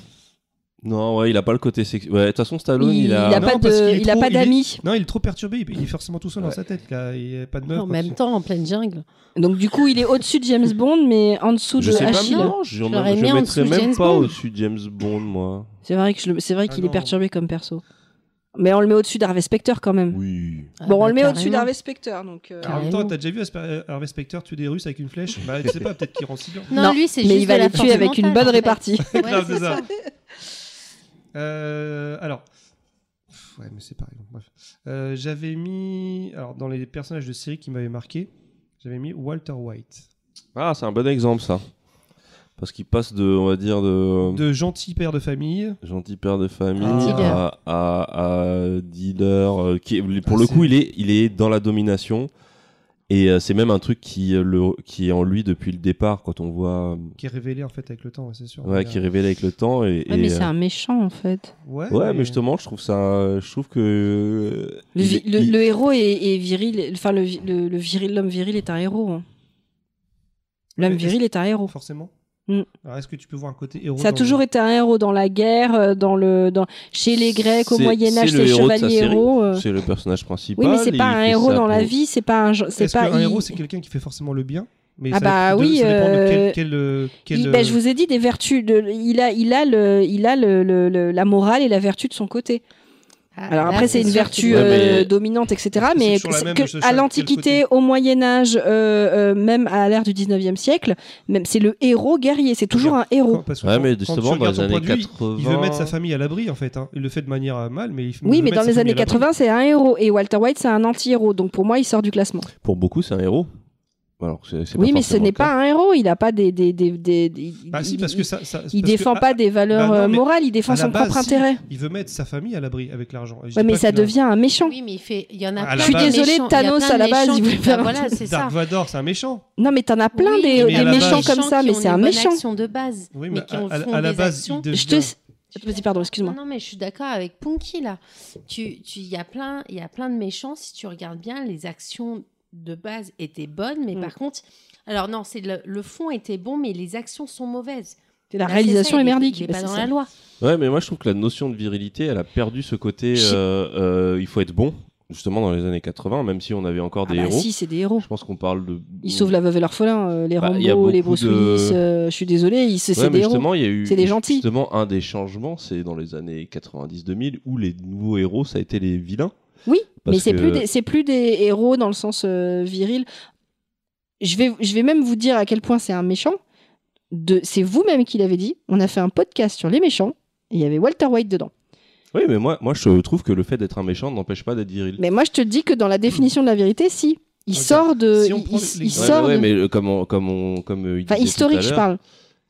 Speaker 3: Non, ouais, il a pas le côté sexuel. Ouais, de toute façon Stallone,
Speaker 4: il,
Speaker 3: il, a,
Speaker 4: il a
Speaker 1: Non,
Speaker 4: pas
Speaker 1: parce qu'il
Speaker 4: de,
Speaker 1: est
Speaker 4: il a
Speaker 1: trop-
Speaker 4: pas
Speaker 1: il est-
Speaker 4: d'amis.
Speaker 1: Non, il est trop perturbé, il il est forcément tout seul dans
Speaker 3: Ouais.
Speaker 1: sa tête. Il a, il a pas de meuf.
Speaker 2: en
Speaker 1: quoi,
Speaker 2: même
Speaker 1: tu-
Speaker 2: temps, en pleine jungle.
Speaker 4: Donc du coup, il est au-dessus de James Bond, mais en dessous
Speaker 3: je
Speaker 4: de
Speaker 3: sais pas,
Speaker 4: Achille.
Speaker 3: mais non, je,
Speaker 2: Je l'aurais
Speaker 3: je
Speaker 2: mis en
Speaker 3: mettrais
Speaker 2: dessous de
Speaker 3: même
Speaker 2: James
Speaker 3: pas
Speaker 2: Bond.
Speaker 3: au-dessus de James Bond, moi.
Speaker 4: C'est vrai que je le- c'est vrai qu'il
Speaker 1: Ah
Speaker 4: est
Speaker 1: non.
Speaker 4: perturbé comme perso. Mais on le met au-dessus d'Harvey Specter quand même.
Speaker 3: Oui.
Speaker 2: Ah
Speaker 4: Bon, on
Speaker 2: bah,
Speaker 4: le met au-dessus
Speaker 2: carrément. Ah,
Speaker 4: d'Harvey Specter, donc.
Speaker 1: En
Speaker 4: euh,
Speaker 1: même temps,
Speaker 2: Carrément.
Speaker 1: t'as déjà vu Asper- euh, Harvey Specter tuer des Russes avec une flèche Bah, tu sais pas, peut-être qu'il rend si bien.
Speaker 4: Non,
Speaker 2: Non, lui, c'est juste.
Speaker 4: Mais il va
Speaker 2: de la
Speaker 4: les tuer
Speaker 2: force
Speaker 4: avec une
Speaker 2: mentale, en
Speaker 4: bonne
Speaker 2: fait.
Speaker 4: répartie.
Speaker 2: Ouais,
Speaker 1: Grave,
Speaker 2: c'est
Speaker 1: c'est
Speaker 2: ça.
Speaker 1: ça. Euh, alors. Pff, Ouais, mais c'est pareil. bon, bref. Euh, j'avais mis. Alors, dans les personnages de série qui m'avaient marqué, j'avais mis Walter White.
Speaker 3: Ah, c'est un bon exemple ça. parce qu'il passe de, on va dire, de,
Speaker 1: De gentil père de Ah. famille.
Speaker 3: gentil père de famille
Speaker 2: Dealer.
Speaker 3: à, à- à dealer. euh, qui, est- pour
Speaker 1: Ah,
Speaker 3: le
Speaker 1: c'est-
Speaker 3: coup, il est, il est dans la domination. Et euh, c'est même un truc qui, euh, le, qui est en lui depuis le départ, quand on voit.
Speaker 1: qui est révélé en fait avec le temps, ouais, c'est sûr.
Speaker 3: Ouais, qui est révélé avec le temps. Et,
Speaker 4: Ouais,
Speaker 3: et,
Speaker 4: mais c'est
Speaker 3: euh,
Speaker 4: un méchant en fait.
Speaker 1: euh, Ouais,
Speaker 3: Ouais, mais justement, je trouve ça. Je trouve que. euh, il-
Speaker 4: Le, vi- le-
Speaker 3: il-
Speaker 4: le héros est, est viril, enfin le, vi- le, le viril, l'homme viril est un héros. hein. L'homme
Speaker 1: Mais
Speaker 4: viril est un héros.
Speaker 2: Mmh.
Speaker 1: Forcément.
Speaker 4: Mm.
Speaker 1: Alors, est-ce que tu peux voir un côté héros
Speaker 4: Ça a
Speaker 1: dans-
Speaker 4: toujours été un héros dans la guerre, euh, dans le, dans chez les Grecs au
Speaker 3: C'est-
Speaker 4: Moyen Âge,
Speaker 3: c'est le
Speaker 4: c'est
Speaker 3: héros de sa
Speaker 4: chevalier
Speaker 3: série.
Speaker 4: héros. euh.
Speaker 3: C'est le personnage principal.
Speaker 4: Oui, mais c'est
Speaker 3: il
Speaker 4: pas un
Speaker 3: fait
Speaker 4: héros
Speaker 3: ça
Speaker 4: dans la
Speaker 3: pour-
Speaker 4: vie, c'est pas un, gen- c'est
Speaker 1: Est-ce
Speaker 4: pas.
Speaker 1: qu'un
Speaker 4: il-
Speaker 1: héros, c'est quelqu'un qui fait forcément le bien mais ça
Speaker 4: Ah bah
Speaker 1: dépend de-
Speaker 4: oui,
Speaker 1: Ça dépend de
Speaker 4: euh,
Speaker 1: quel. quel, euh, quel,
Speaker 4: il-
Speaker 1: euh,
Speaker 4: ben, je vous ai dit des vertus. de- il a, il a le, il a le, le- le- la morale et la vertu de son côté.
Speaker 2: Ah,
Speaker 4: Alors
Speaker 2: là,
Speaker 4: après, c'est une
Speaker 2: sûr
Speaker 4: vertu
Speaker 2: qu'il-
Speaker 3: Ouais, mais-
Speaker 4: euh, dominante, etc.
Speaker 1: C'est
Speaker 4: Mais
Speaker 1: toujours la
Speaker 4: c'est
Speaker 1: même,
Speaker 4: que
Speaker 1: je sais
Speaker 4: à
Speaker 1: quel
Speaker 4: l'Antiquité,
Speaker 1: côté.
Speaker 4: au Moyen Âge, euh, euh, même à l'ère du 19e siècle, même c'est le héros guerrier. C'est toujours un héros.
Speaker 1: quand- parce que
Speaker 3: Ouais,
Speaker 1: quand-
Speaker 3: mais
Speaker 1: quand tu
Speaker 3: justement, dans
Speaker 1: regardes
Speaker 3: les
Speaker 1: son
Speaker 3: années
Speaker 1: point de vue,
Speaker 3: 80.
Speaker 1: Il veut mettre sa famille à l'abri en fait. hein. Il le fait de manière euh, mal, mais il f-
Speaker 4: Oui,
Speaker 1: veut
Speaker 4: mais
Speaker 1: mettre
Speaker 4: dans
Speaker 1: sa
Speaker 4: les
Speaker 1: famille
Speaker 4: années
Speaker 1: à l'abri.
Speaker 4: 80, c'est un héros. Et Walter White, c'est un anti-héros. Donc pour moi, il sort du classement.
Speaker 3: Pour beaucoup, c'est un héros. Alors, c'est- c'est pas
Speaker 4: Oui, mais ce
Speaker 3: forcément
Speaker 4: n'est
Speaker 3: le cas.
Speaker 4: pas un héros. Il n'a pas des. des, des, des- des-
Speaker 1: Bah si,
Speaker 4: il-
Speaker 1: parce que ça. ça-
Speaker 4: Il
Speaker 1: parce que,
Speaker 4: défend
Speaker 1: ah,
Speaker 4: pas des valeurs
Speaker 1: bah non,
Speaker 4: euh,
Speaker 1: mais
Speaker 4: morales, il défend
Speaker 1: à la
Speaker 4: son
Speaker 1: base,
Speaker 4: propre
Speaker 1: si.
Speaker 4: intérêt.
Speaker 1: Il veut mettre sa famille à l'abri avec l'argent. Et je
Speaker 4: Ouais,
Speaker 1: dis
Speaker 4: mais
Speaker 1: pas
Speaker 4: ça
Speaker 1: qu'il a-
Speaker 4: devient un méchant.
Speaker 2: Oui, mais il fait. Il y en
Speaker 1: À
Speaker 2: a
Speaker 1: la
Speaker 2: plein.
Speaker 1: base-
Speaker 2: de
Speaker 1: Je suis
Speaker 2: méchants-
Speaker 4: désolée,
Speaker 2: il y a
Speaker 4: Thanos,
Speaker 2: plein de
Speaker 4: à la base,
Speaker 2: méchants qui-
Speaker 4: il
Speaker 2: Ah,
Speaker 4: voulait faire un
Speaker 2: Voilà, c'est ça.
Speaker 1: Dark Vador, c'est un méchant.
Speaker 4: Non, mais t'en as plein
Speaker 2: Oui,
Speaker 4: des,
Speaker 1: mais à
Speaker 4: des
Speaker 1: la base-
Speaker 4: méchants comme
Speaker 2: Méchants
Speaker 4: ça,
Speaker 2: qui
Speaker 4: mais
Speaker 2: ont
Speaker 4: c'est
Speaker 2: une
Speaker 4: un
Speaker 2: bonne
Speaker 4: méchant.
Speaker 2: action de base.
Speaker 1: Oui,
Speaker 2: mais
Speaker 1: mais
Speaker 2: qui
Speaker 1: à,
Speaker 2: en
Speaker 1: à-
Speaker 2: font
Speaker 1: à la
Speaker 2: des
Speaker 1: base,
Speaker 2: actions.
Speaker 1: il devient.
Speaker 4: Je te. Vas-y, pardon, excuse-moi.
Speaker 2: Non, non, mais je suis d'accord avec Punky là. Tu, tu, il y a plein, il y a plein de méchants. Si tu regardes bien, les actions de base étaient bonnes, mais
Speaker 4: Mm.
Speaker 2: par contre, alors non, c'est le, le fond était bon, mais les actions sont mauvaises.
Speaker 4: La
Speaker 2: Là, c'est ça,
Speaker 4: réalisation est
Speaker 2: il
Speaker 4: merdique.
Speaker 2: Il est
Speaker 4: Bah,
Speaker 2: pas
Speaker 4: c'est
Speaker 2: dans
Speaker 4: ça.
Speaker 2: la loi.
Speaker 3: Ouais, mais moi je trouve que la notion de virilité, elle a perdu ce côté.
Speaker 4: Je-
Speaker 3: euh, euh, il faut être bon, justement dans les années 80, même si on avait encore
Speaker 4: Ah
Speaker 3: des
Speaker 4: bah
Speaker 3: héros.
Speaker 4: si, c'est des héros.
Speaker 3: Je pense qu'on parle de.
Speaker 4: Ils sauvent la veuve et l'orphelin, euh, les
Speaker 3: Bah, il y a
Speaker 4: Rambo, les
Speaker 3: beaucoup
Speaker 4: Bruce
Speaker 3: de-
Speaker 4: Willis. euh, je suis désolé, ils- c'est
Speaker 3: Ouais,
Speaker 4: c'est
Speaker 3: mais
Speaker 4: des héros.
Speaker 3: justement, il y a eu
Speaker 4: C'est des gentils.
Speaker 3: justement un des changements, c'est dans les années 90-2000 où les nouveaux héros, ça a été les vilains.
Speaker 4: Oui,
Speaker 3: Parce
Speaker 4: mais c'est
Speaker 3: que-
Speaker 4: plus des- c'est plus des héros dans le sens euh, viril. Je vais je vais même vous dire à quel point c'est un méchant. De c'est vous-même qui l'avez dit. On a fait un podcast sur les méchants. et Il y avait Walter White dedans.
Speaker 3: Oui, mais moi, moi je trouve que le fait d'être un méchant n'empêche pas d'être viril.
Speaker 4: Mais moi, je te dis que dans la définition de la vérité, si. Il
Speaker 1: Ok.
Speaker 4: sort de.
Speaker 1: Si on
Speaker 4: il-
Speaker 1: prend
Speaker 4: il-
Speaker 1: les-
Speaker 4: il
Speaker 1: les-
Speaker 3: Ouais,
Speaker 4: sort
Speaker 3: mais,
Speaker 4: de-
Speaker 3: ouais, mais, euh, comme on- comme on- comme euh, il disait
Speaker 4: Enfin,
Speaker 3: tout à
Speaker 4: historique, je
Speaker 3: l'heure,
Speaker 4: parle.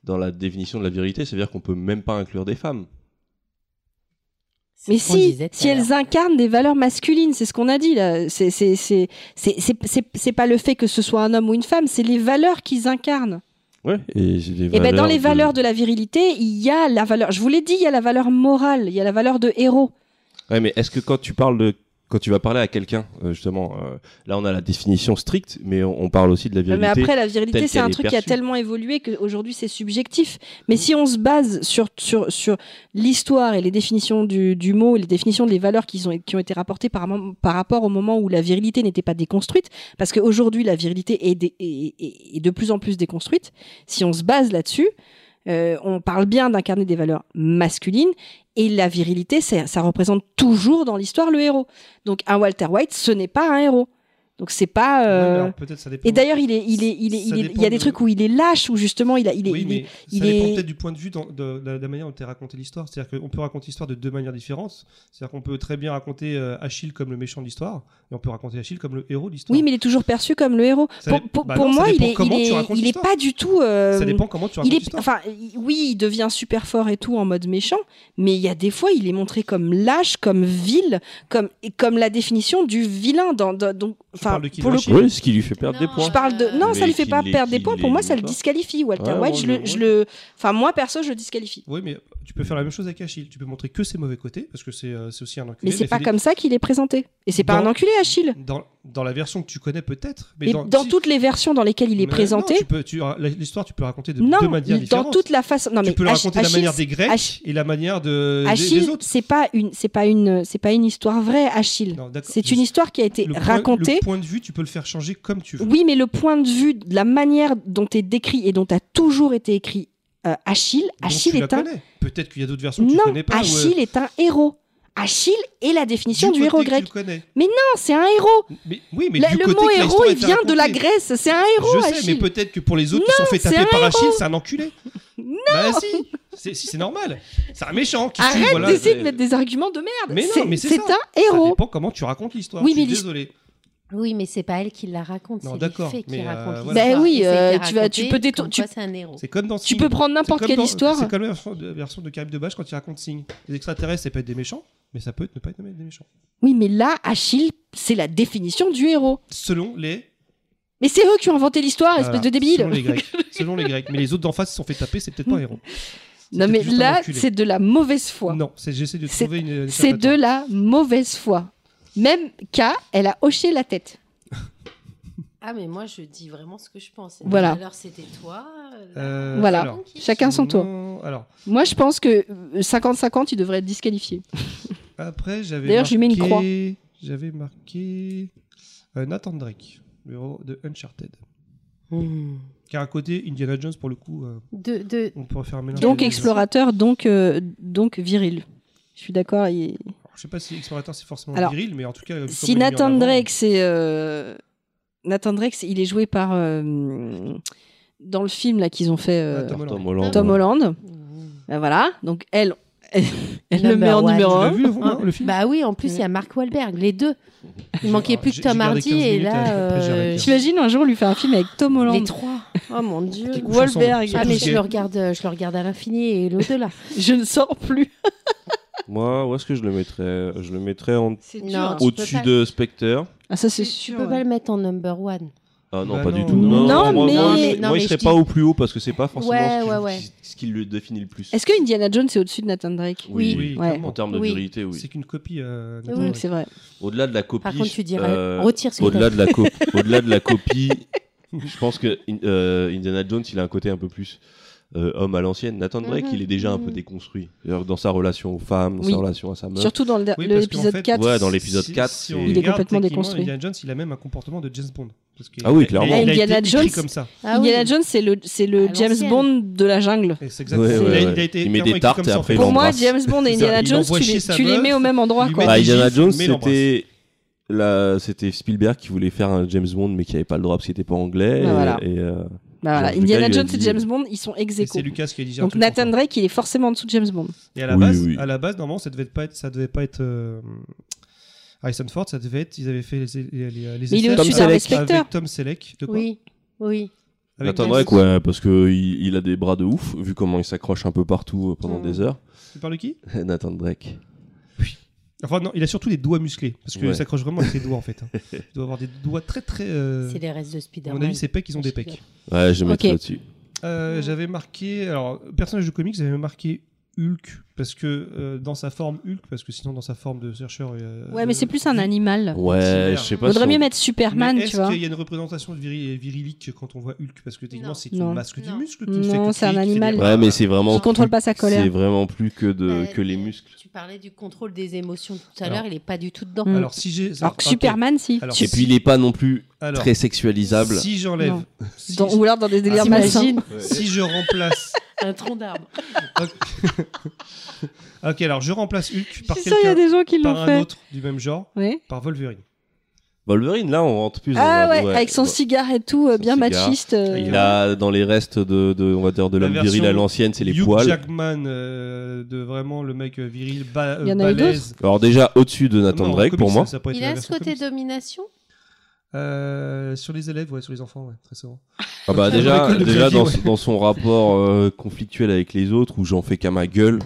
Speaker 3: Dans la définition de la virilité, c'est-à-dire qu'on peut même pas inclure des femmes.
Speaker 4: Mais
Speaker 2: C'est ce qu'on
Speaker 4: si,
Speaker 2: disait tout
Speaker 4: si
Speaker 2: à l'heure.
Speaker 4: elles incarnent des valeurs masculines, c'est ce qu'on a dit là. C'est c'est- c'est- c'est- c'est- c'est- c'est pas le fait que ce soit un homme ou une femme, c'est les valeurs qu'ils incarnent.
Speaker 3: Ouais. Et, j'ai des
Speaker 4: Et ben dans les
Speaker 3: de-
Speaker 4: valeurs de la virilité, il y a la valeur. Je vous l'ai dit, il y a la valeur morale, il y a la valeur de héros.
Speaker 3: Ouais, mais est-ce que quand tu parles de quand tu vas parler à quelqu'un, euh, justement, euh, là on a la définition stricte, mais on, on parle aussi de la virilité.
Speaker 4: Euh, Mais après, la
Speaker 3: telle
Speaker 4: virilité, c'est
Speaker 3: qu'elle
Speaker 4: un
Speaker 3: est
Speaker 4: truc qui a
Speaker 3: perçue.
Speaker 4: tellement évolué qu'aujourd'hui, c'est subjectif. Mais si on se base sur, sur, sur l'histoire et les définitions du, du mot, et les définitions des valeurs qui ont, qui ont été rapportées par, mom- par rapport au moment où la virilité n'était pas déconstruite, parce qu'aujourd'hui, la virilité est, dé- est- est- est de plus en plus déconstruite, si on se base là-dessus, euh, on parle bien d'incarner des valeurs masculines, et la virilité, ça, ça représente toujours dans l'histoire le héros. Donc un Walter White, ce n'est pas un héros. Donc c'est pas...
Speaker 1: Ouais, mais
Speaker 4: euh,
Speaker 1: alors, peut-être ça dépend.
Speaker 4: et d'ailleurs, il est, il est, il est,
Speaker 1: Ça
Speaker 4: il est- il
Speaker 1: dépend
Speaker 4: y a des
Speaker 1: de-
Speaker 4: trucs où il est lâche, où justement, il a, il est,
Speaker 1: oui,
Speaker 4: il est-
Speaker 1: mais
Speaker 4: il
Speaker 1: ça dépend
Speaker 4: est-
Speaker 1: peut-être du point de vue dans- de, de la manière dont tu as raconté l'histoire. C'est-à-dire qu'on peut raconter l'histoire de deux manières différentes. C'est-à-dire qu'on peut très bien raconter euh, Achille comme le méchant de l'histoire, et on peut raconter Achille comme le héros de l'histoire.
Speaker 4: oui, mais il est toujours perçu comme le héros.
Speaker 1: Ça
Speaker 4: pour
Speaker 1: dé-
Speaker 4: pour-
Speaker 1: bah
Speaker 4: pour
Speaker 1: non, ça
Speaker 4: moi, il
Speaker 1: dépend
Speaker 4: est, il
Speaker 1: comment tu
Speaker 4: est,
Speaker 1: racontes
Speaker 4: il est
Speaker 1: l'histoire.
Speaker 4: pas du tout. euh,
Speaker 1: ça dépend comment tu racontes
Speaker 4: Il est,
Speaker 1: l'histoire.
Speaker 4: enfin, il- oui, il devient super fort et tout en mode méchant, mais il y a des fois, il est montré comme lâche, comme vil, comme, et comme la définition du vilain. Dans, dans- donc, enfin,
Speaker 1: parles de qui,
Speaker 4: pour
Speaker 1: de
Speaker 4: le
Speaker 1: Achille
Speaker 4: coup,
Speaker 3: Oui, ce qui lui fait perdre des
Speaker 2: Non.
Speaker 3: points.
Speaker 4: je parle de. Non, ça
Speaker 3: Mais
Speaker 4: lui fait
Speaker 3: qu'il
Speaker 4: pas
Speaker 3: l'est-
Speaker 4: perdre des
Speaker 3: qu'il
Speaker 4: points. Pour moi,
Speaker 3: l'est
Speaker 4: ça le
Speaker 3: pas.
Speaker 4: disqualifie. Walter
Speaker 3: Ouais,
Speaker 4: White,
Speaker 3: ouais,
Speaker 4: je, le,
Speaker 3: ouais.
Speaker 4: je le. Enfin, moi perso, je le disqualifie.
Speaker 1: Oui, mais tu peux faire la même chose avec Achille. Tu peux montrer que ses mauvais côtés, parce que c'est euh, c'est aussi un enculé.
Speaker 4: Mais c'est
Speaker 1: il a
Speaker 4: pas
Speaker 1: fait
Speaker 4: comme ça qu'il est présenté. Et c'est pas
Speaker 1: Dans-
Speaker 4: un enculé, Achille.
Speaker 1: des- Dans, dans la version que tu connais peut-être, mais
Speaker 4: Et
Speaker 1: dans,
Speaker 4: dans,
Speaker 1: si-
Speaker 4: toutes les versions dans lesquelles il est
Speaker 1: mais
Speaker 4: présenté,
Speaker 1: non, tu peux- tu- ah, l'histoire, tu peux raconter de
Speaker 4: non,
Speaker 1: deux manières différentes.
Speaker 4: dans toute la façon. Non, mais
Speaker 1: tu peux la
Speaker 4: Ach-
Speaker 1: raconter de la
Speaker 4: Achille,
Speaker 1: manière des Grecs
Speaker 4: Ach-
Speaker 1: et la manière de, des-
Speaker 4: Achille,
Speaker 1: des autres.
Speaker 4: c'est pas une, c'est pas une, c'est pas une histoire vraie, Achille.
Speaker 1: Non, d'accord.
Speaker 4: C'est une histoire qui a été
Speaker 1: Le point-
Speaker 4: racontée.
Speaker 1: le point de vue, tu peux le faire changer comme tu veux.
Speaker 4: Oui, mais le point de vue, de la manière dont est décrit et dont a toujours été écrit euh, Achille,
Speaker 1: Donc,
Speaker 4: Achille
Speaker 1: tu la
Speaker 4: est un,
Speaker 1: connais. Peut-être qu'il y a d'autres versions que tu
Speaker 4: non,
Speaker 1: connais pas. ou, euh,
Speaker 4: Achille est un héros. Achille est la définition du,
Speaker 1: côté
Speaker 4: héros
Speaker 1: que
Speaker 4: grec.
Speaker 1: Tu connais.
Speaker 4: Non, c'est un héros.
Speaker 1: Mais, oui, mais
Speaker 4: La-
Speaker 1: du
Speaker 4: le
Speaker 1: côté
Speaker 4: mot
Speaker 1: que la
Speaker 4: héros,
Speaker 1: histoire a
Speaker 4: il
Speaker 1: été
Speaker 4: vient de la
Speaker 1: racontée.
Speaker 4: Grèce. C'est un héros,
Speaker 1: Je sais,
Speaker 4: Achille.
Speaker 1: mais peut-être que pour les autres qui sont fait
Speaker 4: c'est
Speaker 1: taper
Speaker 4: un
Speaker 1: par
Speaker 4: héros.
Speaker 1: Achille, c'est un enculé. Non Bah si, c'est si, c'est normal. C'est un méchant qui tue,
Speaker 4: Arrête
Speaker 1: voilà.
Speaker 4: d'essayer
Speaker 3: c'est-
Speaker 4: de mettre des arguments de merde.
Speaker 1: Mais non,
Speaker 4: C'est-
Speaker 1: mais c'est
Speaker 4: c'est
Speaker 1: ça.
Speaker 4: un
Speaker 1: Ça
Speaker 4: héros.
Speaker 1: dépend comment tu racontes l'histoire.
Speaker 4: Oui,
Speaker 1: je suis
Speaker 4: mais l'his-
Speaker 1: désolé.
Speaker 2: Oui, mais c'est pas elle qui la raconte,
Speaker 1: Non,
Speaker 2: c'est les
Speaker 1: d'accord,
Speaker 2: faits qui
Speaker 1: mais, euh,
Speaker 2: racontent.
Speaker 1: voilà.
Speaker 2: l'histoire.
Speaker 4: Bah oui,
Speaker 2: Et c'est qui
Speaker 4: euh,
Speaker 2: a
Speaker 4: tu vas- tu
Speaker 2: raconté
Speaker 4: peux détour-
Speaker 2: comme
Speaker 4: tu-
Speaker 2: quoi c'est un héros.
Speaker 1: C'est comme dans
Speaker 4: Tu
Speaker 1: Sing.
Speaker 4: peux prendre
Speaker 1: C'est
Speaker 4: n'importe
Speaker 1: comme
Speaker 4: quelle
Speaker 1: dans-
Speaker 4: histoire.
Speaker 1: C'est comme la version de, la version de Karim Debache quand il raconte Sing. Les extraterrestres, ça peut être des méchants, mais ça peut être ne pas être des méchants.
Speaker 4: Oui, mais là, Achille, c'est la définition du héros.
Speaker 1: Selon les.
Speaker 4: Mais c'est eux qui ont inventé l'histoire,
Speaker 1: Voilà,
Speaker 4: Ah, espèce de débile.
Speaker 1: Selon les Grecs. selon les Grecs. Mais les autres d'en face se sont fait taper, c'est peut-être pas un héros. C'est
Speaker 4: Non,
Speaker 1: peut-être
Speaker 4: mais
Speaker 1: juste un
Speaker 4: là,
Speaker 1: enculé.
Speaker 4: c'est de la mauvaise foi.
Speaker 1: Non, c'est- j'essaie de
Speaker 4: C'est-
Speaker 1: trouver une.
Speaker 4: C'est de la mauvaise foi. Même K, elle a hoché la tête.
Speaker 2: Ah, mais moi, je dis vraiment ce que je pense.
Speaker 4: Voilà.
Speaker 2: Alors, c'était toi. là.
Speaker 1: Euh,
Speaker 4: Voilà.
Speaker 1: alors,
Speaker 2: Tranquille.
Speaker 4: Chacun son tour.
Speaker 1: selon- Alors,
Speaker 4: Moi, je pense que euh, 50-50, il devrait être disqualifié.
Speaker 1: après, j'avais.
Speaker 4: D'ailleurs, je lui mets une
Speaker 1: marqué- J'avais marqué. euh, Nathan Drake, le héros de Uncharted.
Speaker 2: Hmm.
Speaker 1: Car à côté, Indiana Jones, pour le coup, euh,
Speaker 2: De, de...
Speaker 1: on peut refaire un mélange.
Speaker 4: Donc
Speaker 1: des deux.
Speaker 4: explorateur, donc, euh, donc viril. Je suis d'accord. il-
Speaker 1: Alors, je sais pas si explorateur c'est forcément
Speaker 4: Alors,
Speaker 1: viril, mais en tout cas. vu
Speaker 4: Si
Speaker 1: comment il est mis en
Speaker 4: Nathan
Speaker 1: avant-
Speaker 4: Drake, c'est. euh, Nathan Drake, c'est- il est joué par. euh, dans le film là qu'ils ont fait. euh,
Speaker 1: Ah, Tom Holland.
Speaker 3: Tom Holland.
Speaker 4: Tom Holland.
Speaker 2: Mmh.
Speaker 4: Ben voilà. Donc elle, elle, le
Speaker 2: Number
Speaker 4: met en
Speaker 2: one.
Speaker 4: numéro
Speaker 1: Tu l'as
Speaker 4: 1.
Speaker 1: vu le, le film
Speaker 2: Bah oui, en plus,
Speaker 4: Mm.
Speaker 2: il y a Mark Wahlberg, les deux. Il
Speaker 1: J'ai-
Speaker 2: manquait
Speaker 1: alors,
Speaker 2: plus que
Speaker 1: j'ai-
Speaker 2: Tom
Speaker 1: j'ai regardé
Speaker 2: Hardy,
Speaker 1: 15
Speaker 2: et
Speaker 1: minutes,
Speaker 2: là,
Speaker 1: euh, après, j'ai
Speaker 2: euh,
Speaker 1: arrêté.
Speaker 2: tu
Speaker 4: T'imagines un jour lui faire un film avec Tom
Speaker 2: Les
Speaker 4: Holland
Speaker 2: trois. Oh mon dieu.
Speaker 1: Quelques
Speaker 4: Wahlberg.
Speaker 1: chansons,
Speaker 2: Ah, mais je
Speaker 1: surtout
Speaker 2: le
Speaker 1: que-
Speaker 2: regarde, euh, je le regarde à l'infini et l'au-delà.
Speaker 4: Je ne sors plus.
Speaker 3: Moi, où est-ce que je le mettrais Je le mettrais en-
Speaker 4: C'est
Speaker 2: dur, hein. Tu peux
Speaker 3: au-dessus
Speaker 2: pas-
Speaker 3: de Spectre.
Speaker 4: Ah ça c'est
Speaker 2: Tu
Speaker 4: sûr.
Speaker 2: peux pas le mettre en number one.
Speaker 3: Ah non,
Speaker 1: Bah
Speaker 3: pas
Speaker 1: non,
Speaker 3: du tout.
Speaker 1: non.
Speaker 4: Non,
Speaker 3: moi, moi,
Speaker 4: mais- mais-
Speaker 2: non,
Speaker 3: moi,
Speaker 2: mais
Speaker 3: il
Speaker 2: je
Speaker 3: serait
Speaker 2: dis-
Speaker 3: pas au plus haut parce que c'est pas forcément
Speaker 2: Ouais,
Speaker 3: ce, qui,
Speaker 2: ouais, ouais.
Speaker 3: ce qui le définit le plus.
Speaker 4: Est-ce que Indiana Jones est au-dessus de Nathan Drake
Speaker 2: Oui.
Speaker 1: Oui,
Speaker 4: Ouais.
Speaker 1: clairement.
Speaker 3: En termes de
Speaker 2: Oui.
Speaker 3: virilité, oui.
Speaker 1: C'est qu'une copie. euh, Nathan
Speaker 2: Oui,
Speaker 4: Donc
Speaker 1: Drake.
Speaker 4: c'est vrai.
Speaker 3: Au-delà de la copie.
Speaker 2: Par contre, tu dirais,
Speaker 3: euh,
Speaker 2: retire ce que
Speaker 3: Au-delà
Speaker 2: t'as
Speaker 3: de la copie, au-delà de la copie, je pense que in- euh, Indiana Jones, il a un côté un peu plus euh, homme à l'ancienne. Nathan Drake,
Speaker 2: Mhm,
Speaker 3: il est déjà un peu
Speaker 2: mhm.
Speaker 3: déconstruit. D'ailleurs, Dans sa relation aux femmes, dans
Speaker 4: Mm-hmm. Oui.
Speaker 3: sa relation à sa mère.
Speaker 4: Surtout dans le-
Speaker 1: Bah. Oui, parce qu'en
Speaker 4: l'épisode
Speaker 1: fait,
Speaker 4: 4.
Speaker 3: ouais, dans l'épisode
Speaker 1: si-
Speaker 3: 4,
Speaker 1: si on
Speaker 3: c'est-
Speaker 4: Il est
Speaker 1: regarde,
Speaker 4: complètement
Speaker 1: techniquement,
Speaker 4: déconstruit.
Speaker 1: Indiana Jones, il a même un comportement de James Bond. Parce qu'il-
Speaker 3: Ah oui,
Speaker 1: il a-
Speaker 3: clairement.
Speaker 1: Il a,
Speaker 4: Indiana
Speaker 1: été écrit
Speaker 4: Jones.
Speaker 1: comme ça.
Speaker 2: Ah oui.
Speaker 4: Indiana Jones, c'est le, c'est
Speaker 2: À
Speaker 4: le James
Speaker 2: l'ancienne.
Speaker 4: Bond de la jungle.
Speaker 1: Et c'est exactement-
Speaker 3: Ouais,
Speaker 1: il, a-
Speaker 3: ouais,
Speaker 1: il a été
Speaker 3: ouais. Il met
Speaker 1: clairement
Speaker 3: des
Speaker 1: écrit
Speaker 3: tartes
Speaker 1: comme
Speaker 3: et
Speaker 1: ça, en
Speaker 3: après,
Speaker 1: fait.
Speaker 3: il
Speaker 4: Pour moi,
Speaker 3: l'embrasse.
Speaker 4: James Bond et
Speaker 1: C'est ça,
Speaker 4: Indiana
Speaker 1: il
Speaker 4: Jones,
Speaker 1: envoie
Speaker 4: tu
Speaker 1: chier
Speaker 4: les,
Speaker 1: sa
Speaker 4: tu les
Speaker 1: meuf,
Speaker 4: mets au même endroit.
Speaker 1: il lui
Speaker 4: quoi.
Speaker 1: met
Speaker 3: Bah,
Speaker 1: des
Speaker 3: Indiana
Speaker 1: gifs,
Speaker 3: Jones,
Speaker 1: mais l'embrasse.
Speaker 3: c'était la- c'était Spielberg qui voulait faire un James Bond, mais qui n'avait pas le droit parce qu'il n'était pas anglais.
Speaker 4: Bah,
Speaker 3: et-
Speaker 4: voilà.
Speaker 3: et, euh,
Speaker 4: Bah, voilà.
Speaker 3: Genre, le gars,
Speaker 4: Indiana
Speaker 3: il a
Speaker 4: Jones et
Speaker 3: dit-
Speaker 4: James Bond, ils sont ex
Speaker 1: Et
Speaker 4: aequo.
Speaker 1: c'est Lucas qui a dit. un
Speaker 4: Donc
Speaker 1: truc
Speaker 4: Nathan
Speaker 1: comme ça.
Speaker 4: Drake, il est forcément en dessous de James Bond.
Speaker 1: Et à la
Speaker 3: Oui,
Speaker 1: base,
Speaker 3: oui.
Speaker 1: à la base, normalement, ça devait pas être, ça devait pas être. euh, Harrison Ford, ça devait être. Ils avaient fait les, les, les, les
Speaker 4: Mais il est
Speaker 1: essais
Speaker 4: au-dessus d'un
Speaker 1: avec,
Speaker 4: respecteur.
Speaker 1: avec Tom Selleck. De quoi
Speaker 2: Oui, oui.
Speaker 1: Avec
Speaker 3: Nathan
Speaker 1: Tom-
Speaker 3: Drake, ouais, parce que il, il a des bras de ouf, vu comment il s'accroche un peu partout euh, pendant
Speaker 2: Mm.
Speaker 3: des heures.
Speaker 1: Tu parles de qui
Speaker 3: Nathan Drake.
Speaker 1: Enfin non, il a surtout des doigts musclés parce qu'il
Speaker 3: Ouais.
Speaker 1: s'accroche vraiment avec ses doigts en fait. hein. Il doit avoir des doigts très très. euh,
Speaker 2: C'est les restes de
Speaker 1: à
Speaker 2: Spider-Man.
Speaker 1: mon avis, ses pecs, ils ont des
Speaker 2: Super.
Speaker 1: pecs.
Speaker 3: Ouais, je le mettrais
Speaker 4: Ok.
Speaker 3: au-dessus.
Speaker 1: Euh, J'avais marqué, alors personnage de comics, j'avais marqué Hulk parce que euh, dans sa forme Hulk, parce que sinon dans sa forme de chercheur. euh,
Speaker 4: Ouais, mais c'est plus un
Speaker 1: vi-
Speaker 4: animal.
Speaker 3: Ouais, je sais pas.
Speaker 4: Euh, Vaudrait
Speaker 3: si
Speaker 4: mieux
Speaker 3: on-
Speaker 4: mettre Superman,
Speaker 1: Mais
Speaker 4: tu
Speaker 1: Est-ce
Speaker 4: vois.
Speaker 1: qu'il y a une représentation viril- virilique quand on voit Hulk Parce que techniquement,
Speaker 2: Non.
Speaker 1: c'est une
Speaker 4: Non.
Speaker 1: masque du
Speaker 2: Non.
Speaker 1: muscle. qui
Speaker 4: Non,
Speaker 1: ne fait que
Speaker 4: c'est un
Speaker 1: crier, qui fait
Speaker 4: animal.
Speaker 1: des-
Speaker 3: Ouais, mais c'est vraiment.
Speaker 4: Il contrôle pas sa colère.
Speaker 3: C'est vraiment plus que, de,
Speaker 2: Euh,
Speaker 3: que les muscles.
Speaker 2: Tu parlais du contrôle des émotions tout à
Speaker 1: Alors.
Speaker 2: l'heure, il est pas du tout dedans.
Speaker 4: Mm.
Speaker 1: Alors si j'ai. ah,
Speaker 4: Alors que
Speaker 1: ok.
Speaker 4: Superman, si.
Speaker 1: Alors,
Speaker 3: Et puis il est pas non plus
Speaker 1: alors,
Speaker 3: très sexualisable.
Speaker 1: Si j'enlève.
Speaker 4: Non.
Speaker 1: Si,
Speaker 4: Dans- ou alors dans des délires malsains.
Speaker 2: T'imagines
Speaker 1: si je remplace.
Speaker 2: un tronc d'arbre.
Speaker 1: ok, alors je remplace Hulk
Speaker 4: Je
Speaker 1: par
Speaker 4: suis sûre, il y a
Speaker 1: quelqu'un,
Speaker 4: des gens qui
Speaker 1: par
Speaker 4: l'ont
Speaker 1: un
Speaker 4: fait.
Speaker 1: autre du même genre,
Speaker 4: Ouais.
Speaker 1: par Wolverine.
Speaker 3: Wolverine, là, on rentre plus dans
Speaker 4: Ah
Speaker 3: la-
Speaker 4: ouais, avec son
Speaker 3: bah,
Speaker 4: cigare et tout, euh,
Speaker 3: Son
Speaker 4: bien
Speaker 3: cigare.
Speaker 4: machiste. euh,
Speaker 3: Il a dans les restes de, de on va dire de
Speaker 1: La
Speaker 3: l'homme
Speaker 1: version
Speaker 3: viril à l'ancienne, c'est les
Speaker 1: Hugh
Speaker 3: poils.
Speaker 1: Jackman, euh, de vraiment le mec euh, viril, ba- euh,
Speaker 4: Il y en a eu
Speaker 1: balèze.
Speaker 3: Alors déjà au-dessus de Nathan
Speaker 1: Non, en
Speaker 3: Drake
Speaker 1: comics,
Speaker 3: pour moi.
Speaker 1: ça- ça peut être
Speaker 2: Il
Speaker 1: la
Speaker 2: a ce
Speaker 1: version
Speaker 2: côté
Speaker 1: comics.
Speaker 2: domination
Speaker 1: Euh, sur les élèves, ouais, sur les enfants, ouais, très souvent.
Speaker 3: Ah bah
Speaker 1: Ça,
Speaker 3: déjà
Speaker 1: dans l'école de
Speaker 3: déjà
Speaker 1: Jackie,
Speaker 3: dans,
Speaker 1: ouais.
Speaker 3: dans son rapport euh, conflictuel avec les autres où j'en fais qu'à ma gueule.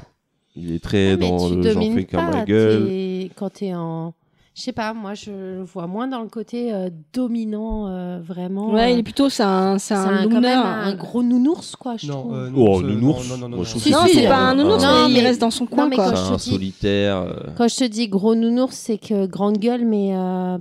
Speaker 3: Il est très
Speaker 2: Ah, mais
Speaker 3: dans
Speaker 2: tu
Speaker 3: le j'en
Speaker 2: domines
Speaker 3: fais qu'à
Speaker 2: pas,
Speaker 3: ma gueule.
Speaker 2: t'es- quand t'es en... Je sais pas, moi je le vois moins dans le côté euh, dominant, euh, vraiment.
Speaker 4: Ouais, il
Speaker 2: euh,
Speaker 4: est plutôt, c'est un, c'est
Speaker 2: c'est
Speaker 4: un
Speaker 2: un, quand même
Speaker 4: loner, hein.
Speaker 2: un,
Speaker 4: un-
Speaker 2: gros nounours, quoi, je trouve. Ah,
Speaker 1: Non, euh,
Speaker 3: Oh,
Speaker 1: ce-
Speaker 3: nounours.
Speaker 1: Non, non, non,
Speaker 3: Moi, je
Speaker 1: non,
Speaker 3: trouve
Speaker 1: non.
Speaker 3: que
Speaker 4: Non,
Speaker 3: Si,
Speaker 4: c'est pas
Speaker 3: un-
Speaker 4: un nounours,
Speaker 2: un-
Speaker 4: mais il
Speaker 2: Non,
Speaker 4: reste dans son coin.
Speaker 2: mais
Speaker 4: quoi.
Speaker 3: C'est
Speaker 2: quand je
Speaker 3: un
Speaker 2: te dis-
Speaker 3: solitaire. euh,
Speaker 2: Quand je te dis gros nounours, c'est que grande gueule, mais euh,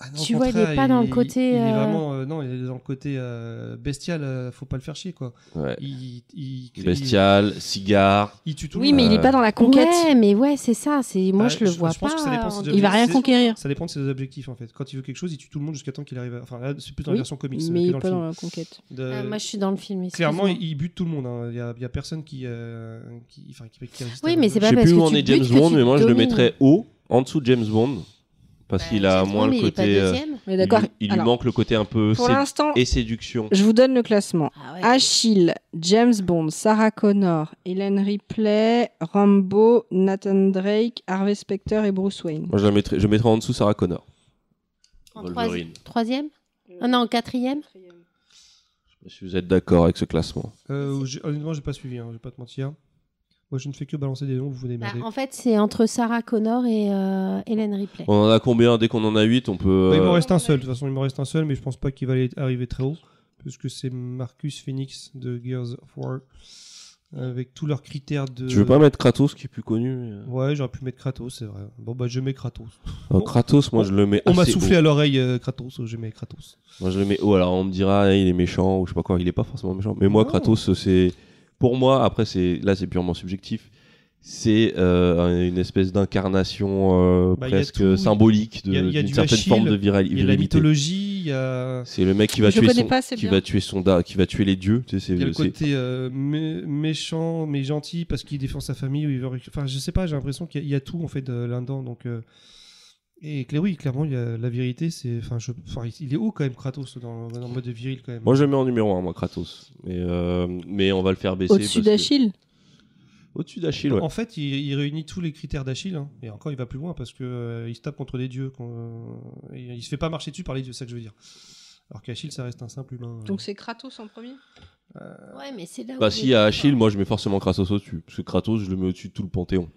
Speaker 1: Ah non, au
Speaker 2: Tu vois, il est
Speaker 1: contraire,
Speaker 2: pas dans le côté,
Speaker 1: Il est
Speaker 2: euh,
Speaker 1: vraiment. euh, non, il est dans le côté euh, bestial, euh, faut pas le faire chier, quoi.
Speaker 3: ouais.
Speaker 1: Il, il, il-
Speaker 3: Bestial, cigare.
Speaker 1: Il, tue tout le
Speaker 4: Oui, mais
Speaker 1: monde.
Speaker 4: il est pas dans la conquête.
Speaker 2: Ouais, mais ouais, c'est ça. C'est moi,
Speaker 1: Ah,
Speaker 2: je le
Speaker 1: je-
Speaker 2: vois
Speaker 1: je pense
Speaker 2: pas.
Speaker 1: que ça dépend si
Speaker 2: en-
Speaker 1: tu
Speaker 4: Il va rien conquérir.
Speaker 1: Ça dépend de ses objectifs en fait. Quand il veut quelque chose, il tue tout le monde jusqu'à temps qu'il arrive. À... Enfin, là, c'est plus dans
Speaker 4: Oui,
Speaker 1: la version comics, euh,
Speaker 4: Mais
Speaker 1: que
Speaker 4: il
Speaker 1: dans
Speaker 4: est
Speaker 1: le
Speaker 4: pas
Speaker 1: film.
Speaker 4: dans la conquête.
Speaker 1: De-
Speaker 2: Euh, moi, je suis dans le film.
Speaker 1: Clairement,
Speaker 2: excuse-moi.
Speaker 1: il, il bute tout le monde. hein. Il y, a, il y a personne qui, euh, qui, enfin, qui, qui résiste.
Speaker 2: Oui,
Speaker 1: à-
Speaker 2: mais c'est
Speaker 3: Je
Speaker 2: pas
Speaker 3: sais
Speaker 2: parce
Speaker 3: plus
Speaker 2: que
Speaker 3: où en
Speaker 2: tu
Speaker 3: est James
Speaker 2: butes que
Speaker 3: Bond,
Speaker 2: tu
Speaker 3: mais moi je le
Speaker 2: domines.
Speaker 3: mettrais haut, en dessous de James Bond, parce
Speaker 2: Bah,
Speaker 3: qu'il a
Speaker 2: James
Speaker 3: moins
Speaker 2: Bond,
Speaker 3: le
Speaker 2: il est pas
Speaker 3: côté. euh,
Speaker 2: deuxième.
Speaker 4: Mais
Speaker 3: il
Speaker 4: d'accord.
Speaker 3: lui- Il lui
Speaker 4: Alors,
Speaker 3: manque le côté un peu
Speaker 4: Pour
Speaker 3: sé-
Speaker 4: l'instant,
Speaker 3: et séduction.
Speaker 4: je vous donne le classement.
Speaker 2: Ah ouais.
Speaker 4: Achille, James Bond, Sarah Connor, Hélène Ripley, Rambo, Nathan Drake, Harvey Specter et Bruce Wayne.
Speaker 3: Moi je la mettrais, je mettrais en dessous Sarah Connor.
Speaker 2: En
Speaker 3: Wolverine.
Speaker 2: troisi- troisième Ah non, en quatrième
Speaker 3: Si vous êtes d'accord avec ce classement.
Speaker 1: Euh, j'ai- honnêtement, j'ai pas suivi, hein, je vais pas te mentir. Moi, je ne fais que balancer des noms, vous vous
Speaker 2: Bah,
Speaker 1: démerdez.
Speaker 2: En fait, c'est entre Sarah Connor et euh, Hélène Ripley.
Speaker 3: On en a combien Dès qu'on en a 8, on peut.
Speaker 1: Bah, il
Speaker 3: euh,
Speaker 1: m'en reste un seul, de toute façon, il m'en reste un seul, mais je pense pas qu'il va aller arriver très haut, puisque c'est Marcus Phoenix de Gears of War, avec tous leurs critères de.
Speaker 3: Tu veux pas mettre Kratos qui est plus connu mais, euh,
Speaker 1: Ouais, j'aurais pu mettre Kratos, c'est vrai. Bon, bah, je mets Kratos.
Speaker 3: euh, Kratos, moi
Speaker 1: on-
Speaker 3: je le mets.
Speaker 1: On m'a
Speaker 3: assez
Speaker 1: soufflé
Speaker 3: haut.
Speaker 1: à l'oreille euh, Kratos, euh, je mets Kratos.
Speaker 3: Moi je le mets haut. Alors on me dira, eh, il est méchant ou je sais pas quoi. Il est pas forcément méchant. Mais moi,
Speaker 1: Non.
Speaker 3: Kratos, euh, c'est. Pour moi, après, c'est là c'est purement subjectif. C'est euh, une espèce d'incarnation euh,
Speaker 1: Bah, il y a
Speaker 3: presque
Speaker 1: tout,
Speaker 3: symbolique de-
Speaker 1: il y a- il y a
Speaker 3: d'une
Speaker 1: du
Speaker 3: certaine
Speaker 1: Achille,
Speaker 3: forme de virali-
Speaker 1: Il y a la
Speaker 3: virilité.
Speaker 1: mythologie, il y a.
Speaker 3: C'est le mec qui va
Speaker 4: Je
Speaker 3: tuer
Speaker 4: connais
Speaker 3: son,
Speaker 4: pas assez
Speaker 3: qui
Speaker 4: bien.
Speaker 3: va tuer son da, qui va tuer les dieux. Tu sais, c'est-
Speaker 1: Il y a le
Speaker 3: c'est-
Speaker 1: côté euh, mé- méchant mais gentil parce qu'il défend sa famille. Ou il veut... récu- Enfin, je sais pas, j'ai l'impression qu'il y, a- il y a tout en fait euh, là-dedans. Donc, euh, Et clé- oui, clairement, il y a la vérité, c'est. Enfin, je... enfin, il est haut quand même, Kratos, dans, dans le mode de viril quand même.
Speaker 3: Moi, je le mets en numéro 1, moi, Kratos. Mais, euh, mais on va le faire baisser.
Speaker 4: Au-dessus
Speaker 3: parce que-
Speaker 4: d'Achille
Speaker 3: Au-dessus d'Achille, ouais.
Speaker 1: En fait, il, il réunit tous les critères d'Achille, hein. et encore il va plus loin parce que euh, il se tape contre des dieux. quand, euh, et il se fait pas marcher dessus par les dieux, c'est ça que je veux dire. Alors qu'Achille, ça reste un simple humain. euh.
Speaker 4: Donc c'est Kratos en premier
Speaker 2: Ouais, mais c'est là où
Speaker 3: Bah,
Speaker 2: j'ai
Speaker 3: si, à
Speaker 2: dit,
Speaker 3: Achille,
Speaker 2: quoi.
Speaker 3: moi, je mets forcément Kratos au-dessus. Parce que Kratos, je le mets au-dessus de tout le Panthéon.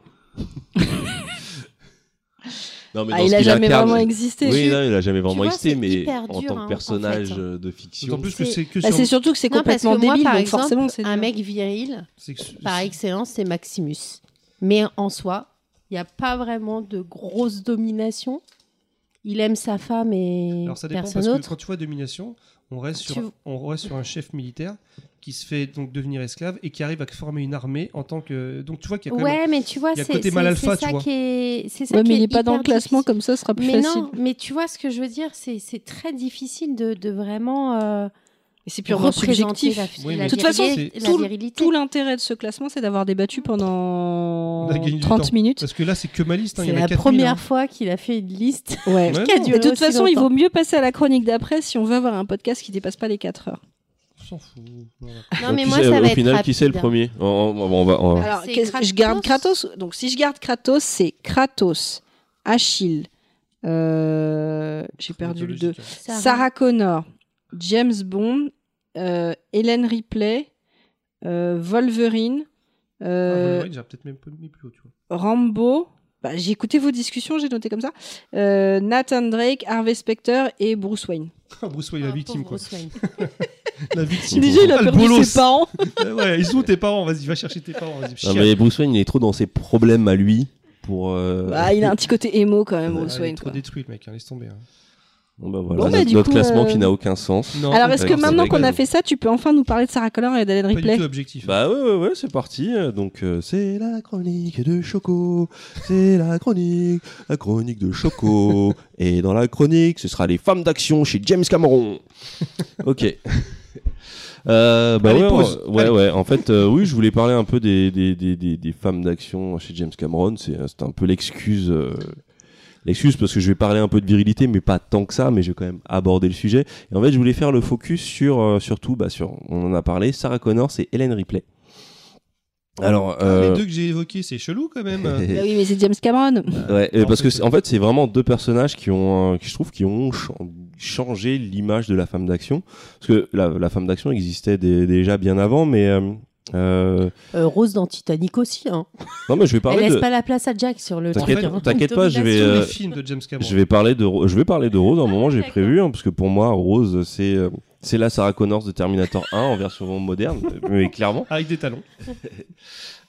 Speaker 3: non, mais
Speaker 4: ah,
Speaker 3: dans
Speaker 4: Il
Speaker 3: ce
Speaker 4: a
Speaker 3: qu'il
Speaker 4: jamais
Speaker 3: incarne-
Speaker 4: vraiment existé.
Speaker 3: Oui, non, il a jamais vraiment
Speaker 2: vois,
Speaker 3: existé,
Speaker 2: c'est
Speaker 3: mais
Speaker 2: hyper
Speaker 3: en
Speaker 2: dur,
Speaker 3: tant
Speaker 2: hein,
Speaker 3: que
Speaker 2: en
Speaker 3: personnage
Speaker 2: fait.
Speaker 3: euh, de
Speaker 1: D'autant
Speaker 3: fiction.
Speaker 1: plus que
Speaker 2: C'est-
Speaker 1: c'est que
Speaker 4: Bah,
Speaker 1: sur-
Speaker 4: c'est surtout que c'est
Speaker 2: Non, parce
Speaker 4: complètement
Speaker 2: que moi,
Speaker 4: débile,
Speaker 2: par
Speaker 4: donc
Speaker 2: exemple,
Speaker 4: forcément c'est
Speaker 2: Un
Speaker 4: dur.
Speaker 2: mec viril,
Speaker 1: c'est que-
Speaker 2: par excellence, c'est Maximus. Mais en soi, il n'y a pas vraiment de grosse domination. Il aime sa femme et
Speaker 1: Alors ça dépend
Speaker 2: personne
Speaker 1: parce que
Speaker 2: d'autre.
Speaker 1: quand tu vois domination, on reste, sur,
Speaker 2: Tu-
Speaker 1: on reste sur un chef militaire qui se fait donc devenir esclave et qui arrive à former une armée en tant que donc tu vois qu'il y a quand même
Speaker 2: Ouais, mais tu vois,
Speaker 1: il y a
Speaker 2: c'est
Speaker 1: le côté mal
Speaker 2: c'est-
Speaker 1: alpha,
Speaker 2: c'est
Speaker 1: tu
Speaker 2: ça
Speaker 1: vois.
Speaker 2: qui est. C'est ça
Speaker 4: Ouais,
Speaker 2: qui
Speaker 4: mais il
Speaker 2: est
Speaker 4: est pas dans le
Speaker 2: hyper
Speaker 4: classement
Speaker 2: difficile.
Speaker 4: comme ça, ce sera plus
Speaker 2: Mais
Speaker 4: facile.
Speaker 2: non, mais tu vois ce que je veux dire, c'est c'est très difficile de, de vraiment euh,
Speaker 4: Et c'est purement
Speaker 2: représenter
Speaker 4: subjectif.
Speaker 2: la,
Speaker 1: Oui,
Speaker 2: la
Speaker 1: mais-
Speaker 4: De toute façon,
Speaker 2: virilité-
Speaker 1: c'est
Speaker 2: la
Speaker 4: tout-
Speaker 2: virilité.
Speaker 4: Tout l'intérêt de ce classement, c'est d'avoir débattu pendant
Speaker 1: On a gagné du
Speaker 4: 30
Speaker 1: temps.
Speaker 4: minutes.
Speaker 1: parce que là c'est que ma liste, hein, il y
Speaker 2: C'est
Speaker 1: en a
Speaker 2: la
Speaker 1: 4000,
Speaker 2: première
Speaker 1: hein.
Speaker 2: fois qu'il a fait une liste.
Speaker 4: Ouais.
Speaker 1: Ouais,
Speaker 2: qui a
Speaker 1: non,
Speaker 4: Mais
Speaker 2: duré
Speaker 4: de toute
Speaker 2: aussi
Speaker 4: façon, il
Speaker 2: longtemps.
Speaker 4: vaut mieux passer à la chronique d'après si on veut avoir un podcast qui dépasse pas les 4 heures.
Speaker 1: hein. on s'en fout. Voilà.
Speaker 2: Non, mais
Speaker 3: Qui
Speaker 2: moi,
Speaker 3: c'est-
Speaker 2: ça va
Speaker 3: au
Speaker 2: être
Speaker 3: final, qui c'est le
Speaker 2: rapide.
Speaker 4: hein.
Speaker 3: premier On- on- on va- on va-
Speaker 2: Bah,
Speaker 4: Alors,
Speaker 2: c'est
Speaker 4: qu'est-ce- je garde
Speaker 2: Kratos.
Speaker 4: Kratos. Donc, si je garde Kratos, c'est Kratos, Achille, euh, j'ai perdu le 2,
Speaker 1: Mythologique, hein.
Speaker 2: Sarah.
Speaker 4: Sarah Connor, James Bond, euh, Hélène Ripley, euh, Wolverine,
Speaker 1: Ah,
Speaker 4: euh,
Speaker 1: Wolverine, j'aurais peut-être même pas mis plus haut, tu vois.
Speaker 4: Rambo. Bah, j'ai écouté vos discussions, j'ai noté comme ça. Euh, Nathan Drake, Harvey Specter et Bruce Wayne.
Speaker 1: Ah, Bruce Wayne la
Speaker 2: Ah,
Speaker 1: victime
Speaker 2: pauvre
Speaker 1: quoi.
Speaker 2: Bruce Wayne.
Speaker 1: La victime.
Speaker 4: Déjà, il
Speaker 1: Ah,
Speaker 4: a
Speaker 1: le
Speaker 4: perdu
Speaker 1: bolos.
Speaker 4: ses parents.
Speaker 1: ouais, ils sont où tes parents, vas-y, va chercher tes parents, vas-y.
Speaker 3: Non,
Speaker 1: chien.
Speaker 3: mais Bruce Wayne, il est trop dans ses problèmes à lui. Pour. euh,
Speaker 4: Bah, il a un petit côté émo quand même,
Speaker 1: Ah,
Speaker 4: Bruce
Speaker 1: il est
Speaker 4: Wayne.
Speaker 1: trop
Speaker 4: quoi.
Speaker 1: détruit le mec, hein, laisse tomber. hein.
Speaker 3: Bon, bah, voilà,
Speaker 4: Bon, bah,
Speaker 3: notre,
Speaker 4: du
Speaker 3: notre
Speaker 4: coup,
Speaker 3: classement
Speaker 4: euh,
Speaker 3: qui n'a aucun sens.
Speaker 1: Non,
Speaker 4: Alors, est-ce que
Speaker 3: D'accord,
Speaker 4: maintenant
Speaker 3: c'est
Speaker 4: qu'on a
Speaker 3: vrai.
Speaker 4: fait ça, tu peux enfin nous parler de Sarah Connor et d'Hélène
Speaker 1: pas du
Speaker 4: Ripley
Speaker 1: tout objectif. hein.
Speaker 3: Bah ouais, ouais, ouais, c'est parti. Euh, Donc, euh, c'est la chronique de Choco. C'est la chronique, la chronique de Choco. Et dans la chronique, ce sera les femmes d'action chez James Cameron. Ok. Euh, bah
Speaker 1: Allez,
Speaker 3: ouais,
Speaker 1: pause.
Speaker 3: ouais,
Speaker 1: Allez.
Speaker 3: ouais. En fait, euh, oui, je voulais parler un peu des, des, des, des, des femmes d'action chez James Cameron. C'est euh, c'est un peu l'excuse. euh, L'excuse parce que je vais parler un peu de virilité, mais pas tant que ça, mais je vais quand même aborder le sujet. Et en fait, je voulais faire le focus sur, euh, surtout, bah, sur, on en a parlé, Sarah Connor, c'est Hélène Ripley. Alors,
Speaker 1: Ah,
Speaker 3: euh,
Speaker 1: Les deux que j'ai évoqués, c'est chelou quand même.
Speaker 4: Bah oui, mais c'est James Cameron.
Speaker 3: ouais, euh,
Speaker 1: Alors,
Speaker 3: parce
Speaker 1: c'est-
Speaker 3: que c'est- en fait, c'est vraiment deux personnages qui ont, euh, qui je trouve, qui ont ch- changé l'image de la femme d'action. Parce que la, la femme d'action existait dé- déjà bien avant, mais euh, euh,
Speaker 2: Euh, Rose dans Titanic aussi. Hein.
Speaker 3: non, mais je vais
Speaker 2: Elle
Speaker 3: parler
Speaker 2: laisse
Speaker 3: de,
Speaker 2: pas la place à Jack sur le.
Speaker 3: Bah,
Speaker 2: hein.
Speaker 3: T'inquiète-
Speaker 2: sur le-
Speaker 3: t'inquiète pas, je vais,
Speaker 1: Tous
Speaker 2: domination.
Speaker 3: euh,
Speaker 1: les films de James Cameron.
Speaker 3: je vais parler de, Ro- je vais parler de Rose. À un moment, j'ai
Speaker 2: D'accord.
Speaker 3: prévu, hein, parce que pour moi, Rose, c'est, euh, c'est la Sarah Connor de Terminator 1 en version moderne, mais clairement.
Speaker 1: Avec des talons.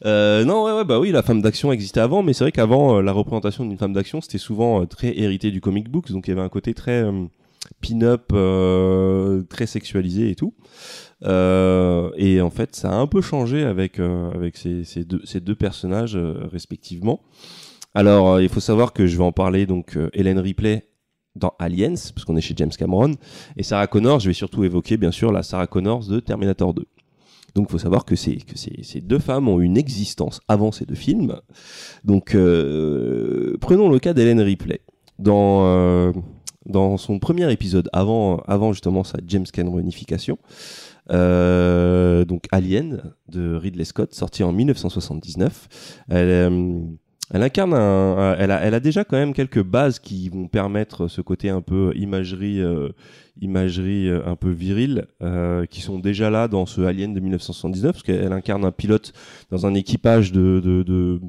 Speaker 3: Euh, non, ouais, ouais, bah oui, la femme d'action existait avant, mais c'est vrai qu'avant, euh, la représentation d'une femme d'action, c'était souvent euh, très hérité du comic books, donc il y avait un côté très euh, pin-up, euh, très sexualisé et tout. Euh, et en fait, ça a un peu changé avec, euh, avec ces, ces deux, ces deux personnages euh, respectivement. Alors, euh, il faut savoir que je vais en parler, donc, euh, Hélène Ripley dans Aliens, parce qu'on est chez James Cameron, et Sarah Connor, je vais surtout évoquer, bien sûr, la Sarah Connor de Terminator 2. Donc, il faut savoir que, ces- que ces, ces deux femmes ont une existence avant ces deux films. Donc, euh, prenons le cas d'Hélène Ripley. Dans, euh, dans son premier épisode, avant, avant justement sa James Cameronification, euh, donc Alien de Ridley Scott, sorti en 1979, elle, euh, Elle incarne un, un- elle, a, elle a déjà quand même quelques bases qui vont permettre ce côté un peu imagerie, euh, imagerie euh, un peu virile, euh, qui sont déjà là dans ce Alien de 1979, parce qu'elle incarne un pilote dans un équipage de, de, de-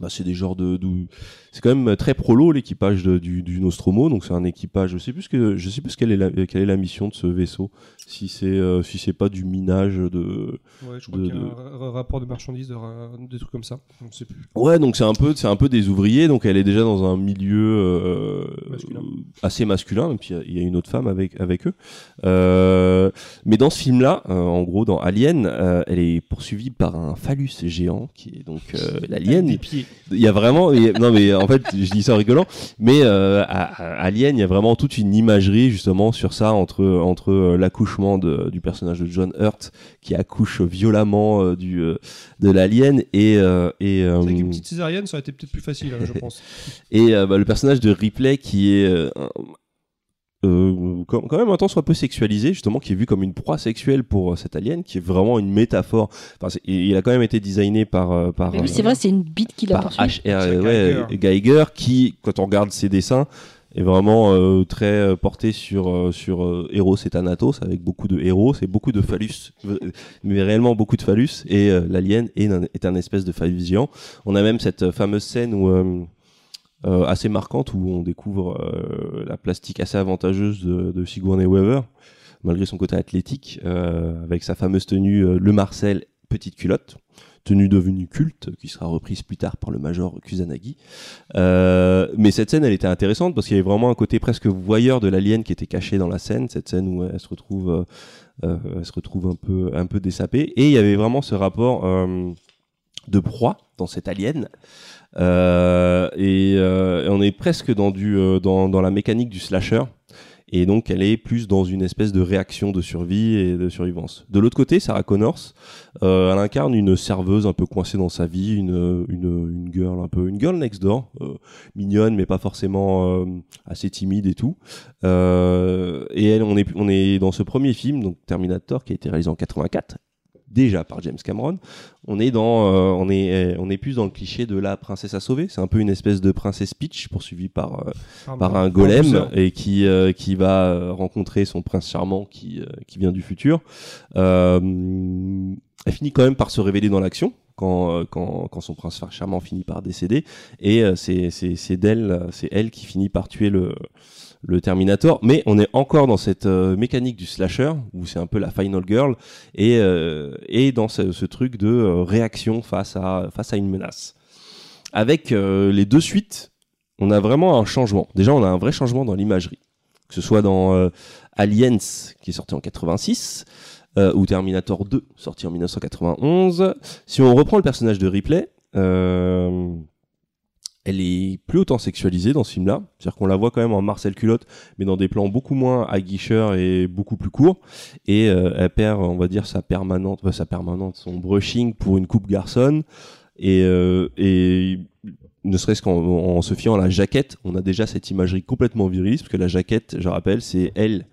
Speaker 3: bah, c'est des genres de, de- c'est quand même très prolo l'équipage de- du, du Nostromo, donc c'est un équipage, je sais plus ce que, je sais plus quelle est la, quelle est la mission de ce vaisseau, si c'est, euh, si c'est pas du minage de,
Speaker 1: Ouais, je crois
Speaker 3: De-
Speaker 1: qu'il y a
Speaker 3: de-
Speaker 1: un ra- ra- rapport de marchandises, de ra- des trucs comme ça. Je ne sais plus.
Speaker 3: Ouais, donc c'est un peu, c'est un peu des ouvriers, donc elle est déjà dans un milieu euh,
Speaker 1: Masculin.
Speaker 3: euh, assez masculin, même s'il y a- il y a une autre femme avec avec eux. Euh, mais dans ce film-là, euh, en gros, dans Alien, euh, elle est poursuivie par un phallus géant qui est donc euh, l'alien.
Speaker 1: Des pieds.
Speaker 3: Il y a vraiment, il y a- non mais en fait, je dis ça en rigolant, mais euh, à, à Alien, il y a vraiment toute une imagerie justement sur ça entre entre euh, l'accouchement de- du personnage de John Hurt qui accouche violemment euh, du euh, de l'alien et euh, et euh,
Speaker 1: C'est vrai qu'une petite césarienne, ça aurait été peut-être plus facile, hein, je pense.
Speaker 3: et euh, bah, le personnage de Ripley qui est euh, un- euh, quand quand même un temps soit peu sexualisé justement qui est vu comme une proie sexuelle pour euh, cet alien qui est vraiment une métaphore enfin, c'est- il il a quand même été designé par euh, par
Speaker 4: Mais oui,
Speaker 3: euh,
Speaker 4: c'est vrai, c'est une bite qu'il a
Speaker 3: par
Speaker 4: poursuivie.
Speaker 3: H.R. euh,
Speaker 1: Geiger.
Speaker 3: ouais, Geiger qui quand on regarde ses dessins est vraiment euh, très euh, porté sur euh, sur euh, Eros et Thanatos avec beaucoup de héros et beaucoup de phallus euh, mais réellement beaucoup de phallus et euh, l'alien est un, est un espèce de phallus géant on a même cette euh, fameuse scène où euh, euh, assez marquante où on découvre euh, la plastique assez avantageuse de, de Sigourney Weaver malgré son côté athlétique euh, avec sa fameuse tenue euh, le Marcel petite culotte tenue devenue culte, qui sera reprise plus tard par le major Kusanagi. Euh, mais cette scène, elle était intéressante parce qu'il y avait vraiment un côté presque voyeur de l'alien qui était caché dans la scène, cette scène où elle se retrouve, euh, euh, elle se retrouve un peu, un peu dessapée. Et il y avait vraiment ce rapport euh, de proie dans cette alien. Euh, et, euh, et on est presque dans, du, euh, dans, dans la mécanique du slasher. Et donc, elle est plus dans une espèce de réaction de survie et de survivance. De l'autre côté, Sarah Connors, euh, elle incarne une serveuse un peu coincée dans sa vie, une, une, une girl un peu, une girl next door, euh, mignonne mais pas forcément euh, assez timide et tout. Euh, et elle, on est, on est dans ce premier film, donc Terminator, qui a été réalisé en 84, déjà par James Cameron. On est dans, euh, on est, euh, on est plus dans le cliché de la princesse à sauver. C'est un peu une espèce de princesse Peach poursuivie par euh, par un golem
Speaker 1: buzzer.
Speaker 3: et qui euh, qui va euh, rencontrer son prince charmant qui euh, qui vient du futur. Euh, elle finit quand même par se révéler dans l'action quand euh, quand quand son prince charmant finit par décéder et euh, c'est c'est c'est d'elle euh, c'est elle qui finit par tuer le le Terminator, mais on est encore dans cette euh, mécanique du slasher où c'est un peu la final girl et euh, et dans ce, ce truc de euh, réaction face à face à une menace. Avec euh, les deux suites on a vraiment un changement. Déjà, on a un vrai changement dans l'imagerie. Que ce soit dans euh, Aliens, qui est sorti en 86, euh, ou Terminator 2, sorti en 1991. Si on reprend le personnage de Ripley, euh, elle est plus autant sexualisée dans ce film-là. C'est-à-dire qu'on la voit quand même en Marcel Culotte, mais dans des plans beaucoup moins aguicheurs et beaucoup plus courts. Et euh, elle perd, on va dire, sa permanente, enfin, sa permanente, son brushing pour une coupe garçonne. Et, euh, et ne serait-ce qu'en en se fiant à la jaquette, on a déjà cette imagerie complètement viriliste, parce que la jaquette, je rappelle, c'est elle.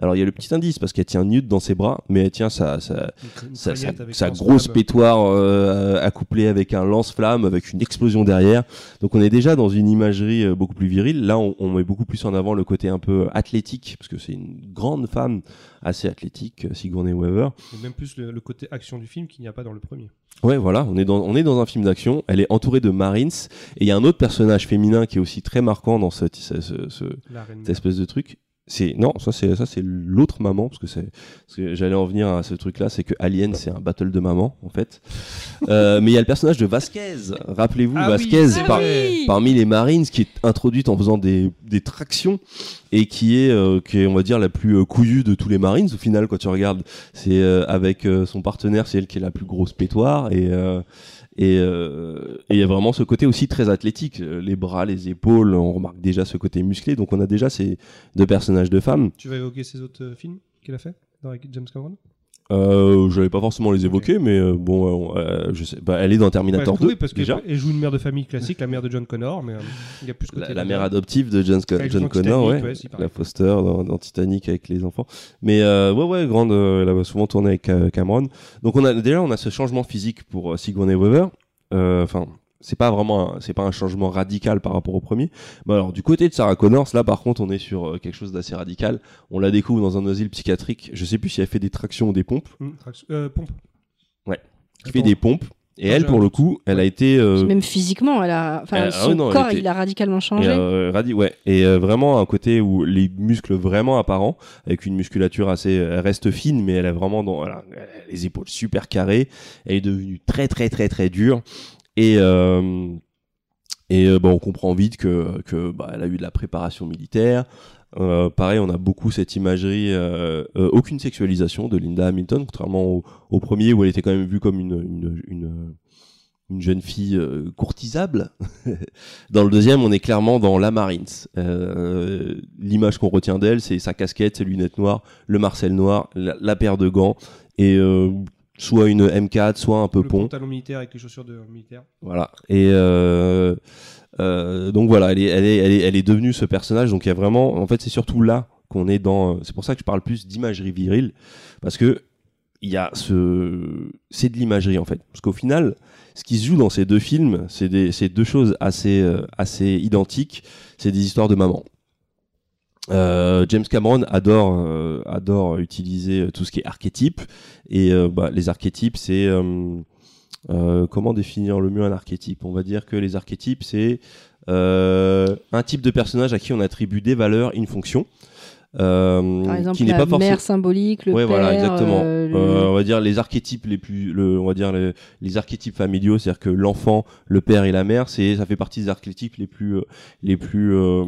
Speaker 3: Alors il y a le petit indice, parce qu'elle tient nude dans ses bras, mais elle tient sa, sa,
Speaker 1: Une cra- une
Speaker 3: sa, sa-
Speaker 1: craignette avec
Speaker 3: sa
Speaker 1: un
Speaker 3: grosse
Speaker 1: stab.
Speaker 3: pétoire euh, accouplée avec un lance-flamme, avec une explosion derrière. Donc on est déjà dans une imagerie euh, beaucoup plus virile. Là, on, on met beaucoup plus en avant le côté un peu athlétique, parce que c'est une grande femme assez athlétique, euh, Sigourney Weaver.
Speaker 1: Et même plus le, le côté action du film qu'il n'y a pas dans le premier.
Speaker 3: Ouais, voilà, on est dans, on est dans un film d'action. Elle est entourée de Marines. Et il y a un autre personnage féminin qui est aussi très marquant dans cette, ce- ce- ce,
Speaker 1: La reine.
Speaker 3: cette espèce de truc. C'est non, ça c'est ça c'est l'autre maman parce que c'est parce que j'allais en venir à ce truc là, c'est que Alien c'est un battle de maman en fait. Euh, mais il y a le personnage de Vasquez. Rappelez-vous
Speaker 1: Ah oui,
Speaker 3: Vasquez
Speaker 1: c'est
Speaker 3: par-
Speaker 1: vrai.
Speaker 3: parmi les Marines qui est introduite en faisant des, des tractions et qui est euh, qui est on va dire la plus euh, couillue de tous les Marines au final quand tu regardes, c'est euh, avec euh, son partenaire, c'est elle qui est la plus grosse pétoire et euh, et euh, et il y a vraiment ce côté aussi très athlétique, euh, les bras, les épaules, on remarque déjà ce côté musclé, donc on a déjà ces deux personnages de femmes.
Speaker 1: Tu vas évoquer ces autres euh, films qu'il a fait dans- avec James Cameron
Speaker 3: Euh, je n'allais pas forcément les évoquer, mais euh, bon, euh, euh, je sais, bah, elle est dans Terminator
Speaker 1: Bah, oui,
Speaker 3: 2
Speaker 1: parce
Speaker 3: déjà.
Speaker 1: qu'elle joue une mère de famille classique, la mère de John Connor, mais euh, il y a plus ce côté.
Speaker 3: La, la mère adoptive de John, Sco-
Speaker 1: Elle joue
Speaker 3: John
Speaker 1: dans
Speaker 3: Connor,
Speaker 1: Titanic,
Speaker 3: ouais.
Speaker 1: ouais, si, pareil.
Speaker 3: la Foster dans, dans Titanic avec les enfants. Mais euh, ouais, ouais, grande, euh, elle a souvent tourné avec euh, Cameron. Donc on a déjà on a ce changement physique pour euh, Sigourney Weaver. Euh, Enfin, c'est pas vraiment un- c'est pas un changement radical par rapport au premier. Mais alors du côté de Sarah Connors, là par contre, on est sur euh, quelque chose d'assez radical. On la découvre dans un asile psychiatrique. Je sais plus si elle fait des tractions ou des pompes.
Speaker 1: Hum, traction- euh, pompe.
Speaker 3: Ouais. Qui
Speaker 1: Attends.
Speaker 3: fait des pompes. Et
Speaker 1: Non,
Speaker 3: elle,
Speaker 1: j'ai
Speaker 3: pour
Speaker 1: un
Speaker 3: le
Speaker 1: doute.
Speaker 3: coup, elle a été euh,
Speaker 4: Même physiquement, elle a, enfin,
Speaker 3: euh, ah
Speaker 4: son
Speaker 1: oh
Speaker 3: ouais, non, elle
Speaker 4: corps,
Speaker 3: était-
Speaker 4: il a radicalement
Speaker 3: Et,
Speaker 4: changé.
Speaker 3: euh, radi- ouais. Et euh, vraiment un côté où les muscles vraiment apparents, avec une musculature assez, elle reste fine, mais elle a vraiment dans, voilà, elle a les épaules super carrées. Elle est devenue très très très très dure. Et euh, et euh, bah, on comprend vite que que bah, elle a eu de la préparation militaire. Euh, pareil, on a beaucoup cette imagerie, euh, euh, aucune sexualisation de Linda Hamilton, contrairement au, au premier où elle était quand même vue comme une une, une, une jeune fille euh, courtisable. Dans le deuxième, on est clairement dans la Marines. Euh, L'image qu'on retient d'elle, c'est sa casquette, ses lunettes noires, le marcel noir, la, la paire de gants, et euh, soit une M4, soit un peu
Speaker 1: le
Speaker 3: pont.
Speaker 1: pantalon militaire avec les chaussures de militaire.
Speaker 3: Voilà. Et euh, euh, donc voilà, elle est, elle, est, elle, est, elle est devenue ce personnage. Donc il y a vraiment, en fait, c'est surtout là qu'on est dans. euh, C'est pour ça que je parle plus d'imagerie virile, parce que il y a ce, c'est de l'imagerie en fait. Parce qu'au final, ce qui se joue dans ces deux films, c'est des, c'est deux choses assez, euh, assez identiques. C'est des histoires de maman. Euh, James Cameron adore euh, adore utiliser euh, tout ce qui est archétype et euh, bah, les archétypes c'est euh, euh, comment définir le mieux un archétype On va dire que les archétypes, c'est euh, un type de personnage à qui on attribue des valeurs, une fonction. euh,
Speaker 4: Par exemple,
Speaker 3: qui n'est
Speaker 4: la
Speaker 3: pas forcément
Speaker 4: mère symbolique, le
Speaker 3: ouais,
Speaker 4: père.
Speaker 3: voilà, exactement.
Speaker 4: euh, le-
Speaker 3: Euh, on va dire les archétypes les plus, le, on va dire les, les archétypes familiaux, c'est-à-dire que l'enfant, le père et la mère, c'est, ça fait partie des archétypes les plus, euh, les plus, euh,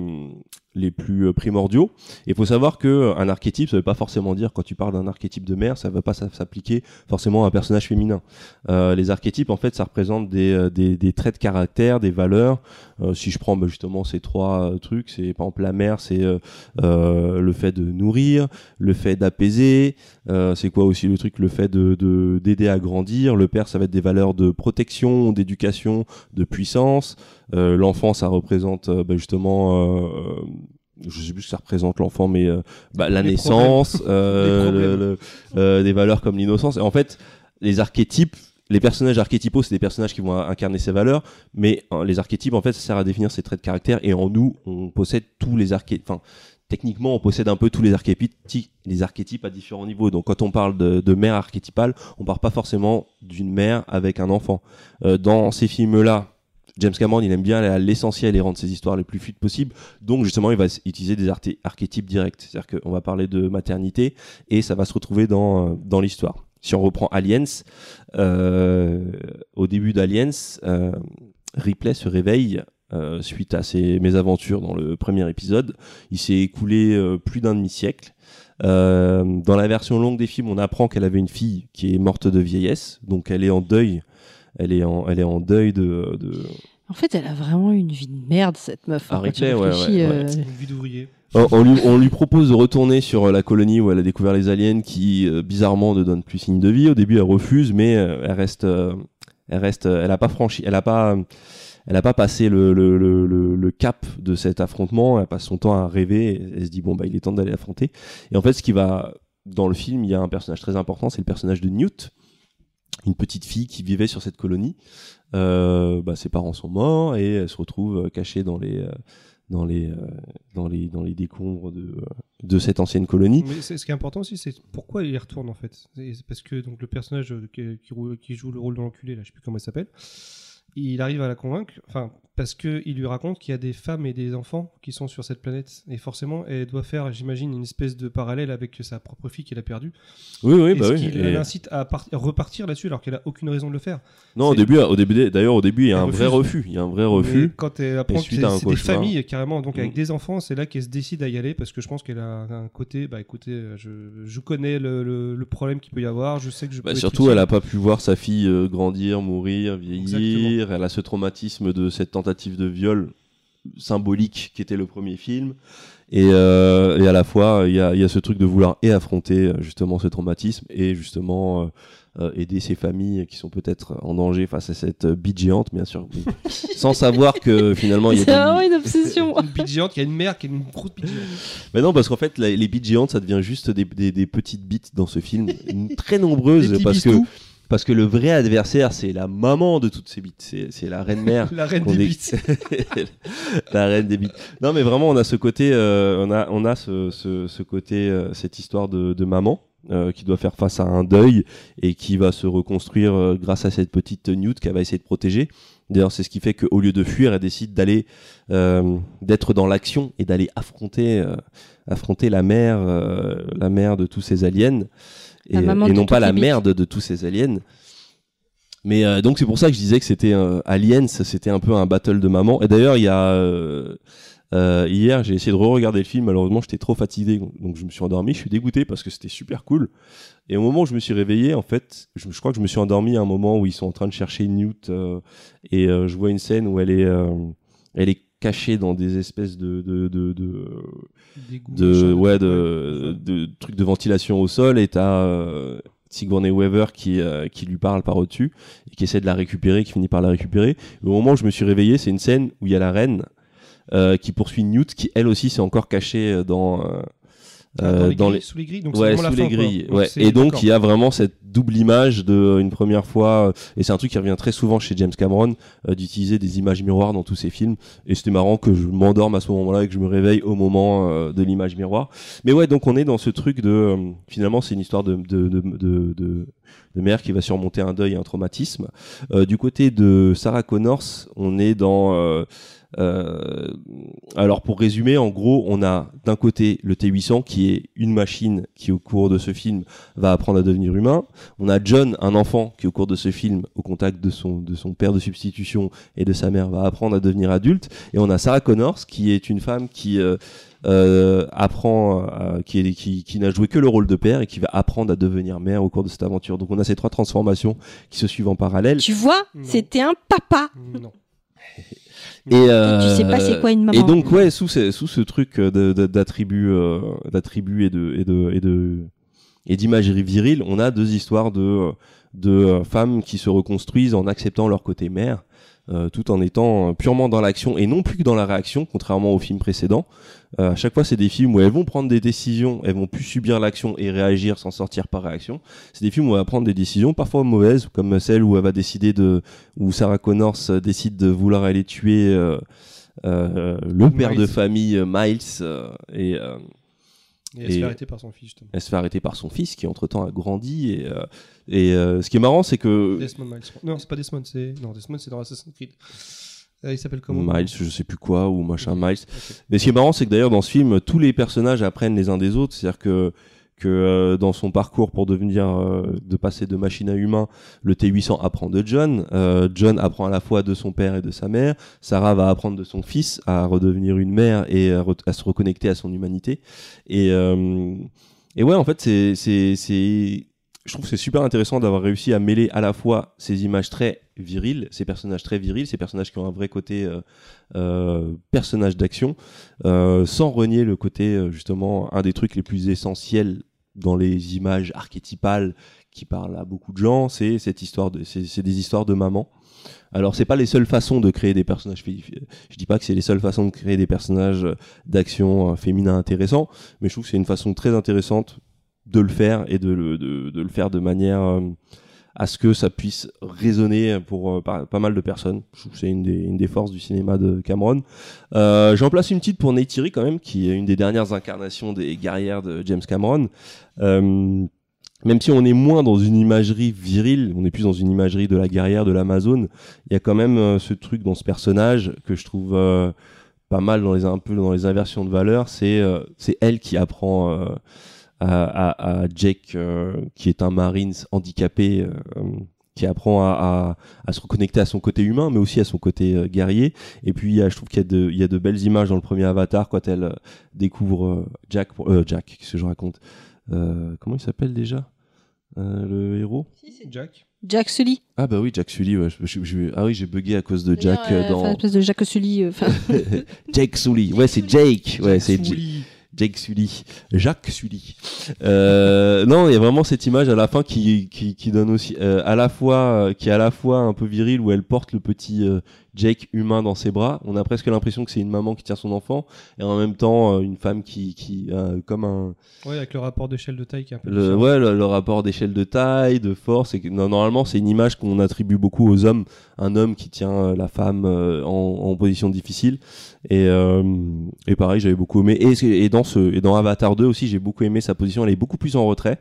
Speaker 3: les plus euh, primordiaux. Et il faut savoir que euh, un archétype, ça veut pas forcément dire quand tu parles d'un archétype de mère, ça va pas s'a- s'appliquer forcément à un personnage féminin. Euh, les archétypes, en fait, ça représente des, euh, des, des traits de caractère, des valeurs. Euh, si je prends bah, justement ces trois euh, trucs, c'est par exemple la mère, c'est euh, euh, le fait de nourrir, le fait d'apaiser, euh, c'est quoi aussi le truc Le fait de de- d'aider à grandir. Le père, ça va être des valeurs de protection, d'éducation, de puissance. Euh, l'enfant, ça représente euh, bah, justement. euh, euh, je sais plus ce que ça représente l'enfant, mais euh, bah, la
Speaker 1: Les
Speaker 3: naissance, euh,
Speaker 1: Les problèmes.
Speaker 3: le- le- euh, des valeurs comme l'innocence. Et en fait, les archétypes, les personnages archétypaux, c'est des personnages qui vont incarner ces valeurs, mais hein, les archétypes, en fait, ça sert à définir ces traits de caractère. Et en nous, on possède tous les archétypes. Enfin, techniquement, on possède un peu tous les archétypes, les archétypes à différents niveaux. Donc, quand on parle de, de mère archétypale, on part pas forcément d'une mère avec un enfant. Euh, dans ces films-là, James Cameron, il aime bien aller à l'essentiel et rendre ses histoires les plus fluides possibles. Donc, justement, il va s- utiliser des arté- archétypes directs. C'est-à-dire qu'on va parler de maternité et ça va se retrouver dans, euh, dans l'histoire. Si on reprend Aliens, euh, au début d'Aliens, euh, Ripley se réveille euh, suite à ses mésaventures dans le premier épisode. Il s'est écoulé euh, plus d'un demi-siècle. Euh, dans la version longue des films, on apprend qu'elle avait une fille qui est morte de vieillesse, donc elle est en deuil. Elle est en, elle est en deuil de. de...
Speaker 4: En fait, elle a vraiment une vie de merde, cette meuf.
Speaker 3: Ah,
Speaker 4: hein, quand tu
Speaker 3: Ripley, ouais,
Speaker 4: réfléchis,
Speaker 3: ouais,
Speaker 4: euh,
Speaker 1: Une vie d'ouvrier.
Speaker 3: Euh, On, on lui, on lui propose de retourner sur euh, la colonie où elle a découvert les aliens qui, euh, bizarrement, ne donnent plus signe de vie. Au début, elle refuse, mais euh, elle reste. euh, elle reste. euh, elle n'a pas franchi. Elle n'a pas. Elle n'a pas passé le, le, le, le- le cap de cet affrontement. Elle passe son temps à rêver. et Elle se dit bon bah il est temps d'aller affronter. Et en fait, ce qui va dans le film, il y a un personnage très important, c'est le personnage de Newt, une petite fille qui vivait sur cette colonie. Euh, bah, ses parents sont morts et elle se retrouve euh, cachée dans les euh, dans les euh, dans les dans les décombres de euh, de cette ancienne colonie.
Speaker 1: Mais c'est- ce qui est important aussi, c'est pourquoi il y retourne en fait. Et c'est parce que donc le personnage euh, qui, qui roule- qui joue le rôle de l'enculé, là, je sais plus comment il s'appelle, il arrive à la convaincre, enfin parce que il lui raconte qu'il y a des femmes et des enfants qui sont sur cette planète, et forcément, elle doit faire, j'imagine, une espèce de parallèle avec sa propre fille qu'elle a perdue.
Speaker 3: Oui oui
Speaker 1: et
Speaker 3: bah
Speaker 1: ce
Speaker 3: oui.
Speaker 1: qui
Speaker 3: Et-
Speaker 1: l'incite à, part- à repartir là-dessus alors qu'elle a aucune raison de le faire.
Speaker 3: Non au
Speaker 1: c'est-
Speaker 3: début au début d'ailleurs au début il y a
Speaker 1: Elle
Speaker 3: un vrai refus. Il y a un vrai refus.
Speaker 1: Mais quand elle apprend
Speaker 3: Et
Speaker 1: que
Speaker 3: suite
Speaker 1: c'est
Speaker 3: à un
Speaker 1: c'est des
Speaker 3: cauchemar.
Speaker 1: familles carrément, donc avec
Speaker 3: Mm.
Speaker 1: des enfants, c'est là qu'elle se décide à y aller parce que je pense qu'elle a un côté, bah écoutez, euh, je, je connais le, le- le problème qu'il peut y avoir, je sais que je peux.
Speaker 3: Bah,
Speaker 1: être
Speaker 3: surtout,
Speaker 1: utile.
Speaker 3: elle a pas pu voir sa fille euh, grandir, mourir, vieillir. Elle a ce traumatisme de cette tentative de viol symbolique qui était le premier film. Et, euh, et à la fois, il y a, il y a ce truc de vouloir et affronter euh, justement ce traumatisme et justement euh, euh, aider ces familles qui sont peut-être en danger face à cette euh, bite géante, bien sûr, oui. sans savoir que finalement il y
Speaker 4: C'est
Speaker 3: a
Speaker 4: vraiment
Speaker 3: des-
Speaker 4: une obsession.
Speaker 1: une bite géante, il y a une mère qui a une grosse bite géante.
Speaker 3: Mais non, parce qu'en fait, la- les bites géantes, ça devient juste des, des- des petites bites dans ce film, très
Speaker 1: Des
Speaker 3: nombreuses,
Speaker 1: petits
Speaker 3: parce que
Speaker 1: bisous.
Speaker 3: Parce que le vrai adversaire, c'est la maman de toutes ces bites. C'est c'est la reine mère.
Speaker 1: La reine
Speaker 3: Ah, qu'on
Speaker 1: des
Speaker 3: dé-
Speaker 1: bites.
Speaker 3: la reine des bites. Non, mais vraiment, on a ce côté, euh, on a, on a ce, ce- ce côté, euh, cette histoire de, de maman. euh, qui doit faire face à un deuil et qui va se reconstruire euh, grâce à cette petite Newt qu'elle va essayer de protéger. D'ailleurs, c'est ce qui fait qu'au lieu de fuir, elle décide d'aller, euh, d'être dans l'action et d'aller affronter, euh, affronter la mère, euh, la mère de tous ces aliens et,
Speaker 4: La maman
Speaker 3: et
Speaker 4: de
Speaker 3: non pas
Speaker 4: toutes
Speaker 3: la
Speaker 4: les bites.
Speaker 3: merde de tous ces aliens. Mais euh, donc c'est pour ça que je disais que c'était euh, Aliens, c'était un peu un battle de maman. Et d'ailleurs, il y a euh, euh, hier, j'ai essayé de re-regarder le film. Malheureusement, j'étais trop fatigué, donc je me suis endormi. Je suis dégoûté parce que c'était super cool. Et au moment où je me suis réveillé, en fait, je, je crois que je me suis endormi à un moment où ils sont en train de chercher Newt euh, et euh, je vois une scène où elle est, euh, elle est cachée dans des espèces de- de- de, de
Speaker 1: Des goûts,
Speaker 3: de
Speaker 1: machin.
Speaker 3: ouais de, de trucs de ventilation au sol et t'as euh, Sigourney Weaver qui euh, qui lui parle par au-dessus et qui essaie de la récupérer qui finit par la récupérer Et au moment où je me suis réveillé c'est une scène où il y a la reine euh, qui poursuit Newt qui elle aussi s'est encore cachée euh, dans euh,
Speaker 1: Ah, dans
Speaker 3: euh,
Speaker 1: les
Speaker 3: dans
Speaker 1: grilles,
Speaker 3: les-
Speaker 1: sous les grilles donc c'est
Speaker 3: ouais,
Speaker 1: vraiment la
Speaker 3: sous
Speaker 1: fin,
Speaker 3: les
Speaker 1: quoi.
Speaker 3: grilles.
Speaker 1: Donc
Speaker 3: ouais.
Speaker 1: c'est-
Speaker 3: Et donc,
Speaker 1: d'accord.
Speaker 3: il y a vraiment cette double image de euh, une première fois, euh, et c'est un truc qui revient très souvent chez James Cameron, euh, d'utiliser des images miroirs dans tous ses films. Et c'était marrant que je m'endorme à ce moment-là et que je me réveille au moment euh, de l'image miroir. Mais ouais, donc on est dans ce truc de, euh, finalement, c'est une histoire de, de, de, de, de- de mère qui va surmonter un deuil et un traumatisme. Euh, du côté de Sarah Connors, on est dans euh, euh, alors pour résumer, en gros, on a d'un côté le T800 qui est une machine qui au cours de ce film va apprendre à devenir humain. On a John, un enfant qui au cours de ce film, au contact de son, de son père de substitution et de sa mère, va apprendre à devenir adulte. Et on a Sarah Connors qui est une femme qui euh, euh, apprend, à- qui, est- qui, qui n'a joué que le rôle de père et qui va apprendre à devenir mère au cours de cette aventure. Donc on a ces trois transformations qui se suivent en parallèle.
Speaker 4: euh. Tu vois,
Speaker 1: Non.
Speaker 4: c'était un papa.
Speaker 1: Non.
Speaker 3: Et, euh,
Speaker 4: tu sais pas c'est quoi une maman.
Speaker 3: Et donc ouais, sous ce, sous ce truc euh, de- de- d'attribut, euh, d'attribut et de et de et de et d'imagerie virile, on a deux histoires de de euh, femmes qui se reconstruisent en acceptant leur côté mère, euh, tout en étant euh, purement dans l'action et non plus que dans la réaction, contrairement au film précédent. Euh, à chaque fois, c'est des films où elles vont prendre des décisions, elles vont plus subir l'action et réagir sans sortir par réaction. C'est des films où elle va prendre des décisions parfois mauvaises, comme celle où elle va décider de où Sarah Connors euh, décide de vouloir aller tuer euh, euh, le père de
Speaker 1: Miles.
Speaker 3: famille euh, Miles euh, et euh,
Speaker 1: Et elle se
Speaker 3: Et-
Speaker 1: fait arrêter par son fils, justement.
Speaker 3: elle se fait arrêter par son fils qui entre temps a grandi et euh, et euh, ce qui est marrant c'est que
Speaker 1: Desmond Miles. Non, c'est pas Desmond, c'est. Non, Desmond, c'est dans Assassin's Creed. Euh, il s'appelle comment
Speaker 3: Miles, je sais plus quoi, ou machin Miles.
Speaker 1: Ok.
Speaker 3: Mais ce qui est marrant, c'est que d'ailleurs, dans ce film, tous les personnages apprennent les uns des autres. C'est-à-dire que, que euh, dans son parcours pour devenir, euh, de passer de machine à humain, le T800 apprend de John. Euh, John apprend à la fois de son père et de sa mère. Sarah va apprendre de son fils à redevenir une mère et à, re- à se reconnecter à son humanité. Et, euh, et ouais, en fait, c'est, c'est, c'est, je trouve que c'est super intéressant d'avoir réussi à mêler à la fois ces images très viriles, ces personnages très virils, ces personnages qui ont un vrai côté euh, euh, personnage d'action, euh, sans renier le côté euh, justement un des trucs les plus essentiels dans les images archétypales qui parlent à beaucoup de gens, c'est cette histoire de, c'est c'est des histoires de maman. Alors c'est pas les seules façons de créer des personnages. fé- Je dis pas que c'est les seules façons de créer des personnages euh, d'action euh, féminins intéressants, mais je trouve que c'est une façon très intéressante de le faire et de le, de, de le faire de manière euh, à ce que ça puisse résonner pour euh, par- pas mal de personnes. Je trouve que c'est une des, une des forces du cinéma de Cameron. Euh, J'en place une petite pour Neytiri quand même, qui est une des dernières incarnations des guerrières de James Cameron. Euh, même si on est moins dans une imagerie virile, on est plus dans une imagerie de la guerrière de l'Amazone, il y a quand même euh, ce truc dans ce personnage que je trouve euh, pas mal dans les un peu dans les inversions de valeurs, c'est euh, c'est elle qui apprend euh, à, à- à Jake euh, qui est un Marines handicapé euh, qui apprend à, à- à se reconnecter à son côté humain mais aussi à son côté euh, guerrier et puis il y a- je trouve qu'il y a de il y a de belles images dans le premier Avatar quand elle euh, découvre euh, Jack pour- euh, Jack qu'est-ce que je raconte Euh, comment il s'appelle déjà Euh, le héros
Speaker 1: Jack.
Speaker 4: Jack Sully.
Speaker 3: ah bah oui Jack Sully ouais, je- je- je- ah oui j'ai bugué à cause de
Speaker 4: D'ailleurs,
Speaker 3: Jack euh,
Speaker 4: euh, enfin,
Speaker 3: dans
Speaker 4: espèce de Jack Sully. euh, enfin,
Speaker 3: Jake Sully. Ouais, c'est Jake. Ouais, c'est J-
Speaker 1: Sully.
Speaker 3: Jake Sully, Jacques Sully. Euh, non, il y a vraiment cette image à la fin qui, qui, qui donne aussi euh, à la fois euh, qui est à la fois un peu virile où elle porte le petit euh, Jake humain dans ses bras. On a presque l'impression que c'est une maman qui tient son enfant et en même temps euh, une femme qui qui a comme un
Speaker 1: Ouais, avec le rapport d'échelle de taille qui est un peu.
Speaker 3: le,
Speaker 1: différent.
Speaker 3: ouais, le, le rapport d'échelle de taille, de force. Et que, non, normalement, c'est une image qu'on attribue beaucoup aux hommes. Un homme qui tient euh, la femme euh, en, en position difficile. Et, euh, et pareil, j'avais beaucoup aimé. Et, c'est- et dans ce, et dans Avatar 2 aussi, j'ai beaucoup aimé sa position. Elle est beaucoup plus en retrait.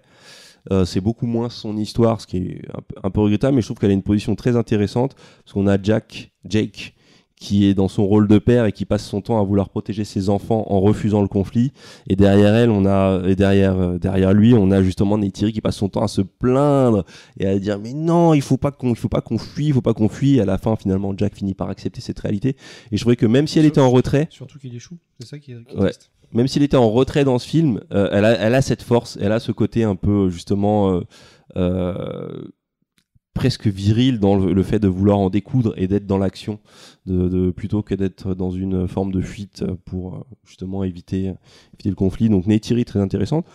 Speaker 3: Euh, c'est beaucoup moins son histoire, ce qui est un, peu- un peu regrettable, mais je trouve qu'elle a une position très intéressante parce qu'on a Jack, Jake, qui est dans son rôle de père et qui passe son temps à vouloir protéger ses enfants en refusant le conflit. Et derrière elle, on a, et derrière, euh, derrière lui, on a justement Neytiri qui passe son temps à se plaindre et à dire mais non, il faut pas qu'on, il faut pas qu'on fuit, il faut pas qu'on fuit. Et à la fin, finalement, Jack finit par accepter cette réalité. Et je trouvais que même si elle était en retrait,
Speaker 1: Surtout qu'il échoue. C'est ça qui est, qui est
Speaker 3: Ouais.
Speaker 1: triste.
Speaker 3: même s'il était en retrait dans ce film, euh, elle, a, elle a cette force, elle a ce côté un peu justement euh, euh, presque viril dans le, le fait de vouloir en découdre et d'être dans l'action, de, de- plutôt que d'être dans une forme de fuite pour euh, justement éviter, éviter le conflit. Donc Neytiri très intéressante.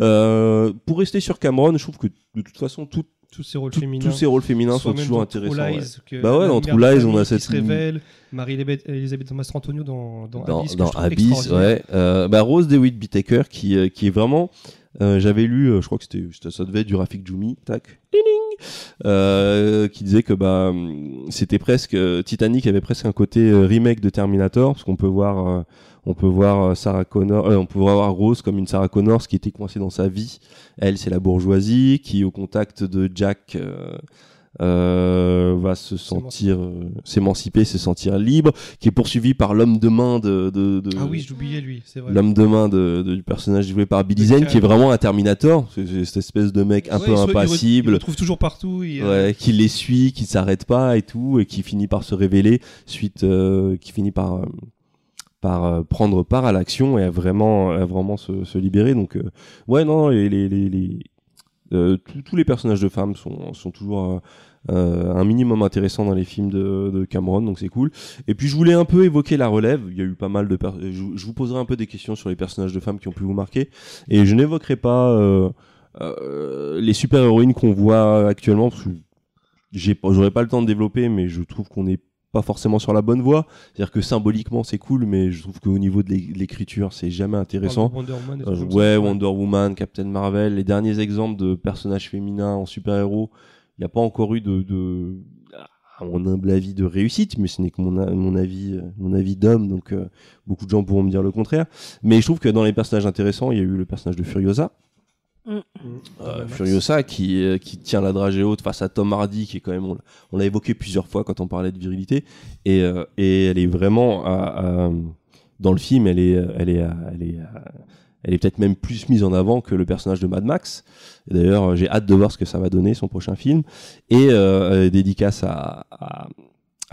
Speaker 3: Euh, pour rester sur Cameron, je trouve que de toute façon tout-
Speaker 1: Tous ces rôles
Speaker 3: tout-
Speaker 1: féminins.
Speaker 3: tous ces rôles féminins
Speaker 1: Soit
Speaker 3: sont
Speaker 1: même
Speaker 3: toujours
Speaker 1: dans
Speaker 3: intéressants.
Speaker 1: True
Speaker 3: ouais.
Speaker 1: Lies, que
Speaker 3: Bah ouais,
Speaker 1: la
Speaker 3: dans
Speaker 1: mère
Speaker 3: True
Speaker 1: de
Speaker 3: Lies,
Speaker 1: famille
Speaker 3: on a
Speaker 1: qui
Speaker 3: cette-
Speaker 1: se révèle, Marie-Elisabeth Thomas-Antonio dans, dans,
Speaker 3: dans
Speaker 1: Abyss. que
Speaker 3: dans
Speaker 1: je trouve
Speaker 3: Abyss,
Speaker 1: extraordinaire.
Speaker 3: ouais. Euh, bah, Rose DeWitt Bitaker qui, euh, qui est vraiment. euh, J'avais lu, euh, je crois que c'était, c'était- ça devait être du Rafik Djoumi, tac, ding, ding, euh, qui disait que bah hum, c'était presque euh, Titanic avait presque un côté euh, remake de Terminator parce qu'on peut voir, euh, on peut voir euh, Sarah Connor, euh, on peut voir Rose comme une Sarah Connor, ce qui était coincée dans sa vie. Elle, c'est la bourgeoisie qui, au contact de Jack. euh, euh, va se sentir euh, s'émanciper, se sentir libre, qui est poursuivi par l'homme de main de, de, de-
Speaker 1: Ah oui, j'oubliais lui, c'est vrai.
Speaker 3: l'homme de main de, de- du personnage joué par Billy
Speaker 1: De
Speaker 3: Zane,
Speaker 1: Kyle.
Speaker 3: qui est vraiment un Terminator, c'est- c'est cette espèce de mec un
Speaker 1: Ouais,
Speaker 3: peu
Speaker 1: il se- il re- Il
Speaker 3: impassible,
Speaker 1: le trouve toujours partout. il, euh,
Speaker 3: ouais, qui les suit, qui ne s'arrête pas et tout, et qui finit par se révéler, suite, euh, qui finit par, euh, par euh, prendre part à l'action et à vraiment, à vraiment se, se libérer. Donc, euh, ouais, non, les, les, les- les- euh, tous- tous les personnages de femmes sont, sont toujours euh, euh, un minimum intéressants dans les films de, de Cameron, donc c'est cool. Et puis je voulais un peu évoquer la relève. Il y a eu pas mal de. per- Je, je vous poserai un peu des questions sur les personnages de femmes qui ont pu vous marquer. Et je n'évoquerai pas euh, euh, les super-héroïnes qu'on voit actuellement, parce que j'ai pas- j'aurais pas le temps de développer, mais je trouve qu'on n'est pas forcément sur la bonne voie. C'est-à-dire que symboliquement c'est cool, mais je trouve qu'au niveau de l'é- de l'écriture c'est jamais
Speaker 1: il parle de
Speaker 3: intéressant.
Speaker 1: Wonder Woman, des
Speaker 3: Euh,
Speaker 1: trucs comme ça.
Speaker 3: ouais, Wonder Woman, Captain Marvel, les derniers exemples de personnages féminins en super-héros, il n'y a pas encore eu de, de à mon humble avis de réussite, mais ce n'est que mon, a- mon avis, euh, mon avis d'homme, donc euh, beaucoup de gens pourront me dire le contraire. Mais je trouve que dans les personnages intéressants, il y a eu le personnage de Furiosa,
Speaker 1: Mm.
Speaker 3: euh,
Speaker 1: Thomas
Speaker 3: Furiosa qui, euh, qui tient la dragée haute face à Tom Hardy qui est quand même on, l'a- on l'a évoqué plusieurs fois quand on parlait de virilité et, euh, et elle est vraiment à- à- dans le film elle est euh, elle est à- elle est à- elle est peut-être même plus mise en avant que le personnage de Mad Max Et d'ailleurs euh, j'ai hâte de voir ce que ça va donner son prochain film et euh, euh, dédicace à, à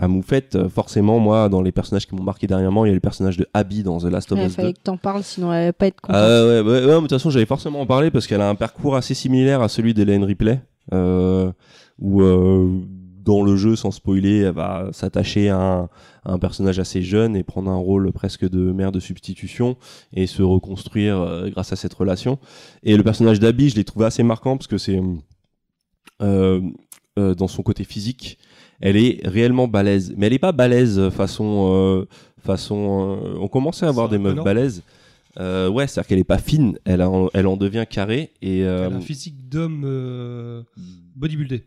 Speaker 3: à Moufette, euh, forcément, moi, dans les personnages qui m'ont marqué dernièrement, il y a le personnage de Abby dans The Last of
Speaker 4: Il
Speaker 3: Us 2.
Speaker 4: fallait que t'en parles, sinon elle va pas être contente.
Speaker 3: Ah ouais, ouais, ouais, mais de toute façon, j'allais forcément en parler parce qu'elle a un parcours assez similaire à celui d'Hélène Ripley, euh, où euh, dans le jeu, sans spoiler, elle va s'attacher à, un- à un personnage assez jeune et prendre un rôle presque de mère de substitution et se reconstruire euh, grâce à cette relation. Et le personnage d'Abby, je l'ai trouvé assez marquant parce que c'est euh, euh, dans son côté physique, elle est réellement balèze, mais elle est pas balèze façon euh, façon. euh, on commençait à avoir
Speaker 1: Sarah
Speaker 3: des meufs
Speaker 1: Connor.
Speaker 3: balèzes. Euh, ouais, c'est-à-dire qu'elle est pas fine, elle, en- elle en devient carrée et
Speaker 1: Elle
Speaker 3: euh,
Speaker 1: a un physique d'homme euh, bodybuildé.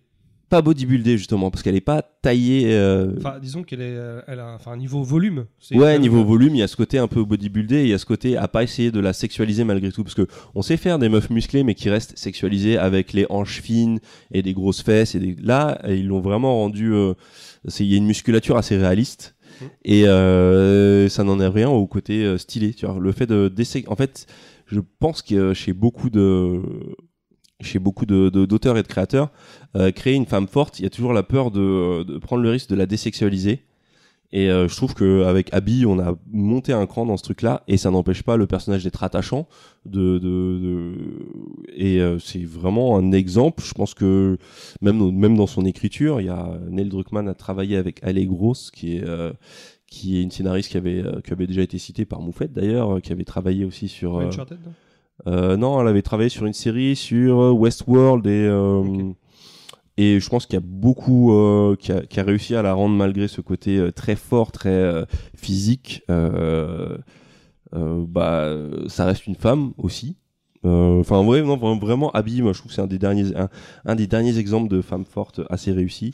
Speaker 3: pas bodybuildée justement parce qu'elle est pas taillée. euh,
Speaker 1: Enfin, disons qu'elle est, euh, elle a un- enfin, un niveau volume. c'est
Speaker 3: Ouais,
Speaker 1: une- euh,
Speaker 3: niveau volume, il y a ce côté un peu bodybuildé, et il y a ce côté à pas essayer de la sexualiser malgré tout, parce que on sait faire des meufs musclées, mais qui restent sexualisées avec les hanches fines et des grosses fesses. Et des... là, ils l'ont vraiment rendu. euh, c'est- Il y a une musculature assez réaliste.
Speaker 1: Mhm.
Speaker 3: Et euh, ça n'en est rien au côté euh, stylé. Tu vois, le fait de d'essayer- En fait, je pense que euh, chez beaucoup de chez beaucoup de- de- d'auteurs et de créateurs, euh, créer une femme forte, il y a toujours la peur de, de prendre le risque de la désexualiser. Et euh, je trouve qu'avec Abby, on a monté un cran dans ce truc-là, et ça n'empêche pas le personnage d'être attachant. De, de, de- Et euh, c'est vraiment un exemple. Je pense que même, même dans son écriture, il y a Neil Druckmann a travaillé avec Ale Gross, qui est, euh, qui est une scénariste qui avait, euh, qui avait déjà été citée par Moufette d'ailleurs, euh, qui avait travaillé aussi sur. euh,
Speaker 1: Uncharted, non
Speaker 3: euh, non, elle avait travaillé sur une série sur euh, Westworld et. euh,
Speaker 1: Ok.
Speaker 3: Et je pense qu'il y a beaucoup euh, qui, a, qui a réussi à la rendre malgré ce côté euh, très fort, très euh, physique. euh, euh, bah, ça reste une femme aussi. Euh, Enfin, ouais, non, vra- vraiment Abby, moi je trouve que c'est un des derniers, un, un des derniers exemples de femme forte assez réussie.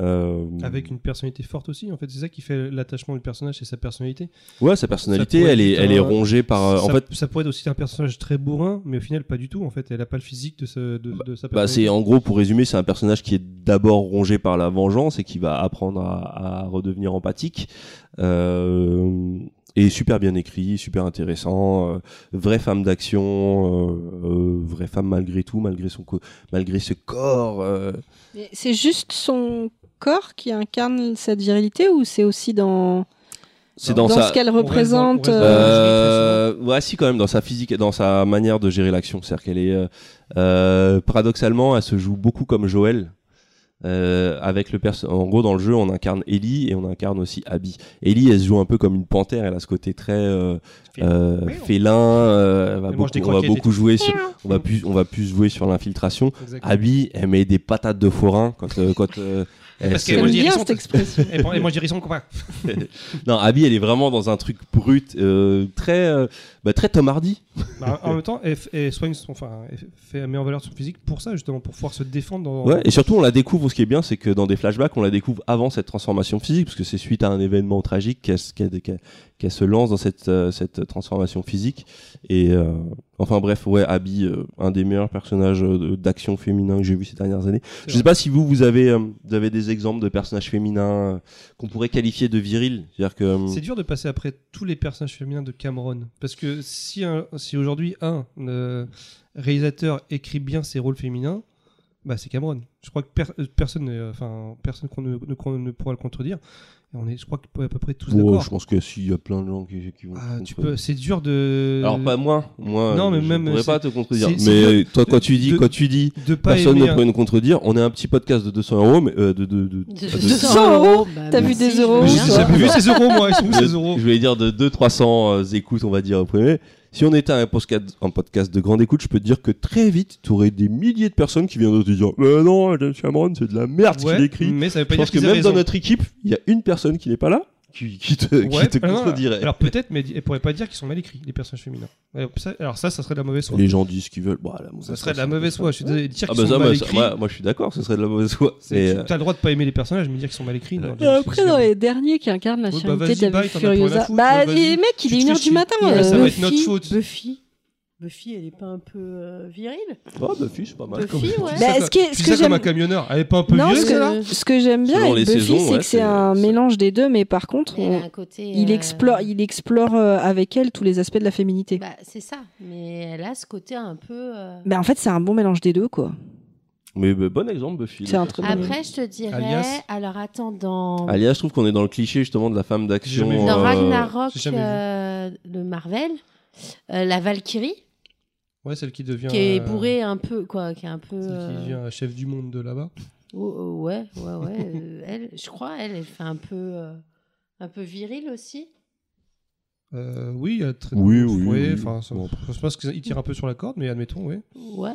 Speaker 3: Euh,
Speaker 1: Avec une personnalité forte aussi, en fait, c'est ça qui fait l'attachement du personnage, c'est sa personnalité.
Speaker 3: ouais, sa personnalité,
Speaker 1: Ça pourrait
Speaker 3: elle est,
Speaker 1: être
Speaker 3: elle est
Speaker 1: un-
Speaker 3: rongée par. euh,
Speaker 1: ça,
Speaker 3: en fait,
Speaker 1: ça pourrait être aussi un personnage très bourrin, mais au final, pas du tout. En fait, elle a pas le physique de, ce- de, de sa
Speaker 3: Bah, c'est
Speaker 1: personnalité.
Speaker 3: en gros pour résumer, c'est un personnage qui est d'abord rongé par la vengeance et qui va apprendre à, à redevenir empathique. Euh, et super bien écrit, super intéressant, euh, vraie femme d'action, euh, euh, vraie femme malgré tout, malgré son co- malgré ce corps. euh.
Speaker 4: Mais C'est juste son corps qui incarne cette virilité ou c'est aussi dans,
Speaker 3: C'est
Speaker 4: dans,
Speaker 3: dans, sa
Speaker 4: ce qu'elle
Speaker 1: reste dans- on
Speaker 4: représente
Speaker 1: reste dans-
Speaker 4: euh,
Speaker 3: Euh, ouais, si quand même dans sa physique, et dans sa manière de gérer l'action, c'est-à-dire qu'elle est euh, euh, paradoxalement, elle se joue beaucoup comme Joël. Euh, avec le perso en gros dans le jeu on incarne Ellie et on incarne aussi Abby Ellie elle se joue un peu comme une panthère elle a ce côté très euh,
Speaker 1: Félin.
Speaker 3: euh, félin euh, elle va
Speaker 1: Elle mange
Speaker 3: beaucoup,
Speaker 1: des
Speaker 3: on va
Speaker 1: croquettes et
Speaker 3: beaucoup jouer sur, on va plus on va plus jouer sur l'infiltration
Speaker 1: Exactement.
Speaker 3: Abby elle met des patates de forain quand euh, quand euh, elle
Speaker 1: Parce
Speaker 3: se-
Speaker 1: qu'elle
Speaker 4: J'aime
Speaker 1: moi, je dirais
Speaker 4: bien
Speaker 1: sans-
Speaker 4: cette expression.
Speaker 1: Et moi, et moi, je dirais son copain.
Speaker 3: non Abby elle est vraiment dans un truc brut euh, très euh, bah, très Tom Hardy
Speaker 1: Bah, en même temps, elle, f- elle soigne son, enfin, elle fait, elle met en valeur son physique pour ça, justement, pour pouvoir se défendre. Dans...
Speaker 3: Ouais, et surtout on la découvre, ce qui est bien, c'est que dans des flashbacks, on la découvre avant cette transformation physique, parce que c'est suite à un événement tragique qu'elle se- qu'elle- qu'elle- qu'elle se lance dans cette, euh, cette transformation physique. Et euh, enfin bref, ouais, Abby, euh, un des meilleurs personnages euh, de- d'action féminin que j'ai vu ces dernières années. Je sais
Speaker 1: vrai.
Speaker 3: pas si vous, vous avez, euh, vous avez des exemples de personnages féminins euh, qu'on pourrait qualifier de virils. C'est-à-dire que... euh,
Speaker 1: C'est dur de passer après tous les personnages féminins de Cameron. Parce que si, un- si aujourd'hui un euh, réalisateur écrit bien ses rôles féminins, bah c'est Cameron. Je crois que per- euh, personne, euh, enfin, personne qu'on ne, ne- qu'on ne pourra le contredire. Et on est, je crois que à peu près tous
Speaker 3: ouais,
Speaker 1: d'accord.
Speaker 3: euh, je pense que s'il y a plein de gens qui, qui vont...
Speaker 1: Ah, tu
Speaker 3: contredire.
Speaker 1: peux, c'est dur de.
Speaker 3: Alors pas moi, moi
Speaker 1: Non, mais
Speaker 3: je
Speaker 1: même,
Speaker 3: pourrais
Speaker 1: c'est-
Speaker 3: pas te contredire.
Speaker 1: c'est- c'est
Speaker 3: Mais toi quand tu dis,
Speaker 1: de-
Speaker 3: quand tu dis...
Speaker 1: de pas hein.
Speaker 3: Personne
Speaker 1: aimer
Speaker 3: ne
Speaker 1: un-
Speaker 3: pourrait nous contredire. On est un petit podcast de 200 euros, mais euh, de, de,
Speaker 2: De-
Speaker 3: de- de-
Speaker 4: 200 euros.
Speaker 2: bah,
Speaker 4: T'as vu
Speaker 2: merci,
Speaker 4: des
Speaker 2: je
Speaker 4: euros,
Speaker 2: veux
Speaker 1: Oui,
Speaker 2: bien.
Speaker 1: j'ai
Speaker 4: toi
Speaker 1: jamais vu ces euros, moi. Ils sont où
Speaker 3: de-
Speaker 1: ces euros
Speaker 3: je vais dire de 2 300 euh, écoutes, on va dire au premier. Si on était un podcast, un podcast de grande écoute, je peux te dire que très vite, tu aurais des milliers de personnes qui viendraient te dire "Mais non, James Cameron, c'est de la merde ce
Speaker 1: Ouais,
Speaker 3: qu'il écrit."
Speaker 1: mais ça veut pas
Speaker 3: Je
Speaker 1: dire
Speaker 3: pense que
Speaker 1: qu'ils aient
Speaker 3: même
Speaker 1: raison.
Speaker 3: dans notre équipe, il y a une personne qui n'est pas là qui, qui te, qui
Speaker 1: Ouais,
Speaker 3: te
Speaker 1: ah non,
Speaker 3: contredirait.
Speaker 1: Alors peut-être, mais elle pourrait pas dire qu'ils sont mal écrits, les personnages féminins. Alors ça, alors ça, ça serait de la mauvaise foi.
Speaker 3: Les gens disent ce qu'ils veulent. Bah, la mauvaise
Speaker 1: Ça serait
Speaker 3: foi,
Speaker 1: de la
Speaker 3: c'est-
Speaker 1: mauvaise foi. Je suis désolé, dire
Speaker 3: Ah
Speaker 1: qu'ils
Speaker 3: bah
Speaker 1: sont
Speaker 3: ça, moi,
Speaker 1: mal
Speaker 3: ça-
Speaker 1: écrits.
Speaker 3: moi, moi, je suis d'accord, ce serait de la mauvaise foi.
Speaker 1: c'est-
Speaker 3: Mais,
Speaker 1: tu
Speaker 3: euh,
Speaker 1: as le droit de pas aimer les personnages, mais dire qu'ils sont mal écrits. non,
Speaker 3: Euh,
Speaker 1: je-
Speaker 4: Après, dans les derniers qui incarnent la
Speaker 1: Ouais, bah,
Speaker 4: fierté
Speaker 1: vas-y,
Speaker 4: d'Abbé
Speaker 1: bye, t'en as pour la
Speaker 4: Furiosa.
Speaker 1: foutre,
Speaker 4: Bah,
Speaker 1: vas-y.
Speaker 4: les mecs, il
Speaker 1: Tu
Speaker 4: est
Speaker 1: te
Speaker 4: 1h
Speaker 1: fais
Speaker 4: du
Speaker 1: chier.
Speaker 4: matin.
Speaker 1: Ouais,
Speaker 4: euh,
Speaker 1: ça va être notre
Speaker 2: Buffy,
Speaker 1: faute.
Speaker 2: Buffy. Buffy, elle est pas un peu euh, virile
Speaker 3: oh, Buffy, c'est pas mal.
Speaker 2: Buffy, ouais.
Speaker 1: Tu dis
Speaker 4: Bah,
Speaker 1: ça
Speaker 4: ce
Speaker 1: comme-
Speaker 4: qui est-
Speaker 1: tu dis
Speaker 4: ce que
Speaker 1: ça comme
Speaker 4: j'aime-
Speaker 1: un camionneur. Elle est pas un peu
Speaker 4: Non,
Speaker 1: vieille,
Speaker 4: ce
Speaker 1: celle-là
Speaker 4: que, ce que j'aime bien
Speaker 3: Selon les
Speaker 4: avec Buffy,
Speaker 3: saisons,
Speaker 4: c'est
Speaker 3: ouais,
Speaker 4: que c'est
Speaker 3: c'est-
Speaker 4: un
Speaker 3: c'est-
Speaker 4: mélange des deux, mais par contre,
Speaker 2: Elle
Speaker 4: on-
Speaker 2: a un côté.
Speaker 4: il
Speaker 2: euh,
Speaker 4: explore, il explore euh, avec elle tous les aspects de la féminité.
Speaker 2: Bah, c'est ça, mais elle a ce côté un peu. euh,
Speaker 4: Bah, en fait, c'est un bon mélange des deux, quoi.
Speaker 3: Mais bah, bon exemple, Buffy.
Speaker 4: C'est un très bon
Speaker 2: Après, je te dirais.
Speaker 1: Alias.
Speaker 2: Alors, attends, dans,
Speaker 3: Alias, je trouve qu'on est dans le cliché justement de la femme d'action.
Speaker 1: J'ai jamais vu.
Speaker 2: dans
Speaker 1: euh,
Speaker 2: Ragnarok,
Speaker 1: j'ai jamais vu.
Speaker 2: euh, le Marvel, euh, la Valkyrie,
Speaker 1: Ouais, celle qui devient.
Speaker 2: qui est
Speaker 1: euh,
Speaker 2: bourrée un peu, quoi, qui est un peu.
Speaker 1: Celle
Speaker 2: euh,
Speaker 1: qui devient chef du monde de là-bas.
Speaker 2: oh, oh, ouais, ouais, ouais. euh, elle, je crois, elle, elle fait un peu, euh, un peu virile aussi.
Speaker 1: Euh, oui, il y a très
Speaker 3: Oui,
Speaker 1: ouais,
Speaker 3: oui, oui.
Speaker 1: enfin, ça-
Speaker 3: Bon.
Speaker 1: Je pense qu'il tire un peu sur la corde, mais admettons, oui.
Speaker 2: Ouais.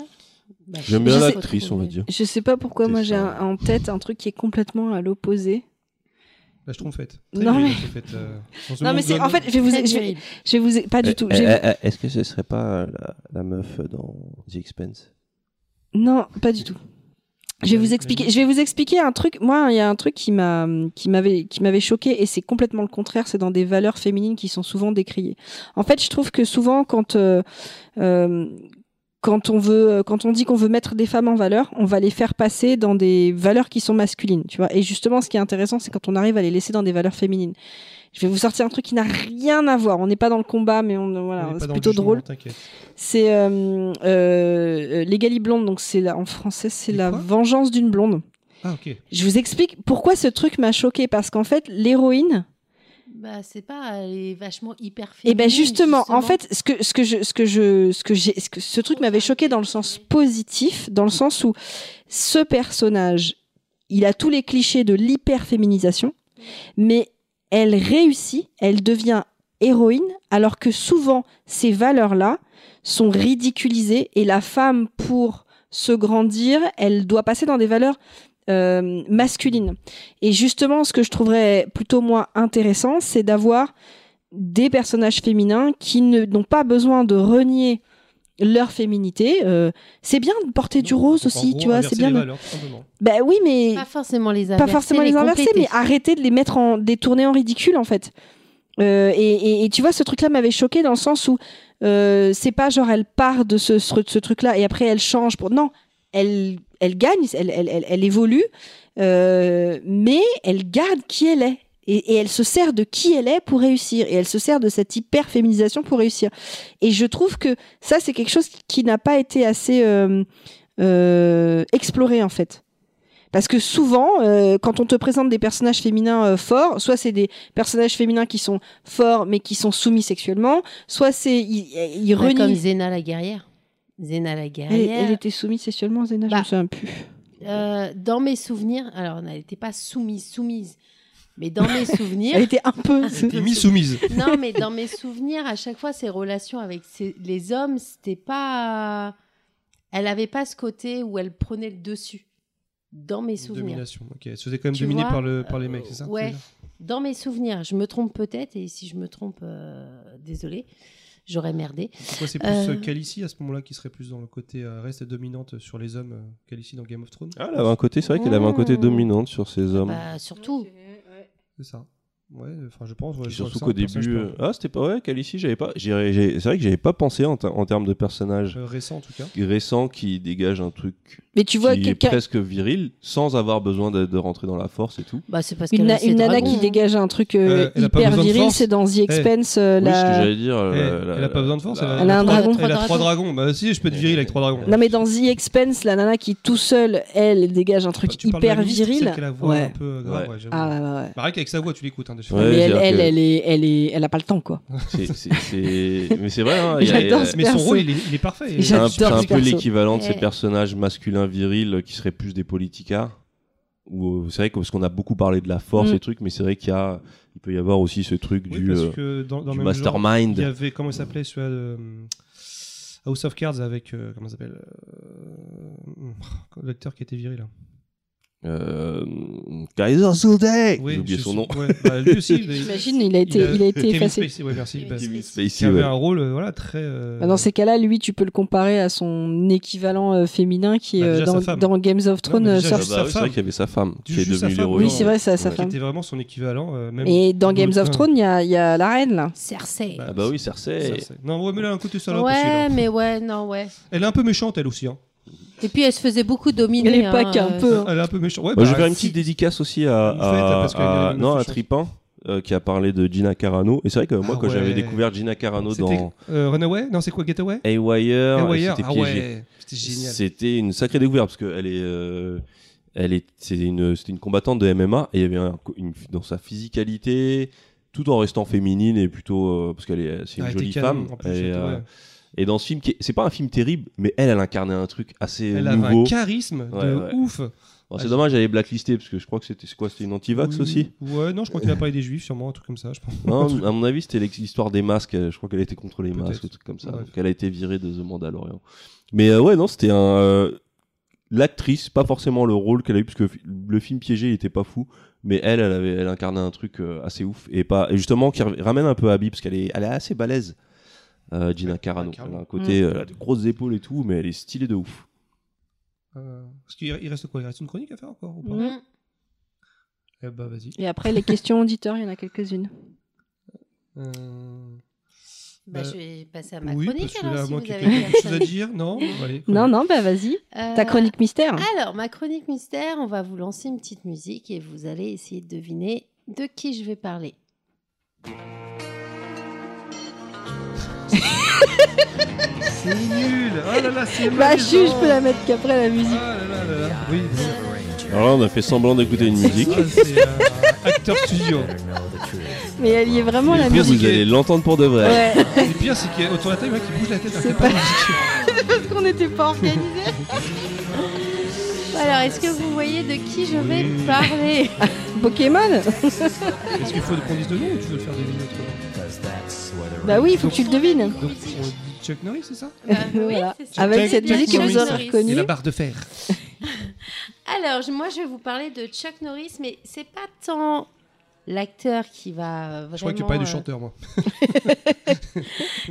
Speaker 2: Bah, je
Speaker 3: J'aime
Speaker 2: sais
Speaker 3: bien
Speaker 2: pas
Speaker 3: l'actrice,
Speaker 2: trop
Speaker 3: on va
Speaker 2: trouver.
Speaker 3: dire.
Speaker 4: Je sais pas pourquoi,
Speaker 3: C'est
Speaker 4: moi, j'ai
Speaker 3: ça.
Speaker 4: un- en tête un truc qui est complètement à l'opposé.
Speaker 1: La trompette.
Speaker 4: Non, mais-
Speaker 1: Non,
Speaker 4: Non, mais c'est, en fait, je vais vous,
Speaker 2: Très
Speaker 4: je vais,
Speaker 2: virile.
Speaker 4: je vais vous, pas du tout.
Speaker 3: Eh,
Speaker 4: j'ai-
Speaker 3: eh, eh, Est-ce que ce serait pas euh, la, la meuf dans The Expense
Speaker 4: Non, pas du tout. Je vais
Speaker 1: Euh,
Speaker 4: vous expliquer. Je vais vous expliquer un truc. Moi, il y a un truc qui m'a, qui m'avait, qui m'avait choqué et c'est complètement le contraire. C'est dans des valeurs féminines qui sont souvent décriées. En fait, je trouve que souvent, quand euh, euh, quand on veut, quand on dit qu'on veut mettre des femmes en valeur, on va les faire passer dans des valeurs qui sont masculines, tu vois. Et justement, ce qui est intéressant, c'est quand on arrive à les laisser dans des valeurs féminines. Je vais vous sortir un truc qui n'a rien à voir. On n'est pas dans le combat, mais on, voilà, c'est plutôt drôle. C'est euh, euh, euh, Les Galies Blondes, donc c'est la- en français, c'est
Speaker 1: Les
Speaker 4: la
Speaker 1: quoi
Speaker 4: vengeance d'une blonde.
Speaker 1: Ah, ok.
Speaker 4: Je vous explique pourquoi ce truc m'a choqué parce qu'en fait, l'héroïne,
Speaker 2: Bah, c'est pas, elle est vachement hyper
Speaker 4: et
Speaker 2: féminine.
Speaker 4: ben justement, en fait, ce que ce que je ce que je ce que j'ai ce que ce truc m'avait choqué dans le sens positif, dans le sens où ce personnage, il a tous les clichés de l'hyper féminisation, mais elle réussit, elle devient héroïne, alors que souvent ces valeurs-là sont ridiculisées et la femme, pour se grandir, elle doit passer dans des valeurs euh, masculines. Et justement, ce que je trouverais plutôt moins intéressant, c'est d'avoir des personnages féminins qui ne- n'ont pas besoin de renier leur féminité. Euh, c'est bien de porter du rose aussi, tu vois, c'est bien. de- Ben oui, mais
Speaker 2: Pas forcément les
Speaker 4: pas
Speaker 2: inverser.
Speaker 4: forcément les inverser,
Speaker 2: compléter.
Speaker 4: mais arrêter de les mettre en des tournées en ridicule en fait. Euh, et, et- et tu vois, ce truc-là m'avait choqué dans le sens où euh, c'est pas genre elle part de ce, ce, ce truc-là et après elle change pour non, elle elle gagne, elle elle, elle, elle évolue, euh, mais elle garde qui elle est. Et, et elle se sert de qui elle est pour réussir. Et elle se sert de cette hyper féminisation pour réussir. Et je trouve que ça, c'est quelque chose qui n'a pas été assez euh, euh, exploré en fait. Parce que souvent, euh, quand on te présente des personnages féminins euh, forts, soit c'est des personnages féminins qui sont forts mais qui sont soumis sexuellement, soit c'est ils, ils
Speaker 2: Pas Bah, Comme
Speaker 4: renient.
Speaker 2: Zéna la guerrière. Zéna la
Speaker 4: Elle,
Speaker 2: guerrière.
Speaker 4: elle était soumise sexuellement, Zéna, je
Speaker 2: Bah.
Speaker 4: me souviens plus.
Speaker 2: Euh, dans mes souvenirs, alors elle n'était pas soumise, soumise, mais dans mes souvenirs,
Speaker 4: Elle était un peu.
Speaker 1: T'es mis soumise.
Speaker 2: non, mais dans mes souvenirs, à chaque fois, ses relations avec ses- les hommes, c'était pas, elle avait pas ce côté où elle prenait le dessus. Dans mes souvenirs.
Speaker 1: Domination. Ok. Elle se faisait quand même
Speaker 2: Tu
Speaker 1: dominer
Speaker 2: vois,
Speaker 1: par, le, par les
Speaker 2: euh,
Speaker 1: mecs, c'est ça
Speaker 2: ouais.
Speaker 1: tu veux dire
Speaker 2: Dans mes souvenirs, je me trompe peut-être, et si je me trompe, euh, désolé, j'aurais merdé.
Speaker 1: C'est quoi, c'est plus
Speaker 2: Euh.
Speaker 1: euh, Khaleesi à ce moment-là qui serait plus dans le côté euh, reste dominante sur les hommes, euh, Khaleesi dans Game of Thrones
Speaker 3: Ah, elle avait un côté, c'est vrai qu'elle avait un côté
Speaker 2: Mmh.
Speaker 3: dominante sur ses
Speaker 1: Mm.
Speaker 4: Ah
Speaker 3: hommes.
Speaker 2: Bah, surtout,
Speaker 1: C'est ça. Ouais, enfin je pense. ouais,
Speaker 3: Et
Speaker 1: je vois
Speaker 3: surtout
Speaker 1: ça,
Speaker 3: qu'au
Speaker 1: un personnage
Speaker 3: début,
Speaker 1: pas-
Speaker 3: euh, ah c'était pas ouais, Calici, j'avais pas, j'ai- j'ai- c'est vrai que j'avais pas pensé en, te- en termes de personnage
Speaker 1: euh, récent en tout cas.
Speaker 3: récent qui dégage un truc
Speaker 4: Mais tu vois
Speaker 3: qui est
Speaker 4: quelqu'un,
Speaker 3: presque viril, sans avoir besoin de, de rentrer dans la force et tout.
Speaker 2: bah, c'est parce
Speaker 4: une,
Speaker 2: qu'elle
Speaker 4: na-
Speaker 2: a ses
Speaker 4: une nana
Speaker 2: dragons,
Speaker 4: qui
Speaker 2: hein.
Speaker 4: dégage un truc euh,
Speaker 1: Euh, elle a pas
Speaker 4: hyper
Speaker 1: besoin de
Speaker 4: viril,
Speaker 1: force.
Speaker 4: c'est dans The Expense. euh,
Speaker 3: Oui, ce que
Speaker 4: la-
Speaker 3: j'allais dire.
Speaker 1: Eh, elle, a pas besoin de force.
Speaker 4: Elle a un
Speaker 2: Trois-
Speaker 4: dragon.
Speaker 2: trois
Speaker 1: Elle a trois
Speaker 2: dragons.
Speaker 1: dragons. Bah si, je peux être viril avec trois dragons. Bah,
Speaker 4: Non mais dans The Expense, la nana qui tout seule, elle dégage un
Speaker 1: Bah,
Speaker 4: truc
Speaker 1: tu parles de la
Speaker 4: hyper
Speaker 1: ministre, celle
Speaker 4: viril.
Speaker 1: qui a la voix un
Speaker 4: Ouais.
Speaker 1: peu euh, grave.
Speaker 3: Ouais.
Speaker 1: ouais, j'avoue.
Speaker 4: Ah ouais, ouais, ouais.
Speaker 1: Bah, rien qu'avec sa voix, tu l'écoutes. hein, déjà.
Speaker 3: Ouais,
Speaker 4: mais elle,
Speaker 3: c'est-à-dire
Speaker 4: elle,
Speaker 3: que-
Speaker 4: elle est, elle est, elle a pas le temps quoi.
Speaker 3: C'est- c'est- c'est- Mais c'est vrai, hein, il y a-
Speaker 4: J'adore
Speaker 3: il y a-
Speaker 4: ce
Speaker 1: Mais son
Speaker 4: Perso.
Speaker 1: rôle, il est, il est parfait.
Speaker 3: c'est un, c'est
Speaker 4: J'adore
Speaker 3: un
Speaker 4: ce
Speaker 3: peu
Speaker 4: perso.
Speaker 3: l'équivalent de ces
Speaker 2: Eh.
Speaker 3: personnages masculins virils qui seraient plus des politicards. Ou euh, c'est vrai que parce qu'on a beaucoup parlé de la force
Speaker 4: Mm.
Speaker 3: et trucs, mais c'est vrai qu'il y a, il peut y avoir aussi ce truc
Speaker 1: Oui,
Speaker 3: du,
Speaker 1: parce
Speaker 3: euh,
Speaker 1: que dans, dans
Speaker 3: du
Speaker 1: le même genre,
Speaker 3: mastermind.
Speaker 1: il y avait comment il s'appelait celui-là de, House of Cards avec euh, comment il s'appelle euh, l'acteur qui était viril là.
Speaker 3: Euh, Kaiser Soze J'ai oublié
Speaker 1: je
Speaker 3: son
Speaker 1: suis-
Speaker 3: nom.
Speaker 1: ouais, bah, lui aussi, il,
Speaker 4: J'imagine, il a été,
Speaker 1: il a-
Speaker 4: il a été
Speaker 1: Kevin
Speaker 4: effacé.
Speaker 1: Spacey, ouais, merci. bah,
Speaker 2: Kevin
Speaker 1: qui
Speaker 3: Spacey,
Speaker 1: avait
Speaker 3: ouais.
Speaker 1: un rôle euh, voilà très. euh,
Speaker 4: Bah, dans ces cas-là, lui, tu peux le comparer à son équivalent euh, féminin qui est
Speaker 1: Bah, déjà,
Speaker 4: euh, dans,
Speaker 1: sa femme.
Speaker 4: dans Games of Thrones.
Speaker 1: mais
Speaker 4: euh,
Speaker 1: déjà, sa
Speaker 3: Ah bah oui,
Speaker 4: Cersei.
Speaker 1: femme.
Speaker 3: c'est vrai qu'il y avait sa femme qui est
Speaker 1: Juste sa
Speaker 3: devenue
Speaker 1: femme,
Speaker 3: l'héroïne.
Speaker 4: oui, c'est vrai, ça, sa
Speaker 3: Ouais.
Speaker 1: qui
Speaker 4: femme.
Speaker 1: était vraiment son équivalent. euh, même
Speaker 4: Et dans
Speaker 1: dans
Speaker 4: Games
Speaker 1: le-
Speaker 4: of Thrones, il y a, il y a la reine là.
Speaker 2: Mm. Cersei.
Speaker 1: Bah,
Speaker 3: Ah bah oui,
Speaker 1: ça,
Speaker 3: Cersei.
Speaker 1: c'est- Non, ouais, mais là, un côté salope aussi.
Speaker 2: ouais,
Speaker 1: là.
Speaker 2: mais ouais, non, ouais.
Speaker 1: Elle est un peu méchante, elle aussi. Hein.
Speaker 2: Et puis elle se faisait beaucoup dominer.
Speaker 4: Elle est pas
Speaker 2: hein,
Speaker 4: qu'un
Speaker 2: euh,
Speaker 4: peu. hein.
Speaker 1: Elle est un peu méchante. Ouais,
Speaker 3: Moi, je vais
Speaker 1: bah,
Speaker 3: faire une
Speaker 1: si.
Speaker 3: petite dédicace aussi à,
Speaker 1: Vous faites, là, parce qu'elle
Speaker 3: à-
Speaker 1: vient
Speaker 3: à-
Speaker 1: de me
Speaker 3: non, à
Speaker 1: faire chanter.
Speaker 3: Tripin euh, qui a parlé de Gina Carano. Et c'est vrai que moi,
Speaker 1: Ah
Speaker 3: quand j'avais
Speaker 1: ouais.
Speaker 3: découvert Gina Carano
Speaker 1: C'était,
Speaker 3: dans
Speaker 1: euh, Runaway Non, c'est quoi Getaway
Speaker 3: Haywire,
Speaker 1: Haywire
Speaker 3: j'étais
Speaker 1: Ah
Speaker 3: piégé.
Speaker 1: ouais, c'était génial.
Speaker 3: C'était une sacrée découverte parce que elle est, euh, elle est, c'est une, c'était une combattante de MMA et il y avait un- une, dans sa physicalité, tout en restant féminine et plutôt euh, parce qu'elle est, c'est une
Speaker 1: Ah, elle était
Speaker 3: jolie
Speaker 1: canon,
Speaker 3: femme.
Speaker 1: en plus,
Speaker 3: et,
Speaker 1: c'était-
Speaker 3: euh,
Speaker 1: ouais.
Speaker 3: et dans ce film, qui est- c'est pas un film terrible, mais elle, elle incarnait un truc assez
Speaker 1: Elle avait
Speaker 3: nouveau.
Speaker 1: un charisme de
Speaker 3: Ouais, ouais.
Speaker 1: ouf.
Speaker 3: Bon, c'est dommage, j'avais blacklisté parce que je crois que c'était, c'est quoi, c'était une anti-vax
Speaker 1: Oui.
Speaker 3: aussi.
Speaker 1: Ouais, non, je crois qu'il a parlé des juifs, sûrement, un truc comme ça, je pense.
Speaker 3: Non, à mon avis, c'était l'ex- l'histoire des masques. euh, Je crois qu'elle était contre les
Speaker 1: Peut-être.
Speaker 3: masques, ou truc comme ça.
Speaker 1: Bref.
Speaker 3: Donc elle a été virée de The Mandalorian. Mais euh, ouais, non, c'était un. euh, L'actrice, pas forcément le rôle qu'elle a eu, parce que fi- le film piégé il était pas fou, mais elle, elle, avait, elle incarnait un truc euh, assez ouf, et pas et justement qui ra- ramène un peu Abby, parce qu'elle est, elle est assez balèze, euh, Gina Carano.
Speaker 1: Carano.
Speaker 3: Elle a un côté,
Speaker 4: Mm.
Speaker 3: euh, elle a de grosses épaules et tout, mais elle est stylée de ouf.
Speaker 1: Euh, parce qu'il il reste quoi Il reste une chronique à faire encore ou pas
Speaker 4: Mm.
Speaker 1: Eh bah, vas-y.
Speaker 4: Et après, les questions auditeurs, il y en a quelques-unes.
Speaker 1: Euh,
Speaker 2: Bah,
Speaker 1: Euh,
Speaker 2: je vais passer à ma
Speaker 1: oui,
Speaker 2: chronique
Speaker 1: parce que
Speaker 2: alors,
Speaker 1: là,
Speaker 2: si
Speaker 1: moi
Speaker 2: vous
Speaker 1: qui ai
Speaker 2: avez
Speaker 1: quelque chose à
Speaker 2: personne.
Speaker 1: dire, non Allez,
Speaker 4: Non, non, bah vas-y. Ta
Speaker 2: Euh,
Speaker 4: chronique mystère.
Speaker 2: Alors, ma chronique mystère, on va vous lancer une petite musique et vous allez essayer de deviner de qui je vais parler.
Speaker 1: C'est nul Ah là là, c'est
Speaker 4: Bah, je,
Speaker 1: malaisant.
Speaker 4: je peux la mettre qu'après la musique.
Speaker 1: Ah là là là là. Oui, oui.
Speaker 3: Alors là, on a fait semblant d'écouter une musique,
Speaker 1: Ah, c'est euh, Acteur Studio.
Speaker 4: Mais elle y est vraiment
Speaker 3: et
Speaker 4: la
Speaker 3: puis
Speaker 4: musique.
Speaker 1: musique
Speaker 3: vous
Speaker 1: est-
Speaker 3: allez l'entendre pour de vrai.
Speaker 4: Ouais,
Speaker 1: Le pire, c'est qu'il y a autour de la table, il y en a qui bouge la tête. alors qu'il y a
Speaker 4: C'est
Speaker 1: pas de
Speaker 4: parce qu'on n'était pas organisés.
Speaker 2: Alors, est-ce que vous voyez de qui je vais
Speaker 1: Oui.
Speaker 2: parler
Speaker 4: Pokémon
Speaker 1: Est-ce qu'il faut qu'on dise de nom ou tu veux le faire deviner autrement
Speaker 4: Bah oui, il faut que tu le devines.
Speaker 1: Donc, on dit Chuck Norris, c'est ça
Speaker 2: Bah, oui,
Speaker 4: Voilà.
Speaker 2: c'est ça.
Speaker 4: Avec
Speaker 1: Jack-
Speaker 4: cette
Speaker 1: Jack
Speaker 4: musique que vous
Speaker 1: Norris.
Speaker 4: aurez
Speaker 1: Et
Speaker 4: reconnue.
Speaker 1: la barre de fer.
Speaker 2: Alors, je- moi, je vais vous parler de Chuck Norris, mais c'est pas tant l'acteur qui va euh, vraiment.
Speaker 1: Je crois que tu parlais
Speaker 2: euh,
Speaker 1: du chanteur, moi.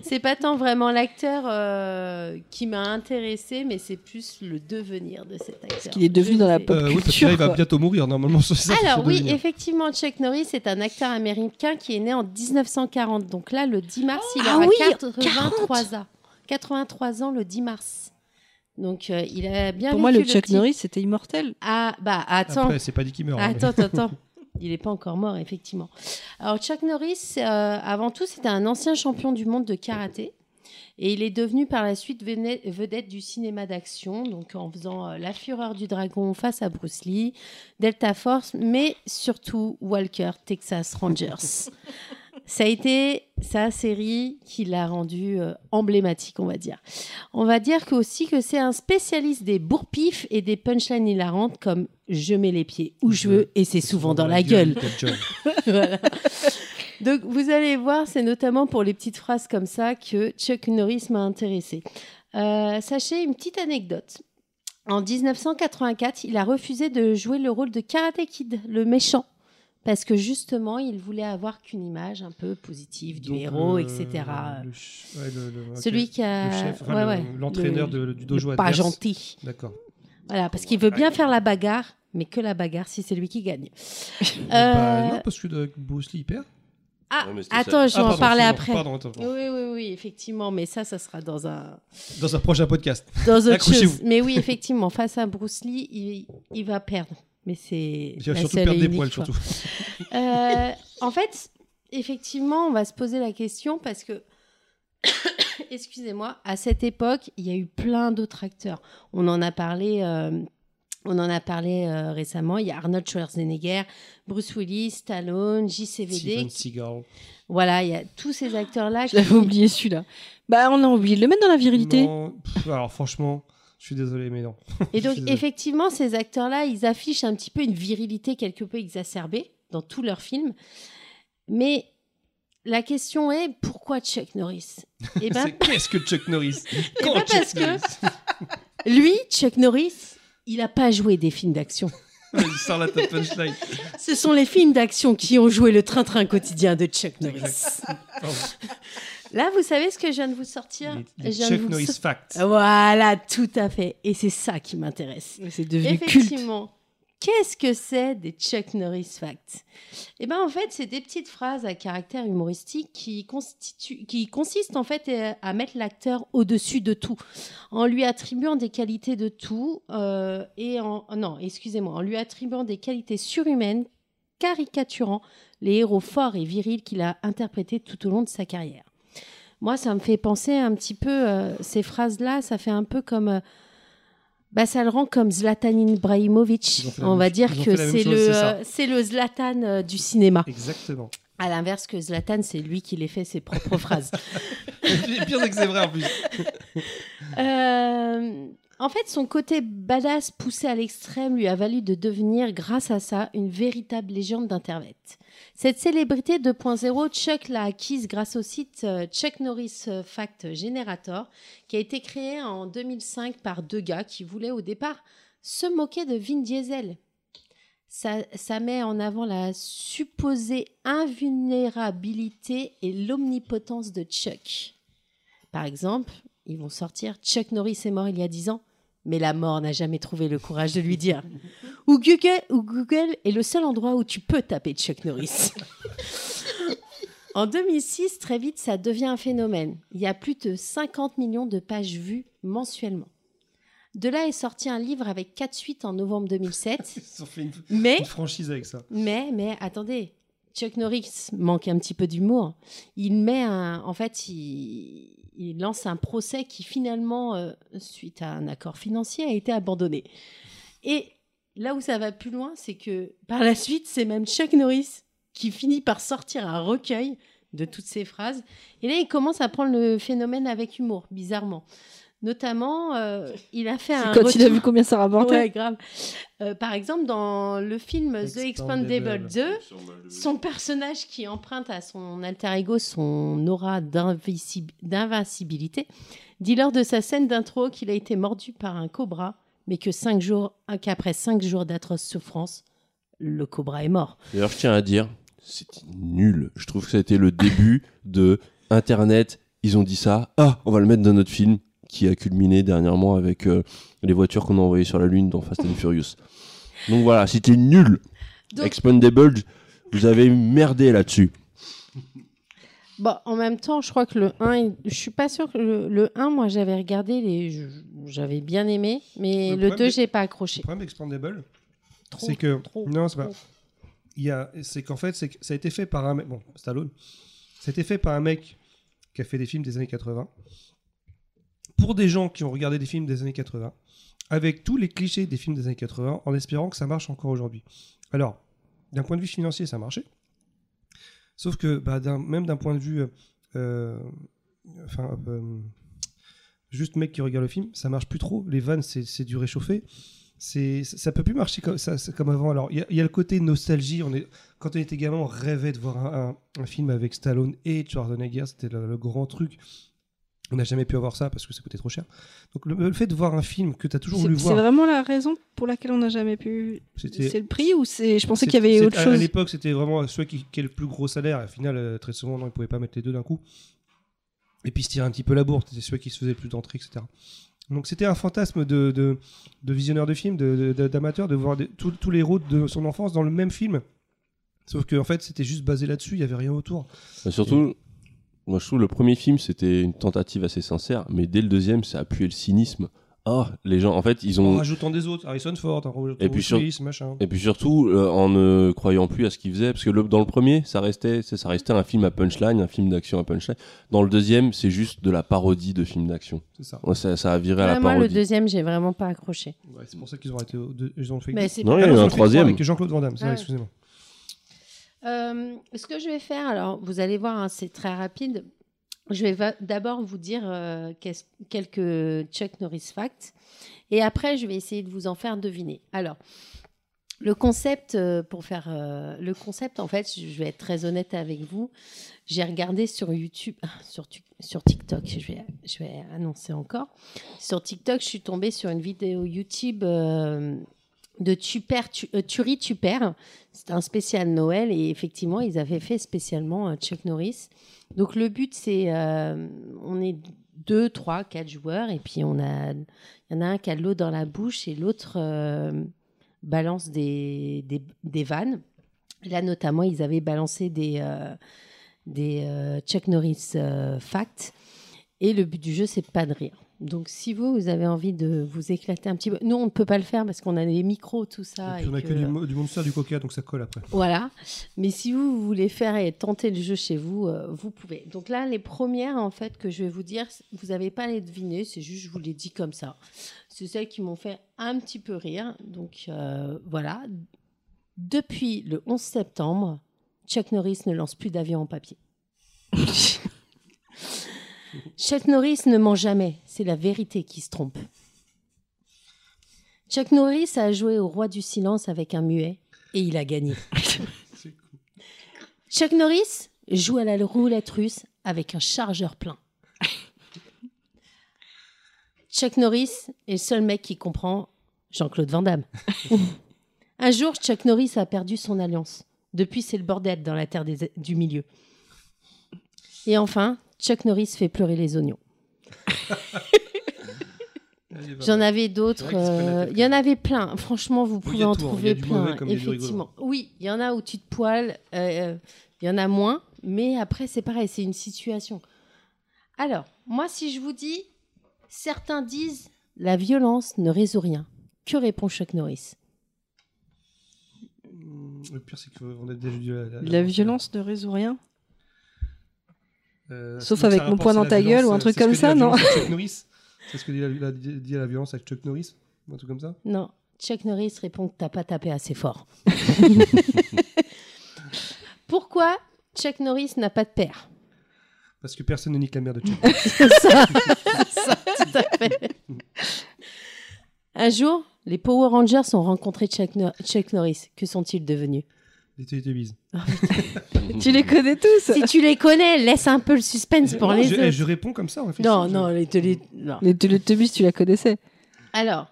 Speaker 2: C'est pas tant vraiment l'acteur euh, qui m'a intéressé, mais c'est plus le devenir de cet acteur.
Speaker 4: qu'il est devenu
Speaker 2: Je
Speaker 4: dans la
Speaker 2: sais.
Speaker 4: pop
Speaker 1: Euh, oui, parce que
Speaker 4: culture,
Speaker 1: là, il va
Speaker 4: quoi.
Speaker 1: bientôt mourir, normalement. c'est ça qu'il
Speaker 2: Alors
Speaker 1: faut
Speaker 2: oui,
Speaker 1: devenir.
Speaker 2: effectivement, Chuck Norris est un acteur américain qui est né en 1940. Donc là, le 10 mars, il
Speaker 4: Ah
Speaker 2: aura
Speaker 4: oui,
Speaker 2: 83 ans. 83 ans le 10 mars. Donc euh, il a bien
Speaker 4: Pour moi, le
Speaker 2: vécu
Speaker 4: Chuck
Speaker 2: petit-
Speaker 4: Norris, c'était immortel.
Speaker 2: Ah bah attends,
Speaker 1: Après, c'est pas dit qu'il meurt. hein, mais-
Speaker 2: Attends, attends, attends. Il n'est pas encore mort, effectivement. Alors, Chuck Norris, euh, avant tout, c'était un ancien champion du monde de karaté. Et il est devenu par la suite véné- vedette du cinéma d'action, donc en faisant euh, La Fureur du Dragon face à Bruce Lee, Delta Force, mais surtout Walker, Texas Rangers. Ça a été sa série qui l'a rendu euh, emblématique, on va dire. On va dire que aussi que c'est un spécialiste des bourpifs et des punchlines hilarantes comme je mets les pieds où je veux et c'est souvent dans la gueule.
Speaker 1: Tom John.
Speaker 2: Voilà. Donc vous allez voir, c'est notamment pour les petites phrases comme ça que Chuck Norris m'a intéressé. sachez une petite anecdote. En 1984, il a refusé de jouer le rôle de Karate Kid, le méchant, parce que justement, il voulait avoir qu'une image un peu positive du
Speaker 1: Donc,
Speaker 2: héros,
Speaker 1: euh,
Speaker 2: etc.
Speaker 1: le ch- ouais, le- le-
Speaker 2: Celui
Speaker 1: ok.
Speaker 2: qui a
Speaker 1: Le chef, enfin,
Speaker 2: ouais,
Speaker 1: le-
Speaker 2: ouais.
Speaker 1: l'entraîneur
Speaker 2: Le-
Speaker 1: de- du dojo
Speaker 2: le pas
Speaker 1: adverse.
Speaker 2: gentil. Euh,
Speaker 1: D'accord.
Speaker 2: Voilà, parce qu'il veut bien faire la bagarre, mais que la bagarre si c'est lui qui gagne. Euh,
Speaker 1: Bah, non, parce que de- Bruce Lee, il perd.
Speaker 2: ah,
Speaker 3: Non, mais c'était ça.
Speaker 2: attends, je vais
Speaker 1: Ah,
Speaker 2: en
Speaker 1: pardon,
Speaker 2: parler
Speaker 1: excuse-moi,
Speaker 2: après.
Speaker 1: Pardon, attends, pardon.
Speaker 2: Oui, oui, oui, effectivement, mais ça, ça sera dans un
Speaker 1: Dans un prochain podcast.
Speaker 2: dans autre chose.
Speaker 1: Accrochez-vous.
Speaker 2: Mais oui, effectivement, face à Bruce Lee, il, il va perdre. Mais c'est
Speaker 1: Il va
Speaker 2: la
Speaker 1: surtout
Speaker 2: seule et
Speaker 1: perdre des
Speaker 2: unique
Speaker 1: poils,
Speaker 2: fois.
Speaker 1: surtout.
Speaker 2: Euh, en fait, effectivement, on va se poser la question parce que, excusez-moi, à cette époque, il y a eu plein d'autres acteurs. On en a parlé. euh, on en a parlé euh, récemment, il y a Arnold Schwarzenegger, Bruce Willis, Stallone, JCVD.
Speaker 1: Steven Seagal.
Speaker 2: Voilà, il y a tous ces acteurs-là. qui-
Speaker 4: J'avais oublié celui-là. Bah, on a oublié de le mettre dans la virilité.
Speaker 1: Non, pff, alors franchement, je suis désolé, mais
Speaker 2: Et
Speaker 1: non.
Speaker 2: donc,
Speaker 1: Je suis désolé.
Speaker 2: effectivement, ces acteurs-là, ils affichent un petit peu une virilité quelque peu exacerbée dans tous leurs films. Mais la question est pourquoi Chuck Norris Eh ben,
Speaker 1: C'est qu'est-ce que Chuck Norris
Speaker 2: eh
Speaker 1: Quand
Speaker 2: ben
Speaker 1: Chuck
Speaker 2: parce que
Speaker 1: Norris
Speaker 2: lui, Chuck Norris, il n'a pas joué des films d'action.
Speaker 1: Il sort la top punchline.
Speaker 2: Ce sont les films d'action qui ont joué le train-train quotidien de Chuck Norris.
Speaker 1: Pardon.
Speaker 2: Là, vous savez ce que je viens de vous sortir
Speaker 1: Les- les
Speaker 2: Je viens de
Speaker 1: Chuck
Speaker 2: vous
Speaker 1: Norris
Speaker 2: sor-
Speaker 1: Facts.
Speaker 2: Voilà, tout à fait. Et c'est ça qui m'intéresse.
Speaker 4: Mais C'est devenu culte.
Speaker 2: Effectivement. Qu'est-ce que c'est des Chuck Norris Facts Eh ben en fait, c'est des petites phrases à caractère humoristique qui, constituent, qui consistent en fait euh, à mettre l'acteur au-dessus de tout, en lui attribuant des qualités de tout euh, et en non, excusez-moi, en lui attribuant des qualités surhumaines, caricaturant les héros forts et virils qu'il a interprétés tout au long de sa carrière. Moi, ça me fait penser un petit peu euh, ces phrases-là, ça fait un peu comme euh, bah, ça le rend comme Zlatan Ibrahimovic.
Speaker 1: Ils ont fait la
Speaker 2: On
Speaker 1: même
Speaker 2: va
Speaker 1: chose-
Speaker 2: dire
Speaker 1: ils ont
Speaker 2: que
Speaker 1: fait la même
Speaker 2: c'est
Speaker 1: chose,
Speaker 2: le,
Speaker 1: c'est ça.
Speaker 2: euh, c'est le Zlatan euh, du cinéma.
Speaker 1: Exactement.
Speaker 2: À l'inverse que Zlatan, c'est lui qui les fait ses propres phrases.
Speaker 1: Et pire, c'est que c'est vrai en plus.
Speaker 2: Euh, en fait, son côté badass poussé à l'extrême lui a valu de devenir, grâce à ça, une véritable légende d'Internet. Cette célébrité 2.0, Chuck l'a acquise grâce au site euh, Chuck Norris euh, Fact Generator, qui a été créé en 2005 par deux gars qui voulaient au départ se moquer de Vin Diesel. Ça, ça met en avant la supposée invulnérabilité et l'omnipotence de Chuck. Par exemple, ils vont sortir Chuck Norris est mort il y a 10 ans, mais la mort n'a jamais trouvé le courage de lui dire. Ou Google, ou Google est le seul endroit où tu peux taper Chuck Norris. en 2006, très vite, ça devient un phénomène. Il y a plus de 50 millions de pages vues mensuellement. De là est sorti un livre avec 4 suites en novembre 2007,
Speaker 1: Ils ont fait une,
Speaker 2: mais
Speaker 1: une franchise avec ça.
Speaker 2: mais, mais attendez, Chuck Norris manque un petit peu d'humour. Il met un. En fait, il, il lance un procès qui finalement, euh, suite à un accord financier, a été abandonné. Et là où ça va plus loin, c'est que par la suite, c'est même Chuck Norris qui finit par sortir un recueil de toutes ces phrases. Et là, il commence à prendre le phénomène avec humour, bizarrement. Notamment, euh, il a fait un.
Speaker 4: Quand il a
Speaker 2: retour-
Speaker 4: vu combien ça rapportait.
Speaker 2: Ouais, grave. Euh, par exemple, dans le film The Expandable
Speaker 1: Expandable.
Speaker 2: 2, son personnage qui emprunte à son alter ego son aura d'invicib- d'invincibilité dit lors de sa scène d'intro qu'il a été mordu par un cobra, mais que cinq jours, qu'après cinq jours d'atroces souffrances, le cobra est mort.
Speaker 3: D'ailleurs, je tiens à dire, c'était nul. Je trouve que ça a été le début de Internet. Ils ont dit ça. Ah, on va le mettre dans notre film qui a culminé dernièrement avec euh, les voitures qu'on a envoyées sur la Lune dans Fast and Furious. Donc voilà, c'était nul.
Speaker 2: Donc-
Speaker 3: Expendables, vous avez merdé là-dessus.
Speaker 2: Bon, en même temps, je crois que le 1, il- je suis pas sûre que le, le 1, moi j'avais regardé, les, je- j'avais bien aimé, mais
Speaker 1: Le
Speaker 2: le,
Speaker 1: problème
Speaker 2: 2,
Speaker 1: des-
Speaker 2: j'ai pas
Speaker 1: Le
Speaker 2: accroché.
Speaker 1: problème d'Expandable,
Speaker 2: Trop,
Speaker 1: c'est que.
Speaker 2: trop,
Speaker 1: non, c'est pas.
Speaker 2: trop.
Speaker 1: Il y a- C'est qu'en fait, c'est que ça a été fait par un mec. Bon, Stallone. Ça a été fait par un mec qui a fait des films des années 80. Pour des gens qui ont regardé des films des années 80. Avec tous les clichés des films des années 80, en espérant que ça marche encore aujourd'hui. Alors, d'un point de vue financier, ça marchait. Sauf que, bah, d'un- même d'un point de vue. euh, euh, enfin. euh, juste mec qui regarde le film, ça marche plus trop. Les vannes, c'est c'est du réchauffé. C'est ça peut plus marcher comme ça, ça- comme avant. Alors il y, a- il y a le côté nostalgie. On est quand on était gamin, on rêvait de voir un, un- un film avec Stallone et Schwarzenegger. C'était le, le grand truc. On n'a jamais pu avoir ça parce que ça coûtait trop cher. Donc le, le fait de voir un film que tu as toujours voulu
Speaker 4: C'est c'est
Speaker 1: voir,
Speaker 4: vraiment la raison pour laquelle on n'a jamais pu.
Speaker 1: c'était
Speaker 4: C'est le prix ou c'est Je pensais
Speaker 1: c'est-
Speaker 4: qu'il y avait
Speaker 1: c'est-
Speaker 4: autre
Speaker 1: à- À
Speaker 4: chose.
Speaker 1: l'époque, c'était vraiment ceux qui, qui avaient le plus gros salaire. Et au final, euh, très souvent, non, ils pouvaient pas mettre les deux d'un coup. Et puis, se tirer un petit peu la bourre. C'était ceux qui se faisaient le plus d'entrées, etc. Donc, c'était un fantasme de, de, de visionneur de films, de- de- d'amateur, de, voir des- tous- tous les héros de son enfance dans le même film. Sauf qu'en en fait, c'était juste basé là-dessus. Il y avait rien autour.
Speaker 3: Et Euh, surtout, moi je trouve le premier film c'était une tentative assez sincère, mais dès le deuxième ça appuyait le cynisme. Ah, les gens, en fait, ils
Speaker 1: En
Speaker 3: ont.
Speaker 1: rajoutant des autres. Harrison Ford, en
Speaker 3: Et puis sur-
Speaker 1: machin.
Speaker 3: Et puis surtout, euh, en ne croyant plus à ce qu'ils faisaient, parce que le- dans le premier, ça restait, c'est- ça restait un film à punchline, un film d'action à punchline. Dans le deuxième, c'est juste de la parodie de film d'action.
Speaker 1: C'est ça.
Speaker 3: Ouais, Ça, ça a viré à
Speaker 2: Ouais,
Speaker 3: la
Speaker 2: moi, le
Speaker 3: parodie.
Speaker 2: deuxième, j'ai vraiment pas accroché.
Speaker 1: Ouais, c'est pour ça qu'ils ont arrêté. au- deux- Ils ont fait.
Speaker 2: Mais c'est
Speaker 3: Non,
Speaker 1: Ah
Speaker 3: il y
Speaker 1: non, ils
Speaker 3: en a
Speaker 1: ont
Speaker 3: eu
Speaker 1: fait
Speaker 3: un
Speaker 1: le trois
Speaker 3: troisième.
Speaker 1: Avec Jean-Claude Van Damme. c'est vrai,
Speaker 2: Ouais.
Speaker 1: excusez-moi.
Speaker 2: Euh, ce que je vais faire, alors vous allez voir, hein, c'est très rapide. Je vais va- d'abord vous dire euh, qu'est-ce- quelques Chuck Norris facts et après je vais essayer de vous en faire deviner. Alors, le concept, euh, pour faire euh, le concept, en fait, je vais être très honnête avec vous. J'ai regardé sur YouTube, ah, sur, tu- sur TikTok, je vais, je vais annoncer encore. Sur TikTok, je suis tombée sur une vidéo YouTube euh, de Tuper, Tu- euh, Turi Tuper. C'était un spécial Noël et effectivement, ils avaient fait spécialement euh, Chuck Norris. Donc le but, c'est euh, on est deux, trois, quatre joueurs et puis on a, il y en a un qui a de l'eau dans la bouche et l'autre euh, balance des, des, des vannes. Là, notamment, ils avaient balancé des, euh, des euh, Chuck Norris euh, facts. Et le but du jeu, c'est pas de rire. Donc, si vous, vous avez envie de vous éclater un petit peu, nous, on ne peut pas le faire parce qu'on a des micros, tout
Speaker 4: Ah,
Speaker 2: ça.
Speaker 1: Et puis, on
Speaker 2: et
Speaker 1: a
Speaker 2: que-
Speaker 1: que du, mo- du Monster, du Coca, donc ça colle après.
Speaker 2: voilà. Mais si vous voulez faire et tenter le jeu chez vous, euh, vous pouvez. Donc là, les premières, en fait, que je vais vous dire, vous n'avez pas à les deviner, c'est juste, je vous les dis comme ça. C'est celles qui m'ont fait un petit peu rire. Donc euh, voilà. Depuis le 11 septembre, Chuck Norris ne lance plus d'avion en papier. Chuck Norris ne ment jamais. C'est la vérité qui se trompe. Chuck Norris a joué au roi du silence avec un muet et il a gagné. Chuck Norris joue à la roulette russe avec un chargeur plein. Chuck Norris est le seul mec qui comprend Jean-Claude Van Damme. un jour, Chuck Norris a perdu son alliance. Depuis, c'est le bordel dans la terre des- du milieu. Et enfin, Chuck Norris fait pleurer les oignons. J'en avais d'autres.
Speaker 1: C'est vrai que c'est pas la
Speaker 2: euh,
Speaker 1: tête,
Speaker 2: Il y en
Speaker 1: quand même.
Speaker 2: avait plein. Franchement, vous
Speaker 1: il
Speaker 2: pouvez
Speaker 1: y a
Speaker 2: en
Speaker 1: tout, hein. Il
Speaker 2: trouver
Speaker 1: y a du
Speaker 2: plein.
Speaker 1: mauvais comme il y a du rigolo.
Speaker 2: effectivement. Oui, il y en a où tu te poiles. euh, Il y en a moins. Mais après, c'est pareil. C'est une situation. Alors, moi, si je vous dis, certains disent la violence ne résout rien. Que répond Chuck Norris
Speaker 1: Hum, Le pire, c'est qu'on a déjà vu la, la-
Speaker 4: La violence ne résout rien.
Speaker 1: Euh,
Speaker 4: Sauf
Speaker 1: donc,
Speaker 4: avec
Speaker 1: ça
Speaker 4: mon
Speaker 1: rapporte,
Speaker 4: poing
Speaker 1: c'est
Speaker 4: dans
Speaker 1: la
Speaker 4: ta
Speaker 1: violence,
Speaker 4: gueule ou un
Speaker 1: euh,
Speaker 4: truc
Speaker 1: c'est ce
Speaker 4: comme
Speaker 1: que dit la
Speaker 4: ça, non
Speaker 1: violence à Chuck Norris. C'est ce que dit la, la- dit la violence avec Chuck Norris, un truc comme ça.
Speaker 2: Non, Chuck Norris répond que t'as pas tapé assez fort. Pourquoi Chuck Norris n'a pas de père
Speaker 1: Parce que personne ne nique la mère de Chuck.
Speaker 2: ça, ça, tout à fait. Un jour, les Power Rangers ont rencontré Chuck, Nor- Chuck Norris. Que sont-ils devenus
Speaker 1: Les Teletubbies.
Speaker 4: Tu les connais tous
Speaker 2: Si tu les connais, laisse un peu le suspense pour
Speaker 1: Non,
Speaker 2: les
Speaker 1: je,
Speaker 2: autres.
Speaker 1: eh, je réponds comme ça en réflexion.
Speaker 2: Non, non, les télé... non.
Speaker 4: Les Teletubbies, tu la connaissais.
Speaker 2: Alors,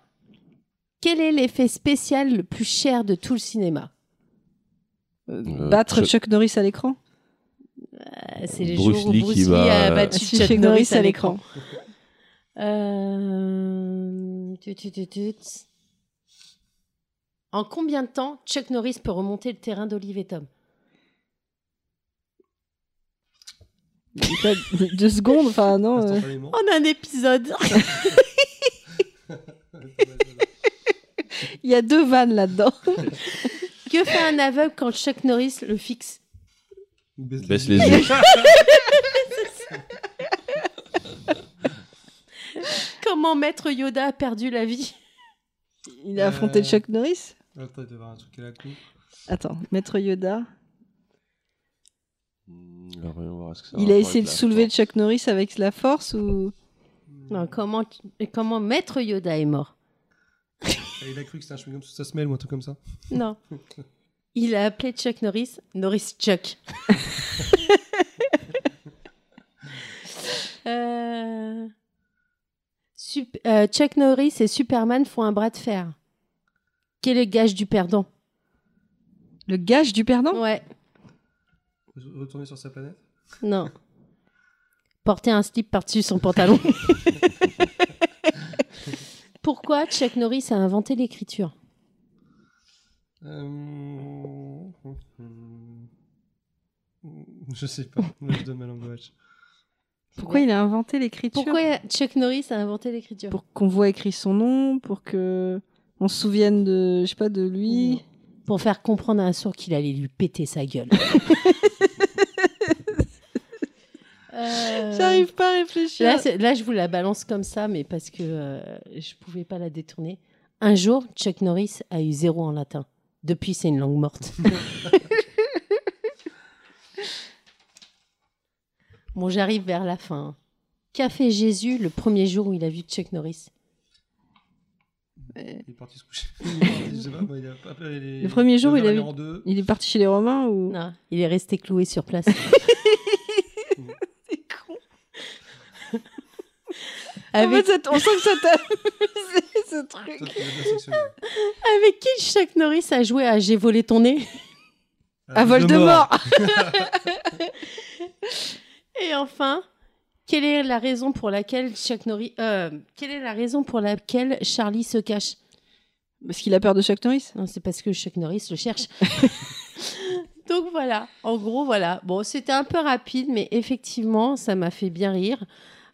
Speaker 2: quel est l'effet spécial le plus cher de tout le cinéma
Speaker 3: Euh,
Speaker 4: Battre
Speaker 3: Chuck-
Speaker 4: Chuck Norris à l'écran
Speaker 2: Euh, C'est les
Speaker 3: Bruce
Speaker 2: jours où
Speaker 3: Lee
Speaker 2: Bruce
Speaker 3: qui
Speaker 2: Lee
Speaker 3: va- euh,
Speaker 2: a battu
Speaker 4: Si
Speaker 2: Chuck, Norris à l'écran.
Speaker 4: l'écran.
Speaker 2: Euh, tut, tut, tut, tut. En combien de temps Chuck Norris peut remonter le terrain d'Olive et Tom
Speaker 4: T'as Deux secondes, enfin non. euh,
Speaker 1: Instantanément.
Speaker 2: En un épisode
Speaker 4: oh. Il y a deux vannes là-dedans.
Speaker 2: Que fait un aveugle quand Chuck Norris le fixe
Speaker 3: Baisse les yeux.
Speaker 2: Comment Maître Yoda a perdu la vie
Speaker 4: Il a affronté
Speaker 1: Euh.
Speaker 4: Chuck Norris
Speaker 1: Attends, il doit y avoir un truc à la con.
Speaker 4: Attends, Maître Yoda.
Speaker 3: Il a rien à voir avec ça,
Speaker 4: Il a
Speaker 3: rapport
Speaker 4: essayé de
Speaker 3: avec la
Speaker 4: soulever
Speaker 3: force.
Speaker 4: Chuck Norris avec la force ou
Speaker 2: Non, comment, comment Maître Yoda est mort
Speaker 1: Et Ah, Il a cru que c'était un chewing-gum sous sa semelle ou un truc comme ça.
Speaker 2: Non. Il a appelé Chuck Norris Norris Chuck. Euh, Sup- euh, Chuck Norris et Superman font un bras de fer. Quel est le gage du perdant
Speaker 4: le gage du perdant
Speaker 2: Ouais,
Speaker 1: Retourner sur sa planète.
Speaker 2: non. Porter un slip par-dessus son pantalon. Pourquoi Chuck Norris a inventé l'écriture
Speaker 1: Euh, Je sais pas. Là, je donne ma langue de vache.
Speaker 4: Pourquoi il a inventé l'écriture
Speaker 2: Pourquoi Chuck Norris a inventé l'écriture
Speaker 4: Pour qu'on voit écrit son nom, pour que on se souvienne de, je sais pas, de lui.
Speaker 2: pour faire comprendre à un sourd qu'il allait lui péter sa gueule. Euh,
Speaker 4: J'arrive pas à réfléchir.
Speaker 2: là, c'est- là, je vous la balance comme ça, mais parce que euh, je pouvais pas la détourner. Un jour, Chuck Norris a eu zéro en latin. Depuis, c'est une langue morte. bon, j'arrive vers la fin. Qu'a fait Jésus le premier jour où il a vu Chuck Norris
Speaker 1: Il est parti se coucher. Il est parti, je sais pas, moi, il a pas appelé les-
Speaker 4: Le premier jour,
Speaker 1: les
Speaker 4: il a
Speaker 1: verres
Speaker 4: vu-
Speaker 1: en deux.
Speaker 4: Il est parti chez les Romains ou
Speaker 2: Non, il est resté cloué sur place.
Speaker 4: C'est con. En
Speaker 2: Avec
Speaker 4: fait, ça t- on sent que ça t'a amusé, ce
Speaker 1: Ça,
Speaker 4: truc.
Speaker 1: c'est la section.
Speaker 2: Avec qui Chuck Norris a joué à J'ai volé ton nez
Speaker 4: À Voldemort.
Speaker 2: Et enfin, quelle est la raison pour laquelle Chuck Norris euh, quelle est la raison pour laquelle Charlie se cache
Speaker 4: Parce qu'il a peur de Chuck Norris.
Speaker 2: Non, c'est parce que Chuck Norris le cherche. Donc voilà, en gros voilà. Bon, c'était un peu rapide, mais effectivement, ça m'a fait bien rire.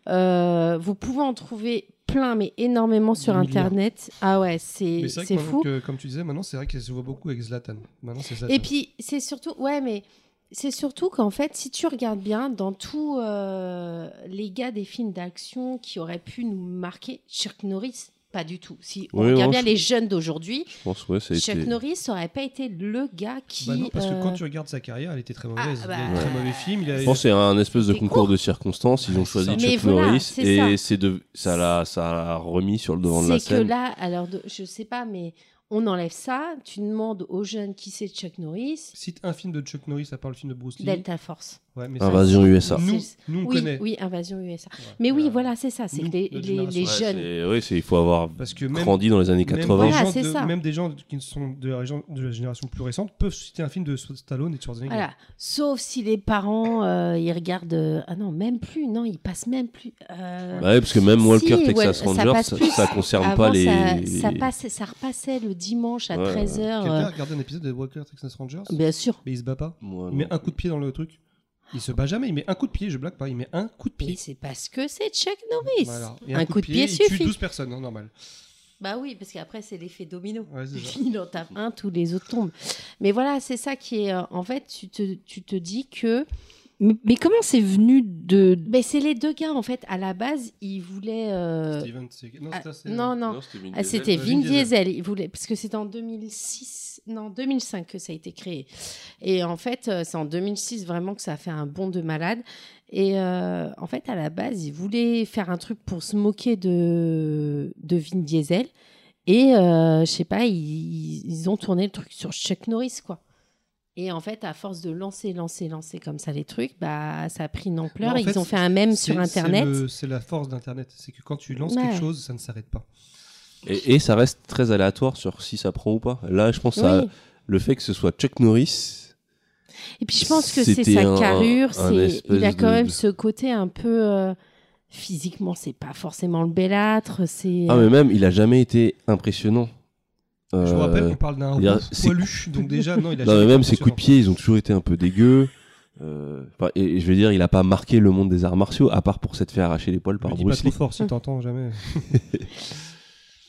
Speaker 2: Euh, vous pouvez en trouver plein, mais énormément sur
Speaker 1: Des milliards.
Speaker 2: Internet. Ah ouais, c'est
Speaker 1: Mais c'est vrai que
Speaker 2: c'est
Speaker 1: maintenant
Speaker 2: fou.
Speaker 1: que, comme tu disais, maintenant c'est vrai qu'elle se voit beaucoup avec Zlatan. Maintenant c'est
Speaker 3: Euh.
Speaker 1: Zlatan.
Speaker 2: Et puis, c'est surtout, ouais, mais c'est surtout qu'en fait, si tu regardes bien, dans tous euh, les gars des films d'action qui auraient pu nous marquer, Chuck Norris, pas du tout. Si on
Speaker 3: Oui,
Speaker 2: regarde
Speaker 3: non,
Speaker 2: bien
Speaker 3: je-
Speaker 2: les jeunes d'aujourd'hui,
Speaker 3: Je pense, ouais, ça a
Speaker 2: Chuck
Speaker 3: été.
Speaker 2: Norris aurait pas été le gars qui.
Speaker 1: Bah non, parce
Speaker 2: euh,
Speaker 1: que quand tu regardes sa carrière, elle était très mauvaise.
Speaker 2: bah,
Speaker 1: il y a eu très
Speaker 2: euh,
Speaker 1: mauvais film. Il a
Speaker 3: Je
Speaker 1: eu-
Speaker 3: pense que c'est un espèce de
Speaker 2: C'est
Speaker 3: concours
Speaker 2: court.
Speaker 3: de circonstances. Ils ont choisi
Speaker 1: Mais
Speaker 3: Chuck
Speaker 2: voilà,
Speaker 3: Norris
Speaker 2: c'est ça.
Speaker 3: et c'est de... ça l'a ça l'a remis sur le devant de la
Speaker 2: euh, C'est que
Speaker 3: scène.
Speaker 2: là, alors de- je sais pas, mais on enlève ça. Tu demandes aux jeunes qui c'est Chuck Norris,
Speaker 1: Cite un film de Chuck Norris à part le film de Bruce Lee.
Speaker 2: Delta Force.
Speaker 1: Ouais, mais ça,
Speaker 3: Invasion USA.
Speaker 1: Nous,
Speaker 2: C'est-
Speaker 1: nous on
Speaker 2: oui,
Speaker 1: connaît.
Speaker 2: oui, Invasion USA.
Speaker 1: Ouais,
Speaker 2: Mais oui,
Speaker 1: euh,
Speaker 2: voilà, c'est ça. C'est
Speaker 1: nous,
Speaker 2: que les,
Speaker 1: notre
Speaker 2: les- les
Speaker 1: génération.
Speaker 3: Ouais,
Speaker 2: jeunes.
Speaker 3: c'est- Oui, c'est- il faut avoir
Speaker 1: Parce que même,
Speaker 3: grandi dans les années
Speaker 1: même,
Speaker 3: 80.
Speaker 1: des
Speaker 2: Voilà,
Speaker 1: gens
Speaker 2: c'est
Speaker 1: de-
Speaker 2: ça.
Speaker 1: même des gens qui sont de la, région- de la génération plus récente peuvent citer un film de Stallone et de Schwarzenegger.
Speaker 2: Voilà. Sauf si les parents, euh, ils regardent. euh, ah non, même plus. Non, ils passent même plus. euh,
Speaker 3: Bah ouais, parce que même
Speaker 2: Si,
Speaker 3: Walker
Speaker 2: ouais,
Speaker 3: Texas
Speaker 2: ça
Speaker 3: Ranger,
Speaker 2: passe
Speaker 3: ça,
Speaker 2: plus.
Speaker 3: ça concerne
Speaker 2: avant,
Speaker 3: pas les.
Speaker 2: ça, ça, passe- ça repassait le dimanche à
Speaker 3: Ouais, ouais.
Speaker 2: 13h.
Speaker 1: Quelqu'un a regardé un épisode de Walker Texas Rangers
Speaker 2: bien sûr.
Speaker 1: Mais il se bat pas.
Speaker 3: Moi,
Speaker 1: Il
Speaker 3: non.
Speaker 1: met un coup de pied dans le truc. Il se bat jamais. Il met un coup de pied, je blague pas. Il met un coup de
Speaker 2: Mais
Speaker 1: pied.
Speaker 2: c'est parce que c'est Chuck Norris.
Speaker 1: Voilà. Et
Speaker 2: Un, coup de pied,
Speaker 1: Bah Il tue
Speaker 2: suffit.
Speaker 1: 12 personnes, hein, normal.
Speaker 2: Bah oui, parce qu'après, c'est l'effet domino.
Speaker 1: Ouais, c'est ça.
Speaker 2: Il en tape un, tous les autres tombent. Mais voilà, c'est ça qui est. euh, en fait, tu te, tu te dis que.
Speaker 4: Mais, mais comment c'est venu de
Speaker 2: Mais c'est les deux gars, en fait. À la base, ils voulaient. euh,
Speaker 1: Steven, c'est- Non,
Speaker 2: ah,
Speaker 1: ça, c'est-
Speaker 2: non, non.
Speaker 3: c'était
Speaker 2: Ah, c'était
Speaker 1: Vin
Speaker 2: Vin
Speaker 1: Diesel.
Speaker 2: Diesel, il voulait, parce que c'était en 2006, non 2005 que ça a été créé. Et en fait, euh, c'est en 2006 vraiment que ça a fait un bond de malade. Et euh, en fait, à la base, il voulait faire un truc pour se moquer de, de Vin Diesel. Et euh, je sais pas, ils, ils ont tourné le truc sur Chuck Norris, quoi. Et en fait, à force de lancer, lancer, lancer comme ça les trucs, bah ça a pris une ampleur.
Speaker 1: Bah, en
Speaker 2: ils
Speaker 1: fait,
Speaker 2: ont fait un même
Speaker 1: C'est-
Speaker 2: sur
Speaker 1: c'est
Speaker 2: Internet.
Speaker 1: le- C'est la force d'Internet. C'est que quand tu lances
Speaker 2: Ouais.
Speaker 1: quelque chose, ça ne s'arrête pas.
Speaker 3: Et, et ça reste très aléatoire sur si ça prend ou pas. Là, je pense à
Speaker 2: Oui.
Speaker 3: le fait que ce soit Chuck Norris.
Speaker 2: Et puis je pense que c'est
Speaker 3: C'était
Speaker 2: sa
Speaker 3: un-
Speaker 2: carrure,
Speaker 3: un
Speaker 2: c'est
Speaker 3: espèce
Speaker 2: il a quand
Speaker 3: de-
Speaker 2: même ce côté un peu euh, physiquement, c'est pas forcément le bellâtre, c'est euh,
Speaker 3: Ah, mais même, il a jamais été impressionnant.
Speaker 1: Je vous
Speaker 3: Euh,
Speaker 1: rappelle qu'on parle d'un
Speaker 3: il y a-
Speaker 1: homme
Speaker 3: c'est-
Speaker 1: poilu, donc déjà, non, il a
Speaker 3: Non,
Speaker 1: jamais
Speaker 3: mais
Speaker 1: été
Speaker 3: même ses coups de
Speaker 1: impressionnant.
Speaker 3: pied, ils ont toujours été un peu dégueux. Euh, enfin, et, et je veux dire, il a pas marqué le monde des arts martiaux, à part pour s'être fait arracher les poils par
Speaker 1: Le dis
Speaker 3: Bruce
Speaker 1: pas
Speaker 3: Lee.
Speaker 1: trop fort, si t'entends jamais.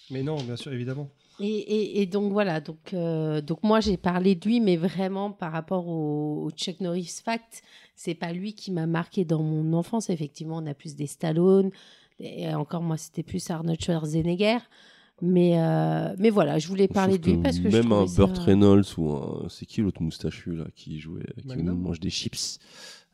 Speaker 1: mais non, bien sûr, évidemment.
Speaker 2: Et, et- et donc voilà, donc, euh, donc moi j'ai parlé de lui, mais vraiment par rapport au, au Chuck Norris Fact, c'est pas lui qui m'a marqué dans mon enfance. Effectivement, on a plus des Stallone, et encore moi c'était plus Arnold Schwarzenegger. Mais, euh, mais voilà, je voulais
Speaker 3: Je
Speaker 2: parler
Speaker 3: trouve
Speaker 2: de lui parce que je
Speaker 3: même un
Speaker 2: trouvais ça-
Speaker 3: Burt Reynolds ou un c'est qui l'autre moustachu là qui jouait qui
Speaker 1: Magnum
Speaker 3: nous mange des chips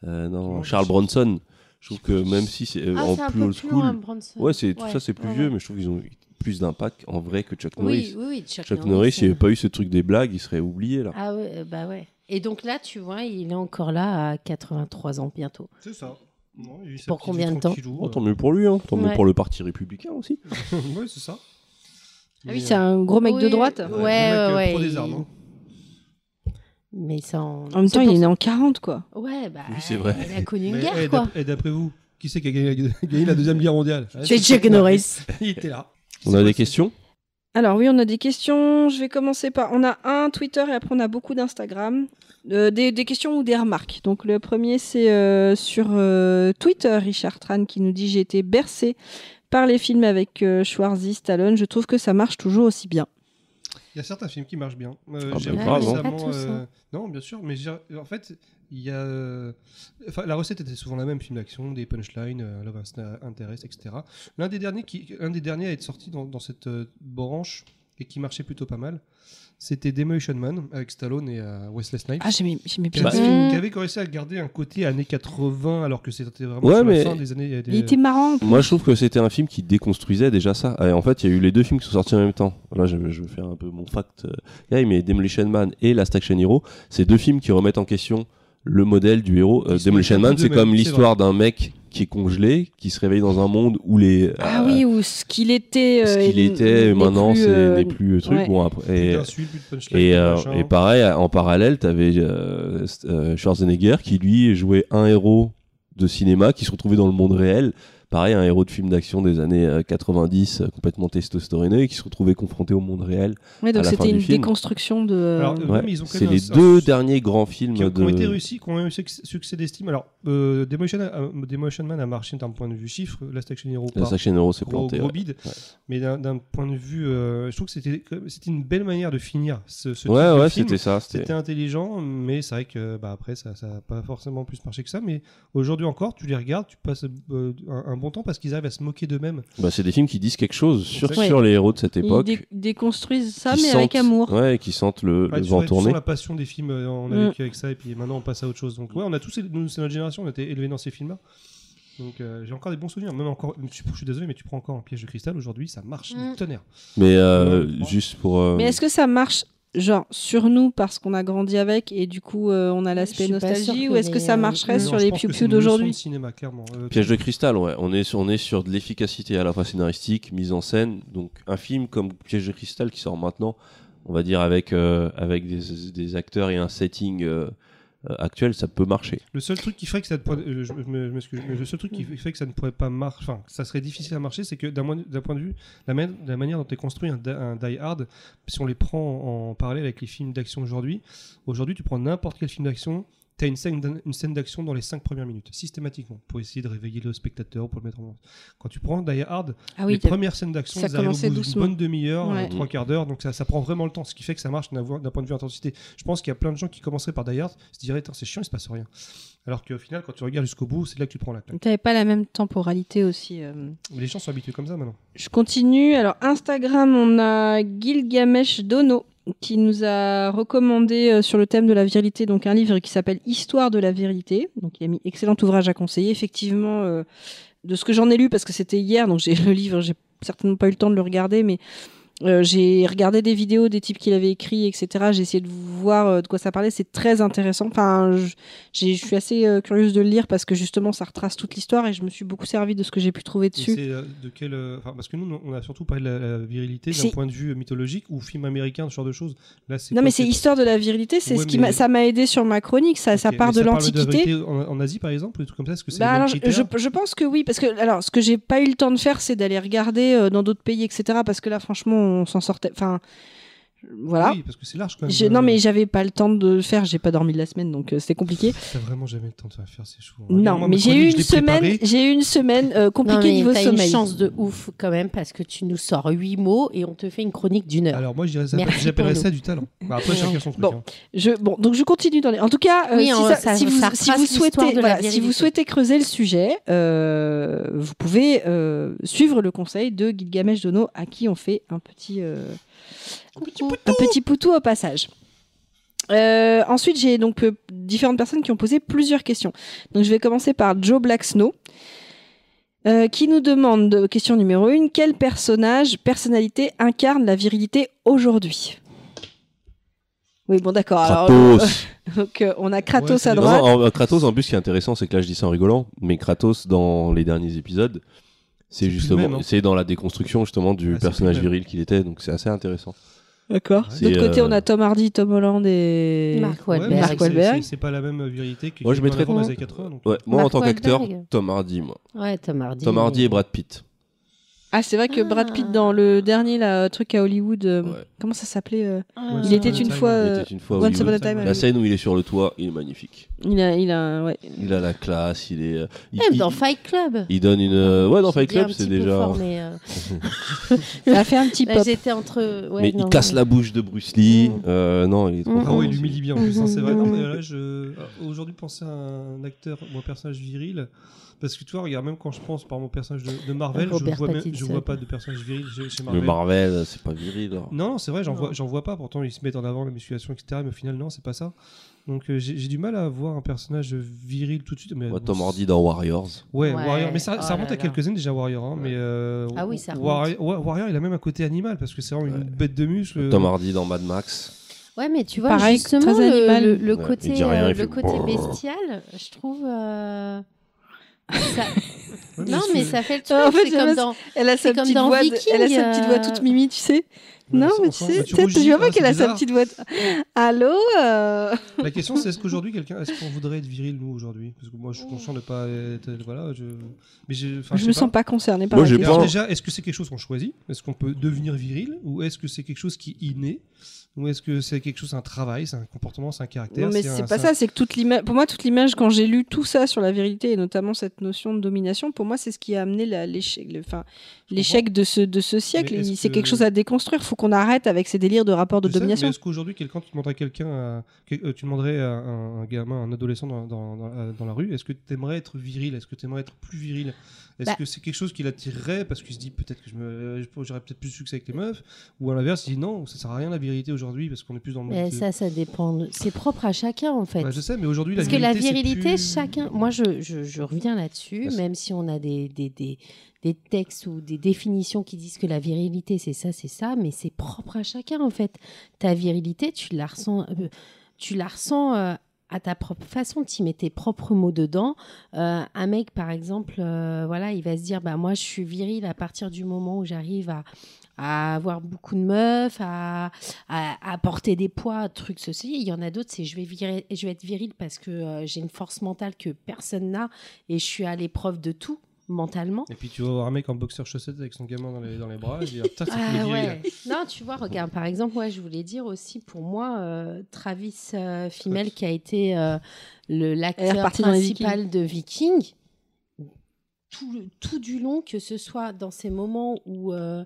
Speaker 3: Euh, non
Speaker 1: mange
Speaker 3: Charles
Speaker 1: des chips.
Speaker 3: Bronson je trouve que même si c'est euh,
Speaker 2: Ah,
Speaker 3: en
Speaker 2: c'est un
Speaker 3: plus
Speaker 2: peu
Speaker 3: old
Speaker 2: plus long, hein,
Speaker 3: school
Speaker 2: Bronson.
Speaker 3: ouais c'est tout ça c'est plus
Speaker 2: ouais,
Speaker 3: vieux
Speaker 2: ouais.
Speaker 3: mais je trouve qu'ils ont eu plus d'impact en vrai que Chuck Norris
Speaker 2: Oui, oui, oui, Chuck,
Speaker 3: Chuck Norris s'il n'y
Speaker 2: euh,
Speaker 3: avait pas eu ce truc des blagues il serait oublié là
Speaker 2: Ah ouais, euh, bah ouais. Et donc là, tu vois, il est encore là à 83 ans bientôt.
Speaker 1: C'est ça. Non, il a eu sa
Speaker 2: Pour
Speaker 1: petite
Speaker 2: combien
Speaker 1: vie
Speaker 2: de temps
Speaker 1: tranquillou,
Speaker 3: Oh,
Speaker 1: euh.
Speaker 3: tant mieux pour lui hein. tant mieux
Speaker 2: Ouais.
Speaker 3: pour le parti républicain aussi
Speaker 1: oui, c'est ça.
Speaker 2: Ah oui,
Speaker 1: Mais,
Speaker 4: C'est un gros mec
Speaker 2: Oui,
Speaker 4: de droite.
Speaker 1: euh,
Speaker 2: ouais,
Speaker 1: le mec, euh,
Speaker 2: ouais,
Speaker 1: pro des
Speaker 2: il-
Speaker 1: armes, hein.
Speaker 2: Mais ça en...
Speaker 4: En même temps,
Speaker 2: c'est
Speaker 4: il
Speaker 2: pour-
Speaker 4: est né en 40, quoi.
Speaker 2: Ouais, bah,
Speaker 3: Oui, c'est vrai.
Speaker 2: il a connu une
Speaker 1: Mais,
Speaker 2: guerre,
Speaker 1: eh,
Speaker 2: quoi.
Speaker 1: d'ap- Et d'après vous, qui c'est qui a gagné gagné la Deuxième Guerre mondiale Ah,
Speaker 2: C'est Chuck Norris.
Speaker 1: Il était là. C'est
Speaker 3: on a
Speaker 1: vrai,
Speaker 3: des
Speaker 1: c'est-
Speaker 3: questions
Speaker 4: Alors oui, on a des questions. Je vais commencer par... On a un Twitter et après on a beaucoup d'Instagram. Euh, des, des questions ou des remarques. Donc le premier, c'est euh, sur euh, Twitter, Richard Tran qui nous dit « J'ai été bercé par les films avec euh, Schwarzy, Stallone. Je trouve que ça marche toujours aussi bien.
Speaker 1: Il y a certains films qui marchent bien. Euh,
Speaker 3: bah,
Speaker 1: j'ai vu
Speaker 3: grave, hein.
Speaker 2: Pas tous,
Speaker 1: euh,
Speaker 2: hein.
Speaker 1: Non, bien sûr, mais j'ai- en fait, il y a. euh, Enfin, la recette était souvent la même film d'action, des punchlines, euh, Love Interest, etc. L'un des derniers qui, l'un des derniers à être sorti dans, dans cette euh, branche et qui marchait plutôt pas mal, c'était Demolition Man avec Stallone et euh, Wesley Snipes.
Speaker 4: Ah, j'aimais j'aimais
Speaker 1: qui
Speaker 4: bien
Speaker 1: avait-
Speaker 4: ce
Speaker 3: euh,
Speaker 2: Bah,
Speaker 4: film.
Speaker 1: qui avait réussi à garder un côté années 80 alors que c'était vraiment
Speaker 3: Ouais,
Speaker 1: sur
Speaker 3: mais
Speaker 1: la fin des années. des-
Speaker 4: Il était marrant.
Speaker 3: Moi, je trouve que c'était un film qui déconstruisait déjà ça. Et en fait, il y a eu les deux films qui sont sortis en même temps. Là, je, je vais faire un peu mon fact. euh, guy, mais Demolition Man et Last Action Hero, c'est deux films qui remettent en question le modèle du héros. Euh,
Speaker 1: Ils sont
Speaker 3: Demolition
Speaker 1: tous
Speaker 3: Man,
Speaker 1: deux
Speaker 3: c'est
Speaker 1: mêmes,
Speaker 3: comme
Speaker 1: c'est
Speaker 3: l'histoire d'un mec qui est congelé, qui se réveille dans un monde où les
Speaker 4: Ah
Speaker 3: euh,
Speaker 4: oui, ou ce qu'il était. euh,
Speaker 3: ce qu'il
Speaker 4: et-
Speaker 3: était
Speaker 4: n'est
Speaker 3: maintenant,
Speaker 4: plus,
Speaker 3: c'est
Speaker 4: euh,
Speaker 3: n'est plus euh, truc.
Speaker 4: ouais.
Speaker 3: Bon après.
Speaker 1: Plus
Speaker 3: et-
Speaker 1: d'insultes, plus de punchlines,
Speaker 3: et,
Speaker 1: plus de
Speaker 3: euh,
Speaker 1: machin.
Speaker 3: et pareil, en parallèle, t'avais euh, st- euh, Schwarzenegger qui lui jouait un héros de cinéma qui se retrouvait dans le monde réel. Pareil, un héros de film d'action des années euh, 90, euh, complètement testostéroné, qui se retrouvait confronté au monde réel.
Speaker 4: Ouais,
Speaker 3: à
Speaker 4: donc
Speaker 3: la fin
Speaker 4: c'était
Speaker 3: du
Speaker 4: une
Speaker 3: film.
Speaker 4: déconstruction de.
Speaker 1: Alors, euh,
Speaker 3: Ouais,
Speaker 1: mais ils ont quand
Speaker 3: c'est
Speaker 1: même
Speaker 3: les
Speaker 1: un-
Speaker 3: deux
Speaker 1: un-
Speaker 3: derniers grands films
Speaker 1: qui ont, qui
Speaker 3: de.
Speaker 1: ont été réussis, qui ont eu un succ- succès d'estime. Alors, euh, Demolition, euh, Demolition Man a marché d'un point de vue chiffre, Last Action Hero
Speaker 3: La
Speaker 1: pas.
Speaker 3: Sacha Hero s'est
Speaker 1: hein. Gros,
Speaker 3: planté.
Speaker 1: gros
Speaker 3: ouais.
Speaker 1: bide.
Speaker 3: Ouais.
Speaker 1: Mais d'un- d'un point de vue, euh, je trouve que c'était que- c'était une belle manière de finir ce, ce type
Speaker 3: Ouais,
Speaker 1: de
Speaker 3: ouais,
Speaker 1: film.
Speaker 3: c'était ça. c'était-
Speaker 1: C'était intelligent, mais c'est vrai que bah, après, ça n'a pas forcément plus marché que ça. Mais aujourd'hui encore, tu les regardes, tu passes euh, un, un bon temps parce qu'ils arrivent à se moquer d'eux-mêmes.
Speaker 3: Bah, c'est des films qui disent quelque chose sur,
Speaker 1: Ouais.
Speaker 3: sur les héros de cette
Speaker 4: Ils
Speaker 3: époque.
Speaker 4: dé- déconstruisent ça,
Speaker 3: qui
Speaker 4: mais avec
Speaker 3: sentent-
Speaker 4: amour.
Speaker 3: Ouais, qui sentent le,
Speaker 1: Ouais,
Speaker 3: le
Speaker 1: Bah, tu
Speaker 3: vent
Speaker 1: vois, tu
Speaker 3: tourner.
Speaker 1: sens la passion des films, euh, on a
Speaker 4: Mm.
Speaker 1: vécu avec ça, et puis maintenant on passe à autre chose. Donc ouais, on a tous, nous, c'est notre génération, on a été élevés dans ces films-là. Donc euh, j'ai encore des bons souvenirs. Même encore, tu- je suis désolé, mais tu prends encore un piège de cristal aujourd'hui, ça marche
Speaker 2: Mm.
Speaker 1: du tonnerre.
Speaker 3: Mais euh,
Speaker 1: Ouais.
Speaker 3: juste pour. euh,
Speaker 4: Mais est-ce que ça marche genre sur nous parce qu'on a grandi avec et du coup euh, on a l'aspect
Speaker 2: suis pas
Speaker 4: nostalgie
Speaker 2: sûre
Speaker 4: ou
Speaker 2: que
Speaker 4: est-ce que
Speaker 2: les-
Speaker 4: ça marcherait
Speaker 2: Non,
Speaker 4: sur
Speaker 1: je
Speaker 4: les euh,
Speaker 1: pense que
Speaker 4: piou
Speaker 1: c'est une leçon de
Speaker 4: d'aujourd'hui
Speaker 1: cinéma, clairement. Euh,
Speaker 3: Piège de cristal, ouais. On est sur, on est sur de l'efficacité à la fois scénaristique, mise en scène. Donc un film comme Piège de cristal qui sort maintenant, on va dire avec euh, avec des, des acteurs et un setting euh, euh, actuel, ça peut marcher.
Speaker 1: Le seul truc qui ferait que ça ne pourrait, euh, je me- je m'excuse, mais le seul truc qui fait que ça ne pourrait pas marcher, enfin, que ça serait difficile à marcher, c'est que d'un moin- d'un point de vue, la, man- la manière dont est construit un, di- un Die Hard, si on les prend en, en parallèle avec les films d'action aujourd'hui, aujourd'hui, tu prends n'importe quel film d'action, tu as une scène, d'un- une scène d'action dans les 5 premières minutes, systématiquement, pour essayer de réveiller le spectateur, pour le mettre en ambiance. Quand tu prends Die Hard,
Speaker 4: Ah
Speaker 1: les
Speaker 4: oui,
Speaker 1: premières scènes d'action,
Speaker 4: ça
Speaker 1: elles arrivent au
Speaker 4: commençait
Speaker 1: bout d'une
Speaker 4: doucement.
Speaker 1: bonne demi-heure,
Speaker 4: Ouais.
Speaker 1: euh, trois quarts d'heure, donc ça, ça prend vraiment le temps, ce qui fait que ça marche d'un vo- d'un point de vue intensité. Je pense qu'il y a plein de gens qui commenceraient par Die Hard, se diraient, Tain, c'est chiant, il se passe rien. Alors qu'au final, quand tu regardes jusqu'au bout, c'est là que tu prends la claque.
Speaker 4: t'avais pas la même temporalité aussi. euh.
Speaker 1: Les gens sont habitués comme ça maintenant.
Speaker 4: Je continue. Alors Instagram, on a Gilgamesh Dono qui nous a recommandé euh, sur le thème de la virilité donc un livre qui s'appelle Histoire de la virilité. Donc il a mis excellent ouvrage à conseiller. Effectivement, euh, de ce que j'en ai lu parce que c'était hier, donc j'ai le livre, j'ai certainement pas eu le temps de le regarder, mais Euh, j'ai regardé des vidéos des types qui l'avaient écrit, etc. J'ai essayé de voir euh, de quoi ça parlait. C'est très intéressant. Enfin, je- j'ai- je suis assez euh, curieuse de le lire parce que justement, ça retrace toute l'histoire et je me suis beaucoup servi de ce que j'ai pu trouver
Speaker 1: Et
Speaker 4: dessus.
Speaker 1: c'est, euh, de quel, euh, enfin, parce que nous, on a surtout parlé de la, la virilité d'un
Speaker 4: C'est-
Speaker 1: point de vue mythologique ou film américain, ce genre de choses. Là, c'est
Speaker 4: Non,
Speaker 1: quoi,
Speaker 4: mais c'est histoire de la virilité. C'est
Speaker 1: Ouais,
Speaker 4: ce qui
Speaker 1: mais-
Speaker 4: m'a- ça m'a aidé sur ma chronique. Ça, ça
Speaker 1: Ok,
Speaker 4: part
Speaker 1: mais
Speaker 4: de
Speaker 1: parle
Speaker 4: l'antiquité.
Speaker 1: vérité En, en Asie, par exemple, ou des trucs comme ça. Est-ce que c'est
Speaker 4: Bah
Speaker 1: les mêmes
Speaker 4: alors,
Speaker 1: critères
Speaker 4: je, je pense que oui, parce que alors, ce que j'ai pas eu le temps de faire, c'est d'aller regarder euh, dans d'autres pays, etc. Parce que là, franchement, on s'en sortait. Enfin, voilà.
Speaker 1: Oui, parce que c'est large quand même.
Speaker 4: J'ai-
Speaker 1: euh,
Speaker 4: non, mais j'avais pas le temps de le faire. J'ai pas dormi de la semaine, donc euh, c'était compliqué.
Speaker 1: T'as vraiment jamais le temps de faire ces choses.
Speaker 4: Non, mais j'ai eu une semaine, j'ai eu une semaine euh,
Speaker 2: Non,
Speaker 4: compliquée
Speaker 2: mais
Speaker 4: niveau
Speaker 2: t'as une
Speaker 4: sommeil.
Speaker 2: chance de ouf quand même parce que tu nous sors huit mots et on te fait une chronique d'une
Speaker 3: Ah,
Speaker 2: heure.
Speaker 1: Alors moi, je dirais ça-
Speaker 2: Merci
Speaker 1: j'appellerais
Speaker 2: pour
Speaker 1: ça du talent. Bah, après, chacun son truc.
Speaker 4: Bon.
Speaker 1: hein.
Speaker 4: Je, bon, donc je continue dans les. En tout cas, euh,
Speaker 2: Oui,
Speaker 4: si,
Speaker 2: on-
Speaker 4: ça-
Speaker 2: ça-
Speaker 4: si vous,
Speaker 2: ça
Speaker 4: si vous
Speaker 2: retrace l'histoire
Speaker 4: souhaitez,
Speaker 2: de la
Speaker 4: voilà, si
Speaker 2: virilité.
Speaker 4: vous souhaitez creuser le sujet, euh, vous pouvez euh, suivre le conseil de Gilgamesh Dono, à qui on fait un petit. euh, un petit poutou au passage. Euh, ensuite, j'ai donc euh, différentes personnes qui ont posé plusieurs questions. Donc, je vais commencer par Joe Blacksnow, euh, qui nous demande, de- question numéro une, quel personnage, personnalité incarne la virilité aujourd'hui Oui, bon, d'accord. Alors,
Speaker 3: Kratos.
Speaker 4: euh, donc, euh, on a Kratos
Speaker 1: Ouais, c'est
Speaker 4: à
Speaker 1: des-
Speaker 3: Non,
Speaker 4: droite.
Speaker 3: non, en- Kratos, en plus, ce qui est intéressant, c'est que là, je dis ça en rigolant, mais Kratos, dans les derniers épisodes, c'est
Speaker 1: plus le même,
Speaker 3: justement,
Speaker 1: hein.
Speaker 3: c'est dans la déconstruction justement
Speaker 1: Ah,
Speaker 3: du
Speaker 1: c'est
Speaker 3: personnage
Speaker 1: plus le même.
Speaker 3: viril qu'il était, donc c'est assez intéressant.
Speaker 4: D'accord.
Speaker 3: C'est,
Speaker 4: De l'autre côté,
Speaker 3: euh,
Speaker 4: on a Tom Hardy, Tom Holland et.
Speaker 2: Mark
Speaker 1: Ouais, mais
Speaker 2: Wahlberg.
Speaker 1: c'est-
Speaker 4: Mark Wahlberg.
Speaker 1: c'est- C'est pas la même virilité que
Speaker 3: Moi, je
Speaker 1: qu'il y en
Speaker 3: mettrais-
Speaker 1: avait dans les années 80. donc.
Speaker 3: Ouais, moi, en
Speaker 2: Mark
Speaker 3: tant qu'acteur,
Speaker 2: Wahlberg.
Speaker 3: Tom Hardy, moi.
Speaker 2: Ouais, Tom Hardy.
Speaker 3: Tom Hardy et Brad Pitt.
Speaker 4: Ah, c'est vrai que Brad Pitt,
Speaker 2: Ah.
Speaker 4: dans le dernier là, truc à Hollywood, euh,
Speaker 3: Ouais.
Speaker 4: comment ça s'appelait euh,
Speaker 2: Ah.
Speaker 4: Il était une
Speaker 1: Time.
Speaker 4: fois.
Speaker 3: Il
Speaker 4: euh,
Speaker 3: était une fois
Speaker 4: Once
Speaker 3: Hollywood.
Speaker 4: Upon a Time. à
Speaker 3: La scène où il est sur le toit, il est magnifique.
Speaker 4: Il a, il a, ouais.
Speaker 3: Il a la classe, il est. euh, Il,
Speaker 2: Même
Speaker 3: il-
Speaker 2: Eh, dans Fight Club.
Speaker 3: il donne une. euh, Ouais, dans
Speaker 2: Je
Speaker 3: Fight
Speaker 2: dis un
Speaker 3: Club, c'est
Speaker 2: petit peu
Speaker 3: déjà.
Speaker 2: fort, mais, euh,
Speaker 4: Ça a fait un petit
Speaker 2: là,
Speaker 4: pop.
Speaker 2: j'étais entre. ouais,
Speaker 3: mais
Speaker 2: non,
Speaker 3: il casse
Speaker 2: non.
Speaker 3: la bouche de Bruce Lee.
Speaker 2: Mm.
Speaker 3: Euh, non, il est trop
Speaker 2: Mm.
Speaker 1: Ah
Speaker 3: fort.
Speaker 1: oui, il humilie bien en plus, hein, c'est vrai.
Speaker 2: Mhm.
Speaker 1: Non, mais là, je... ah, Aujourd'hui, penser à un acteur ou un personnage viril, parce que tu vois, regarde, même quand je pense par mon personnage de, de Marvel, je
Speaker 2: Robert
Speaker 1: vois, même- je
Speaker 2: Pattinson.
Speaker 1: vois pas de personnage viril chez, chez
Speaker 3: Le
Speaker 1: Marvel.
Speaker 3: Marvel, c'est pas viril. hein.
Speaker 1: non, non, c'est vrai, j'en
Speaker 2: Non.
Speaker 1: vois, j'en vois pas. Pourtant, ils se mettent en avant la musculation, etc. Mais au final, non, c'est pas ça. Donc, euh, j'ai j'ai du mal à voir un personnage viril tout de suite. Mais,
Speaker 3: Moi,
Speaker 1: bon,
Speaker 3: Tom
Speaker 1: c'est-
Speaker 3: Hardy dans Warriors.
Speaker 1: Ouais,
Speaker 2: Ouais,
Speaker 1: Warrior. Mais ça, ça
Speaker 2: oh
Speaker 1: remonte
Speaker 2: là
Speaker 1: à quelques années déjà, Warrior. hein, mais, euh,
Speaker 2: Ah oui, ça
Speaker 1: Warrior, Wa- Warrior, il a même un côté animal parce que c'est vraiment une bête de muscle.
Speaker 3: Tom Hardy dans Mad Max.
Speaker 2: Ouais, mais tu vois,
Speaker 4: Pareil,
Speaker 2: justement,
Speaker 4: très
Speaker 2: le-
Speaker 4: animal.
Speaker 2: le, le
Speaker 3: Ouais,
Speaker 2: côté,
Speaker 3: il dit rien,
Speaker 2: euh,
Speaker 3: il
Speaker 2: le
Speaker 3: fait
Speaker 2: côté
Speaker 3: brrr.
Speaker 2: bestial, je trouve. euh, ça-
Speaker 1: Ouais,
Speaker 2: Non, mais
Speaker 1: c'est-
Speaker 2: ça fait le truc.
Speaker 4: Ah, en fait,
Speaker 2: c'est
Speaker 4: j'aime
Speaker 2: comme
Speaker 4: ça.
Speaker 2: dans.
Speaker 4: Elle a
Speaker 2: C'est
Speaker 4: sa
Speaker 2: comme
Speaker 4: petite
Speaker 2: dans
Speaker 4: voix, de-
Speaker 2: Viking,
Speaker 4: elle a sa petite voix
Speaker 2: euh,
Speaker 4: toute mimi, tu sais. non,
Speaker 1: ça-
Speaker 4: mais tu
Speaker 1: enfin,
Speaker 4: sais,
Speaker 1: bah,
Speaker 4: tu sais,
Speaker 1: rougis,
Speaker 4: je vois
Speaker 1: hein,
Speaker 4: pas qu'elle
Speaker 1: c'est
Speaker 4: a sa
Speaker 1: bizarre.
Speaker 4: petite voix. de- Allô. euh,
Speaker 1: La question, c'est est-ce qu'aujourd'hui, quelqu'un, est-ce qu'on voudrait être viril, nous, aujourd'hui Parce que moi, je suis conscient de pas être. Voilà, je. Mais j'ai- enfin,
Speaker 4: Je
Speaker 1: sais
Speaker 4: me sens pas concernée par
Speaker 3: Moi,
Speaker 4: la
Speaker 3: j'ai
Speaker 1: Et
Speaker 4: question.
Speaker 1: alors,
Speaker 3: Bon.
Speaker 1: déjà, est-ce que c'est quelque chose qu'on choisit Est-ce qu'on peut devenir viril Ou est-ce que c'est quelque chose qui est inné Ou est-ce que c'est quelque chose, c'est un travail, c'est un comportement, c'est un caractère
Speaker 4: Non, mais
Speaker 1: un-
Speaker 4: c'est
Speaker 1: un-
Speaker 4: pas ça, c'est que toute l'image. Pour moi, toute l'image, quand j'ai lu tout ça sur la virilité et notamment cette notion de domination, pour moi, c'est ce qui a amené la- l'échec le- enfin, l'échec de ce, de ce siècle.
Speaker 1: Mais est-ce
Speaker 4: Il- C'est
Speaker 1: que-
Speaker 4: quelque chose à déconstruire. Faut qu'on arrête avec ces délires de rapport de
Speaker 1: Je sais, mais
Speaker 4: domination.
Speaker 1: Est-ce qu'aujourd'hui, quelqu'un, tu demanderais quelqu'un, à- que- euh, tu demanderais à un, un gamin, un adolescent dans, dans- dans- euh, dans la rue, est-ce que tu aimerais être viril Est-ce que tu aimerais être plus viril Est-ce
Speaker 2: Bah.
Speaker 1: que c'est quelque chose qui l'attirerait parce qu'il se dit peut-être que je me, euh, je- j'aurais peut-être plus de succès avec les meufs Ou à l'inverse, il dit non, ça sert à rien la virilité aujourd'hui parce qu'on est plus dans le monde.
Speaker 2: Mais
Speaker 1: de-
Speaker 2: Eh, ça, ça dépend. de- C'est propre à chacun, en fait.
Speaker 1: Bah, je sais, mais aujourd'hui,
Speaker 2: Parce que la
Speaker 1: c'est
Speaker 2: virilité,
Speaker 1: plus-
Speaker 2: chacun. Moi, je, je, je reviens là-dessus,
Speaker 3: Merci.
Speaker 2: même si on a des, des, des, des textes ou des définitions qui disent que la virilité, c'est ça, c'est ça, mais c'est propre à chacun, en fait. Ta virilité, tu la ressens, euh, tu la ressens euh, à ta propre façon. Tu mets tes propres mots dedans. Euh, un mec, par exemple, euh, voilà, il va se dire bah, Moi, je suis viril à partir du moment où j'arrive à à avoir beaucoup de meufs, à, à, à porter des poids, trucs ceci. Il y en a d'autres, c'est je vais, virer- je vais être viril parce que euh, j'ai une force mentale que personne n'a et je suis à l'épreuve de tout mentalement.
Speaker 1: Et puis tu vas voir un mec en boxeur chaussette avec son gamin dans les, dans les bras, et dire putain, c'est qu'il est
Speaker 2: Ah
Speaker 1: viril.
Speaker 2: ouais. Non, tu vois, regarde, par exemple, moi, je voulais dire aussi, pour moi, euh, Travis euh, Fimmel, qui a été euh, le-
Speaker 4: Elle est
Speaker 2: l'acteur
Speaker 4: repartie dans les
Speaker 2: principal de Viking, tout, le- tout du long, que ce soit dans ces moments où, euh,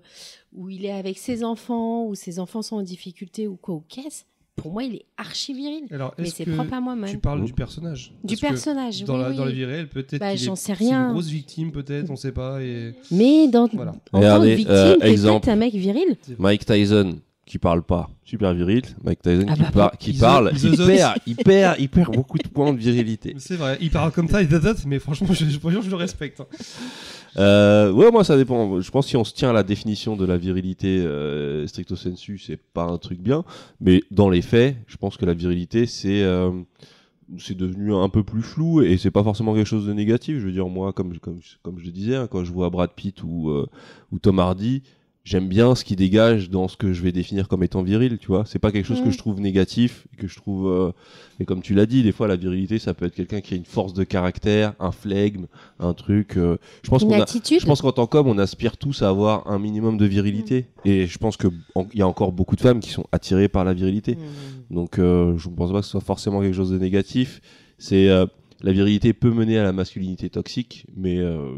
Speaker 2: où il est avec ses enfants, où ses enfants sont en difficulté ou quoi, ou qu'est-ce, pour moi, il est archi viril.
Speaker 1: Alors,
Speaker 2: Mais
Speaker 1: est-ce
Speaker 2: c'est
Speaker 1: que
Speaker 2: propre à moi-même.
Speaker 1: tu parles
Speaker 3: Mmh.
Speaker 1: du personnage
Speaker 2: Du
Speaker 1: Parce que
Speaker 2: personnage,
Speaker 1: dans,
Speaker 2: oui,
Speaker 1: la,
Speaker 2: oui.
Speaker 1: dans la vie réelle, peut-être
Speaker 2: Bah,
Speaker 1: qu'il est-
Speaker 2: j'en sais
Speaker 1: c'est
Speaker 2: rien.
Speaker 1: une grosse victime, peut-être, on sait pas. Et...
Speaker 2: Mais dans,
Speaker 1: Voilà.
Speaker 2: en
Speaker 3: Regardez,
Speaker 2: tant que victime,
Speaker 3: euh,
Speaker 2: t'es
Speaker 3: exemple.
Speaker 2: peut-être un mec viril.
Speaker 3: Mike Tyson qui parle pas, super viril. Mike Tyson
Speaker 2: Ah
Speaker 3: qui,
Speaker 2: bah,
Speaker 3: par- qui
Speaker 1: ils-
Speaker 3: parle,
Speaker 1: ils-
Speaker 3: il perd, il perd, il perd beaucoup de points de virilité.
Speaker 1: C'est vrai, il parle comme ça, il date, mais franchement, je, je, je le respecte. hein.
Speaker 3: Euh, ouais, moi, ça dépend. Je pense que si on se tient à la définition de la virilité euh, stricto sensu, c'est pas un truc bien. Mais dans les faits, je pense que la virilité, c'est euh, c'est devenu un peu plus flou et c'est pas forcément quelque chose de négatif. Je veux dire, moi, comme, comme, comme je le disais, hein, quand je vois Brad Pitt ou, euh, ou Tom Hardy, j'aime bien ce qui dégage dans ce que je vais définir comme étant viril, tu vois. C'est pas quelque chose que
Speaker 2: Mm.
Speaker 3: je trouve négatif, que je trouve. euh, et comme tu l'as dit, des fois, la virilité, ça peut être quelqu'un qui a une force de caractère, un flegme, un truc. euh, je pense
Speaker 2: Une
Speaker 3: qu'on a.
Speaker 2: attitude.
Speaker 3: Je pense qu'en tant qu'homme, on aspire tous à avoir un minimum de virilité. Et je pense qu'il y a encore beaucoup de femmes qui sont attirées par la virilité.
Speaker 2: Hmm.
Speaker 3: Donc euh, je ne pense pas que ce soit forcément quelque chose de négatif. C'est euh, la virilité peut mener à la masculinité toxique, mais euh,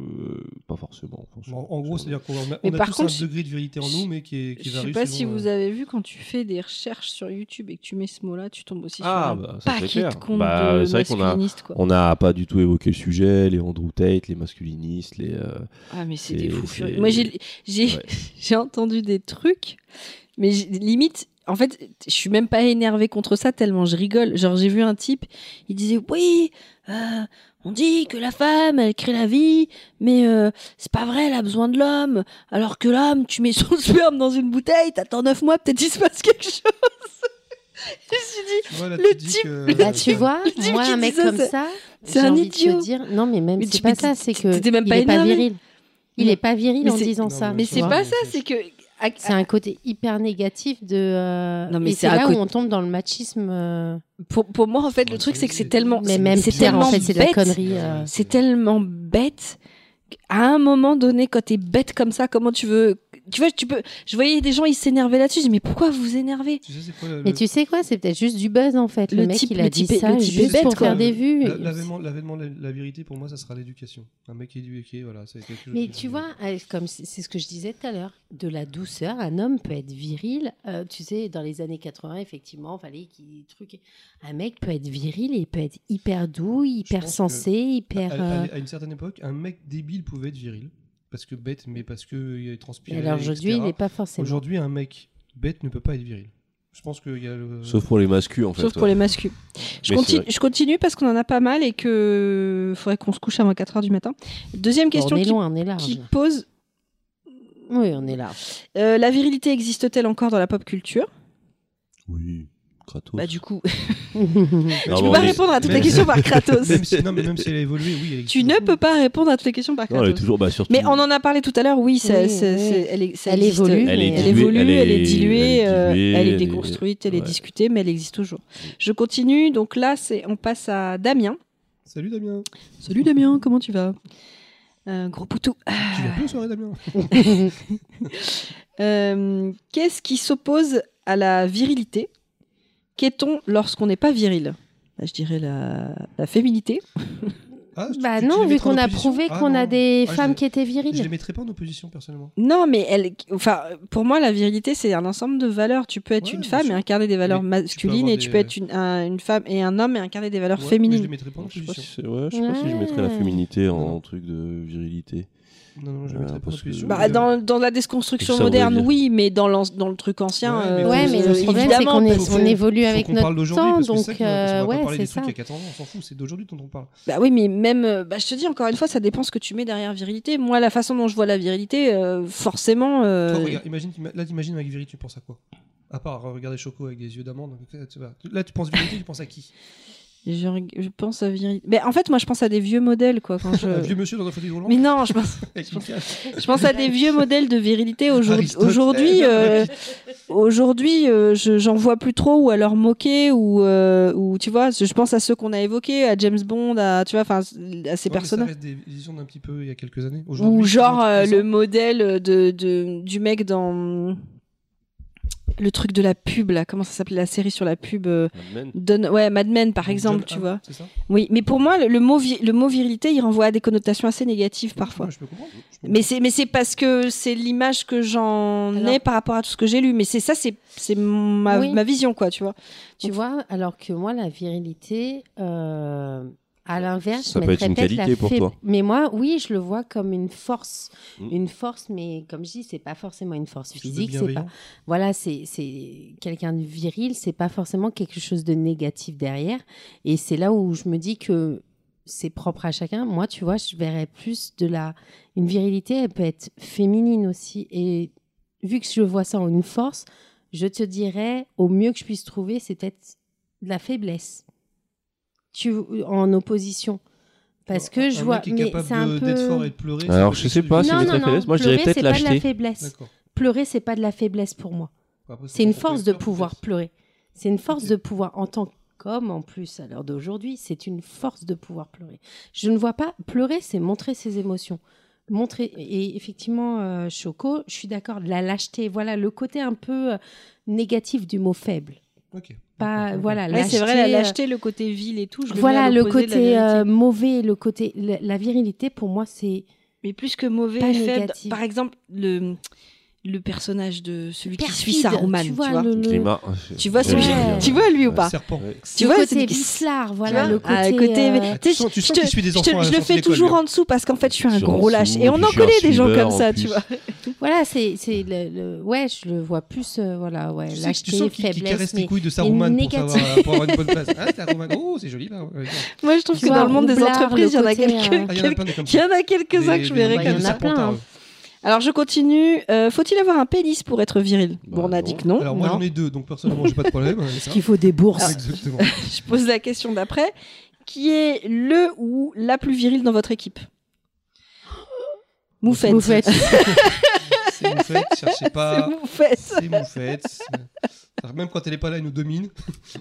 Speaker 3: pas forcément.
Speaker 1: En, en gros, c'est-à-dire qu'on a,
Speaker 4: Mais
Speaker 1: on a
Speaker 4: par
Speaker 1: tous
Speaker 4: contre,
Speaker 1: un degré de vérité en
Speaker 4: je-
Speaker 1: nous, mais qui, est, qui
Speaker 4: Je
Speaker 1: varie.
Speaker 4: sais pas
Speaker 1: selon,
Speaker 4: si
Speaker 1: euh,
Speaker 4: vous avez vu quand tu fais des recherches sur YouTube et que tu mets ce mot-là, tu tombes aussi
Speaker 3: Ah,
Speaker 4: sur un
Speaker 3: bah, ça, c'est
Speaker 4: paquet
Speaker 3: clair.
Speaker 4: de comptes
Speaker 3: Bah,
Speaker 4: de
Speaker 3: c'est vrai qu'on a-
Speaker 4: masculinistes quoi.
Speaker 3: On n'a pas du tout évoqué le sujet, les Andrew Tate, les masculinistes, les. euh,
Speaker 4: Ah mais c'est des
Speaker 3: C'est-
Speaker 4: fous
Speaker 3: c'est-
Speaker 4: furieux. Moi j'ai j'ai
Speaker 3: Ouais.
Speaker 4: j'ai entendu des trucs, mais j'ai- limite. En fait, je suis même pas énervée contre ça tellement je rigole. Genre j'ai vu un type, il disait oui, euh, on dit que la femme elle crée la vie, mais euh, c'est pas vrai, elle a besoin de l'homme. Alors que l'homme, tu mets son sperme dans une bouteille, t'attends neuf mois, peut-être il se passe quelque chose. je me suis dit,
Speaker 1: tu vois, là,
Speaker 4: le
Speaker 1: tu dis
Speaker 4: type-
Speaker 1: que-
Speaker 2: Bah, tu vois,
Speaker 4: Le type
Speaker 2: moi,
Speaker 4: qui
Speaker 2: un
Speaker 4: dit
Speaker 2: mec
Speaker 4: ça,
Speaker 2: comme
Speaker 4: c'est-
Speaker 2: ça,
Speaker 4: c'est
Speaker 2: j'ai
Speaker 4: un
Speaker 2: envie de te
Speaker 4: idiot.
Speaker 2: dire- Non, mais même,
Speaker 4: Mais
Speaker 2: c'est
Speaker 4: tu-
Speaker 2: pas
Speaker 4: mais
Speaker 2: ça,
Speaker 4: t'étais-
Speaker 2: c'est que.
Speaker 4: t'étais même
Speaker 2: il
Speaker 4: pas
Speaker 2: est pas
Speaker 4: énervé.
Speaker 2: viril. Il
Speaker 4: Mais-
Speaker 2: est pas viril
Speaker 4: mais
Speaker 2: en
Speaker 4: c'est-
Speaker 1: Non,
Speaker 2: disant ça.
Speaker 4: mais
Speaker 1: tu
Speaker 4: c'est
Speaker 1: vois.
Speaker 4: pas ça, c'est que à-
Speaker 2: C'est un côté hyper négatif de. euh,
Speaker 4: Non, mais
Speaker 2: et
Speaker 4: c'est
Speaker 2: c'est
Speaker 4: à
Speaker 2: là où
Speaker 4: côté-
Speaker 2: on tombe dans le machisme. euh,
Speaker 4: pour, pour moi en fait le
Speaker 1: Ouais,
Speaker 4: truc
Speaker 1: c'est-
Speaker 4: c'est que c'est
Speaker 1: c'est-
Speaker 4: tellement
Speaker 2: mais même
Speaker 4: c'est
Speaker 2: pire, en
Speaker 4: tellement
Speaker 2: fait, c'est de la
Speaker 4: bête.
Speaker 2: connerie. euh.
Speaker 4: C'est tellement bête. À un moment donné, quand t'es bête comme ça, comment tu veux Tu vois, tu peux. Je voyais des gens, ils s'énervaient là-dessus. Je dis mais pourquoi vous vous énervez
Speaker 1: Tu sais, c'est quoi le-
Speaker 2: Mais tu sais quoi, c'est peut-être juste du buzz en fait. Le,
Speaker 4: Le
Speaker 2: mec,
Speaker 4: type-
Speaker 2: il a
Speaker 4: le
Speaker 2: dit
Speaker 4: type est-
Speaker 2: ça
Speaker 4: le type est
Speaker 2: juste
Speaker 4: bête,
Speaker 2: pour
Speaker 4: quoi.
Speaker 2: faire des vues.
Speaker 1: euh, La- L'avènement l'avènement de la, la vérité, pour moi, ça sera l'éducation. Un mec éduqué, voilà. c'est quelque chose
Speaker 2: Mais
Speaker 1: qui-
Speaker 2: tu vois, euh, comme c'est c'est ce que je disais tout à l'heure, de la douceur, un homme peut être viril. euh, tu sais, dans les années 80, effectivement, fallait qu'il truc. Un mec peut être viril et il peut être hyper doux, hyper
Speaker 1: pense
Speaker 2: sensé,
Speaker 1: À,
Speaker 2: hyper.
Speaker 1: à-
Speaker 2: euh,
Speaker 1: à une certaine époque, un mec débile pouvait être viril. Parce que euh, bête, mais parce qu'il transpire.
Speaker 2: et euh, alors aujourd'hui, il n'est pas forcément.
Speaker 1: Aujourd'hui, un mec bête ne peut pas être viril. Je pense qu'il y a le.
Speaker 3: Sauf pour les masculins, en fait.
Speaker 4: Sauf pour les masculins. Je
Speaker 3: Mais c'est
Speaker 4: continue,
Speaker 3: vrai.
Speaker 4: je continue parce qu'on en a pas mal et que faudrait qu'on se couche avant 4 heures du matin. Deuxième
Speaker 2: Bon,
Speaker 4: question
Speaker 2: on est
Speaker 4: qui,
Speaker 2: loin, on est large.
Speaker 4: qui pose
Speaker 2: Oui, on est large.
Speaker 4: euh, la virilité existe-t-elle encore dans la pop culture
Speaker 3: Oui, Kratos.
Speaker 4: Bah du coup,
Speaker 3: Non,
Speaker 4: tu
Speaker 3: mais
Speaker 4: peux
Speaker 3: on
Speaker 4: pas
Speaker 3: est-
Speaker 4: répondre à toutes
Speaker 1: mais-
Speaker 4: les questions par Kratos.
Speaker 1: Même si, non, mais même si elle a évolué, oui. Elle
Speaker 4: tu ne peux pas répondre à toutes les questions par
Speaker 3: Non, elle est
Speaker 4: Kratos.
Speaker 3: toujours. Bah, surtout,
Speaker 4: Mais on en a parlé tout à l'heure. Oui, ça-
Speaker 2: Oui,
Speaker 4: ça-
Speaker 2: oui.
Speaker 4: c'est- elle est- ça
Speaker 2: Elle
Speaker 4: existe.
Speaker 2: évolue,
Speaker 4: Elle,
Speaker 2: Elle est mais-
Speaker 4: évolue, elle est, diluée,
Speaker 3: elle est
Speaker 4: euh, elle est,
Speaker 3: diluée, elle est-
Speaker 4: déconstruite, elle est
Speaker 3: ouais. Mm.
Speaker 4: discutée, mais elle existe toujours. Je continue. Donc là, c'est on passe à Damien.
Speaker 1: Salut Damien.
Speaker 4: Salut Damien, comment tu vas Euh, Gros poutou.
Speaker 1: Tu viens plus aux soirées, Damien
Speaker 4: Euh, Qu'est-ce qui s'oppose à la virilité Qu'est-on lorsqu'on n'est pas viril Là, Je dirais la, la féminité.
Speaker 1: Ah, tu-
Speaker 2: bah
Speaker 1: tu- tu les
Speaker 2: non, vu
Speaker 1: mettrais en
Speaker 2: qu'on a
Speaker 1: opposition
Speaker 2: prouvé
Speaker 1: Ah,
Speaker 2: qu'on a
Speaker 1: non.
Speaker 2: des
Speaker 1: Ah, je
Speaker 2: femmes
Speaker 1: les-
Speaker 2: qui étaient
Speaker 1: Je les
Speaker 2: viriles.
Speaker 1: mettrais pas en opposition, personnellement.
Speaker 4: Non, mais elle, enfin, pour moi, la virilité, c'est un ensemble de valeurs. Tu peux être
Speaker 1: Ouais,
Speaker 4: une
Speaker 1: bien
Speaker 4: femme
Speaker 1: sûr.
Speaker 4: et incarner des valeurs
Speaker 1: Mais tu peux
Speaker 4: masculines,
Speaker 1: avoir
Speaker 4: et tu
Speaker 1: des-
Speaker 4: peux être une, un- une femme et un homme et incarner des valeurs
Speaker 1: Ouais, mais Je les
Speaker 4: féminines.
Speaker 1: mettrais pas en
Speaker 3: Je sais pas
Speaker 1: opposition.
Speaker 3: si, c'est- ouais, je sais pas si je mettrais la
Speaker 2: Ouais.
Speaker 3: féminité en
Speaker 1: Non.
Speaker 3: truc de virilité.
Speaker 1: Non, non, je les
Speaker 3: Ouais,
Speaker 1: mettrais pas en
Speaker 3: parce que-
Speaker 1: opposition.
Speaker 4: Bah,
Speaker 1: mais, euh,
Speaker 4: dans, dans la déconstruction
Speaker 3: Ça veut
Speaker 4: moderne,
Speaker 3: dire.
Speaker 4: oui, mais dans, l'an- dans le truc ancien,
Speaker 1: Ouais,
Speaker 4: euh,
Speaker 1: mais
Speaker 2: Ouais,
Speaker 1: faut-
Speaker 2: mais
Speaker 1: faut-
Speaker 2: le
Speaker 1: faut-
Speaker 2: problème, c'est
Speaker 4: évidemment,
Speaker 2: qu'on est-
Speaker 1: faut-
Speaker 2: on
Speaker 1: faut-
Speaker 2: évolue
Speaker 1: faut
Speaker 2: avec
Speaker 1: qu'on
Speaker 2: notre
Speaker 1: parle d'aujourd'hui,
Speaker 2: temps.
Speaker 1: parce que c'est ça
Speaker 2: Donc,
Speaker 1: qui- on va
Speaker 2: euh,
Speaker 1: pas
Speaker 2: ouais,
Speaker 1: parler
Speaker 2: c'est
Speaker 1: des
Speaker 2: ça.
Speaker 1: trucs il y a 4 ans, on s'en fout, c'est d'aujourd'hui dont on parle.
Speaker 4: Bah oui, mais même, euh, bah, je te dis encore une fois, ça dépend ce que tu mets derrière virilité. Moi, la façon dont je vois la virilité, euh, forcément, euh,
Speaker 1: Toi, regarde, imagine, t'ima- là, t'imagines avec Viri, tu penses à quoi À part euh, regarder Choco avec des yeux d'amande. euh, tu vois. Là, tu penses Vérité, tu penses à qui
Speaker 4: je, reg- je pense à virilité. Mais en fait, moi, je pense à des vieux modèles, quoi. Quand
Speaker 2: Euh.
Speaker 1: Un
Speaker 4: je...
Speaker 1: vieux monsieur dans un fauteuil roulant
Speaker 4: mais non, je pense,
Speaker 1: avec une cape.
Speaker 4: je pense à des vieux modèles de virilité aujourd'hui.
Speaker 1: Aristote.
Speaker 4: Aujourd'hui,
Speaker 1: Eh, non,
Speaker 4: euh,
Speaker 1: mais-
Speaker 4: aujourd'hui, euh, je- j'en vois plus trop, ou à leur moquer, ou, euh, ou tu vois, je pense à ceux qu'on a évoqués, à James Bond, à tu vois, enfin, à ces
Speaker 1: Ouais, mais
Speaker 4: personnages.
Speaker 1: Ça reste des visions d'un petit peu il y a quelques années. Aujourd'hui,
Speaker 4: Ou
Speaker 1: c'est
Speaker 4: genre
Speaker 1: un
Speaker 4: euh,
Speaker 1: truc
Speaker 4: le modèle de, de- du mec dans le truc de la pub là, comment ça s'appelait la série sur la pub euh, Don- ouais, Mad Men par
Speaker 1: récent.
Speaker 4: exemple,
Speaker 1: John
Speaker 4: tu
Speaker 1: Hamm,
Speaker 4: vois.
Speaker 1: C'est ça
Speaker 4: Oui, mais pour moi, le, le mot, vi- le mot virilité, il renvoie à des connotations assez négatives parfois.
Speaker 1: Ouais, je peux comprendre. Je peux
Speaker 4: Mais c'est, mais c'est parce que c'est l'image que j'en
Speaker 2: Alors-
Speaker 4: ai par rapport à tout ce que j'ai lu. Mais c'est ça, c'est, c'est ma,
Speaker 2: Oui.
Speaker 4: ma vision, quoi, tu vois.
Speaker 2: Tu vois, alors que moi, la virilité, euh, à l'inverse,
Speaker 3: Ça
Speaker 2: je
Speaker 3: peut
Speaker 2: mettrais
Speaker 3: être une
Speaker 2: peut-être la
Speaker 3: qualité pour
Speaker 2: faib-
Speaker 3: toi.
Speaker 2: Mais moi, oui, je le vois comme une force.
Speaker 3: Mm.
Speaker 2: Une force, mais comme je dis, c'est pas forcément une force
Speaker 1: comprendre.
Speaker 2: physique. C'est
Speaker 1: Bienveillant.
Speaker 2: pas... Voilà, c'est c'est quelqu'un de viril, c'est pas forcément quelque chose de négatif derrière. Et c'est là où je me dis que c'est propre à chacun. Moi, tu vois, je verrais plus de la. Une virilité, elle peut être féminine aussi. Et vu que je vois ça en une force, je te dirais, au mieux que je puisse trouver, c'est peut-être de la faiblesse. Tu, en opposition. Parce que je
Speaker 1: un
Speaker 2: vois.
Speaker 1: Mec qui est
Speaker 2: mais
Speaker 1: capable
Speaker 2: c'est un
Speaker 1: de-
Speaker 2: peu.
Speaker 1: d'être fort et de pleurer. c'est
Speaker 3: Alors,
Speaker 1: pas
Speaker 3: je
Speaker 1: quelque
Speaker 3: sais
Speaker 1: chose du-
Speaker 3: pas Ah, si
Speaker 2: non,
Speaker 3: c'est de la
Speaker 2: non, non,
Speaker 3: faiblesse. Moi, je dirais
Speaker 2: pleurer,
Speaker 3: peut-être
Speaker 2: c'est pas de la
Speaker 3: lâcheté.
Speaker 2: faiblesse.
Speaker 1: D'accord.
Speaker 2: Pleurer, c'est pas de la faiblesse pour moi.
Speaker 1: Après,
Speaker 2: C'est une
Speaker 1: ton
Speaker 2: force de
Speaker 1: caractère,
Speaker 2: pouvoir
Speaker 1: peut-être.
Speaker 2: pleurer. C'est une force
Speaker 1: Ok.
Speaker 2: de pouvoir, en tant qu'homme en plus, à l'heure d'aujourd'hui, c'est une force de pouvoir pleurer. Je ne vois pas, pleurer, c'est montrer ses émotions. Montrer, et effectivement, euh, Choco, je suis d'accord, de la lâcheté, voilà le côté un peu euh, négatif du mot faible.
Speaker 1: Ok.
Speaker 2: Pas,
Speaker 1: D'accord.
Speaker 2: voilà,
Speaker 4: Ouais, c'est vrai, la
Speaker 2: lâcheté, euh,
Speaker 4: lâcheté, le côté vil et tout. Je le mets
Speaker 2: voilà
Speaker 4: à
Speaker 2: le
Speaker 4: l'opposé de la
Speaker 2: côté
Speaker 4: vérité.
Speaker 2: euh, mauvais, le côté, la, la virilité, pour moi, c'est
Speaker 4: Mais plus que mauvais,
Speaker 2: pas
Speaker 4: faible.
Speaker 2: négatif.
Speaker 4: Par exemple, le, le personnage de celui qui suit
Speaker 2: perfide,
Speaker 4: Saruman, tu vois.
Speaker 2: le- le-
Speaker 3: Climat.
Speaker 4: Tu vois celui
Speaker 2: Ouais.
Speaker 4: Tu vois lui ou pas
Speaker 1: Serpent.
Speaker 3: Ouais.
Speaker 4: Tu
Speaker 2: le
Speaker 4: vois,
Speaker 2: côté
Speaker 4: c'est-
Speaker 2: vislard,
Speaker 4: Tu
Speaker 2: voilà,
Speaker 4: vois
Speaker 2: le
Speaker 4: Ah,
Speaker 2: côté. euh,
Speaker 1: Ah, tu sens- tu sens qu'il suit des
Speaker 4: je te-
Speaker 1: enfants à la
Speaker 4: je le
Speaker 1: sortie de
Speaker 4: fais
Speaker 1: l'école,
Speaker 4: toujours
Speaker 1: lui.
Speaker 4: en dessous parce qu'en fait je suis un
Speaker 3: Je suis en
Speaker 4: gros lâche.
Speaker 3: dessous,
Speaker 4: Et on
Speaker 3: puis
Speaker 4: en
Speaker 3: je suis un
Speaker 4: connaît des gens
Speaker 3: suiveur,
Speaker 4: comme
Speaker 3: en
Speaker 4: ça,
Speaker 3: plus.
Speaker 4: tu vois.
Speaker 2: Voilà, c'est c'est le, le- ouais, je le vois plus euh, voilà, ouais,
Speaker 1: Tu sais que tu
Speaker 2: lâcheté,
Speaker 1: sens qu'il qu'il
Speaker 2: faiblesse
Speaker 1: caresse
Speaker 2: mais
Speaker 1: les couilles de Saruman pour,
Speaker 2: négative.
Speaker 1: savoir- pour avoir une bonne place. Ah, Saruman, oh, c'est joli. Là. Ouais,
Speaker 4: Moi je trouve
Speaker 2: Tu
Speaker 4: que
Speaker 2: vois,
Speaker 4: dans le monde des
Speaker 2: roublard,
Speaker 4: entreprises, il y en a
Speaker 2: le côté, euh,
Speaker 1: Ah,
Speaker 4: quelques-
Speaker 1: il y en a
Speaker 4: quelques.
Speaker 1: plein des comme ça.
Speaker 4: Il y en a quelques-uns que je
Speaker 1: Des- des
Speaker 4: verrai
Speaker 2: bah,
Speaker 1: cas
Speaker 2: il y
Speaker 1: de
Speaker 2: en a plein,
Speaker 1: Serpentard,
Speaker 2: hein.
Speaker 1: eux.
Speaker 4: Alors je continue. Euh, Faut-il avoir un pénis pour être viril
Speaker 3: Bah,
Speaker 4: Bon, on a
Speaker 3: non.
Speaker 4: dit que non.
Speaker 1: Alors, moi,
Speaker 4: Non.
Speaker 1: j'en ai deux, donc personnellement, j'ai pas de problème. avec ça.
Speaker 2: qu'il faut des bourses.
Speaker 1: Exactement.
Speaker 4: je pose la question d'après. Qui est le ou la plus virile dans votre équipe Moufette.
Speaker 2: Moufette.
Speaker 1: C'est Moufette, cherchez
Speaker 4: C'est
Speaker 1: pas.
Speaker 4: Moufette.
Speaker 1: C'est Moufette. Alors, Même quand elle est pas là, elle nous domine.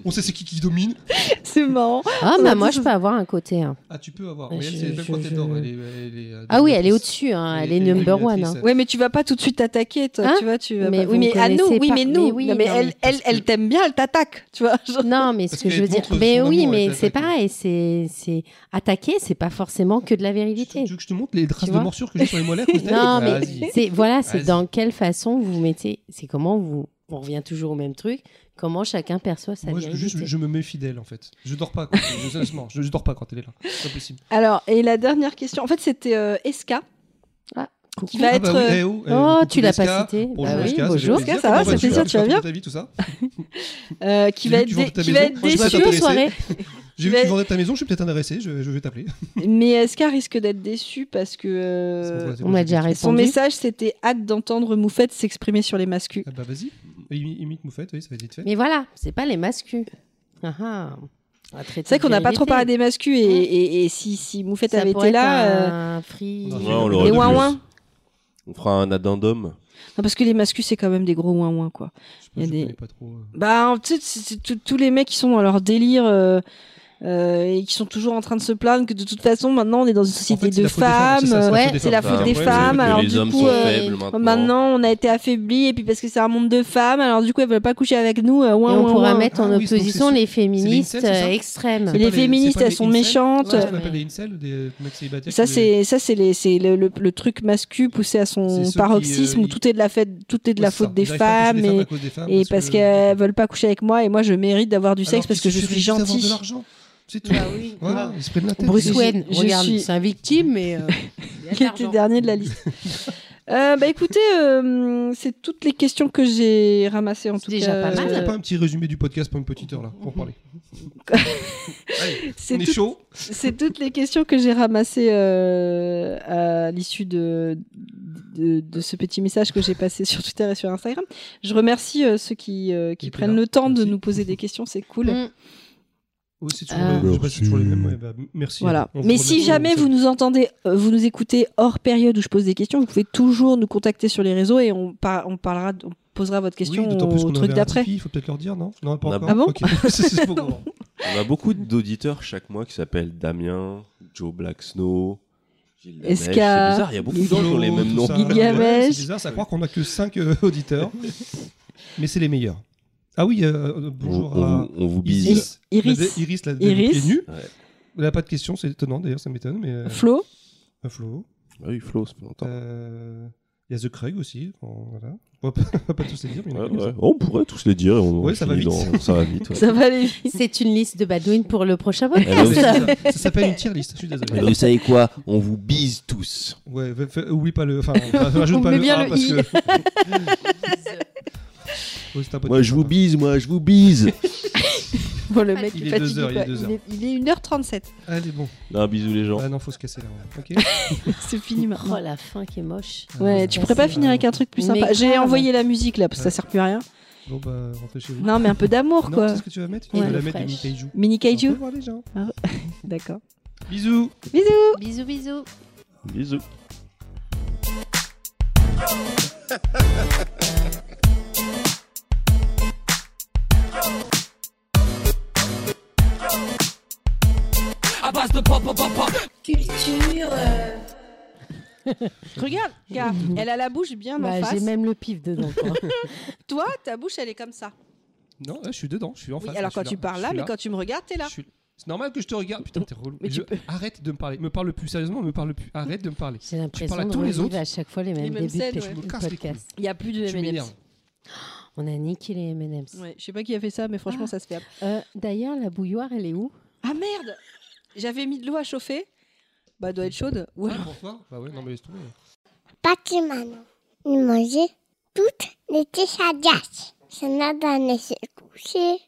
Speaker 1: On sait c'est qui qui domine.
Speaker 4: C'est marrant.
Speaker 2: Ah bah moi je peux avoir un côté. hein.
Speaker 1: Ah, tu peux avoir.
Speaker 2: Ah,
Speaker 1: Mais elle,
Speaker 2: je-
Speaker 1: c'est même
Speaker 2: je-
Speaker 1: quand t'es dehors,
Speaker 2: je-
Speaker 1: elle est- elle est, euh,
Speaker 2: Ah oui, elle est
Speaker 1: dominatrice.
Speaker 2: au-dessus hein, elle est
Speaker 1: elle est
Speaker 2: number one.
Speaker 1: dominatrice,
Speaker 2: hein.
Speaker 4: Ouais, mais tu vas pas tout de suite t'attaquer, toi.
Speaker 2: Hein
Speaker 4: tu vois, tu vas
Speaker 2: Mais
Speaker 4: pas-
Speaker 2: vous
Speaker 4: Oui,
Speaker 2: me
Speaker 4: mais à
Speaker 2: connaissez
Speaker 4: nous, oui,
Speaker 2: pas.
Speaker 4: mais nous.
Speaker 2: Mais oui,
Speaker 4: Non, mais
Speaker 2: non,
Speaker 4: elle,
Speaker 2: mais Mm.
Speaker 4: elle,
Speaker 1: parce
Speaker 4: elle
Speaker 1: que-
Speaker 4: t'aime bien, elle t'attaque, tu vois. genre.
Speaker 2: hein. Non, mais ce
Speaker 1: Parce
Speaker 2: que je
Speaker 1: qu'elle
Speaker 2: veux dire
Speaker 1: montre
Speaker 2: mais
Speaker 1: son
Speaker 2: oui,
Speaker 1: amour,
Speaker 2: mais
Speaker 1: elle
Speaker 2: c'est
Speaker 1: t'attaque.
Speaker 2: pareil, c'est c'est attaquer, c'est pas forcément que de la
Speaker 1: Tu tu
Speaker 2: virilité.
Speaker 1: veux que je te montre les traces
Speaker 2: Tu
Speaker 1: de
Speaker 2: vois
Speaker 1: morsures que j'ai sur les mollets à cause d'elle
Speaker 2: Non, mais
Speaker 1: Vas-y.
Speaker 2: c'est voilà, c'est
Speaker 1: Vas-y.
Speaker 2: dans quelle façon vous mettez, c'est comment vous on revient toujours au même truc, comment chacun perçoit sa
Speaker 1: Moi, je,
Speaker 2: virilité.
Speaker 1: juste, je me mets fidèle en fait. Je dors pas. Quand, je, sérieusement, je, je dors pas quand elle est là. C'est pas possible.
Speaker 4: Alors, et la dernière question, en fait, c'était euh, Eska.
Speaker 2: Coucou.
Speaker 4: qui va être, euh,
Speaker 1: oh,
Speaker 2: Oh,
Speaker 1: coucou
Speaker 2: tu l'as
Speaker 1: Leska.
Speaker 2: pas cité.
Speaker 1: Bonjour,
Speaker 2: Bah oui,
Speaker 1: Leska, ça fait
Speaker 2: bonjour.
Speaker 1: plaisir.
Speaker 4: Leska, ça va,
Speaker 1: Comment
Speaker 4: ça
Speaker 1: vas-tu
Speaker 4: fait plaisir, tu vas bien
Speaker 1: ta vie, tout ça
Speaker 4: euh, qui
Speaker 1: J'ai
Speaker 4: va
Speaker 1: vu
Speaker 4: être,
Speaker 1: que tu vendais
Speaker 4: dé-
Speaker 1: ta
Speaker 4: qui
Speaker 1: maison.
Speaker 4: va être
Speaker 1: Moi, je vais t'intéresser.
Speaker 4: déçue.
Speaker 2: soirée.
Speaker 1: J'ai
Speaker 4: Tu
Speaker 1: vu que
Speaker 4: vas-
Speaker 1: tu vendais ta maison, je suis peut-être intéressé, je, je vais t'appeler.
Speaker 4: Mais Eska risque d'être déçue parce que euh,
Speaker 1: C'est bon, c'est
Speaker 2: On
Speaker 1: bon,
Speaker 2: m'a
Speaker 1: c'est
Speaker 2: déjà
Speaker 1: bon.
Speaker 2: répondu.
Speaker 4: son message, c'était hâte d'entendre Moufette s'exprimer sur les mascus.
Speaker 1: Ah bah vas-y, Imi- imite Moufette, oui, ça va être vite fait.
Speaker 2: Mais voilà, c'est pas les mascus. Ah ah. On va traiter
Speaker 4: C'est vrai qu'on
Speaker 2: de
Speaker 4: n'a pas trop
Speaker 2: virilité.
Speaker 4: parlé des mascus et, et- et si, si Moufette
Speaker 2: Mmh. Ça
Speaker 4: avait
Speaker 2: pourrait
Speaker 4: été là.
Speaker 2: être
Speaker 4: euh,
Speaker 2: un free.
Speaker 1: Non,
Speaker 3: Ouais, on
Speaker 1: aurait
Speaker 4: Les
Speaker 1: dû,
Speaker 3: l'aurait
Speaker 4: ouin
Speaker 1: ouais.
Speaker 3: ouin
Speaker 4: ouin.
Speaker 3: On fera un addendum.
Speaker 4: Non, parce que les mascus, c'est quand même des gros ouin ouin, quoi.
Speaker 1: Je,
Speaker 4: y a
Speaker 1: je
Speaker 4: des-
Speaker 1: connais pas trop. euh.
Speaker 4: Bah, tu sais, c'est- c'est tout- tous les mecs qui sont dans leur délire euh, euh, et qui sont toujours en train de se plaindre que de toute façon, maintenant, on est dans une société
Speaker 1: fait, c'est
Speaker 4: de
Speaker 1: la faute des femmes,
Speaker 4: femmes.
Speaker 1: c'est ça,
Speaker 4: euh,
Speaker 2: ouais,
Speaker 4: c'est la
Speaker 1: femmes.
Speaker 4: faute des
Speaker 1: Ah, ouais,
Speaker 4: femmes,
Speaker 1: ouais,
Speaker 3: que
Speaker 4: alors
Speaker 3: les
Speaker 4: du
Speaker 3: hommes
Speaker 4: coup,
Speaker 3: sont
Speaker 4: euh,
Speaker 3: faibles
Speaker 4: maintenant. on a été affaiblis et puis parce que c'est un monde de femmes, alors du coup, elles veulent pas coucher avec nous. euh, ouin,
Speaker 2: Et on
Speaker 4: ouin,
Speaker 2: pourra
Speaker 4: ouin.
Speaker 2: mettre
Speaker 1: Ah
Speaker 2: en
Speaker 1: oui, donc c'est
Speaker 2: opposition
Speaker 1: sûr.
Speaker 2: les
Speaker 1: l'inceste,
Speaker 2: féministes
Speaker 1: c'est ça
Speaker 2: euh, extrêmes.
Speaker 1: C'est pas
Speaker 4: les
Speaker 1: c'est
Speaker 4: féministes,
Speaker 1: pas
Speaker 4: elles
Speaker 1: les
Speaker 4: sont
Speaker 1: incels Ouais,
Speaker 4: méchantes.
Speaker 1: on appelle
Speaker 2: Ouais.
Speaker 1: les incels, des euh, mecs célibataires.
Speaker 4: Ça
Speaker 1: qui-
Speaker 4: c'est ça c'est les c'est le, le- le truc mascu poussé à
Speaker 1: C'est
Speaker 4: son
Speaker 1: ceux qui,
Speaker 4: paroxysme
Speaker 1: euh,
Speaker 4: où tout est de la fête tout est de la
Speaker 1: Ouais, c'est ça.
Speaker 4: faute des
Speaker 1: Ils arrivent pas à
Speaker 4: femmes
Speaker 1: toucher des
Speaker 4: et,
Speaker 1: à cause des femmes
Speaker 4: et parce qu'elles veulent pas coucher avec moi et moi je mérite d'avoir du
Speaker 1: Alors
Speaker 4: sexe
Speaker 1: qu'il
Speaker 4: parce que je
Speaker 1: suffirait
Speaker 4: suis
Speaker 1: juste d'avoir de
Speaker 4: gentille.
Speaker 1: l'argent. C'est
Speaker 2: Bah
Speaker 1: tout. Voilà, ils se prennent la tête.
Speaker 2: Bruce
Speaker 4: Je-
Speaker 2: Wayne,
Speaker 4: je
Speaker 2: regarde,
Speaker 4: suis-
Speaker 2: c'est un victime, mais. euh, il a de
Speaker 4: qui était
Speaker 2: l'argent.
Speaker 4: dernier de la liste. Euh, bah écoutez, euh, c'est toutes les questions que j'ai ramassées en
Speaker 2: C'est
Speaker 4: tout
Speaker 2: déjà
Speaker 4: cas.
Speaker 2: pas mal.
Speaker 1: Est-ce qu'on fait
Speaker 4: Euh,
Speaker 1: Ah, pas un petit résumé du podcast pour une petite heure là pour parler Allez,
Speaker 4: Mm-hmm. c'est
Speaker 1: on est
Speaker 4: tout-
Speaker 1: chaud.
Speaker 4: C'est toutes les questions que j'ai ramassées euh, à l'issue de, de, de ce petit message que j'ai passé sur Twitter et sur Instagram. Je remercie euh, ceux qui, euh, qui
Speaker 1: Qui étaient
Speaker 4: prennent
Speaker 1: là.
Speaker 4: le temps de
Speaker 1: Merci.
Speaker 4: nous poser des questions, c'est cool.
Speaker 2: Mm.
Speaker 1: Oh, c'est toujours,
Speaker 2: Euh,
Speaker 1: le- je sais pas si c'est toujours les mêmes.
Speaker 3: Merci.
Speaker 1: ouais, bah, merci.
Speaker 4: Voilà.
Speaker 1: On vous
Speaker 4: Mais si
Speaker 1: remercie,
Speaker 4: jamais
Speaker 1: on
Speaker 4: vous nous entendez, euh, vous nous écoutez hors période où je pose des questions, vous pouvez toujours nous contacter sur les réseaux et on, par- on parlera, on posera votre
Speaker 1: Oui,
Speaker 4: question
Speaker 1: d'autant plus
Speaker 4: au
Speaker 1: qu'on
Speaker 4: truc
Speaker 1: avait un
Speaker 4: d'après.
Speaker 1: Tipeee, Il faut peut-être leur dire, non Non, pas
Speaker 3: On a-
Speaker 1: encore.
Speaker 4: Ah bon
Speaker 1: Ok. C'est- c'est pas encore.
Speaker 3: On a beaucoup d'auditeurs chaque mois qui s'appellent Damien, Joe Black Snow, Gilles Lamèche. C'est
Speaker 4: Esca,
Speaker 3: bizarre, il y a beaucoup de
Speaker 1: Lolo,
Speaker 3: gens qui ont les mêmes
Speaker 1: tout
Speaker 3: noms.
Speaker 1: ça.
Speaker 4: Gilgamesh.
Speaker 1: Ouais, C'est bizarre, c'est à croire qu'on a que 5 auditeurs. Mais c'est les meilleurs. Ah oui, euh,
Speaker 3: On,
Speaker 1: bonjour
Speaker 3: on
Speaker 1: à
Speaker 3: vous- on vous bise.
Speaker 4: Iris.
Speaker 1: Iris.
Speaker 4: Iris.
Speaker 1: La dé- Iris, la
Speaker 4: Iris.
Speaker 1: Iris. nue.
Speaker 3: Ouais.
Speaker 1: Elle a pas de questions, c'est étonnant d'ailleurs, ça m'étonne. Mais euh,
Speaker 4: Flo,
Speaker 1: euh, Flo.
Speaker 3: Ah oui, Flo, c'est pas longtemps.
Speaker 1: Euh, Il y a The Craig aussi. bon, voilà. On va pas, on va pas tous les dire, mais il y en a
Speaker 3: Ouais,
Speaker 1: quelques-uns.
Speaker 3: ouais. On pourrait tous les dire. et On
Speaker 1: Ouais, ça va
Speaker 3: finit
Speaker 1: vite.
Speaker 3: dans- ça va vite. ouais.
Speaker 4: ça va aller vite.
Speaker 2: C'est une liste de badouines pour le prochain
Speaker 3: Eh ben
Speaker 1: Ah,
Speaker 2: podcast.
Speaker 3: oui.
Speaker 1: c'est ça, ça s'appelle une tier list, je suis désolé.
Speaker 3: Alors, vous savez quoi On vous bise tous.
Speaker 1: Ouais, fais- fais- oublie pas le. Enfin, rajoute pas
Speaker 4: met
Speaker 1: le
Speaker 4: bien
Speaker 1: A
Speaker 4: le
Speaker 1: parce
Speaker 4: i.
Speaker 1: que. Ouais, c'est un podcast.
Speaker 3: Moi, je vous bise, moi, je vous bise.
Speaker 4: Bon, le mec
Speaker 1: Il
Speaker 4: il
Speaker 1: est
Speaker 4: est
Speaker 1: deux
Speaker 4: fatigué.
Speaker 1: heures, il est
Speaker 4: quoi.
Speaker 1: deux heures.
Speaker 4: Il est- il est 1h37.
Speaker 1: Allez, bon.
Speaker 3: Non, bisous les gens.
Speaker 1: Ah non, faut se casser là. ouais. Ok.
Speaker 4: C'est fini
Speaker 2: Oh
Speaker 4: maintenant.
Speaker 2: la fin qui est moche.
Speaker 4: Ouais, tu pourrais pas
Speaker 2: c'est-
Speaker 4: finir avec un truc plus
Speaker 2: Mais
Speaker 4: sympa. J'ai
Speaker 2: grave.
Speaker 4: envoyé la musique là parce que
Speaker 1: Ouais.
Speaker 4: ça sert plus à rien.
Speaker 1: Bon, bah, rentrez chez vous.
Speaker 4: Non, mais un peu d'amour
Speaker 1: Non,
Speaker 4: quoi.
Speaker 1: c'est ce que tu vas mettre Tu
Speaker 2: Ouais,
Speaker 1: vas la
Speaker 2: le
Speaker 1: mettre du
Speaker 2: fresh.
Speaker 1: Mikaiju.
Speaker 4: Mini
Speaker 1: Au
Speaker 4: kaiju.
Speaker 1: revoir, les gens.
Speaker 4: D'accord.
Speaker 1: Bisous.
Speaker 4: Bisous.
Speaker 2: Bisous, bisous.
Speaker 3: Bisous.
Speaker 6: Culture. euh,
Speaker 4: Regarde, car elle a la bouche bien
Speaker 2: Bah,
Speaker 4: en
Speaker 2: J'ai
Speaker 4: face.
Speaker 2: même le pif dedans. quoi.
Speaker 4: Toi, ta bouche elle est comme ça.
Speaker 1: Non, là, je suis dedans, je suis en
Speaker 4: Oui,
Speaker 1: face.
Speaker 4: alors
Speaker 1: je
Speaker 4: quand
Speaker 1: suis
Speaker 4: tu parles
Speaker 1: je
Speaker 4: là,
Speaker 1: suis
Speaker 4: mais quand tu me regardes, t'es là.
Speaker 1: Je suis- C'est normal que je te regarde. Putain, t'es relou.
Speaker 4: Mais tu
Speaker 1: Je-
Speaker 4: peux-
Speaker 1: Arrête de me parler. Me parle plus sérieusement, me parle plus. Arrête de me parler.
Speaker 2: J'ai l'impression
Speaker 1: parles à
Speaker 2: de
Speaker 1: tous les
Speaker 2: revivre
Speaker 1: autres.
Speaker 2: à chaque fois les mêmes,
Speaker 4: mêmes
Speaker 2: débuts de
Speaker 4: scènes,
Speaker 2: pe-
Speaker 4: ouais.
Speaker 2: de
Speaker 1: Je me casse les
Speaker 2: podcast.
Speaker 4: Il y a plus de
Speaker 1: Tu m'énerves. Ah,
Speaker 2: On a niqué les M&M's.
Speaker 4: Ouais, je sais pas qui a fait ça, mais franchement,
Speaker 2: Ah.
Speaker 4: ça se fait.
Speaker 2: Euh, D'ailleurs, la bouilloire, elle est où
Speaker 4: Ah merde J'avais mis de l'eau à chauffer. Bah, elle doit être chaude. Ouais.
Speaker 1: Ah, bonsoir. Bah ouais, non, mais laisse tomber.
Speaker 7: Batman. Il mangeait toutes les tisses à glace. Son nana allait se coucher.